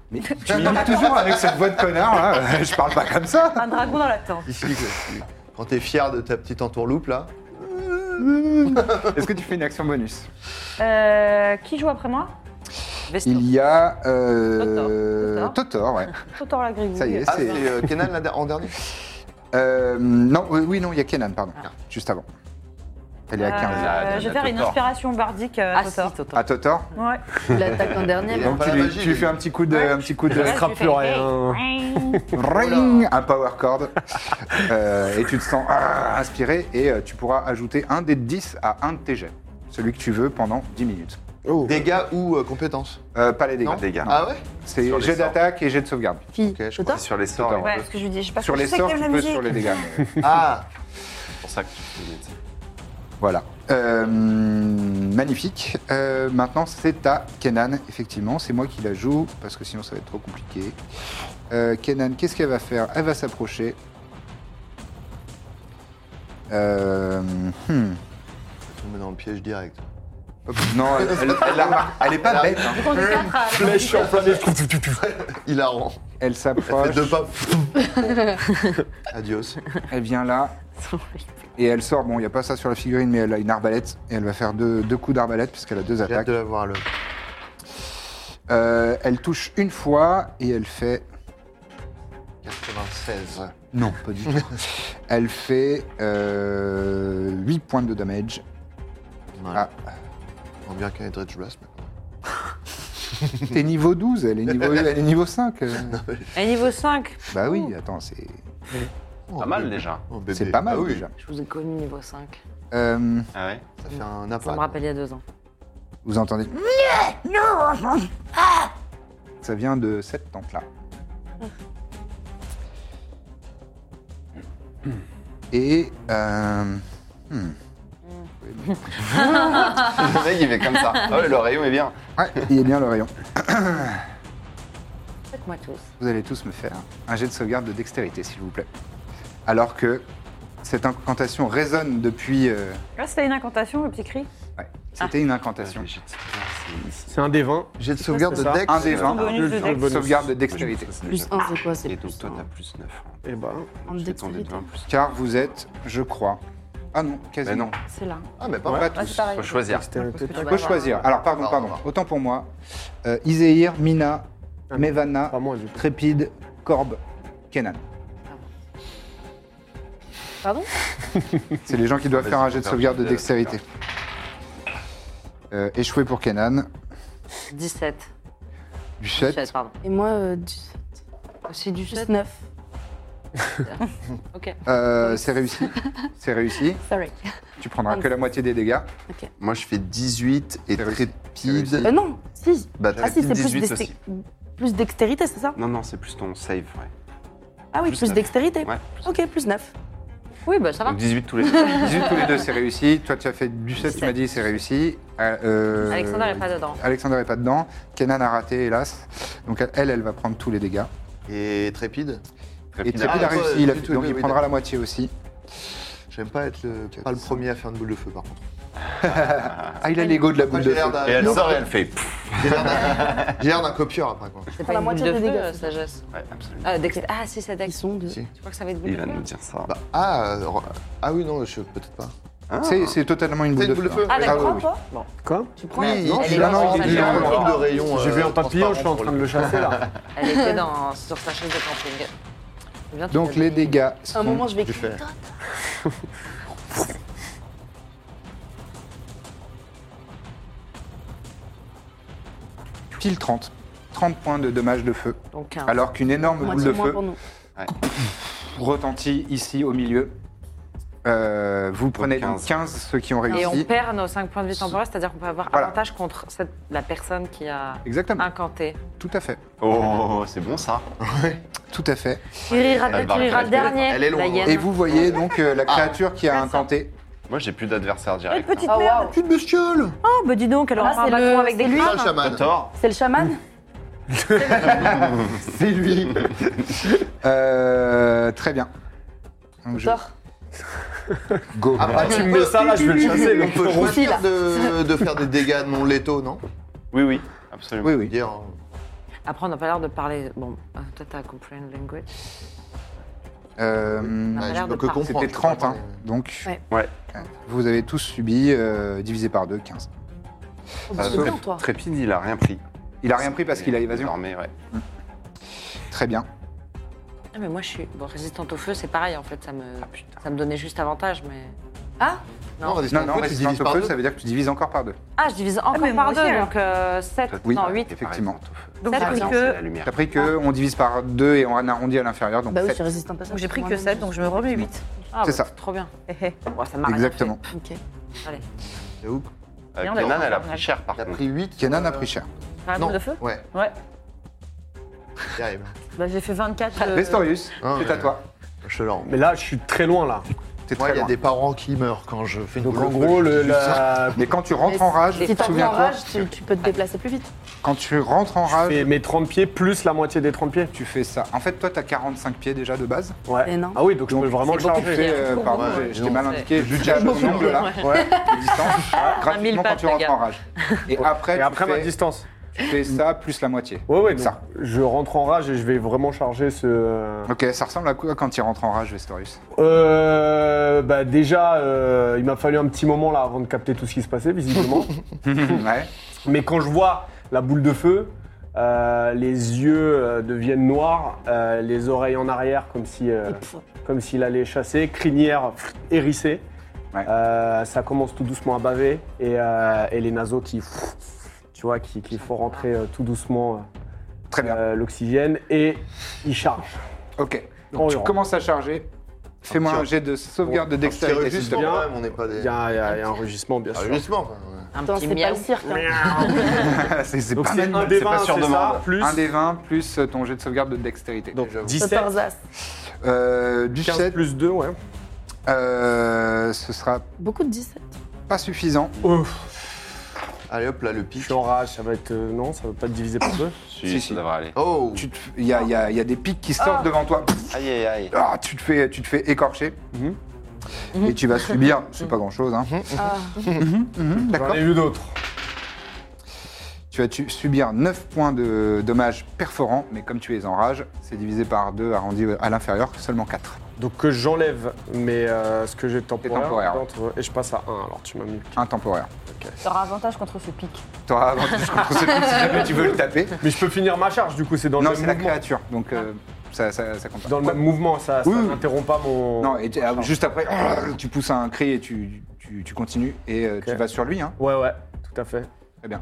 [SPEAKER 2] Mais tu m'imites toujours avec cette voix de connard, là. <laughs> Je parle pas comme ça.
[SPEAKER 9] Un dragon dans la tente.
[SPEAKER 4] Ici, quoi. Tu- quand t'es fier de ta petite entourloupe, là.
[SPEAKER 2] Est-ce que tu fais une action bonus
[SPEAKER 9] Euh, qui joue après moi
[SPEAKER 3] Vestor.
[SPEAKER 2] Il y a. Euh,
[SPEAKER 3] Totor.
[SPEAKER 2] Totor, ouais.
[SPEAKER 9] Totor la grigouille.
[SPEAKER 2] Ça y est,
[SPEAKER 4] Ah,
[SPEAKER 2] c'est.
[SPEAKER 4] c'est euh, Kenan la der- en dernier
[SPEAKER 2] Euh, non, oui, oui, non, il y a Kenan, pardon. Juste avant. Elle est à 15.
[SPEAKER 9] Euh, je vais faire une
[SPEAKER 6] Totor.
[SPEAKER 9] inspiration bardique euh,
[SPEAKER 3] Ah, si,
[SPEAKER 9] Totor.
[SPEAKER 3] Totor.
[SPEAKER 2] À Totor
[SPEAKER 9] Ouais.
[SPEAKER 7] Il l'attaque en dernier.
[SPEAKER 4] Et
[SPEAKER 7] mais-
[SPEAKER 4] on
[SPEAKER 2] Donc
[SPEAKER 4] pas
[SPEAKER 2] tu
[SPEAKER 4] la
[SPEAKER 2] lui,
[SPEAKER 4] magie,
[SPEAKER 2] tu lui
[SPEAKER 4] lui.
[SPEAKER 2] fais un petit coup de, un petit coup de
[SPEAKER 8] Il rattrape plus rien.
[SPEAKER 2] ring, un power cord, Euh, et tu te sens ah, inspiré et euh, tu pourras ajouter un dé de 10 à un de tes jets, celui que tu veux pendant 10 minutes.
[SPEAKER 4] Dégâts ou euh, compétences
[SPEAKER 2] Euh, pas les dégâts.
[SPEAKER 6] Pas de dégâts.
[SPEAKER 4] Ah ouais
[SPEAKER 2] C'est
[SPEAKER 6] Sur les
[SPEAKER 2] jet
[SPEAKER 6] sorts.
[SPEAKER 2] d'attaque et jet de sauvegarde.
[SPEAKER 7] Qui
[SPEAKER 4] Ok, je
[SPEAKER 7] Totor
[SPEAKER 4] crois.
[SPEAKER 6] Sur les sorts, hein.
[SPEAKER 2] Totor.
[SPEAKER 6] ouais.
[SPEAKER 9] Ouais, ce que je dis, je sais pas
[SPEAKER 2] Sur
[SPEAKER 9] je
[SPEAKER 2] les
[SPEAKER 9] sais que
[SPEAKER 2] sorts,
[SPEAKER 9] t'aimes
[SPEAKER 2] tu
[SPEAKER 9] la
[SPEAKER 2] peux
[SPEAKER 9] musique.
[SPEAKER 2] sur les dégâts. mais-
[SPEAKER 4] Ah
[SPEAKER 6] c'est pour ça que tu faisais ça.
[SPEAKER 2] Voilà. Euh, magnifique. Euh, maintenant, c'est à Kenan, effectivement. C'est moi qui la joue, parce que sinon, ça va être trop compliqué. Euh, Kenan, qu'est-ce qu'elle va faire Elle va s'approcher. Euh, hmm.
[SPEAKER 4] Tombé dans le piège direct.
[SPEAKER 2] Hop, Non, elle, elle- elle la remarque. Elle est pas bête. hein.
[SPEAKER 4] <laughs>
[SPEAKER 8] Flèche enflammée.
[SPEAKER 4] Hilarant.
[SPEAKER 2] Elle
[SPEAKER 4] Fais
[SPEAKER 2] s'approche,
[SPEAKER 4] deux pas. Adios.
[SPEAKER 2] elle vient là, et elle sort. Bon, il n'y a pas ça sur la figurine, mais elle a une arbalète, et elle va faire deux, deux coups d'arbalète, puisqu'elle a deux
[SPEAKER 4] J'ai hâte
[SPEAKER 2] attaques.
[SPEAKER 4] de la voir, le.
[SPEAKER 2] Euh, elle touche une fois, et elle fait
[SPEAKER 4] 96.
[SPEAKER 2] Non, pas du tout. <laughs> Elle fait euh, 8 points de damage. <laughs>
[SPEAKER 4] Voilà.
[SPEAKER 2] Ah,
[SPEAKER 4] On bien qu'un Eldritch Blast maintenant.
[SPEAKER 2] t'es niveau 12, elle est niveau, elle est niveau 5. <laughs> euh.
[SPEAKER 3] Et niveau 5,
[SPEAKER 2] Bah oui, attends, c'est
[SPEAKER 4] Oh,
[SPEAKER 6] Pas mal
[SPEAKER 4] bébé.
[SPEAKER 6] déjà.
[SPEAKER 4] Oh, bébé.
[SPEAKER 2] c'est pas mal
[SPEAKER 4] Ah oui,
[SPEAKER 2] déjà.
[SPEAKER 5] Je vous ai connu niveau 5.
[SPEAKER 2] Euh,
[SPEAKER 6] Ah ouais
[SPEAKER 4] Ça fait un
[SPEAKER 5] Ça
[SPEAKER 4] appât.
[SPEAKER 5] me rappelle il y a deux ans.
[SPEAKER 2] vous entendez Ça vient de cette tente-là. Et... Euh, hmm.
[SPEAKER 6] Le mec, il fait comme ça.
[SPEAKER 2] <laughs>
[SPEAKER 6] Ah ouais, le rayon est bien.
[SPEAKER 2] Ouais, il est bien le
[SPEAKER 9] <coughs>
[SPEAKER 2] rayon.
[SPEAKER 5] Faites-moi tous.
[SPEAKER 2] Vous allez tous me faire un jet de sauvegarde de dextérité, s'il vous plaît. Alors que cette incantation résonne depuis. euh,
[SPEAKER 9] Là, c'était une incantation, le petit cri.
[SPEAKER 2] ouais,
[SPEAKER 9] Ah.
[SPEAKER 2] c'était une incantation.
[SPEAKER 8] C'est un des 20.
[SPEAKER 4] J'ai de sauvegarde de
[SPEAKER 8] ça.
[SPEAKER 4] deck.
[SPEAKER 2] Un des
[SPEAKER 9] Ton
[SPEAKER 2] 20,
[SPEAKER 9] bonus de
[SPEAKER 8] je-
[SPEAKER 9] dex.
[SPEAKER 8] bonus.
[SPEAKER 2] sauvegarde de dextérité.
[SPEAKER 7] Plus 1, c'est quoi C'est
[SPEAKER 6] Et
[SPEAKER 7] plus
[SPEAKER 6] donc toi,
[SPEAKER 7] un.
[SPEAKER 6] t'as plus 9.
[SPEAKER 8] Eh ben.
[SPEAKER 7] En
[SPEAKER 6] Je fais ton dé de
[SPEAKER 7] dextérité.
[SPEAKER 6] 20 plus.
[SPEAKER 2] Car vous êtes, je crois. Ah non,
[SPEAKER 6] Mais
[SPEAKER 2] quasiment.
[SPEAKER 6] non,
[SPEAKER 7] C'est là.
[SPEAKER 4] Ah, mais pas
[SPEAKER 2] Pas
[SPEAKER 4] mal.
[SPEAKER 2] tous.
[SPEAKER 6] faut choisir.
[SPEAKER 8] Dextérité.
[SPEAKER 2] Faut choisir. Alors, pardon,
[SPEAKER 4] Pardon,
[SPEAKER 2] pardon.
[SPEAKER 4] pardon.
[SPEAKER 2] Autant pour moi. Euh, Iséir, Mina,
[SPEAKER 8] Ah non.
[SPEAKER 2] Mevana,
[SPEAKER 8] Pas moi, du coup.
[SPEAKER 2] Trépide, Corbe, Kenan.
[SPEAKER 7] Pardon
[SPEAKER 2] C'est les gens qui doivent
[SPEAKER 6] Vas-y,
[SPEAKER 2] faire un jet de
[SPEAKER 6] faire
[SPEAKER 2] sauvegarde de
[SPEAKER 6] un jet de
[SPEAKER 2] dextérité. Euh, échoué pour Kenan.
[SPEAKER 5] 17.
[SPEAKER 2] Du 7.
[SPEAKER 5] 17, pardon.
[SPEAKER 7] Et moi, euh, 17.
[SPEAKER 5] C'est du
[SPEAKER 7] Plus
[SPEAKER 5] 7.
[SPEAKER 7] 9.
[SPEAKER 2] Euh, c'est réussi. C'est réussi.
[SPEAKER 7] Sorry.
[SPEAKER 2] Tu prendras que la moitié des dégâts.
[SPEAKER 4] Moi, je fais 18 et
[SPEAKER 2] C'est réussi. C'est
[SPEAKER 4] trépide.
[SPEAKER 7] Euh, non, si.
[SPEAKER 4] Bah,
[SPEAKER 7] Ah si, c'est plus,
[SPEAKER 6] 18
[SPEAKER 7] dexté-
[SPEAKER 6] aussi.
[SPEAKER 7] plus dextérité, c'est ça
[SPEAKER 6] Non, non, c'est plus ton save, ouais.
[SPEAKER 7] Ah oui,
[SPEAKER 6] Plus
[SPEAKER 7] plus,
[SPEAKER 6] neuf.
[SPEAKER 7] dextérité.
[SPEAKER 6] Ouais.
[SPEAKER 7] Ok, plus 9.
[SPEAKER 5] Oui, bah ça va.
[SPEAKER 6] Donc 18 tous les
[SPEAKER 7] <laughs>
[SPEAKER 6] deux.
[SPEAKER 2] 18 tous les deux, c'est réussi. Toi, tu as fait du 7, tu m'as dit, c'est réussi. Euh, euh,
[SPEAKER 5] Alexandre est pas dedans.
[SPEAKER 2] Alexander est pas dedans. Kenan a raté, hélas. Donc, elle, elle va prendre tous les dégâts.
[SPEAKER 4] Et trépide.
[SPEAKER 2] Et
[SPEAKER 6] Trépide,
[SPEAKER 2] Thierry
[SPEAKER 4] ah,
[SPEAKER 2] a
[SPEAKER 4] toi,
[SPEAKER 2] réussi, il a
[SPEAKER 4] du
[SPEAKER 2] fait-
[SPEAKER 4] tout,
[SPEAKER 2] donc
[SPEAKER 4] oui,
[SPEAKER 2] il
[SPEAKER 4] oui,
[SPEAKER 2] prendra la
[SPEAKER 4] d'accord.
[SPEAKER 2] moitié aussi.
[SPEAKER 4] J'aime pas être le, pas le premier à faire une boule de feu, par contre.
[SPEAKER 2] Ah, il a l'ego de la
[SPEAKER 4] Moi,
[SPEAKER 2] boule de
[SPEAKER 4] j'ai
[SPEAKER 2] feu.
[SPEAKER 4] l'air d'un-
[SPEAKER 6] Et elle
[SPEAKER 4] non,
[SPEAKER 6] sort et elle fait. pff.
[SPEAKER 4] j'ai l'air d'un- j'ai l'air d'un copieur, après, quoi.
[SPEAKER 5] C'est
[SPEAKER 7] prend
[SPEAKER 5] pas
[SPEAKER 7] la
[SPEAKER 5] une boule
[SPEAKER 7] moitié
[SPEAKER 5] de
[SPEAKER 7] des
[SPEAKER 5] feu,
[SPEAKER 7] dégâts,
[SPEAKER 5] euh,
[SPEAKER 7] ça.
[SPEAKER 5] ça geste.
[SPEAKER 6] Ouais, absolument.
[SPEAKER 5] Ah, dex- Ah, si, c'est
[SPEAKER 7] Ils
[SPEAKER 5] dex.
[SPEAKER 7] sont deux.
[SPEAKER 4] Si.
[SPEAKER 5] Tu crois que ça va être boule
[SPEAKER 6] Il
[SPEAKER 5] de
[SPEAKER 6] va nous
[SPEAKER 5] feu
[SPEAKER 6] dire ça.
[SPEAKER 4] Bah, ah, euh, ah oui, non, je peut-être pas.
[SPEAKER 2] Ah. C'est- C'est totalement une boule
[SPEAKER 4] C'est
[SPEAKER 2] de
[SPEAKER 4] une
[SPEAKER 2] feu.
[SPEAKER 4] boule de feu.
[SPEAKER 2] hein.
[SPEAKER 4] Ah,
[SPEAKER 2] Ah, oui, oui.
[SPEAKER 8] Quoi
[SPEAKER 5] Tu prends
[SPEAKER 4] Oui,
[SPEAKER 5] elle-
[SPEAKER 4] non,
[SPEAKER 5] elle
[SPEAKER 2] je-
[SPEAKER 5] est
[SPEAKER 2] non,
[SPEAKER 5] dans
[SPEAKER 2] non,
[SPEAKER 5] son
[SPEAKER 2] il est
[SPEAKER 5] sac
[SPEAKER 4] J'ai
[SPEAKER 5] à
[SPEAKER 4] un
[SPEAKER 5] main.
[SPEAKER 4] truc de rayon.
[SPEAKER 8] J'ai
[SPEAKER 4] euh,
[SPEAKER 8] vu un papillon, je suis en
[SPEAKER 4] transparent
[SPEAKER 8] train
[SPEAKER 4] pour
[SPEAKER 8] de le chasser là.
[SPEAKER 5] Elle était dans, sur sa chaise de camping. Viens, tu
[SPEAKER 2] Donc,
[SPEAKER 5] t'habilles.
[SPEAKER 2] les dégâts
[SPEAKER 7] À un
[SPEAKER 2] sont
[SPEAKER 7] moment, je vais
[SPEAKER 4] Je fais.
[SPEAKER 2] pile 30. 30 points de dommages de feu.
[SPEAKER 5] Donc 15.
[SPEAKER 2] Alors qu'une énorme boule
[SPEAKER 7] moitié
[SPEAKER 2] de
[SPEAKER 7] Ah. moins
[SPEAKER 2] feu
[SPEAKER 7] pour nous.
[SPEAKER 2] retentit ici au milieu. Euh, vous prenez donc 15.
[SPEAKER 6] 15.
[SPEAKER 2] ceux qui ont
[SPEAKER 5] Et on
[SPEAKER 2] réussi.
[SPEAKER 5] perd nos 5 points de vie temporaire, c'est-à-dire qu'on peut avoir
[SPEAKER 2] Voilà.
[SPEAKER 5] avantage contre cette- la personne qui a
[SPEAKER 7] Ah.
[SPEAKER 2] Exactement,
[SPEAKER 5] incanté.
[SPEAKER 2] tout à fait.
[SPEAKER 6] Oh, c'est bon ça.
[SPEAKER 2] Tout à fait.
[SPEAKER 5] Tu
[SPEAKER 7] Ah,
[SPEAKER 5] riras,
[SPEAKER 6] Elle va
[SPEAKER 5] tu riras le
[SPEAKER 6] regarder.
[SPEAKER 5] dernier.
[SPEAKER 4] Elle est loin.
[SPEAKER 5] la hyène.
[SPEAKER 2] Et vous voyez donc euh,
[SPEAKER 4] Ah.
[SPEAKER 2] la créature qui a
[SPEAKER 5] ça.
[SPEAKER 2] intenté.
[SPEAKER 6] Moi, j'ai plus d'adversaire
[SPEAKER 9] Oh, Une
[SPEAKER 6] direct.
[SPEAKER 9] petite
[SPEAKER 5] Ah,
[SPEAKER 9] merde
[SPEAKER 5] waouh.
[SPEAKER 4] Petite bestiole
[SPEAKER 9] Oh, bah dis donc, elle aura
[SPEAKER 5] Ah,
[SPEAKER 9] fait un
[SPEAKER 5] c'est
[SPEAKER 9] bâton
[SPEAKER 5] le-
[SPEAKER 9] avec des
[SPEAKER 5] c'est lui.
[SPEAKER 9] crânes.
[SPEAKER 4] Ah, le chaman.
[SPEAKER 6] hein. Tort.
[SPEAKER 7] C'est le chaman
[SPEAKER 2] C'est
[SPEAKER 4] <laughs>
[SPEAKER 2] lui. Euh, très bien. Donc, je-
[SPEAKER 7] Tort.
[SPEAKER 2] Go.
[SPEAKER 6] Ah,
[SPEAKER 4] Après,
[SPEAKER 8] bah, tu me mets ça, là, je vais le chasser,
[SPEAKER 4] On peut
[SPEAKER 8] le
[SPEAKER 7] Ici, là.
[SPEAKER 4] choisir de, de faire des dégâts non
[SPEAKER 8] <laughs>
[SPEAKER 4] létaux, non
[SPEAKER 6] Oui, oui, absolument.
[SPEAKER 2] Oui, oui.
[SPEAKER 4] Dire, euh,
[SPEAKER 5] Après, on n'a pas l'air de parler. Bon, euh, toi, t'as compris le language.
[SPEAKER 2] Euh,
[SPEAKER 5] a
[SPEAKER 4] ouais,
[SPEAKER 5] l'air
[SPEAKER 4] je peux
[SPEAKER 5] de
[SPEAKER 4] que
[SPEAKER 5] partir.
[SPEAKER 4] comprendre.
[SPEAKER 2] C'était
[SPEAKER 4] je peux
[SPEAKER 2] 30,
[SPEAKER 4] pas
[SPEAKER 2] hein.
[SPEAKER 4] parler.
[SPEAKER 2] donc
[SPEAKER 7] Ouais.
[SPEAKER 6] Ouais.
[SPEAKER 2] euh, vous avez tous subi euh, divisé par 2, 15.
[SPEAKER 6] Ah,
[SPEAKER 7] Bah C'est
[SPEAKER 6] Tré-
[SPEAKER 7] bien, toi.
[SPEAKER 6] Trépide, il a rien pris.
[SPEAKER 2] Il a rien pris parce qu'il a évasion.
[SPEAKER 6] Désormais, ouais.
[SPEAKER 2] Très bien.
[SPEAKER 5] Ah, mais moi, je suis bon, résistante au feu, c'est pareil, en fait. Ça me,
[SPEAKER 2] Ah,
[SPEAKER 5] ça me donnait juste avantage, mais.
[SPEAKER 4] Non, résistance
[SPEAKER 2] Non, non,
[SPEAKER 4] au feu, tu
[SPEAKER 2] résistance
[SPEAKER 4] divises
[SPEAKER 2] au
[SPEAKER 4] par
[SPEAKER 2] feu,
[SPEAKER 4] deux.
[SPEAKER 2] ça veut dire que tu divises encore par 2.
[SPEAKER 5] Ah, je divise encore
[SPEAKER 9] mais moi
[SPEAKER 5] par
[SPEAKER 9] aussi,
[SPEAKER 5] deux,
[SPEAKER 9] alors.
[SPEAKER 5] donc 7,
[SPEAKER 2] Oui,
[SPEAKER 5] non 8.
[SPEAKER 2] effectivement.
[SPEAKER 9] Donc
[SPEAKER 5] Ça,
[SPEAKER 9] j'ai pris
[SPEAKER 5] c'est
[SPEAKER 9] que.
[SPEAKER 6] La lumière.
[SPEAKER 2] T'as pris que on divise par 2 et on arrondit à l'inférieur, donc
[SPEAKER 7] Bah oui, je
[SPEAKER 2] sept.
[SPEAKER 7] suis résistante à ça.
[SPEAKER 9] donc j'ai pris que
[SPEAKER 7] Moi-même,
[SPEAKER 9] 7, donc je me remets 8.
[SPEAKER 5] Ah,
[SPEAKER 2] C'est
[SPEAKER 5] bah,
[SPEAKER 2] ça.
[SPEAKER 5] Trop bien. Bon, ça m'a rien
[SPEAKER 2] Exactement.
[SPEAKER 7] Ok.
[SPEAKER 6] Euh,
[SPEAKER 9] Merde,
[SPEAKER 6] Kenan,
[SPEAKER 9] d'accord.
[SPEAKER 6] Euh, elle a pris cher par
[SPEAKER 4] Il a
[SPEAKER 6] contre.
[SPEAKER 4] pris 8.
[SPEAKER 2] Kenan a pris cher.
[SPEAKER 9] Un
[SPEAKER 4] Non.
[SPEAKER 9] boule de feu
[SPEAKER 4] Ouais,
[SPEAKER 9] Ouais.
[SPEAKER 4] terrible.
[SPEAKER 9] Bah j'ai fait 24. euh,
[SPEAKER 2] Vestorius,
[SPEAKER 4] Ah,
[SPEAKER 2] c'est
[SPEAKER 4] ouais.
[SPEAKER 2] à toi.
[SPEAKER 4] hein. Je te l'en-
[SPEAKER 8] Mais là, je suis très loin, là.
[SPEAKER 2] T'es
[SPEAKER 4] Moi,
[SPEAKER 2] très
[SPEAKER 4] il y a
[SPEAKER 2] loin.
[SPEAKER 4] des parents qui meurent quand je fais une
[SPEAKER 8] Donc,
[SPEAKER 4] boule
[SPEAKER 8] en
[SPEAKER 4] de
[SPEAKER 8] gros,
[SPEAKER 4] feu,
[SPEAKER 8] le,
[SPEAKER 4] je dis ça.
[SPEAKER 8] la...
[SPEAKER 2] Mais quand tu rentres en rage,
[SPEAKER 7] Si t'as pris en
[SPEAKER 2] souviens-toi,
[SPEAKER 7] rage, tu, tu peux te déplacer plus vite.
[SPEAKER 2] quand tu rentres en
[SPEAKER 8] je
[SPEAKER 2] rage,
[SPEAKER 8] fais mes 30 pieds plus la moitié des 30 pieds.
[SPEAKER 2] tu fais ça. En fait, toi, t'as 45 pieds déjà de base.
[SPEAKER 8] Ouais.
[SPEAKER 7] Mais non.
[SPEAKER 8] Ah oui, donc je peux vraiment le
[SPEAKER 2] tu
[SPEAKER 8] charger.
[SPEAKER 2] fais, euh, pardon,
[SPEAKER 4] beaucoup,
[SPEAKER 2] j'ai-
[SPEAKER 4] ouais.
[SPEAKER 2] je t'ai
[SPEAKER 4] Non,
[SPEAKER 2] mal
[SPEAKER 4] c'est-
[SPEAKER 2] indiqué, je judge mon angle là,
[SPEAKER 8] Ouais.
[SPEAKER 2] les distances,
[SPEAKER 7] <laughs>
[SPEAKER 2] gratuitement quand
[SPEAKER 3] pattes,
[SPEAKER 2] tu
[SPEAKER 3] les
[SPEAKER 2] rentres
[SPEAKER 3] gars.
[SPEAKER 2] en rage. Et après,
[SPEAKER 8] Et après
[SPEAKER 2] tu,
[SPEAKER 8] ma
[SPEAKER 2] fais,
[SPEAKER 8] distance.
[SPEAKER 2] tu fais ça plus la moitié.
[SPEAKER 8] Ouais, ouais, donc
[SPEAKER 2] Ça.
[SPEAKER 8] je rentre en rage et je vais vraiment charger ce.
[SPEAKER 2] Ok, ça ressemble à quoi quand il rentre en rage, Vestorius
[SPEAKER 8] Euh, bah déjà, euh, il m'a fallu un petit moment là avant de capter tout ce qui se
[SPEAKER 2] <laughs>
[SPEAKER 8] passait, visiblement.
[SPEAKER 2] Ouais.
[SPEAKER 8] Mais quand je vois la boule de feu, euh, les yeux euh, deviennent noirs, euh, les oreilles en arrière comme si, euh, comme s'il allait chasser, crinière pff, hérissée.
[SPEAKER 2] Ouais.
[SPEAKER 8] Euh, ça commence tout doucement à baver et, euh, et les naseaux qui, pff, tu vois, qui, qui font rentrer euh, tout doucement
[SPEAKER 2] Très bien.
[SPEAKER 8] euh, l'oxygène et il charge.
[SPEAKER 2] Ok.
[SPEAKER 8] En
[SPEAKER 2] Donc tu
[SPEAKER 8] hurlant.
[SPEAKER 2] commences à charger. Fais-moi
[SPEAKER 4] Un petit-
[SPEAKER 2] un jet de sauvegarde de
[SPEAKER 4] Un petit
[SPEAKER 2] dextérité, s'il te
[SPEAKER 4] rugissement,
[SPEAKER 2] plaît.
[SPEAKER 4] quand même, on n'est pas
[SPEAKER 8] Il
[SPEAKER 4] des.
[SPEAKER 8] y a, il y a- il y a un rugissement bien
[SPEAKER 2] Ah
[SPEAKER 4] Un
[SPEAKER 8] sûr.
[SPEAKER 4] rugissement, quoi, ouais.
[SPEAKER 5] Un
[SPEAKER 7] Attends,
[SPEAKER 5] petit
[SPEAKER 7] c'est pas le
[SPEAKER 5] miaou.
[SPEAKER 7] cirque. hein.
[SPEAKER 2] C'est <laughs> c'est
[SPEAKER 8] Donc
[SPEAKER 2] pas
[SPEAKER 8] c'est
[SPEAKER 2] mal.
[SPEAKER 8] un des
[SPEAKER 2] C'est pas
[SPEAKER 8] 20,
[SPEAKER 2] sur
[SPEAKER 8] c'est
[SPEAKER 2] demande.
[SPEAKER 8] ça, plus-
[SPEAKER 2] Un des 20 plus euh, ton jet de sauvegarde de dextérité.
[SPEAKER 8] Donc
[SPEAKER 4] J'avoue.
[SPEAKER 8] 17,
[SPEAKER 7] Autorzas.
[SPEAKER 2] Euh, du
[SPEAKER 8] 15
[SPEAKER 2] 7,
[SPEAKER 8] plus 2, ouais.
[SPEAKER 2] euh, ce sera
[SPEAKER 7] Beaucoup de 17.
[SPEAKER 2] pas suffisant.
[SPEAKER 4] Allez hop, là, le
[SPEAKER 8] Je
[SPEAKER 4] pic.
[SPEAKER 8] suis en rage, ça va être... euh, non, ça va pas être divisé par
[SPEAKER 2] <coughs>
[SPEAKER 8] deux.
[SPEAKER 6] Si,
[SPEAKER 2] Si,
[SPEAKER 6] ça
[SPEAKER 2] si.
[SPEAKER 6] devrait aller.
[SPEAKER 4] Oh
[SPEAKER 2] Tu te- Il y, a, il y a- il y a des pics qui
[SPEAKER 8] Ah.
[SPEAKER 2] sortent devant toi.
[SPEAKER 6] Aïe, aïe, aïe.
[SPEAKER 2] Ah, tu, te fais, tu te fais écorcher.
[SPEAKER 8] Mhm.
[SPEAKER 2] Et tu vas subir, c'est pas hein. Mhm. grand chose,
[SPEAKER 8] Mhm. J'en ai vu d'autres.
[SPEAKER 2] tu vas tu- subir 9 points de dommages perforants, mais comme tu es en rage, c'est divisé par 2 arrondi à l'inférieur, seulement 4.
[SPEAKER 8] Donc que j'enlève mais euh, ce que j'ai de temporaire,
[SPEAKER 2] Et temporaire, ouais.
[SPEAKER 8] d'entre- et je passe à 1. Alors tu m'as mis.
[SPEAKER 2] Un temporaire.
[SPEAKER 9] T'auras avantage contre ce pic.
[SPEAKER 2] T'auras avantage contre ce pic si jamais tu veux le taper.
[SPEAKER 8] Mais je peux finir ma charge du coup, c'est dans le
[SPEAKER 2] Non, c'est
[SPEAKER 8] même
[SPEAKER 2] la
[SPEAKER 8] mouvement.
[SPEAKER 2] créature, donc euh, ça, ça, ça compte pas.
[SPEAKER 8] Dans le même mouvement, ça, ça
[SPEAKER 2] Oui, oui.
[SPEAKER 8] n'interrompt pas mon.
[SPEAKER 2] Non, et tu- ah, juste après, tu pousses un cri et tu, tu- tu continues et euh, tu vas sur lui. Hein.
[SPEAKER 8] Ouais, ouais, tout à fait.
[SPEAKER 2] Très bien.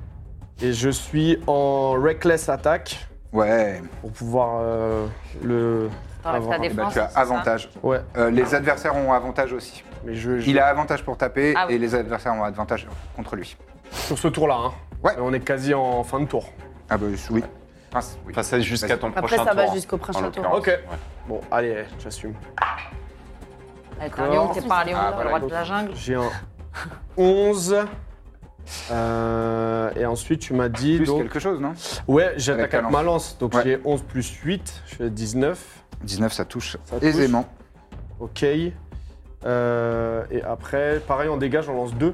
[SPEAKER 8] Et je suis en reckless attack
[SPEAKER 2] Ouais,
[SPEAKER 8] pour pouvoir euh, le.
[SPEAKER 5] T'enlèves ta
[SPEAKER 8] avoir-
[SPEAKER 2] et bah,
[SPEAKER 5] défense.
[SPEAKER 2] tu as
[SPEAKER 5] c'est ça
[SPEAKER 2] avantage.
[SPEAKER 8] Ouais,
[SPEAKER 2] Euh, les adversaires ont avantage aussi.
[SPEAKER 8] mais je, je-
[SPEAKER 2] Il a avantage pour taper
[SPEAKER 5] Ah oui.
[SPEAKER 2] et les adversaires ont avantage contre lui.
[SPEAKER 8] sur ce tour-là. Hein.
[SPEAKER 2] Ouais.
[SPEAKER 8] Et on est quasi en fin de tour.
[SPEAKER 2] Ah bah oui. Prince, oui.
[SPEAKER 6] Enfin, c'est jusqu'à ton
[SPEAKER 7] Après,
[SPEAKER 6] prochain tour.
[SPEAKER 7] ça va jusqu'au prochain
[SPEAKER 6] en
[SPEAKER 7] tour.
[SPEAKER 6] l'occurrence.
[SPEAKER 8] Ok.
[SPEAKER 6] Ouais.
[SPEAKER 8] Bon, allez, j'assume.
[SPEAKER 5] Eh, T'es un lion, t'es pas un lion,
[SPEAKER 2] Ah,
[SPEAKER 5] le
[SPEAKER 2] voilà,
[SPEAKER 5] roi de la jungle.
[SPEAKER 8] J'ai un 11. Euh, et ensuite, tu m'as dit.
[SPEAKER 2] Plus
[SPEAKER 8] donc,
[SPEAKER 2] quelque chose, non
[SPEAKER 8] Ouais, j'attaque
[SPEAKER 2] ta
[SPEAKER 8] avec ma lance, donc
[SPEAKER 2] Ouais.
[SPEAKER 8] j'ai 11 plus 8, je fais 19,
[SPEAKER 2] 19, ça touche
[SPEAKER 8] Ça touche.
[SPEAKER 2] aisément.
[SPEAKER 8] ok. Euh, et après, pareil, on dégage, on lance 2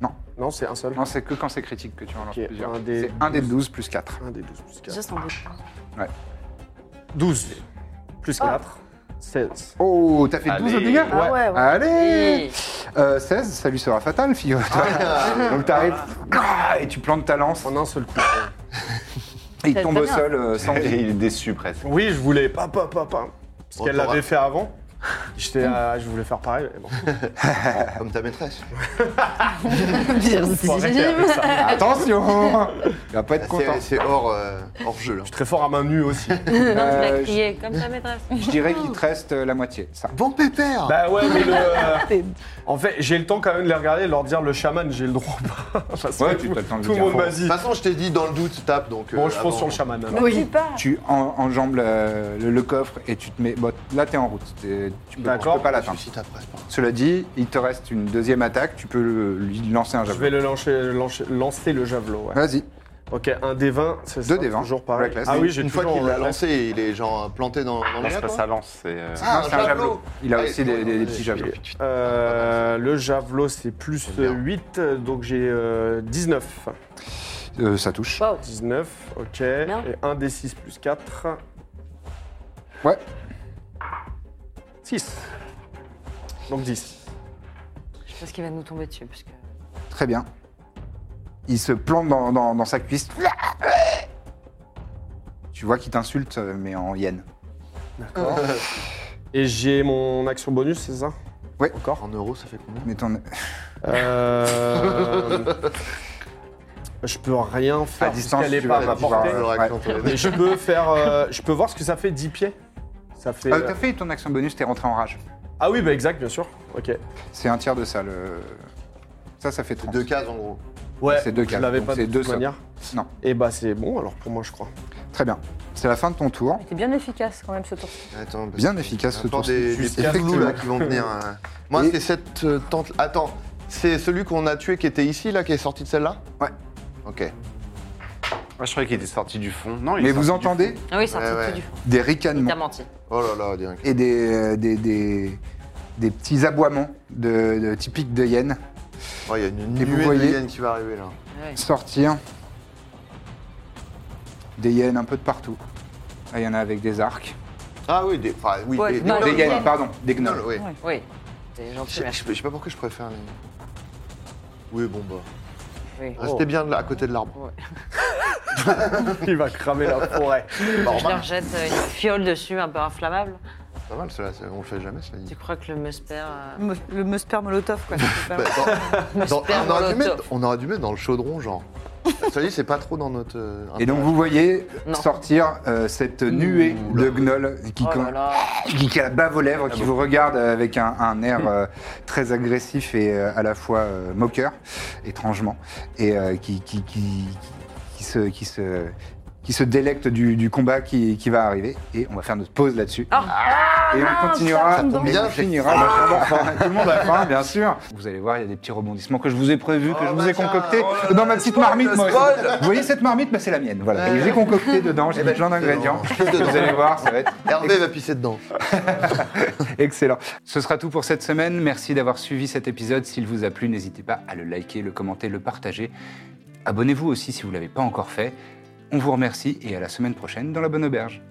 [SPEAKER 2] Non.
[SPEAKER 8] Non, c'est un seul.
[SPEAKER 2] Non, c'est que quand c'est critique que tu en lances
[SPEAKER 8] Ok,
[SPEAKER 2] plusieurs.
[SPEAKER 8] un des
[SPEAKER 2] C'est un des 12 plus 4.
[SPEAKER 8] 1 des 12 plus 4.
[SPEAKER 7] Déjà, sans doute.
[SPEAKER 8] 12 plus 4, 16.
[SPEAKER 2] Oh, t'as fait 12 au
[SPEAKER 6] Allez.
[SPEAKER 2] dégât
[SPEAKER 7] Ah ouais, ouais.
[SPEAKER 2] Allez Euh, 16, ça lui sera fatal, fille. <laughs> Donc t'arrives, ah, et tu plantes ta lance,
[SPEAKER 8] En un seul coup.
[SPEAKER 2] et il tombe au
[SPEAKER 7] bien.
[SPEAKER 2] sol euh,
[SPEAKER 6] <laughs>
[SPEAKER 2] sans
[SPEAKER 6] Et il est déçu presque.
[SPEAKER 8] oui, je voulais. Pa, pa, pa, pa. Parce
[SPEAKER 4] Bon,
[SPEAKER 8] qu'elle
[SPEAKER 4] t'auras-
[SPEAKER 8] l'avait fait avant. J'étais, euh, je voulais faire pareil. mais bon.
[SPEAKER 4] Comme ta maîtresse.
[SPEAKER 8] Faut arrêter avec ça.
[SPEAKER 2] Attention Il va pas être content.
[SPEAKER 4] C'est- C'est hors, euh, hors jeu, là.
[SPEAKER 8] Je suis très fort à main nue aussi.
[SPEAKER 5] Tu l'as
[SPEAKER 2] Euh, je
[SPEAKER 5] crié comme ta maîtresse.
[SPEAKER 2] je dirais qu'il te reste euh, la moitié, ça.
[SPEAKER 4] Bon pépère
[SPEAKER 8] bah ouais, mais le. en fait, j'ai le temps quand même de les regarder, de leur dire le chaman, j'ai le droit ou pas. <laughs> Parce que
[SPEAKER 2] Ouais, tu
[SPEAKER 8] tout,
[SPEAKER 2] t'as le temps de
[SPEAKER 8] tout le
[SPEAKER 2] dire.
[SPEAKER 8] monde m'a
[SPEAKER 4] De
[SPEAKER 8] dit.
[SPEAKER 4] toute façon, je t'ai dit, dans le doute, tape, donc...
[SPEAKER 8] Bon,
[SPEAKER 4] euh,
[SPEAKER 8] je
[SPEAKER 4] avant-
[SPEAKER 8] pense sur le chaman. alors.
[SPEAKER 9] Oui. pas.
[SPEAKER 2] Tu en- enjambes euh, le, le coffre et tu te mets. Bon, là, t'es en route. T'es- Tu peux, tu
[SPEAKER 8] D'accord.
[SPEAKER 2] peux pas
[SPEAKER 4] Je
[SPEAKER 2] l'atteindre.
[SPEAKER 4] suis après, c'est pas
[SPEAKER 8] Ah
[SPEAKER 4] grave.
[SPEAKER 2] Cela dit, il te reste une deuxième attaque. Tu peux le- lui lancer un
[SPEAKER 8] Je
[SPEAKER 2] javelot.
[SPEAKER 8] vais le lancer, lancer, lancer le javelot. ouais.
[SPEAKER 2] Vas-y.
[SPEAKER 8] Ok, un des 20, c'est ça
[SPEAKER 2] Deux des 20,
[SPEAKER 8] Toujours
[SPEAKER 2] pour la
[SPEAKER 8] pareil.
[SPEAKER 2] classe.
[SPEAKER 8] Ah oui, j'ai
[SPEAKER 4] Une fois
[SPEAKER 8] toujours
[SPEAKER 4] qu'il l'a
[SPEAKER 8] la classe.
[SPEAKER 4] lancé, il est genre euh, planté dans, dans
[SPEAKER 6] Là,
[SPEAKER 4] le
[SPEAKER 6] c'est
[SPEAKER 4] gars,
[SPEAKER 6] pas
[SPEAKER 4] quoi
[SPEAKER 6] sa lance, c'est. euh,
[SPEAKER 4] Ah,
[SPEAKER 2] Non,
[SPEAKER 4] un
[SPEAKER 2] c'est un
[SPEAKER 4] javelot.
[SPEAKER 2] javelot. Il a
[SPEAKER 4] Ah,
[SPEAKER 2] aussi
[SPEAKER 4] oui,
[SPEAKER 2] des, des-
[SPEAKER 4] oui, oui,
[SPEAKER 2] des
[SPEAKER 4] oui,
[SPEAKER 2] petits
[SPEAKER 4] oui.
[SPEAKER 2] javelots.
[SPEAKER 8] Euh, le javelot, c'est plus
[SPEAKER 4] Bien.
[SPEAKER 8] 8, donc j'ai euh, 19.
[SPEAKER 2] Euh, ça touche.
[SPEAKER 8] 19, ok.
[SPEAKER 7] Bien.
[SPEAKER 8] Et 1 des 6 plus 4.
[SPEAKER 2] Ouais.
[SPEAKER 8] 6. Donc 10.
[SPEAKER 5] Je pense qu'il va nous tomber dessus. Parce que...
[SPEAKER 2] Très bien. Il se plante dans, dans- dans sa cuisse. Tu vois qu'il t'insulte, euh, mais en yen.
[SPEAKER 8] Et j'ai mon action bonus, c'est ça
[SPEAKER 2] Ouais.
[SPEAKER 8] Encore
[SPEAKER 4] En euros, ça fait combien
[SPEAKER 2] Mais ton-
[SPEAKER 8] Euh, Je peux rien faire.
[SPEAKER 2] À distance,
[SPEAKER 8] puisqu'elle est
[SPEAKER 2] tu
[SPEAKER 8] pas
[SPEAKER 2] vas
[SPEAKER 8] à ma
[SPEAKER 2] pouvoir,
[SPEAKER 8] portée.
[SPEAKER 2] euh,
[SPEAKER 4] Leur action,
[SPEAKER 2] ouais.
[SPEAKER 4] toi, les deux.
[SPEAKER 8] Mais je peux faire. euh, je peux voir ce que ça fait 10 pieds. Ça fait.
[SPEAKER 2] Ah,
[SPEAKER 8] euh,
[SPEAKER 2] t'as fait ton action bonus, t'es rentré en rage.
[SPEAKER 8] Ah oui, bah exact, bien sûr. Ok.
[SPEAKER 2] C'est un tiers de ça, le... Ça, ça fait 30.
[SPEAKER 4] Deux cases en gros.
[SPEAKER 8] Ouais.
[SPEAKER 2] C'est deux
[SPEAKER 8] je
[SPEAKER 2] cases,
[SPEAKER 8] l'avais
[SPEAKER 2] donc
[SPEAKER 8] pas de
[SPEAKER 2] c'est deux
[SPEAKER 8] toute
[SPEAKER 2] ça.
[SPEAKER 8] manière.
[SPEAKER 2] Non.
[SPEAKER 8] Et bah c'est bon alors pour moi je crois.
[SPEAKER 2] Très bien. C'est la fin de ton tour.
[SPEAKER 9] C'était bien efficace quand même ce tour.
[SPEAKER 4] Attends, parce
[SPEAKER 2] Bien
[SPEAKER 4] que-
[SPEAKER 2] efficace, ce
[SPEAKER 4] Attends,
[SPEAKER 2] tour.
[SPEAKER 4] des, des
[SPEAKER 2] Jusqu'à
[SPEAKER 4] petits clous,
[SPEAKER 2] tout.
[SPEAKER 4] là qui vont venir. euh. Moi,
[SPEAKER 2] Et-
[SPEAKER 4] c'est cette euh, tente. Attends, c'est celui qu'on a tué qui était ici là, qui est sorti de celle-là
[SPEAKER 2] Ouais.
[SPEAKER 4] Ok.
[SPEAKER 6] Moi, Ah, je croyais qu'il était sorti du fond. Non, il
[SPEAKER 2] Mais
[SPEAKER 6] est
[SPEAKER 2] vous
[SPEAKER 6] sorti du
[SPEAKER 2] entendez
[SPEAKER 5] Ah oui, c'est un
[SPEAKER 4] Ouais,
[SPEAKER 5] truc
[SPEAKER 4] ouais.
[SPEAKER 5] du fond.
[SPEAKER 2] des
[SPEAKER 5] Il t'a
[SPEAKER 2] ricanements
[SPEAKER 5] menti.
[SPEAKER 4] Oh là là, direct.
[SPEAKER 2] et des, euh, des, des, des petits aboiements de, de- typiques de hyènes
[SPEAKER 4] Oh, Il y a une
[SPEAKER 2] Et vous
[SPEAKER 4] nuée de
[SPEAKER 2] voyez-
[SPEAKER 4] hyènes qui va arriver là.
[SPEAKER 5] Ah
[SPEAKER 2] sortir. Des hyènes un peu de partout. Là, il y en a avec des arcs.
[SPEAKER 4] Ah oui, des. Enfin, oui,
[SPEAKER 3] Ouais,
[SPEAKER 4] des,
[SPEAKER 3] non,
[SPEAKER 2] Des
[SPEAKER 4] gnolls,
[SPEAKER 2] hyènes,
[SPEAKER 4] quoi.
[SPEAKER 2] pardon, des
[SPEAKER 4] Des gnolls,
[SPEAKER 2] gnolls.
[SPEAKER 4] oui.
[SPEAKER 3] Ouais.
[SPEAKER 5] Oui, c'est gentil,
[SPEAKER 4] Je,
[SPEAKER 5] merci.
[SPEAKER 4] je- je sais pas pourquoi je préfère les. Oui, bon bah.
[SPEAKER 5] Oui.
[SPEAKER 4] Restez bien de là, à côté de l'arbre.
[SPEAKER 8] Il va cramer la forêt.
[SPEAKER 4] Bah,
[SPEAKER 5] Je leur
[SPEAKER 4] remarque,
[SPEAKER 5] jette euh, une fiole dessus, un peu inflammable.
[SPEAKER 4] c'est pas mal, cela. c'est- On le fait jamais, cela dit.
[SPEAKER 5] Tu crois que le musper... euh,
[SPEAKER 9] Le, le Musper Molotov, quoi. c'est pas
[SPEAKER 4] Bah,
[SPEAKER 9] mal.
[SPEAKER 4] dans- dans-
[SPEAKER 5] J'espère
[SPEAKER 4] on, aurait dû
[SPEAKER 5] molotov.
[SPEAKER 4] mettre, on aurait dû mettre dans le chaudron, genre. Cela dit, c'est pas trop dans notre. euh,
[SPEAKER 2] Et donc vous voyez
[SPEAKER 5] Non.
[SPEAKER 2] sortir euh, cette nuée de gnolls qui,
[SPEAKER 5] Oh là
[SPEAKER 2] com-
[SPEAKER 5] là.
[SPEAKER 2] <laughs> qui, qui a la bave aux
[SPEAKER 4] Ah
[SPEAKER 2] lèvres, qui vous regarde avec un, un air euh, très agressif et euh, à la fois euh, moqueur, étrangement, et euh, qui, qui, qui, qui se, qui, se, qui se délecte du, du combat qui, qui va arriver. Et on va faire notre pause là-dessus. Ah. et on continuera.
[SPEAKER 4] Ah. ça tombe
[SPEAKER 2] et
[SPEAKER 4] bien,
[SPEAKER 2] on
[SPEAKER 4] j'ai
[SPEAKER 2] finira. Tout le monde a faim, bien sûr. Vous allez voir, il y a des petits rebondissements que je vous ai prévus, que
[SPEAKER 4] Oh,
[SPEAKER 2] je vous
[SPEAKER 4] bah
[SPEAKER 2] ai
[SPEAKER 4] tiens,
[SPEAKER 2] concoctés
[SPEAKER 4] oh là là,
[SPEAKER 2] dans ma petite
[SPEAKER 4] spoil,
[SPEAKER 2] marmite. moi aussi.
[SPEAKER 4] spoil.
[SPEAKER 2] Vous voyez cette marmite, bah, c'est la mienne. Voilà.
[SPEAKER 4] Ouais.
[SPEAKER 2] Et j'ai concocté dedans, j'ai
[SPEAKER 4] Euh.
[SPEAKER 2] mis
[SPEAKER 4] Eh ben,
[SPEAKER 2] plein
[SPEAKER 4] <laughs>
[SPEAKER 2] d'ingrédients.
[SPEAKER 4] je suis dedans.
[SPEAKER 2] Vous allez voir, ça va
[SPEAKER 4] <laughs>
[SPEAKER 2] être
[SPEAKER 4] Hervé va pisser dedans.
[SPEAKER 2] Excellent. Ce sera tout pour cette semaine. Merci d'avoir suivi cet épisode. S'il vous a plu, n'hésitez pas à le liker, le commenter, le partager. Abonnez-vous aussi si vous ne l'avez pas encore fait. On vous remercie et à la semaine prochaine dans la bonne auberge.